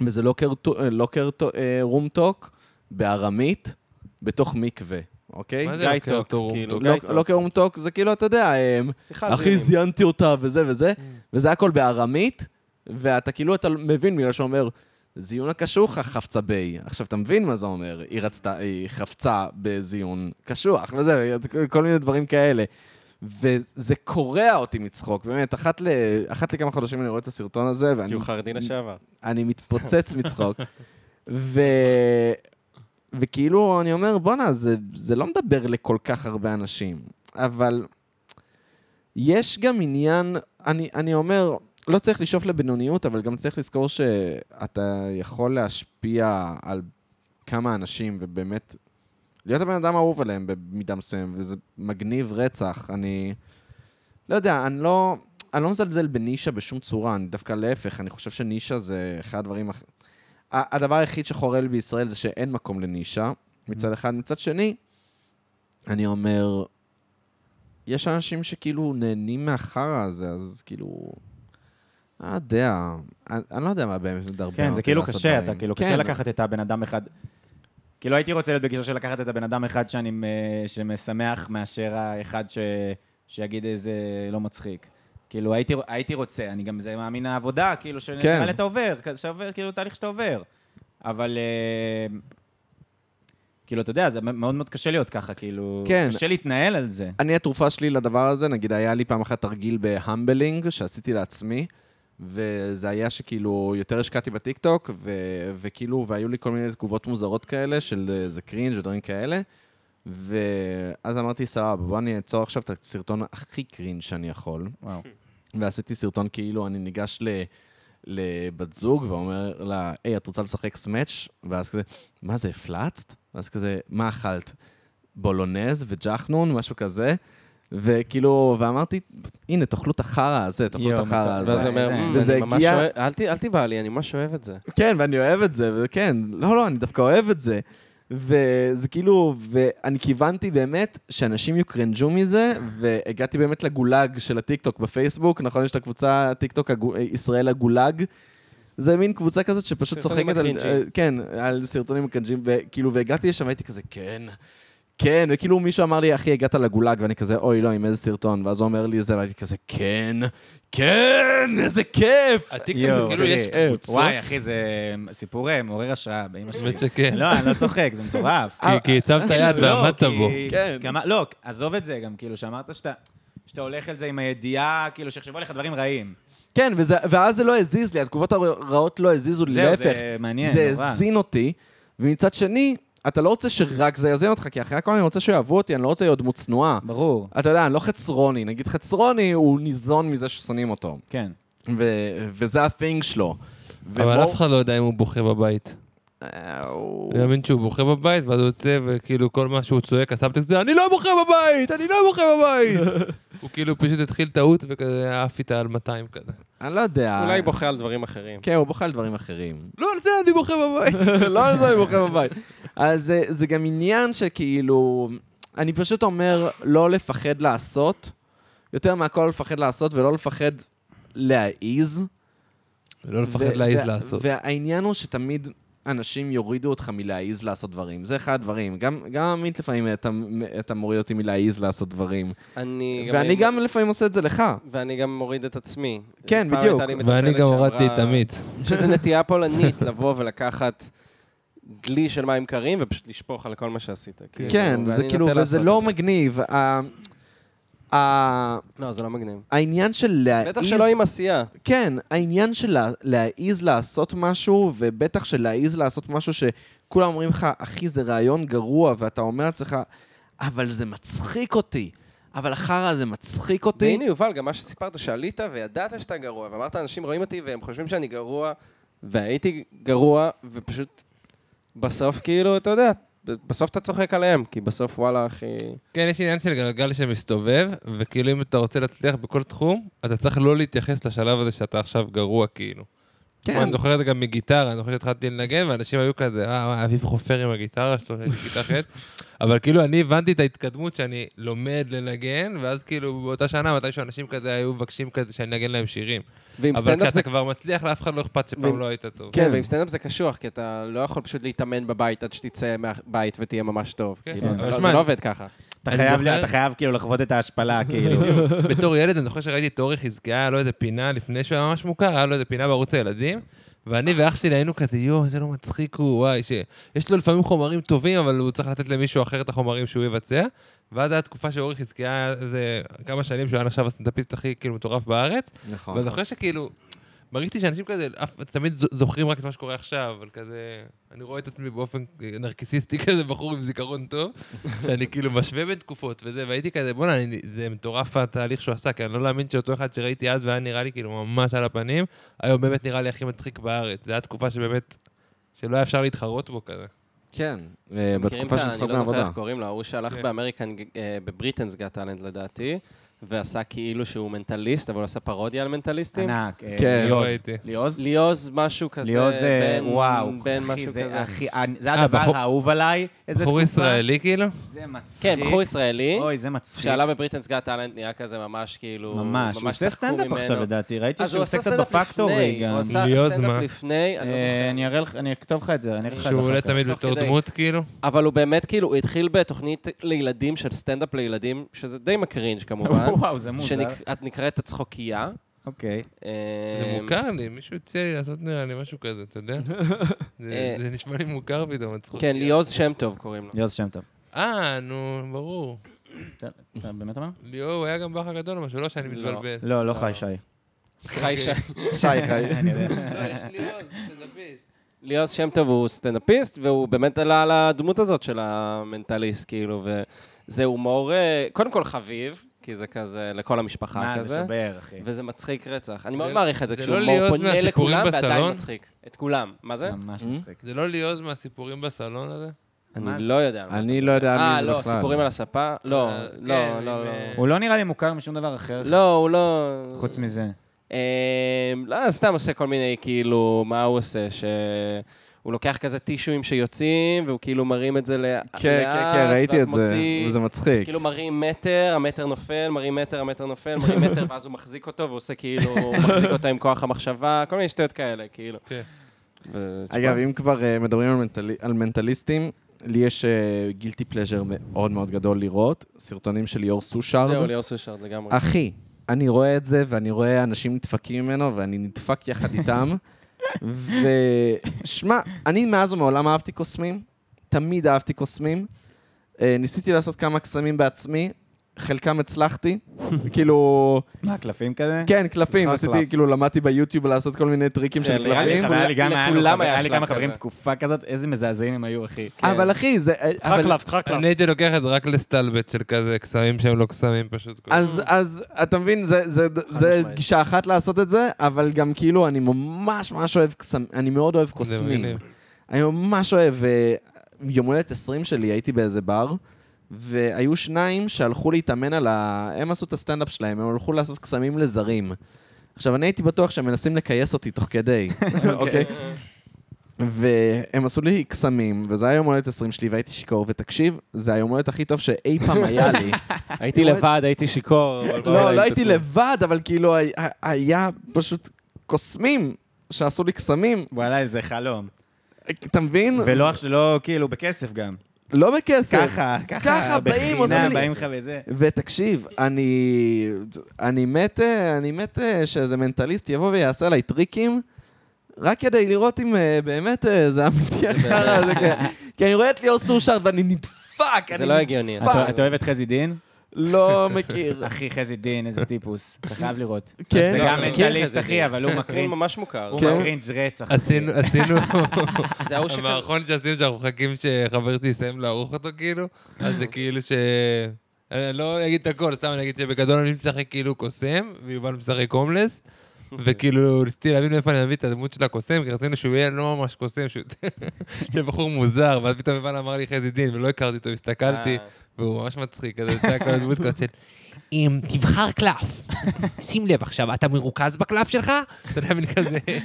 Speaker 1: וזה לוקר, טו- אה, לוקר טו- אה, רום טוק בארמית, בתוך מקווה, אוקיי?
Speaker 2: מה זה
Speaker 3: גיא
Speaker 2: לוקר
Speaker 3: טוק,
Speaker 2: אותו רום
Speaker 3: כאילו,
Speaker 2: טוק?
Speaker 3: גיא
Speaker 1: לוק-
Speaker 3: טוק.
Speaker 1: לוקר רום טוק זה כאילו, אתה יודע, הם... אחי, זיינתי אותה וזה וזה, וזה הכל בארמית, ואתה כאילו, אתה מבין בגלל שהוא אומר, זיון הקשוח חפצה ביי. עכשיו, אתה מבין מה זה אומר, היא רצתה, היא חפצה בזיון קשוח, וזה, כל מיני דברים כאלה. וזה קורע אותי מצחוק, באמת, אחת, ל... אחת לכמה חודשים אני רואה את הסרטון הזה,
Speaker 3: כי
Speaker 1: ואני
Speaker 3: הוא חרדי לשעבר.
Speaker 1: אני מתפוצץ מצחוק. ו... וכאילו, אני אומר, בואנה, זה, זה לא מדבר לכל כך הרבה אנשים, אבל יש גם עניין, אני, אני אומר, לא צריך לשאוף לבינוניות, אבל גם צריך לזכור שאתה יכול להשפיע על כמה אנשים, ובאמת, להיות הבן אדם האהוב עליהם במידה מסוימת, וזה מגניב רצח. אני לא יודע, אני לא, אני לא מזלזל בנישה בשום צורה, אני דווקא להפך, אני חושב שנישה זה אחד הדברים... הכ- ה- הדבר היחיד שחורה לי בישראל זה שאין מקום לנישה, מצד
Speaker 4: Mm-hmm.
Speaker 1: אחד. מצד שני, אני אומר, יש אנשים שכאילו נהנים מהחרא הזה, אז כאילו... אני לא יודע, אני, אני לא יודע מה באמת מדרבן
Speaker 4: כן, זה
Speaker 1: אותי
Speaker 4: כאילו
Speaker 1: לעשות
Speaker 4: קשה,
Speaker 1: דברים.
Speaker 4: אתה כאילו
Speaker 1: כן,
Speaker 4: קשה לקחת את הבן אדם אחד. כאילו הייתי רוצה להיות בגישה של לקחת את הבן אדם אחד שאני, מ- שמשמח מאשר האחד ש, שיגיד איזה לא מצחיק. כאילו הייתי, הייתי רוצה, אני גם, זה מאמין העבודה, כאילו
Speaker 1: כן.
Speaker 4: שנראה לי אתה עובר, כזה שעובר, כאילו תהליך שאתה עובר. אבל אה, כאילו, אתה יודע, זה מ- מאוד מאוד קשה להיות ככה, כאילו,
Speaker 1: כן.
Speaker 4: קשה להתנהל על זה.
Speaker 1: אני, התרופה שלי לדבר הזה, נגיד, היה לי פעם אחת תרגיל בהמבלינג שעשיתי לעצמי, וזה היה שכאילו, יותר השקעתי בטיקטוק, ו, וכאילו, והיו לי כל מיני תגובות מוזרות כאלה, של אה, זה קרינג' ודברים כאלה, ואז אמרתי, סבבה, בוא אני אעצור עכשיו את הסרטון הכי קרינג' שאני יכול.
Speaker 4: וואו.
Speaker 1: ועשיתי סרטון כאילו, אני ניגש ל... לבת זוג ואומר לה, היי, את רוצה לשחק סמאץ'? ואז כזה, מה זה, הפלצת? ואז כזה, מה אכלת? בולונז וג'חנון, משהו כזה. וכאילו, ואמרתי, הנה, תאכלו את החרא הזה, תאכלו את
Speaker 4: יואו,
Speaker 1: החרא
Speaker 4: מטורף.
Speaker 1: הזה.
Speaker 3: ואז הוא
Speaker 4: זה-
Speaker 3: אומר,
Speaker 4: זה-
Speaker 3: "מ,
Speaker 1: וזה
Speaker 3: אני ממש
Speaker 1: הגיע-
Speaker 3: אוהב- אל ת- אל תיבא לי, אני ממש אוהב את זה.
Speaker 1: כן, ואני אוהב את זה, וכן, לא, לא, אני דווקא אוהב את זה. וזה כאילו, ואני כיוונתי באמת שאנשים יוקרנג'ו מזה, והגעתי באמת לגולאג של הטיקטוק בפייסבוק, נכון? יש את הקבוצה טיקטוק הגו- ישראל הגולאג. זה מין קבוצה כזאת שפשוט
Speaker 3: סרטונים
Speaker 1: צוחקת על...
Speaker 3: הקרינג'ים.
Speaker 1: כן, על סרטונים הקרינג'ים, וכאילו, והגעתי לשם והייתי כזה, כן, כן, וכאילו מישהו אמר לי, אחי, הגעת לגולאג, ואני כזה, אוי, לא, עם איזה סרטון, ואז הוא אומר לי זה, והייתי כזה, כן, כן, איזה כיף!
Speaker 2: הטיקטוק זה כאילו יש
Speaker 1: אה,
Speaker 2: קבוצות.
Speaker 4: וואי, אחי, זה סיפור אה, מעורר השראה, באמא שלי.
Speaker 2: באמת
Speaker 1: כן.
Speaker 2: שכן.
Speaker 4: לא, אני לא צוחק, זה מטורף.
Speaker 1: אה,
Speaker 2: כי- כי הצבת יד
Speaker 4: לא,
Speaker 2: ועמדת
Speaker 4: כי-
Speaker 2: בו.
Speaker 1: כן.
Speaker 4: כי אמר- לא, עזוב את זה גם, כאילו, שאמרת שאתה... שאתה הולך על זה עם הידיעה, כאילו, שיחשבו עליך דברים רעים.
Speaker 1: כן, וזה, ואז זה לא הזיז לי, התגובות הרעות לא הזיזו לי,
Speaker 4: זהו,
Speaker 1: להפך.
Speaker 4: זה מעניין,
Speaker 1: זה
Speaker 4: נורא.
Speaker 1: הזין אותי, ומצד שני, אתה לא רוצה שרק זה יזין אותך, כי אחרי הכל אני רוצה שאוהבו אותי, אני לא רוצה להיות דמות צנועה.
Speaker 4: ברור,
Speaker 1: אתה יודע, אני לא חצרוני. נגיד חצרוני, הוא ניזון מזה ששונאים אותו.
Speaker 4: כן.
Speaker 1: ו- וזה הפינג שלו.
Speaker 2: אבל אף אחד לא יודע אם הוא בוכה בבית. אני מאמין שהוא בוכה בבית, ואז הוא יוצא, וכאילו כל מה שהוא צועק, הסאבטקסט זה, אני לא בוכה בבית! אני לא בוכה בבית! הוא כאילו פשוט התחיל טעות, וכזה עף איתה על 200 כזה.
Speaker 1: אני לא יודע.
Speaker 3: אולי בוכה על דברים אחרים.
Speaker 1: כן, הוא בוכה על דברים אחרים.
Speaker 2: לא, על זה אני בוכה בבית!
Speaker 1: לא על זה אני בוכה בבית. אז זה- זה גם עניין שכאילו, אני פשוט אומר, לא לפחד לעשות, יותר מהכל לפחד לעשות ולא לפחד להעיז.
Speaker 2: ולא
Speaker 1: ו-
Speaker 2: לא לפחד להעיז
Speaker 1: ו-
Speaker 2: לעשות.
Speaker 1: והעניין הוא שתמיד אנשים יורידו אותך מלהעיז לעשות דברים. זה אחד הדברים. גם, גם עמית לפעמים אתה, אתה מוריד אותי מלהעיז לעשות דברים.
Speaker 3: אני
Speaker 1: ואני גם לפעמים עושה את זה לך.
Speaker 3: ואני גם מוריד את עצמי.
Speaker 1: כן,
Speaker 3: פעם
Speaker 1: בדיוק.
Speaker 3: הייתה לי
Speaker 2: ואני
Speaker 3: מטפלת
Speaker 2: גם הורדתי
Speaker 3: שאמרה-
Speaker 2: את עמית.
Speaker 3: שזה נטייה פולנית לבוא ולקחת דלי של מים קרים ופשוט לשפוך על כל מה שעשית. כאילו,
Speaker 1: כן, זה
Speaker 3: ואני
Speaker 1: כאילו,
Speaker 3: נוטה
Speaker 1: וזה
Speaker 3: לעשות
Speaker 1: לא
Speaker 3: את זה.
Speaker 1: מגניב. ה- ה-
Speaker 3: לא, זה לא מגניב.
Speaker 1: העניין של להעיז...
Speaker 3: בטח שלא עם עשייה.
Speaker 1: כן, העניין של לה- להעיז לעשות משהו, ובטח של להעיז לעשות משהו שכולם אומרים לך, אחי, זה רעיון גרוע, ואתה אומר לעצמך, אבל זה מצחיק אותי. אבל החרא הזה מצחיק אותי.
Speaker 3: והנה, יובל, גם מה שסיפרת, שעלית וידעת שאתה גרוע, ואמרת, אנשים רואים אותי והם חושבים שאני גרוע, והייתי גרוע, ופשוט בסוף, כאילו, אתה יודע, בסוף אתה צוחק עליהם, כי בסוף, וואלה, אחי...
Speaker 2: כן, יש עניין של גלגל שמסתובב, וכאילו אם אתה רוצה להצליח בכל תחום, אתה צריך לא להתייחס לשלב הזה שאתה עכשיו גרוע, כאילו. כן. אני זוכר את זה גם מגיטרה, אני זוכר שהתחלתי לנגן, ואנשים היו כזה, אה, מה, אביב חופר עם הגיטרה שלו, יש לי כיתה ח', אבל כאילו אני הבנתי את ההתקדמות שאני לומד לנגן, ואז כאילו באותה שנה מתישהו אנשים כזה היו מבקשים כזה שאני אנגן להם שירים.
Speaker 3: ועם
Speaker 2: אבל
Speaker 3: סטנדאפ זה...
Speaker 2: כשאתה כבר מצליח, לאף אחד לא אכפת
Speaker 3: ועם-
Speaker 2: שפעם לא היית טוב.
Speaker 3: כן, ועם סטנדאפ זה קשוח, כי אתה לא יכול פשוט להתאמן בבית עד שתצא מהבית ותהיה ממש טוב.
Speaker 2: כן.
Speaker 3: כאילו,
Speaker 4: אבל
Speaker 3: אתה לא-
Speaker 2: שמע,
Speaker 3: זה לא עובד ככה.
Speaker 4: אתה
Speaker 2: אני
Speaker 4: חייב,
Speaker 2: זוכר-
Speaker 4: אתה חייב כאילו לחוות את ההשפלה, כאילו.
Speaker 2: בתור ילד, אני זוכר שראיתי את אורי חזקיה, היה לו איזה פינה לפני שהוא היה ממש מוכר, היה לו איזה פינה בערוץ הילדים, ואני ואח שלי היינו כזה, יואו, זה לא מצחיק הוא, וואי, שיש לו לפעמים חומרים טובים, אבל הוא צריך לתת למישהו אחר את החומרים שהוא יבצע. ואז הייתה תקופה שאורי חזקיה היה איזה כמה שנים שהוא היה נחשב הסטנדאפיסט הכי כאילו מטורף בארץ,
Speaker 1: נכון.
Speaker 2: ואני זוכר שכאילו, מרגישתי שאנשים כזה, אף- תמיד זו- זוכרים רק את מה שקורה עכשיו, אבל כזה, אני רואה את עצמי באופן אה, נרקיסיסטי כזה, בחור עם זיכרון טוב, שאני כאילו משווה בין תקופות וזה, והייתי כזה, בוא'נה, אני- זה מטורף התהליך שהוא עשה, כי אני לא להאמין שאותו אחד שראיתי אז והיה נראה לי כאילו ממש על הפנים, היום באמת נראה לי הכי מצחיק בארץ. זו הייתה תקופה שבאמת, שלא היה אפשר להתחרות בו כזה.
Speaker 1: כן, אה,
Speaker 3: מכירים
Speaker 1: בתקופה
Speaker 3: את ה-
Speaker 1: של צחוק
Speaker 3: אני לא זוכר
Speaker 1: מהעבודה.
Speaker 3: איך קוראים לו, ההוא שהלך
Speaker 2: כן.
Speaker 3: באמריקן, אה, בבריטנס גאט טאלנט לדעתי, ועשה כאילו שהוא מנטליסט, אבל הוא עשה פרודיה על מנטליסטים.
Speaker 4: ענק. אה,
Speaker 1: כן.
Speaker 4: ליאוז.
Speaker 2: לא ראיתי.
Speaker 4: ליאוז?
Speaker 3: ליאוז משהו כזה,
Speaker 4: ליאוז, אה,
Speaker 3: בן-
Speaker 4: וואו.
Speaker 3: בן
Speaker 4: אחי,
Speaker 3: משהו
Speaker 4: זה
Speaker 3: כזה.
Speaker 4: הכי- אני- זה
Speaker 2: אה,
Speaker 4: הדבר
Speaker 2: בחור-
Speaker 4: האהוב עליי. איזה
Speaker 2: בחור
Speaker 4: תקופה.
Speaker 2: ישראלי כאילו?
Speaker 4: זה מצחיק.
Speaker 3: כן, בחור ישראלי,
Speaker 4: אוי, זה מצחיק.
Speaker 3: שעלה בבריטנס גאט טאלנט, נהיה כזה ממש כאילו...
Speaker 4: ממש. הוא עושה
Speaker 3: צחקו
Speaker 4: סטנדאפ
Speaker 3: ממנו.
Speaker 4: עכשיו, לדעתי. ראיתי
Speaker 3: אז
Speaker 4: שהוא
Speaker 3: הוא
Speaker 4: עושה
Speaker 3: עשה
Speaker 4: קצת
Speaker 3: סטנדאפ
Speaker 4: בפקטורי
Speaker 3: לפני,
Speaker 4: גם.
Speaker 3: הוא עשה
Speaker 2: ליאוז מה?
Speaker 3: סטנדאפ לפני, אני לא
Speaker 4: אה, אני
Speaker 3: זוכר.
Speaker 4: אראה לך, אני אכתוב לך את זה, אני אראה לך את זה
Speaker 2: שהוא
Speaker 4: אחר
Speaker 2: עולה
Speaker 4: כך.
Speaker 2: תמיד
Speaker 3: תוך
Speaker 2: בתור
Speaker 3: כדי.
Speaker 2: דמות כאילו?
Speaker 3: אבל הוא באמת כאילו, הוא התחיל בתוכנית לילדים של סטנדאפ לילדים, שזה די מקרינג' כמובן.
Speaker 4: וואו, זה מוזר.
Speaker 3: שאת נקראת הצחוקייה.
Speaker 4: אוקיי.
Speaker 2: זה
Speaker 3: אה,
Speaker 2: מוכר לי, מישהו הציע לי לעשות נראה לי משהו כזה, אתה יודע? זה
Speaker 3: אה.
Speaker 2: זה נשמע לי מוכר פתאום, מצחוק.
Speaker 3: כן, ליאוז שם טוב קוראים לו.
Speaker 4: יוז שם טוב.
Speaker 2: אה, נו, ברור.
Speaker 4: אתה אתה באמת אומר?
Speaker 2: ליאור, הוא היה גם באח הגדול או משהו, לא שאני
Speaker 3: לא.
Speaker 2: מתבלבל.
Speaker 4: לא, לא חי
Speaker 1: אה,
Speaker 4: שי.
Speaker 2: אוקיי.
Speaker 3: חי שי.
Speaker 1: שי, חי.
Speaker 4: אני יודע.
Speaker 3: ליאוז שם טוב הוא סטנדאפיסט, והוא באמת עלה על הדמות הזאת של המנטליסט, כאילו, וזה הומור, אה, קודם כל חביב, כי זה כזה לכל המשפחה
Speaker 4: מה, זה
Speaker 3: כזה,
Speaker 4: שובר, אחי.
Speaker 3: וזה מצחיק רצח. אני
Speaker 2: זה-
Speaker 3: מאוד מעריך את זה,
Speaker 2: זה
Speaker 3: כשהוא
Speaker 2: לא
Speaker 3: הומור
Speaker 2: ליאוז
Speaker 3: פונה
Speaker 2: מהסיפורים
Speaker 3: לכולם ועדיין
Speaker 2: בסלון?
Speaker 3: מצחיק. את כולם. מה זה?
Speaker 4: ממש
Speaker 1: אה?
Speaker 4: מצחיק.
Speaker 2: זה לא ליאוז מהסיפורים בסלון הזה?
Speaker 4: מה
Speaker 3: אני
Speaker 4: זה?
Speaker 3: לא יודע. על מה.
Speaker 1: אני לא יודע
Speaker 3: אה,
Speaker 1: מי זה
Speaker 3: לא,
Speaker 1: בכלל.
Speaker 3: סיפורים על הספה? לא,
Speaker 2: אה, כן,
Speaker 3: לא,
Speaker 2: עם,
Speaker 3: לא, לא.
Speaker 2: אה,
Speaker 4: הוא לא נראה לי מוכר משום דבר אחר,
Speaker 3: לא, הוא לא...
Speaker 4: חוץ מזה.
Speaker 3: אה, לא, סתם עושה כל מיני, כאילו, מה הוא עושה? שהוא לוקח כזה טישואים שיוצאים, והוא כאילו מרים את זה לא- לאט,
Speaker 1: כן, כן, כן, ראיתי
Speaker 3: ואז
Speaker 1: את זה,
Speaker 3: מוציא,
Speaker 1: וזה מצחיק.
Speaker 3: כאילו מרים מטר, המטר נופל, מרים מטר, המטר נופל, מרים מטר, ואז הוא מחזיק אותו, והוא עושה כאילו, הוא מחזיק אותו עם כוח המחשבה, כל מיני שטויות כאלה, כאילו.
Speaker 2: כן.
Speaker 3: ו-
Speaker 1: אגב, אם כבר אה, מדברים על מנטלי- על מנטליסטים, לי יש גילטי פלז'ר מאוד מאוד גדול לראות, סרטונים של ליאור סושארד.
Speaker 3: זהו, ליאור סושרד לגמרי.
Speaker 1: אחי, אני רואה את זה, ואני רואה אנשים נדפקים ממנו, ואני נדפק יחד איתם. ושמע, אני מאז ומעולם אהבתי קוסמים, תמיד אהבתי קוסמים. אה, ניסיתי לעשות כמה קסמים בעצמי, חלקם הצלחתי. כאילו,
Speaker 4: מה, קלפים כזה?
Speaker 1: כן, קלפים,
Speaker 4: בכלל
Speaker 1: עשיתי,
Speaker 4: קלף. כן,
Speaker 1: כאילו, למדתי ביוטיוב לעשות כל מיני טריקים
Speaker 3: אה,
Speaker 1: של
Speaker 3: נראה לי
Speaker 1: קלפים.
Speaker 3: חבל.
Speaker 4: היה לי גם- היה לנו
Speaker 3: לכולם
Speaker 4: חבר-
Speaker 3: היה
Speaker 4: היה לי
Speaker 3: שלב
Speaker 4: כמה חברים
Speaker 3: כזה.
Speaker 4: תקופה כזאת, איזה מזעזעים הם היו, אחי.
Speaker 3: כן.
Speaker 1: אבל אחי, זה... אבל-
Speaker 7: חקלף,
Speaker 3: לא.
Speaker 7: חקלף.
Speaker 2: אני הייתי לוקח את זה רק לסטלבט של כזה קסמים שהם לא קסמים פשוט.
Speaker 1: אז, אז אתה מבין, זה, זה, זה
Speaker 3: משמעית.
Speaker 1: גישה אחת לעשות את זה, אבל גם כאילו, אני ממש ממש אוהב קסמים, אני מאוד אוהב
Speaker 2: זה
Speaker 1: קוסמים.
Speaker 2: מגניב.
Speaker 1: אני ממש אוהב, אה, יום הולדת 20 שלי הייתי באיזה בר, והיו שניים שהלכו להתאמן על ה... הם עשו את הסטנדאפ שלהם, הם הלכו לעשות קסמים לזרים. עכשיו, אני הייתי בטוח שהם מנסים לכייס אותי תוך כדי, אוקיי? והם עשו לי קסמים, וזה היה יום הולדת 20 שלי, והייתי שיכור, ותקשיב, זה היום הולדת הכי טוב שאי פעם היה לי.
Speaker 3: הייתי לבד, הייתי שיכור. אבל
Speaker 1: לא, לא הייתי
Speaker 3: קוסמים.
Speaker 1: לבד, אבל כאילו הי- ה- היה פשוט קוסמים שעשו לי קסמים.
Speaker 4: וואלה, זה חלום.
Speaker 1: אתה מבין?
Speaker 4: ולא אח שלו, כאילו, בכסף גם.
Speaker 1: לא בכסף.
Speaker 4: ככה, ככה.
Speaker 1: ככה באים, עושים
Speaker 4: בחינם,
Speaker 1: לי-
Speaker 4: באים לך וזה.
Speaker 1: ותקשיב, אני, אני מת, אה, אני מת אה, שאיזה מנטליסט יבוא ויעשה עליי טריקים, רק כדי לראות אם אה, באמת אה, זה אמיתי החרא הזה, כי- כי אני רואה את ליאור סושרד ואני נדפק,
Speaker 3: זה
Speaker 1: אני
Speaker 3: לא הגיוני.
Speaker 1: פאק.
Speaker 4: אתה- אתה אוהב את חזי דין?
Speaker 1: לא מכיר.
Speaker 4: אחי, חזי דין, איזה טיפוס. אתה חייב לראות.
Speaker 1: כן?
Speaker 4: זה
Speaker 2: לא,
Speaker 4: גם
Speaker 2: לא,
Speaker 4: מנטליסט, אחי, אבל הוא
Speaker 3: מקרין.
Speaker 4: מקרינג'.
Speaker 3: ממש מוכר.
Speaker 4: הוא
Speaker 1: כן.
Speaker 4: מקרינג' רצח. אחי.
Speaker 2: עשינו, עשינו,
Speaker 3: זה ההוא שכזה...
Speaker 2: המערכון שעשינו שאנחנו מחכים שחבר שלי יסיים לערוך אותו כאילו, אז זה כאילו ש... אני לא אגיד את הכל, סתם אני אגיד שבגדול אני משחק כאילו קוסם, ויובל משחק הומלס, וכאילו ניסיתי להבין מאיפה אני מביא את הדמות של הקוסם, כי רצינו שהוא יהיה לא ממש קוסם, שהוא יהיה בחור מוזר, ואז פתאום יובל אמר לי חזי דין, ולא הכרתי אותו, הסתכלתי,
Speaker 3: אה.
Speaker 2: והוא ממש מצחיק, אז הייתה כל הדמות כזאת של... אם תבחר קלף, שים לב עכשיו, אתה מרוכז בקלף שלך? אתה יודע, מין כזה... זה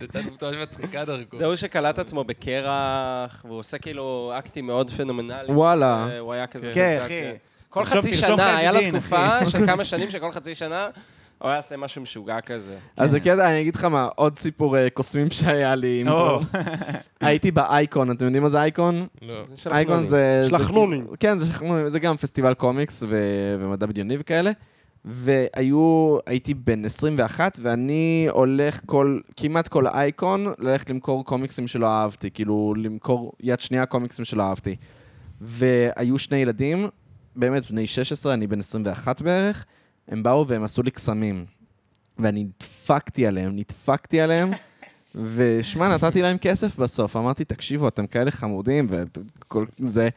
Speaker 2: הייתה דמות ממש מצחיקה דרכו.
Speaker 3: זה הוא שקלט עצמו בקרח, והוא עושה כאילו אקטים מאוד פנומנליים.
Speaker 1: וואלה.
Speaker 3: אה, הוא היה כזה
Speaker 4: כן,
Speaker 3: סנסציה.
Speaker 4: אחי.
Speaker 3: כל
Speaker 4: תרשום-
Speaker 3: חצי
Speaker 4: תרשום
Speaker 3: שנה,
Speaker 4: חזי
Speaker 3: היה לו
Speaker 4: דין,
Speaker 3: תקופה של כמה שנים, שכל חצי שנה הוא היה עושה משהו משוגע כזה.
Speaker 1: אז זה קטע, אני אגיד לך מה, עוד סיפור אה, קוסמים שהיה לי. עם
Speaker 4: או.
Speaker 1: דרום. הייתי באייקון, אתם יודעים מה זה אייקון?
Speaker 2: לא.
Speaker 3: של
Speaker 1: אייקון
Speaker 3: החנונים.
Speaker 1: זה... זה
Speaker 3: שלחנונים.
Speaker 1: כאילו- כן, זה שלחנונים, זה גם פסטיבל קומיקס ו- ומדע בדיוני וכאלה. והיו, הייתי בן 21, ואני הולך כל, כמעט כל אייקון, ללכת למכור קומיקסים שלא אהבתי, כאילו למכור יד שנייה קומיקסים שלא אהבתי. והיו שני ילדים, באמת בני 16, אני בן 21 בערך, הם באו והם עשו לי קסמים. ואני נדפקתי עליהם, נדפקתי עליהם. ושמע, נתתי להם כסף בסוף. אמרתי, תקשיבו, אתם כאלה חמודים, וכל זה.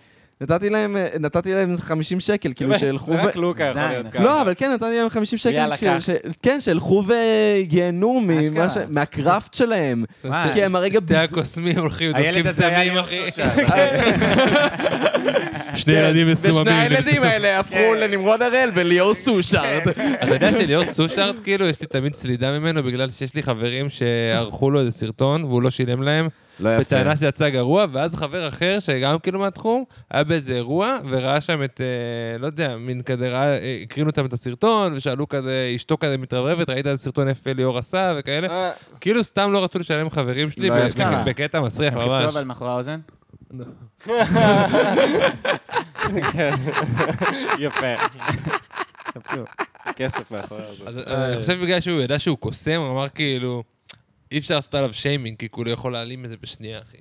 Speaker 1: נתתי להם, אה, נתתי להם 50 שקל, כאילו, שילכו
Speaker 3: זה
Speaker 1: ו...
Speaker 3: רק לוקה יכול
Speaker 4: זין,
Speaker 3: להיות
Speaker 4: אחי.
Speaker 3: ככה.
Speaker 1: לא, אבל כן, נתתי להם 50 שקל,
Speaker 3: יאללה,
Speaker 1: כאילו,
Speaker 3: קח.
Speaker 1: ש... כן, שילכו ויהנו ממה
Speaker 4: אשכרה.
Speaker 1: ש... מהקראפט שלהם.
Speaker 4: וואי,
Speaker 1: כי הם הרגע...
Speaker 2: שתי הקוסמים הולכים,
Speaker 4: הילד
Speaker 2: דופקים
Speaker 4: הזה היה
Speaker 2: סמים,
Speaker 4: ליאור
Speaker 2: אחי.
Speaker 4: סושרד.
Speaker 2: שני ילדים
Speaker 1: ושני
Speaker 2: מסוממים.
Speaker 1: הילדים האלה הפכו לנמרוד הראל וליאור סושארד.
Speaker 2: אתה יודע שליאור סושארט, כאילו, יש לי תמיד סלידה ממנו, בגלל שיש לי חברים שערכו לו איזה סרטון, והוא לא שילם להם,
Speaker 1: לא
Speaker 2: בטענה שזה יצא גרוע, ואז חבר אחר, שגם כאילו מהתחום, היה באיזה אירוע, וראה שם את, אה, לא יודע, מין כזה, ראה, אה, הקרינו אותם את הסרטון, ושאלו כזה, אשתו כזה מתרברבת, ראית איזה סרטון יפה ליאור עשה, וכאלה.
Speaker 3: אה,
Speaker 2: כאילו סתם לא רצו לשלם חברים שלי,
Speaker 1: לא,
Speaker 2: ב-
Speaker 1: יש
Speaker 4: ככה.
Speaker 2: בקטע מסריח
Speaker 4: הם חיפשו
Speaker 2: ממש.
Speaker 4: אבל מאחורי האוזן?
Speaker 3: כן. יפה. כסף מאחורי הזה.
Speaker 2: אז אני חושב בגלל שהוא ידע שהוא קוסם, הוא אמר כאילו, אי אפשר לעשות עליו שיימינג, כי כאילו יכול להעלים את זה בשנייה, אחי.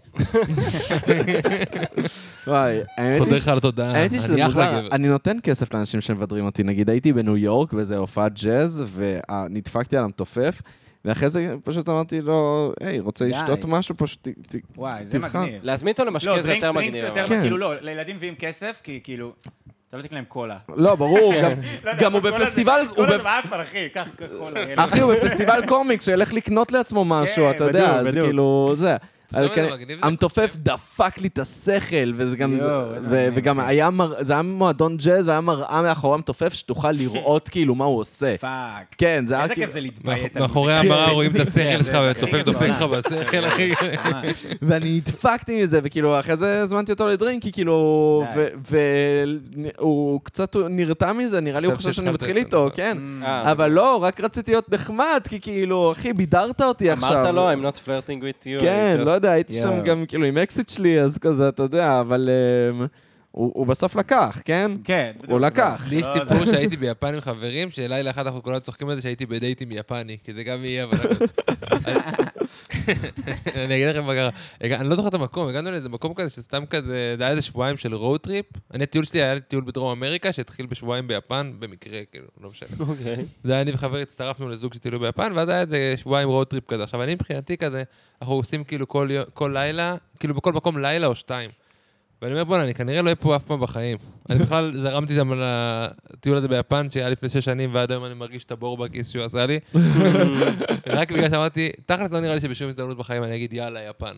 Speaker 1: וואי, האמת
Speaker 2: חודר
Speaker 1: היא
Speaker 2: לך על התודעה,
Speaker 1: האמת היא שזה
Speaker 2: אה, אני אחלה
Speaker 1: מוזר,
Speaker 2: גבר.
Speaker 1: אני נותן כסף לאנשים שמבדרים אותי. נגיד, הייתי בניו יורק באיזה הופעת ג'אז, ונדפקתי על המתופף, ואחרי זה פשוט אמרתי לו, היי, רוצה
Speaker 4: די.
Speaker 1: לשתות משהו? פשוט ת- ת-
Speaker 4: וואי, זה
Speaker 1: תבחר.
Speaker 4: מגניב.
Speaker 3: להזמין אותו
Speaker 4: לא,
Speaker 3: למשקה זה
Speaker 4: דרינק-
Speaker 3: יותר
Speaker 4: דרינקס
Speaker 3: מגניב.
Speaker 4: זה יותר
Speaker 3: אבל.
Speaker 1: כן.
Speaker 4: מגניב. כאילו, לא, לילדים מביאים כסף, כי כאילו, אתה לא תקנה להם קולה.
Speaker 1: לא, ברור, גם-
Speaker 4: לא יודע,
Speaker 1: גם הוא
Speaker 4: קולה זה-
Speaker 1: בפסטיבל, הוא
Speaker 4: קולה
Speaker 1: ב-
Speaker 4: זה באפל, אחי, קח קח קולה. ילד.
Speaker 1: אחי, הוא בפסטיבל קומיקס, שילך לקנות לעצמו משהו,
Speaker 4: כן,
Speaker 1: אתה יודע,
Speaker 4: בדיוק,
Speaker 1: זה
Speaker 4: בדיוק.
Speaker 1: כאילו, זה.
Speaker 2: עכשיו
Speaker 1: אבל
Speaker 2: זה לא
Speaker 1: כן,
Speaker 2: מגניב, זה
Speaker 1: המתופף דפק לי את השכל, וזה גם,
Speaker 4: יואו,
Speaker 1: זה-
Speaker 4: איזה
Speaker 1: ו-
Speaker 4: מגניב,
Speaker 1: וגם היה, מר- זה היה מועדון ג'אז, והיה מראה מאחורי המתופף, שתוכל לראות כאילו מה הוא עושה.
Speaker 4: פאק.
Speaker 1: כן, זה היה
Speaker 4: איזה
Speaker 1: כאילו...
Speaker 4: כיף זה להתביית.
Speaker 2: מאח-
Speaker 4: על
Speaker 2: מאחורי
Speaker 4: מוזיקה.
Speaker 2: המראה רואים את
Speaker 4: זה-
Speaker 2: השכל
Speaker 4: זה-
Speaker 2: שלך,
Speaker 4: זה-
Speaker 2: ותופף דופק
Speaker 4: זה-
Speaker 2: לך בשכל, אחי.
Speaker 4: ממש.
Speaker 1: ואני הדפקתי מזה, וכאילו, אחרי זה הזמנתי אותו לדרינק, כי כאילו... והוא קצת נרתע מזה, נראה לי הוא
Speaker 2: חשב
Speaker 1: חושב שאני
Speaker 2: שהתחלת
Speaker 1: מתחיל
Speaker 2: את- Mm.
Speaker 1: איתו, כן.
Speaker 3: אה,
Speaker 1: אבל לא, רק רציתי להיות נחמד, כי כאילו, אחי, בידרת אותי עכשיו.
Speaker 3: אמרת לו, I'm not flirting with you.
Speaker 1: כן,
Speaker 3: I'm just-
Speaker 1: לא יודע, הייתי
Speaker 4: Yeah.
Speaker 1: שם גם כאילו עם אקזיט שלי, אז כזה, אתה יודע, אבל אמ, הוא הוא בסוף לקח, כן?
Speaker 4: כן. בדיוק.
Speaker 1: הוא לקח.
Speaker 2: לי יש
Speaker 4: לא,
Speaker 2: סיפור שהייתי ביפן עם חברים, שלילה אחד אנחנו כולנו צוחקים על זה שהייתי בדייט עם יפני, כי זה גם יהיה, אבל... אני אגיד לכם מה קרה. הגע- אני לא זוכר את המקום, הגענו לאיזה מקום כזה שסתם כזה, זה היה איזה שבועיים של road trip. אני, הטיול שלי היה לי טיול בדרום אמריקה, שהתחיל בשבועיים ביפן, במקרה, כאילו, לא משנה.
Speaker 3: אוקיי.
Speaker 2: זה היה אני וחבר, הצטרפנו לזוג שטיילו ביפן, ואז היה איזה שבועיים רוד טריפ כזה. עכשיו, אני מבחינתי כזה, אנחנו עושים כאילו כל, יו- כל לילה, כאילו בכל מקום לילה או שתיים. ואני אומר, בוא'נה, אני כנראה לא אהיה פה אף פעם בחיים. אני בכלל זרמתי איתם על הטיול הזה ביפן, שהיה לפני שש שנים, ועד היום אני מרגיש את הבור בכיס שהוא עשה לי. רק בגלל שאמרתי, תכל'ס לא נראה לי שבשום הזדמנות בחיים אני אגיד, יאללה, יפן.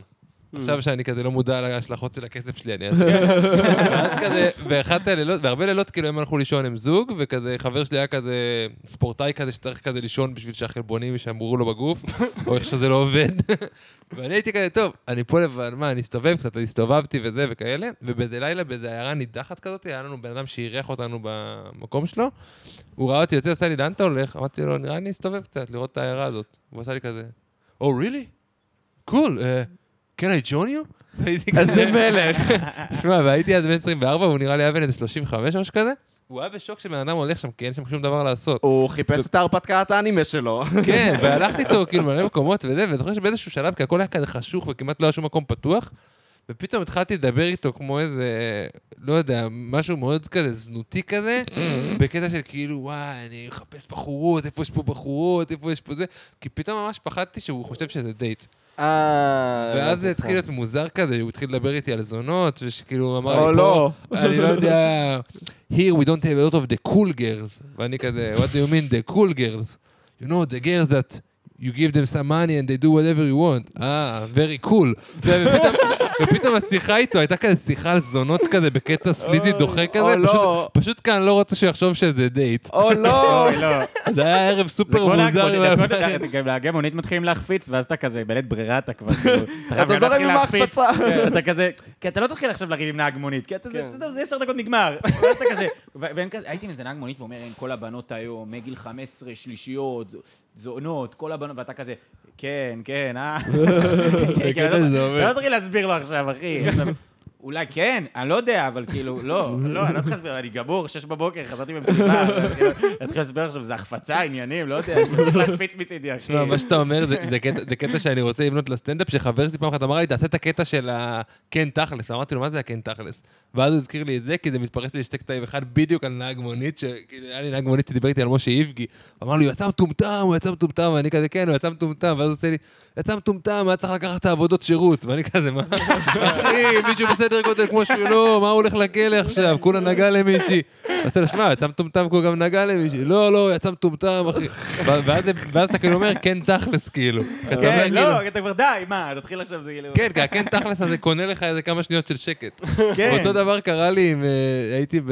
Speaker 2: עכשיו שאני כזה לא מודע להשלכות של הכסף שלי, אני אעשה. ואז כזה, באחת הלילות, והרבה לילות כאילו הם הלכו לישון עם זוג, וכזה חבר שלי היה כזה ספורטאי כזה שצריך כזה לישון בשביל שהחלבונים יישמרו לו בגוף, או איך שזה לא עובד. ואני הייתי כזה, טוב, אני פה לבד, מה, אני אסתובב קצת, אז הסתובבתי וזה וכאלה, ובאיזה לילה, באיזה עיירה נידחת כזאת, היה לנו בן אדם שאירח אותנו במקום שלו, הוא ראה אותי יוצא, עשה לי, לאן אתה הולך? אמרתי לו, נראה לי "Oh, אני אסתובב קצת, לראות את העיירה הזאת. הוא עשה לי כזה, או, really? קול, uh, Can I join you? והייתי
Speaker 1: איזה
Speaker 2: כזה-
Speaker 1: מלך.
Speaker 2: שמע, והייתי אז בן 24, והוא נראה לי היה בן איזה 35 או משהו כזה. הוא היה בשוק שבן אדם הולך שם, כי אין שם שום דבר לעשות.
Speaker 1: הוא חיפש את ההרפתקת האנימה שלו.
Speaker 2: כן, והלכתי איתו כאילו מלא מקומות וזה, ואני זוכר שבאיזשהו שלב, כי הכל היה כזה חשוך וכמעט לא היה שום מקום פתוח, ופתאום התחלתי לדבר איתו כמו איזה, לא יודע, משהו מאוד כזה זנותי כזה, בקטע של כאילו, וואי, אני מחפש בחורות, איפה יש פה בחורות, איפה יש פה זה, כי פתאום ממש פחדתי שהוא חושב שזה דייט.
Speaker 3: אה...
Speaker 2: ואז זה התחיל להיות מוזר כזה, הוא התחיל לדבר איתי על זונות, ושכאילו הוא אמר לי פה, אני לא יודע, here we don't have a lot of the cool girls, ואני כזה, what do you mean the cool girls? You know, the girls that you give them some money and they do whatever you want. אה, very cool. ופתאום- ופתאום השיחה איתו הייתה כזה שיחה על זונות כזה, בקטע סליזי דוחה כזה,
Speaker 1: או
Speaker 2: פשוט-
Speaker 1: לא.
Speaker 2: פשוט כאן לא רוצה שהוא יחשוב שזה דייט.
Speaker 1: או לא!
Speaker 4: אוי, לא.
Speaker 2: זה היה ערב
Speaker 4: זה
Speaker 2: סופר
Speaker 4: כמו נהג
Speaker 2: מוזר.
Speaker 4: מונית, אתה
Speaker 2: והבעיה-
Speaker 4: יודע, גם נהגי מונית מתחילים להחפיץ, ואז אתה כזה, בלית ברירה אתה כבר, כאילו, אתה חייב
Speaker 1: אתה
Speaker 4: גם
Speaker 1: זורם
Speaker 4: להתחיל
Speaker 1: עם
Speaker 4: להחפיץ.
Speaker 1: ההחפצה.
Speaker 4: כן, אתה כזה, כי אתה לא תתחיל עכשיו לריב עם נהג מונית, כי אתה זה,
Speaker 3: כן.
Speaker 4: אתה יודע, זה עשר דקות נגמר. ואז אתה כזה, ו- והם כזה, הייתי עם איזה נהג מונית ואומר, "אין, כל הבנות היום, מגיל 15, שלישיות, זונות, כל הבנות, ואתה כזה, כן, כן, אה. כן,
Speaker 2: קטע
Speaker 4: אתה לא-
Speaker 2: שזה
Speaker 4: אתה
Speaker 2: עובד.
Speaker 4: לא תתחיל להסביר לו עכשיו, אחי. עכשיו, אולי כן, אני לא יודע, אבל כאילו, לא, לא, אני לא צריך להסביר, אני גמור, שש בבוקר, חזרתי במסיבה, אבל כאילו, אני צריך להסביר עכשיו, זה החפצה, עניינים, לא יודע, אני צריך להקפיץ מצידי, אחי.
Speaker 2: תשמע, מה שאתה אומר, זה- זה קטע- זה קטע שאני רוצה לבנות לסטנדאפ, שחבר שלי פעם אחת אמר לי, תעשה את הקטע של הכן תכלס. אמרתי לו, מה זה הכן תכלס? ואז הוא הזכיר לי את זה, כי זה מתפרץ לי לשתי קטעים. אחד בדיוק על נהג מונית, שכאילו, היה לי נהג מונית שדיבר איתי על משה איבגי. הוא אמר לי, הוא יצא מטומטם, הוא יצא מטומטם, ואני כזה, כן, הוא יצא מטומטם. ואז הוא עושה לי, יצא מטומטם, היה צריך לקחת את העבודות שירות. ואני כזה, מה? אחי, מישהו בסדר גודל כמו שהוא לא, מה הוא הולך לכלא עכשיו? כולה נגע למישהי. אז אתה שמע, יצא מטומטם כי הוא גם נגע למישהי. לא, לא, יצא מטומטם, אחי. ו- ואז- ואז אתה כאילו אומר, כן תכלס, כאילו. אתה אומר,
Speaker 4: כן,
Speaker 2: כאילו,
Speaker 4: לא, אתה כבר די, מה, תתחיל עכשיו, זה כאילו...
Speaker 2: כן, כי הכן תכלס הזה קונה לך איזה כמה שניות של שקט.
Speaker 4: כן.
Speaker 2: אותו דבר קרה לי עם... אה, הייתי ב-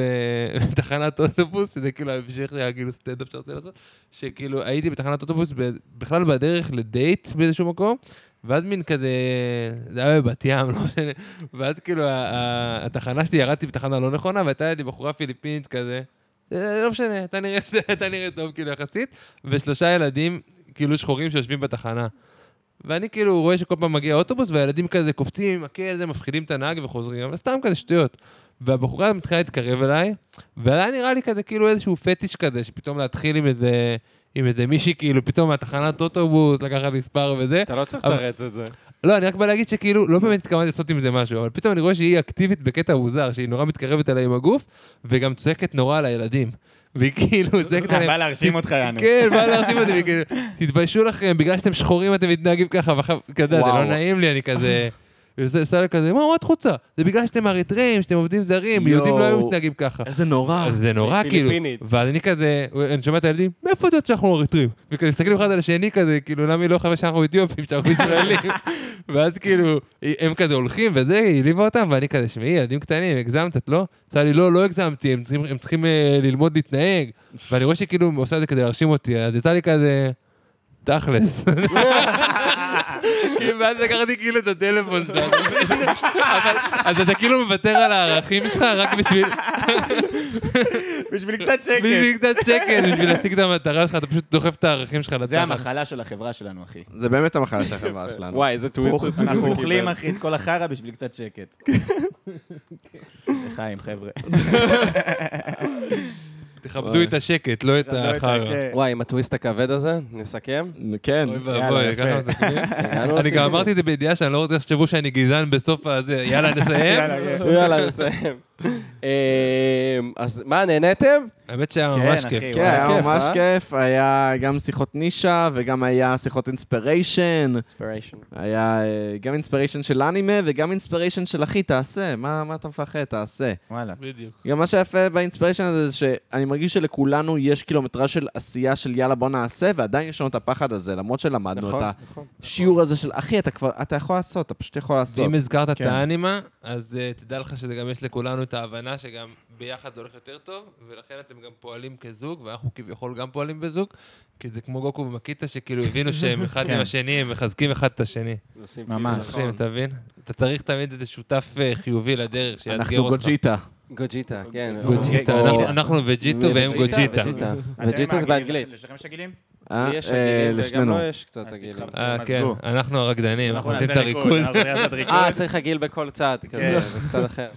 Speaker 2: בתחנת אוטובוס, זה כאילו ההמשך היה כאילו סטנדאפ שרציתי לעשות, שכאילו הייתי בתחנת אוטובוס ב- בכלל בדרך לדייט באיזשהו מקום, ואז מין כזה... זה היה בבת ים, לא משנה. ואז כאילו ה- ה- התחנה שלי, ירדתי בתחנה לא נכונה, והייתה לי בחורה פיליפינית כזה. "אה, לא משנה, אתה נראה אתה נראה טוב כאילו יחסית, ושלושה ילדים כאילו שחורים שיושבים בתחנה. ואני כאילו רואה שכל פעם מגיע אוטובוס, והילדים כזה קופצים עם מקל, זה, מפחידים את הנהג וחוזרים, אבל סתם כזה שטויות. והבחורה מתחילה להתקרב אליי, והיה נראה לי כזה כאילו איזשהו פטיש כזה, שפתאום להתחיל עם איזה, עם איזה מישהי, כאילו פתאום מהתחנת אוטובוס, לקחת מספר וזה.
Speaker 3: אתה לא צריך
Speaker 2: אבל-
Speaker 3: לתרץ את זה.
Speaker 2: לא, אני רק בא להגיד שכאילו, לא באמת התכוונתי לעשות עם זה משהו, אבל פתאום אני רואה שהיא אקטיבית בקטע מוזר, שהיא נורא מתקרבת אליי עם הגוף, וגם צועקת נורא על הילדים. והיא כאילו צועקת
Speaker 4: אה,
Speaker 2: עליהם.
Speaker 4: בא להרשים אותך, יענו.
Speaker 2: כן, בא להרשים אותי, וכאילו, תתביישו לכם, בגלל שאתם שחורים אתם מתנהגים ככה, ואחר כזה, זה לא
Speaker 1: וואו.
Speaker 2: נעים לי, אני כזה... וזה עשה לי כזה, מה, מה את רוצה? זה בגלל שאתם אריתראים, שאתם עובדים זרים,
Speaker 1: יואו.
Speaker 2: יהודים לא היו מתנהגים ככה.
Speaker 1: איזה נורא.
Speaker 2: אז זה נורא,
Speaker 3: היא
Speaker 2: כאילו.
Speaker 3: פיליפינית.
Speaker 2: ואז אני כזה, אני שומע את הילדים, מאיפה את יודעת שאנחנו אריתראים? וכזה מסתכלים אחד על השני כזה, כאילו, למה היא לא חושבת שאנחנו אתיופים, שאנחנו ישראלים? ואז כאילו, הם כזה הולכים, וזה, היא העליבה אותם, ואני כזה, שמעי, ילדים קטנים, הגזמת, את לא? עשה לי, לא, לא הגזמתי, הם צריכים- הם צריכים אה, ללמוד להתנהג. ואני רואה שכאילו הוא עושה את זה כדי להרשים אותי, אז יצא לי כזה... תכלס. כאילו, ואז לקחתי כאילו את הטלפון שלך. אבל, אז אתה כאילו מוותר על הערכים שלך רק בשביל...
Speaker 4: בשביל קצת שקט.
Speaker 2: בשביל קצת שקט, בשביל להשיג את המטרה שלך, אתה פשוט דוחף את הערכים שלך לתחת.
Speaker 4: זה המחלה של החברה שלנו, אחי.
Speaker 1: זה באמת המחלה של החברה שלנו.
Speaker 6: וואי, איזה טוויסט רציני זה
Speaker 4: אנחנו
Speaker 6: קיבל.
Speaker 4: אוכלים, אחי, את כל החרא בשביל קצת שקט. לחיים, חבר'ה.
Speaker 2: תכבדו את השקט, לא את החרא.
Speaker 4: כן.
Speaker 3: וואי, עם הטוויסט הכבד הזה, נסכם.
Speaker 6: כן.
Speaker 2: אוי לא
Speaker 4: יאללה,
Speaker 2: ואבוי,
Speaker 4: יפה.
Speaker 2: ככה מסכנים.
Speaker 3: הגענו
Speaker 2: אני
Speaker 3: לסיום.
Speaker 2: גם אמרתי את זה בידיעה שאני לא רוצה שתחשבו שאני גזען בסוף הזה. יאללה, נסיים.
Speaker 4: כן.
Speaker 3: יאללה, נסיים. אמ, אז מה, נהניתם?
Speaker 2: האמת שהיה
Speaker 4: כן,
Speaker 2: ממש
Speaker 4: אחי,
Speaker 2: כיף.
Speaker 1: כן, היה
Speaker 3: כיף,
Speaker 1: ממש
Speaker 3: אה?
Speaker 1: כיף, היה גם שיחות נישה וגם היה שיחות אינספיריישן.
Speaker 3: אינספיריישן.
Speaker 1: היה אה, גם אינספיריישן של אנימה וגם אינספיריישן של אחי, תעשה, מה מה אתה מפחד, תעשה.
Speaker 4: וואלה.
Speaker 2: בדיוק.
Speaker 1: גם מה שיפה באינספיריישן הזה זה שאני מרגיש שלכולנו יש קילומטרז של עשייה של יאללה בוא נעשה, ועדיין יש לנו את הפחד הזה, למרות שלמדנו את
Speaker 3: נכון.
Speaker 1: השיעור הזה של אחי, אתה כבר, אתה יכול לעשות, אתה פשוט יכול לעשות.
Speaker 2: ואם הזכרת את
Speaker 4: כן.
Speaker 2: האנימה, אז אה, תדע לך שזה גם יש לכולנו את ההבנה שגם ביחד זה הולך יותר טוב, ולכן אתם גם פועלים כזוג, ואנחנו כביכול גם פועלים בזוג, כי זה כמו גוקו ומקיטה, שכאילו הבינו שהם אחד עם
Speaker 4: כן.
Speaker 2: השני, הם מחזקים אחד את השני.
Speaker 4: ממש.
Speaker 2: עושים,
Speaker 1: נכון.
Speaker 2: אתה מבין? אתה צריך תמיד איזה שותף אה, חיובי לדרך שיאתגר
Speaker 1: אנחנו
Speaker 2: אותך.
Speaker 1: גוג'יטה.
Speaker 3: גוג'יטה, כן.
Speaker 2: גוג'יטה.
Speaker 4: או-
Speaker 2: אנחנו- אנחנו וג'יטו והם גוג'יטה.
Speaker 3: וג'יטה זה באנגלית.
Speaker 4: יש לכם שגילים?
Speaker 1: אה,
Speaker 3: יש
Speaker 1: אה,
Speaker 3: הגילים
Speaker 2: לא
Speaker 3: וגם
Speaker 1: לשנינו.
Speaker 3: לו יש קצת
Speaker 4: אז
Speaker 3: הגילים.
Speaker 4: תתחברו.
Speaker 2: אה, כן,
Speaker 4: מזגו.
Speaker 2: אנחנו הרקדנים, אנחנו
Speaker 4: אנחנו
Speaker 2: עושים את
Speaker 4: נעשה
Speaker 2: הריקוד.
Speaker 4: ריקוד, אנחנו נעשה ריקוד.
Speaker 3: אה, צריך הגיל בכל צד, כזה,
Speaker 4: כן.
Speaker 3: זה קצת אחר.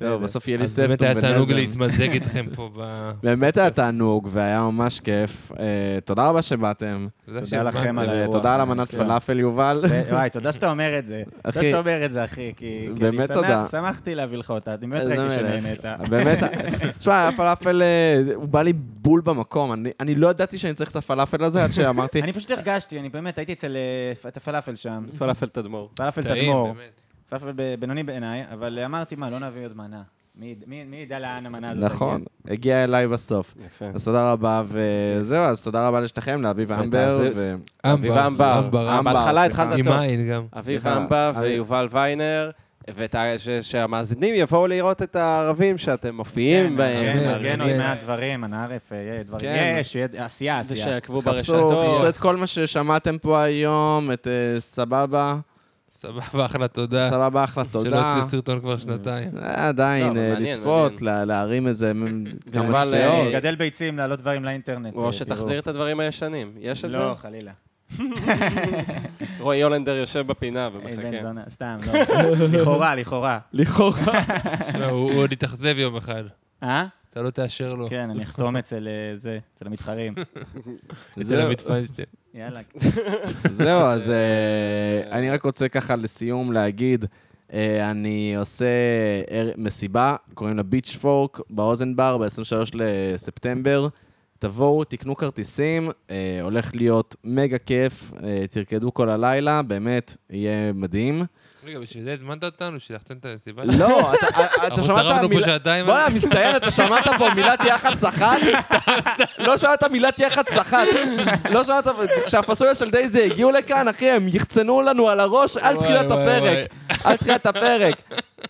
Speaker 1: לא, בסוף יהיה לי
Speaker 2: אז
Speaker 1: ספטום
Speaker 2: באמת היה תענוג
Speaker 1: ונזם.
Speaker 2: להתמזג איתכם פה ב...
Speaker 1: באמת היה תענוג, והיה ממש כיף. אה, תודה רבה שבאתם.
Speaker 2: זה
Speaker 4: תודה
Speaker 2: שהזמנתם.
Speaker 4: לכם על האירוע.
Speaker 1: ותודה על המנת
Speaker 4: כן.
Speaker 1: פלאפל, יובל.
Speaker 4: ו- וואי, תודה שאתה אומר את זה. תודה
Speaker 1: אחי.
Speaker 4: שאתה אומר את זה, אחי, כי כי
Speaker 1: באמת
Speaker 4: אני
Speaker 1: תודה.
Speaker 4: שמח- שמחתי להביא לך אותה, אני באמת
Speaker 1: איזה
Speaker 4: ראיתי
Speaker 1: מלך.
Speaker 4: שנהנית.
Speaker 1: באמת, תשמע, הפלאפל, אה, הוא בא לי בול במקום. אני- אני לא ידעתי שאני צריך את הפלאפל הזה עד שאמרתי,
Speaker 4: אני פשוט הרגשתי, אני באמת, הייתי אצל אה, את הפלאפל שם.
Speaker 3: פלאפל תדמור.
Speaker 4: פלאפל
Speaker 2: טעים,
Speaker 4: תדמור.
Speaker 2: באמת.
Speaker 4: פלאפל ב- בינוני בעיניי, אבל אמרתי, מה, לא נביא עוד מנה. מי יד- מי מי ידע לאן המנה הזאת
Speaker 1: נכון, הגיע אליי בסוף.
Speaker 3: יפה.
Speaker 4: כן.
Speaker 1: אז תודה רבה, וזהו, אז תודה רבה לשניכם, לאביב אמבר,
Speaker 3: זה-
Speaker 1: ו...
Speaker 3: אביב אמבר.
Speaker 2: אמבר.
Speaker 1: אמבר,
Speaker 3: בהתחלה
Speaker 1: סליחה.
Speaker 3: התחלת
Speaker 2: עם
Speaker 3: טוב.
Speaker 2: עין גם.
Speaker 3: אביב
Speaker 1: סליחה,
Speaker 3: אמבה
Speaker 1: אביב.
Speaker 3: ויובל ויינר, ושהמאזינים יבואו לראות את הערבים שאתם מופיעים בהם.
Speaker 4: כן,
Speaker 2: ארגן
Speaker 4: ארגן
Speaker 2: אוהד.
Speaker 4: עוד מעט דברים, הנערף, אה, יהיה דברים.
Speaker 1: כן.
Speaker 4: יש, יהיה עשייה, עשייה.
Speaker 3: ושיעקבו
Speaker 1: חפשו חפשו
Speaker 3: ברשתות.
Speaker 1: את כל מה ששמעתם פה היום, את אה, סבבה,
Speaker 2: סבבה, אחלה,
Speaker 4: אה.
Speaker 2: תודה.
Speaker 1: סבבה, אחלה,
Speaker 2: שלא
Speaker 1: תודה.
Speaker 2: הוציא סרטון כבר שנתיים.
Speaker 1: אה,
Speaker 3: לא,
Speaker 1: עדיין,
Speaker 3: אבל
Speaker 1: אה,
Speaker 3: מעניין,
Speaker 1: לצפות, לה- להרים איזה מ- כמה
Speaker 3: אבל, אה,
Speaker 1: צפיות.
Speaker 4: גדל ביצים, להעלות דברים לאינטרנט.
Speaker 3: או
Speaker 4: אה,
Speaker 3: שתחזיר את הדברים הישנים. יש
Speaker 4: תראו.
Speaker 3: את זה?
Speaker 4: לא, חלילה.
Speaker 3: רועי הולנדר יושב בפינה כן.
Speaker 4: אי, אה, בן
Speaker 3: ומחכה.
Speaker 4: זונה, סתם, לא. לכאורה, לכאורה.
Speaker 1: לכאורה.
Speaker 2: שמע, הוא הוא עוד יתאכזב יום אחד.
Speaker 4: אה?
Speaker 2: אתה לא תאשר לו.
Speaker 4: כן, אני אחתום אצל אה, זה, אצל המתחרים.
Speaker 2: אצל עמית פיינשטיין.
Speaker 4: יאללה.
Speaker 1: זהו, אז אה, אני רק רוצה ככה לסיום להגיד, אה, אני עושה ער- מסיבה, קוראים לה ביץ' פורק, באוזן בר, ב-23 לספטמבר. תבואו, תקנו כרטיסים, אה, הולך להיות מגה כיף, אה, תרקדו כל הלילה, באמת, יהיה מדהים.
Speaker 2: רגע, בשביל זה הזמנת אותנו, שלחתם את המסיבה?
Speaker 1: לא, אתה- אתה- אתה
Speaker 2: אנחנו
Speaker 1: שמעת
Speaker 2: צרחנו פה
Speaker 1: מילה...
Speaker 2: שעתיים.
Speaker 1: בוא'נה, מצטיין, אתה שמעת פה מילת יח"צ אחת? לא שמעת מילת יח"צ אחת. לא שמעת, כשהפסוליה של דייזי הגיעו לכאן, אחי, הם יחצנו לנו על הראש על
Speaker 2: וואי,
Speaker 1: תחילת
Speaker 2: וואי,
Speaker 1: הפרק. על תחילת הפרק.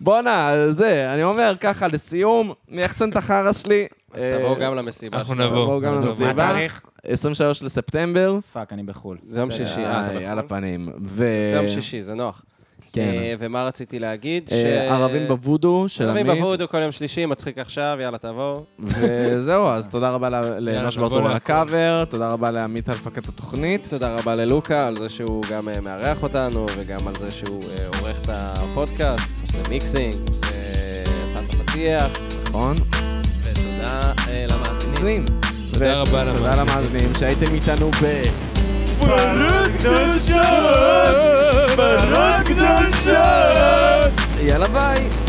Speaker 1: בוא'נה, זה, אני אומר ככה, לסיום, מי יחצן את החרא שלי? אה,
Speaker 3: אז תבואו גם למסיבה.
Speaker 2: אנחנו
Speaker 3: שלנו.
Speaker 2: נבוא.
Speaker 1: תבואו גם
Speaker 2: מה
Speaker 4: מה
Speaker 1: למסיבה.
Speaker 4: התאריך?
Speaker 1: 23 לספטמבר.
Speaker 4: פאק, אני בחו"ל.
Speaker 3: זה יום
Speaker 4: בסדר.
Speaker 3: שישי, אה, אתה
Speaker 1: איי, על
Speaker 3: בחו"ל?
Speaker 1: הפנים.
Speaker 3: זה יום שישי, זה נוח.
Speaker 1: כן.
Speaker 3: אה, ומה רציתי להגיד? ש-
Speaker 1: אה, ערבים בוודו של עמית.
Speaker 3: ערבים בוודו כל יום שלישי, מצחיק עכשיו, יאללה תבואו.
Speaker 1: וזהו, אז תודה רבה ל- לאנוש
Speaker 2: נבוא
Speaker 1: ברטור על
Speaker 2: לאכול.
Speaker 1: הקאבר, תודה רבה לעמית על הפקת התוכנית.
Speaker 3: תודה רבה ללוקה על זה שהוא גם אה, מארח אותנו, וגם על זה שהוא אה, עורך את הפודקאסט, עושה מיקסינג, עושה... עשה את הפתיח,
Speaker 1: נכון?
Speaker 3: ותודה אה, למאזינים.
Speaker 1: מאזינים.
Speaker 2: תודה
Speaker 1: ו-
Speaker 2: רבה
Speaker 1: תודה
Speaker 2: למאזינים.
Speaker 1: למאזינים שהייתם איתנו ב...
Speaker 4: קדושות,
Speaker 1: יאללה ביי!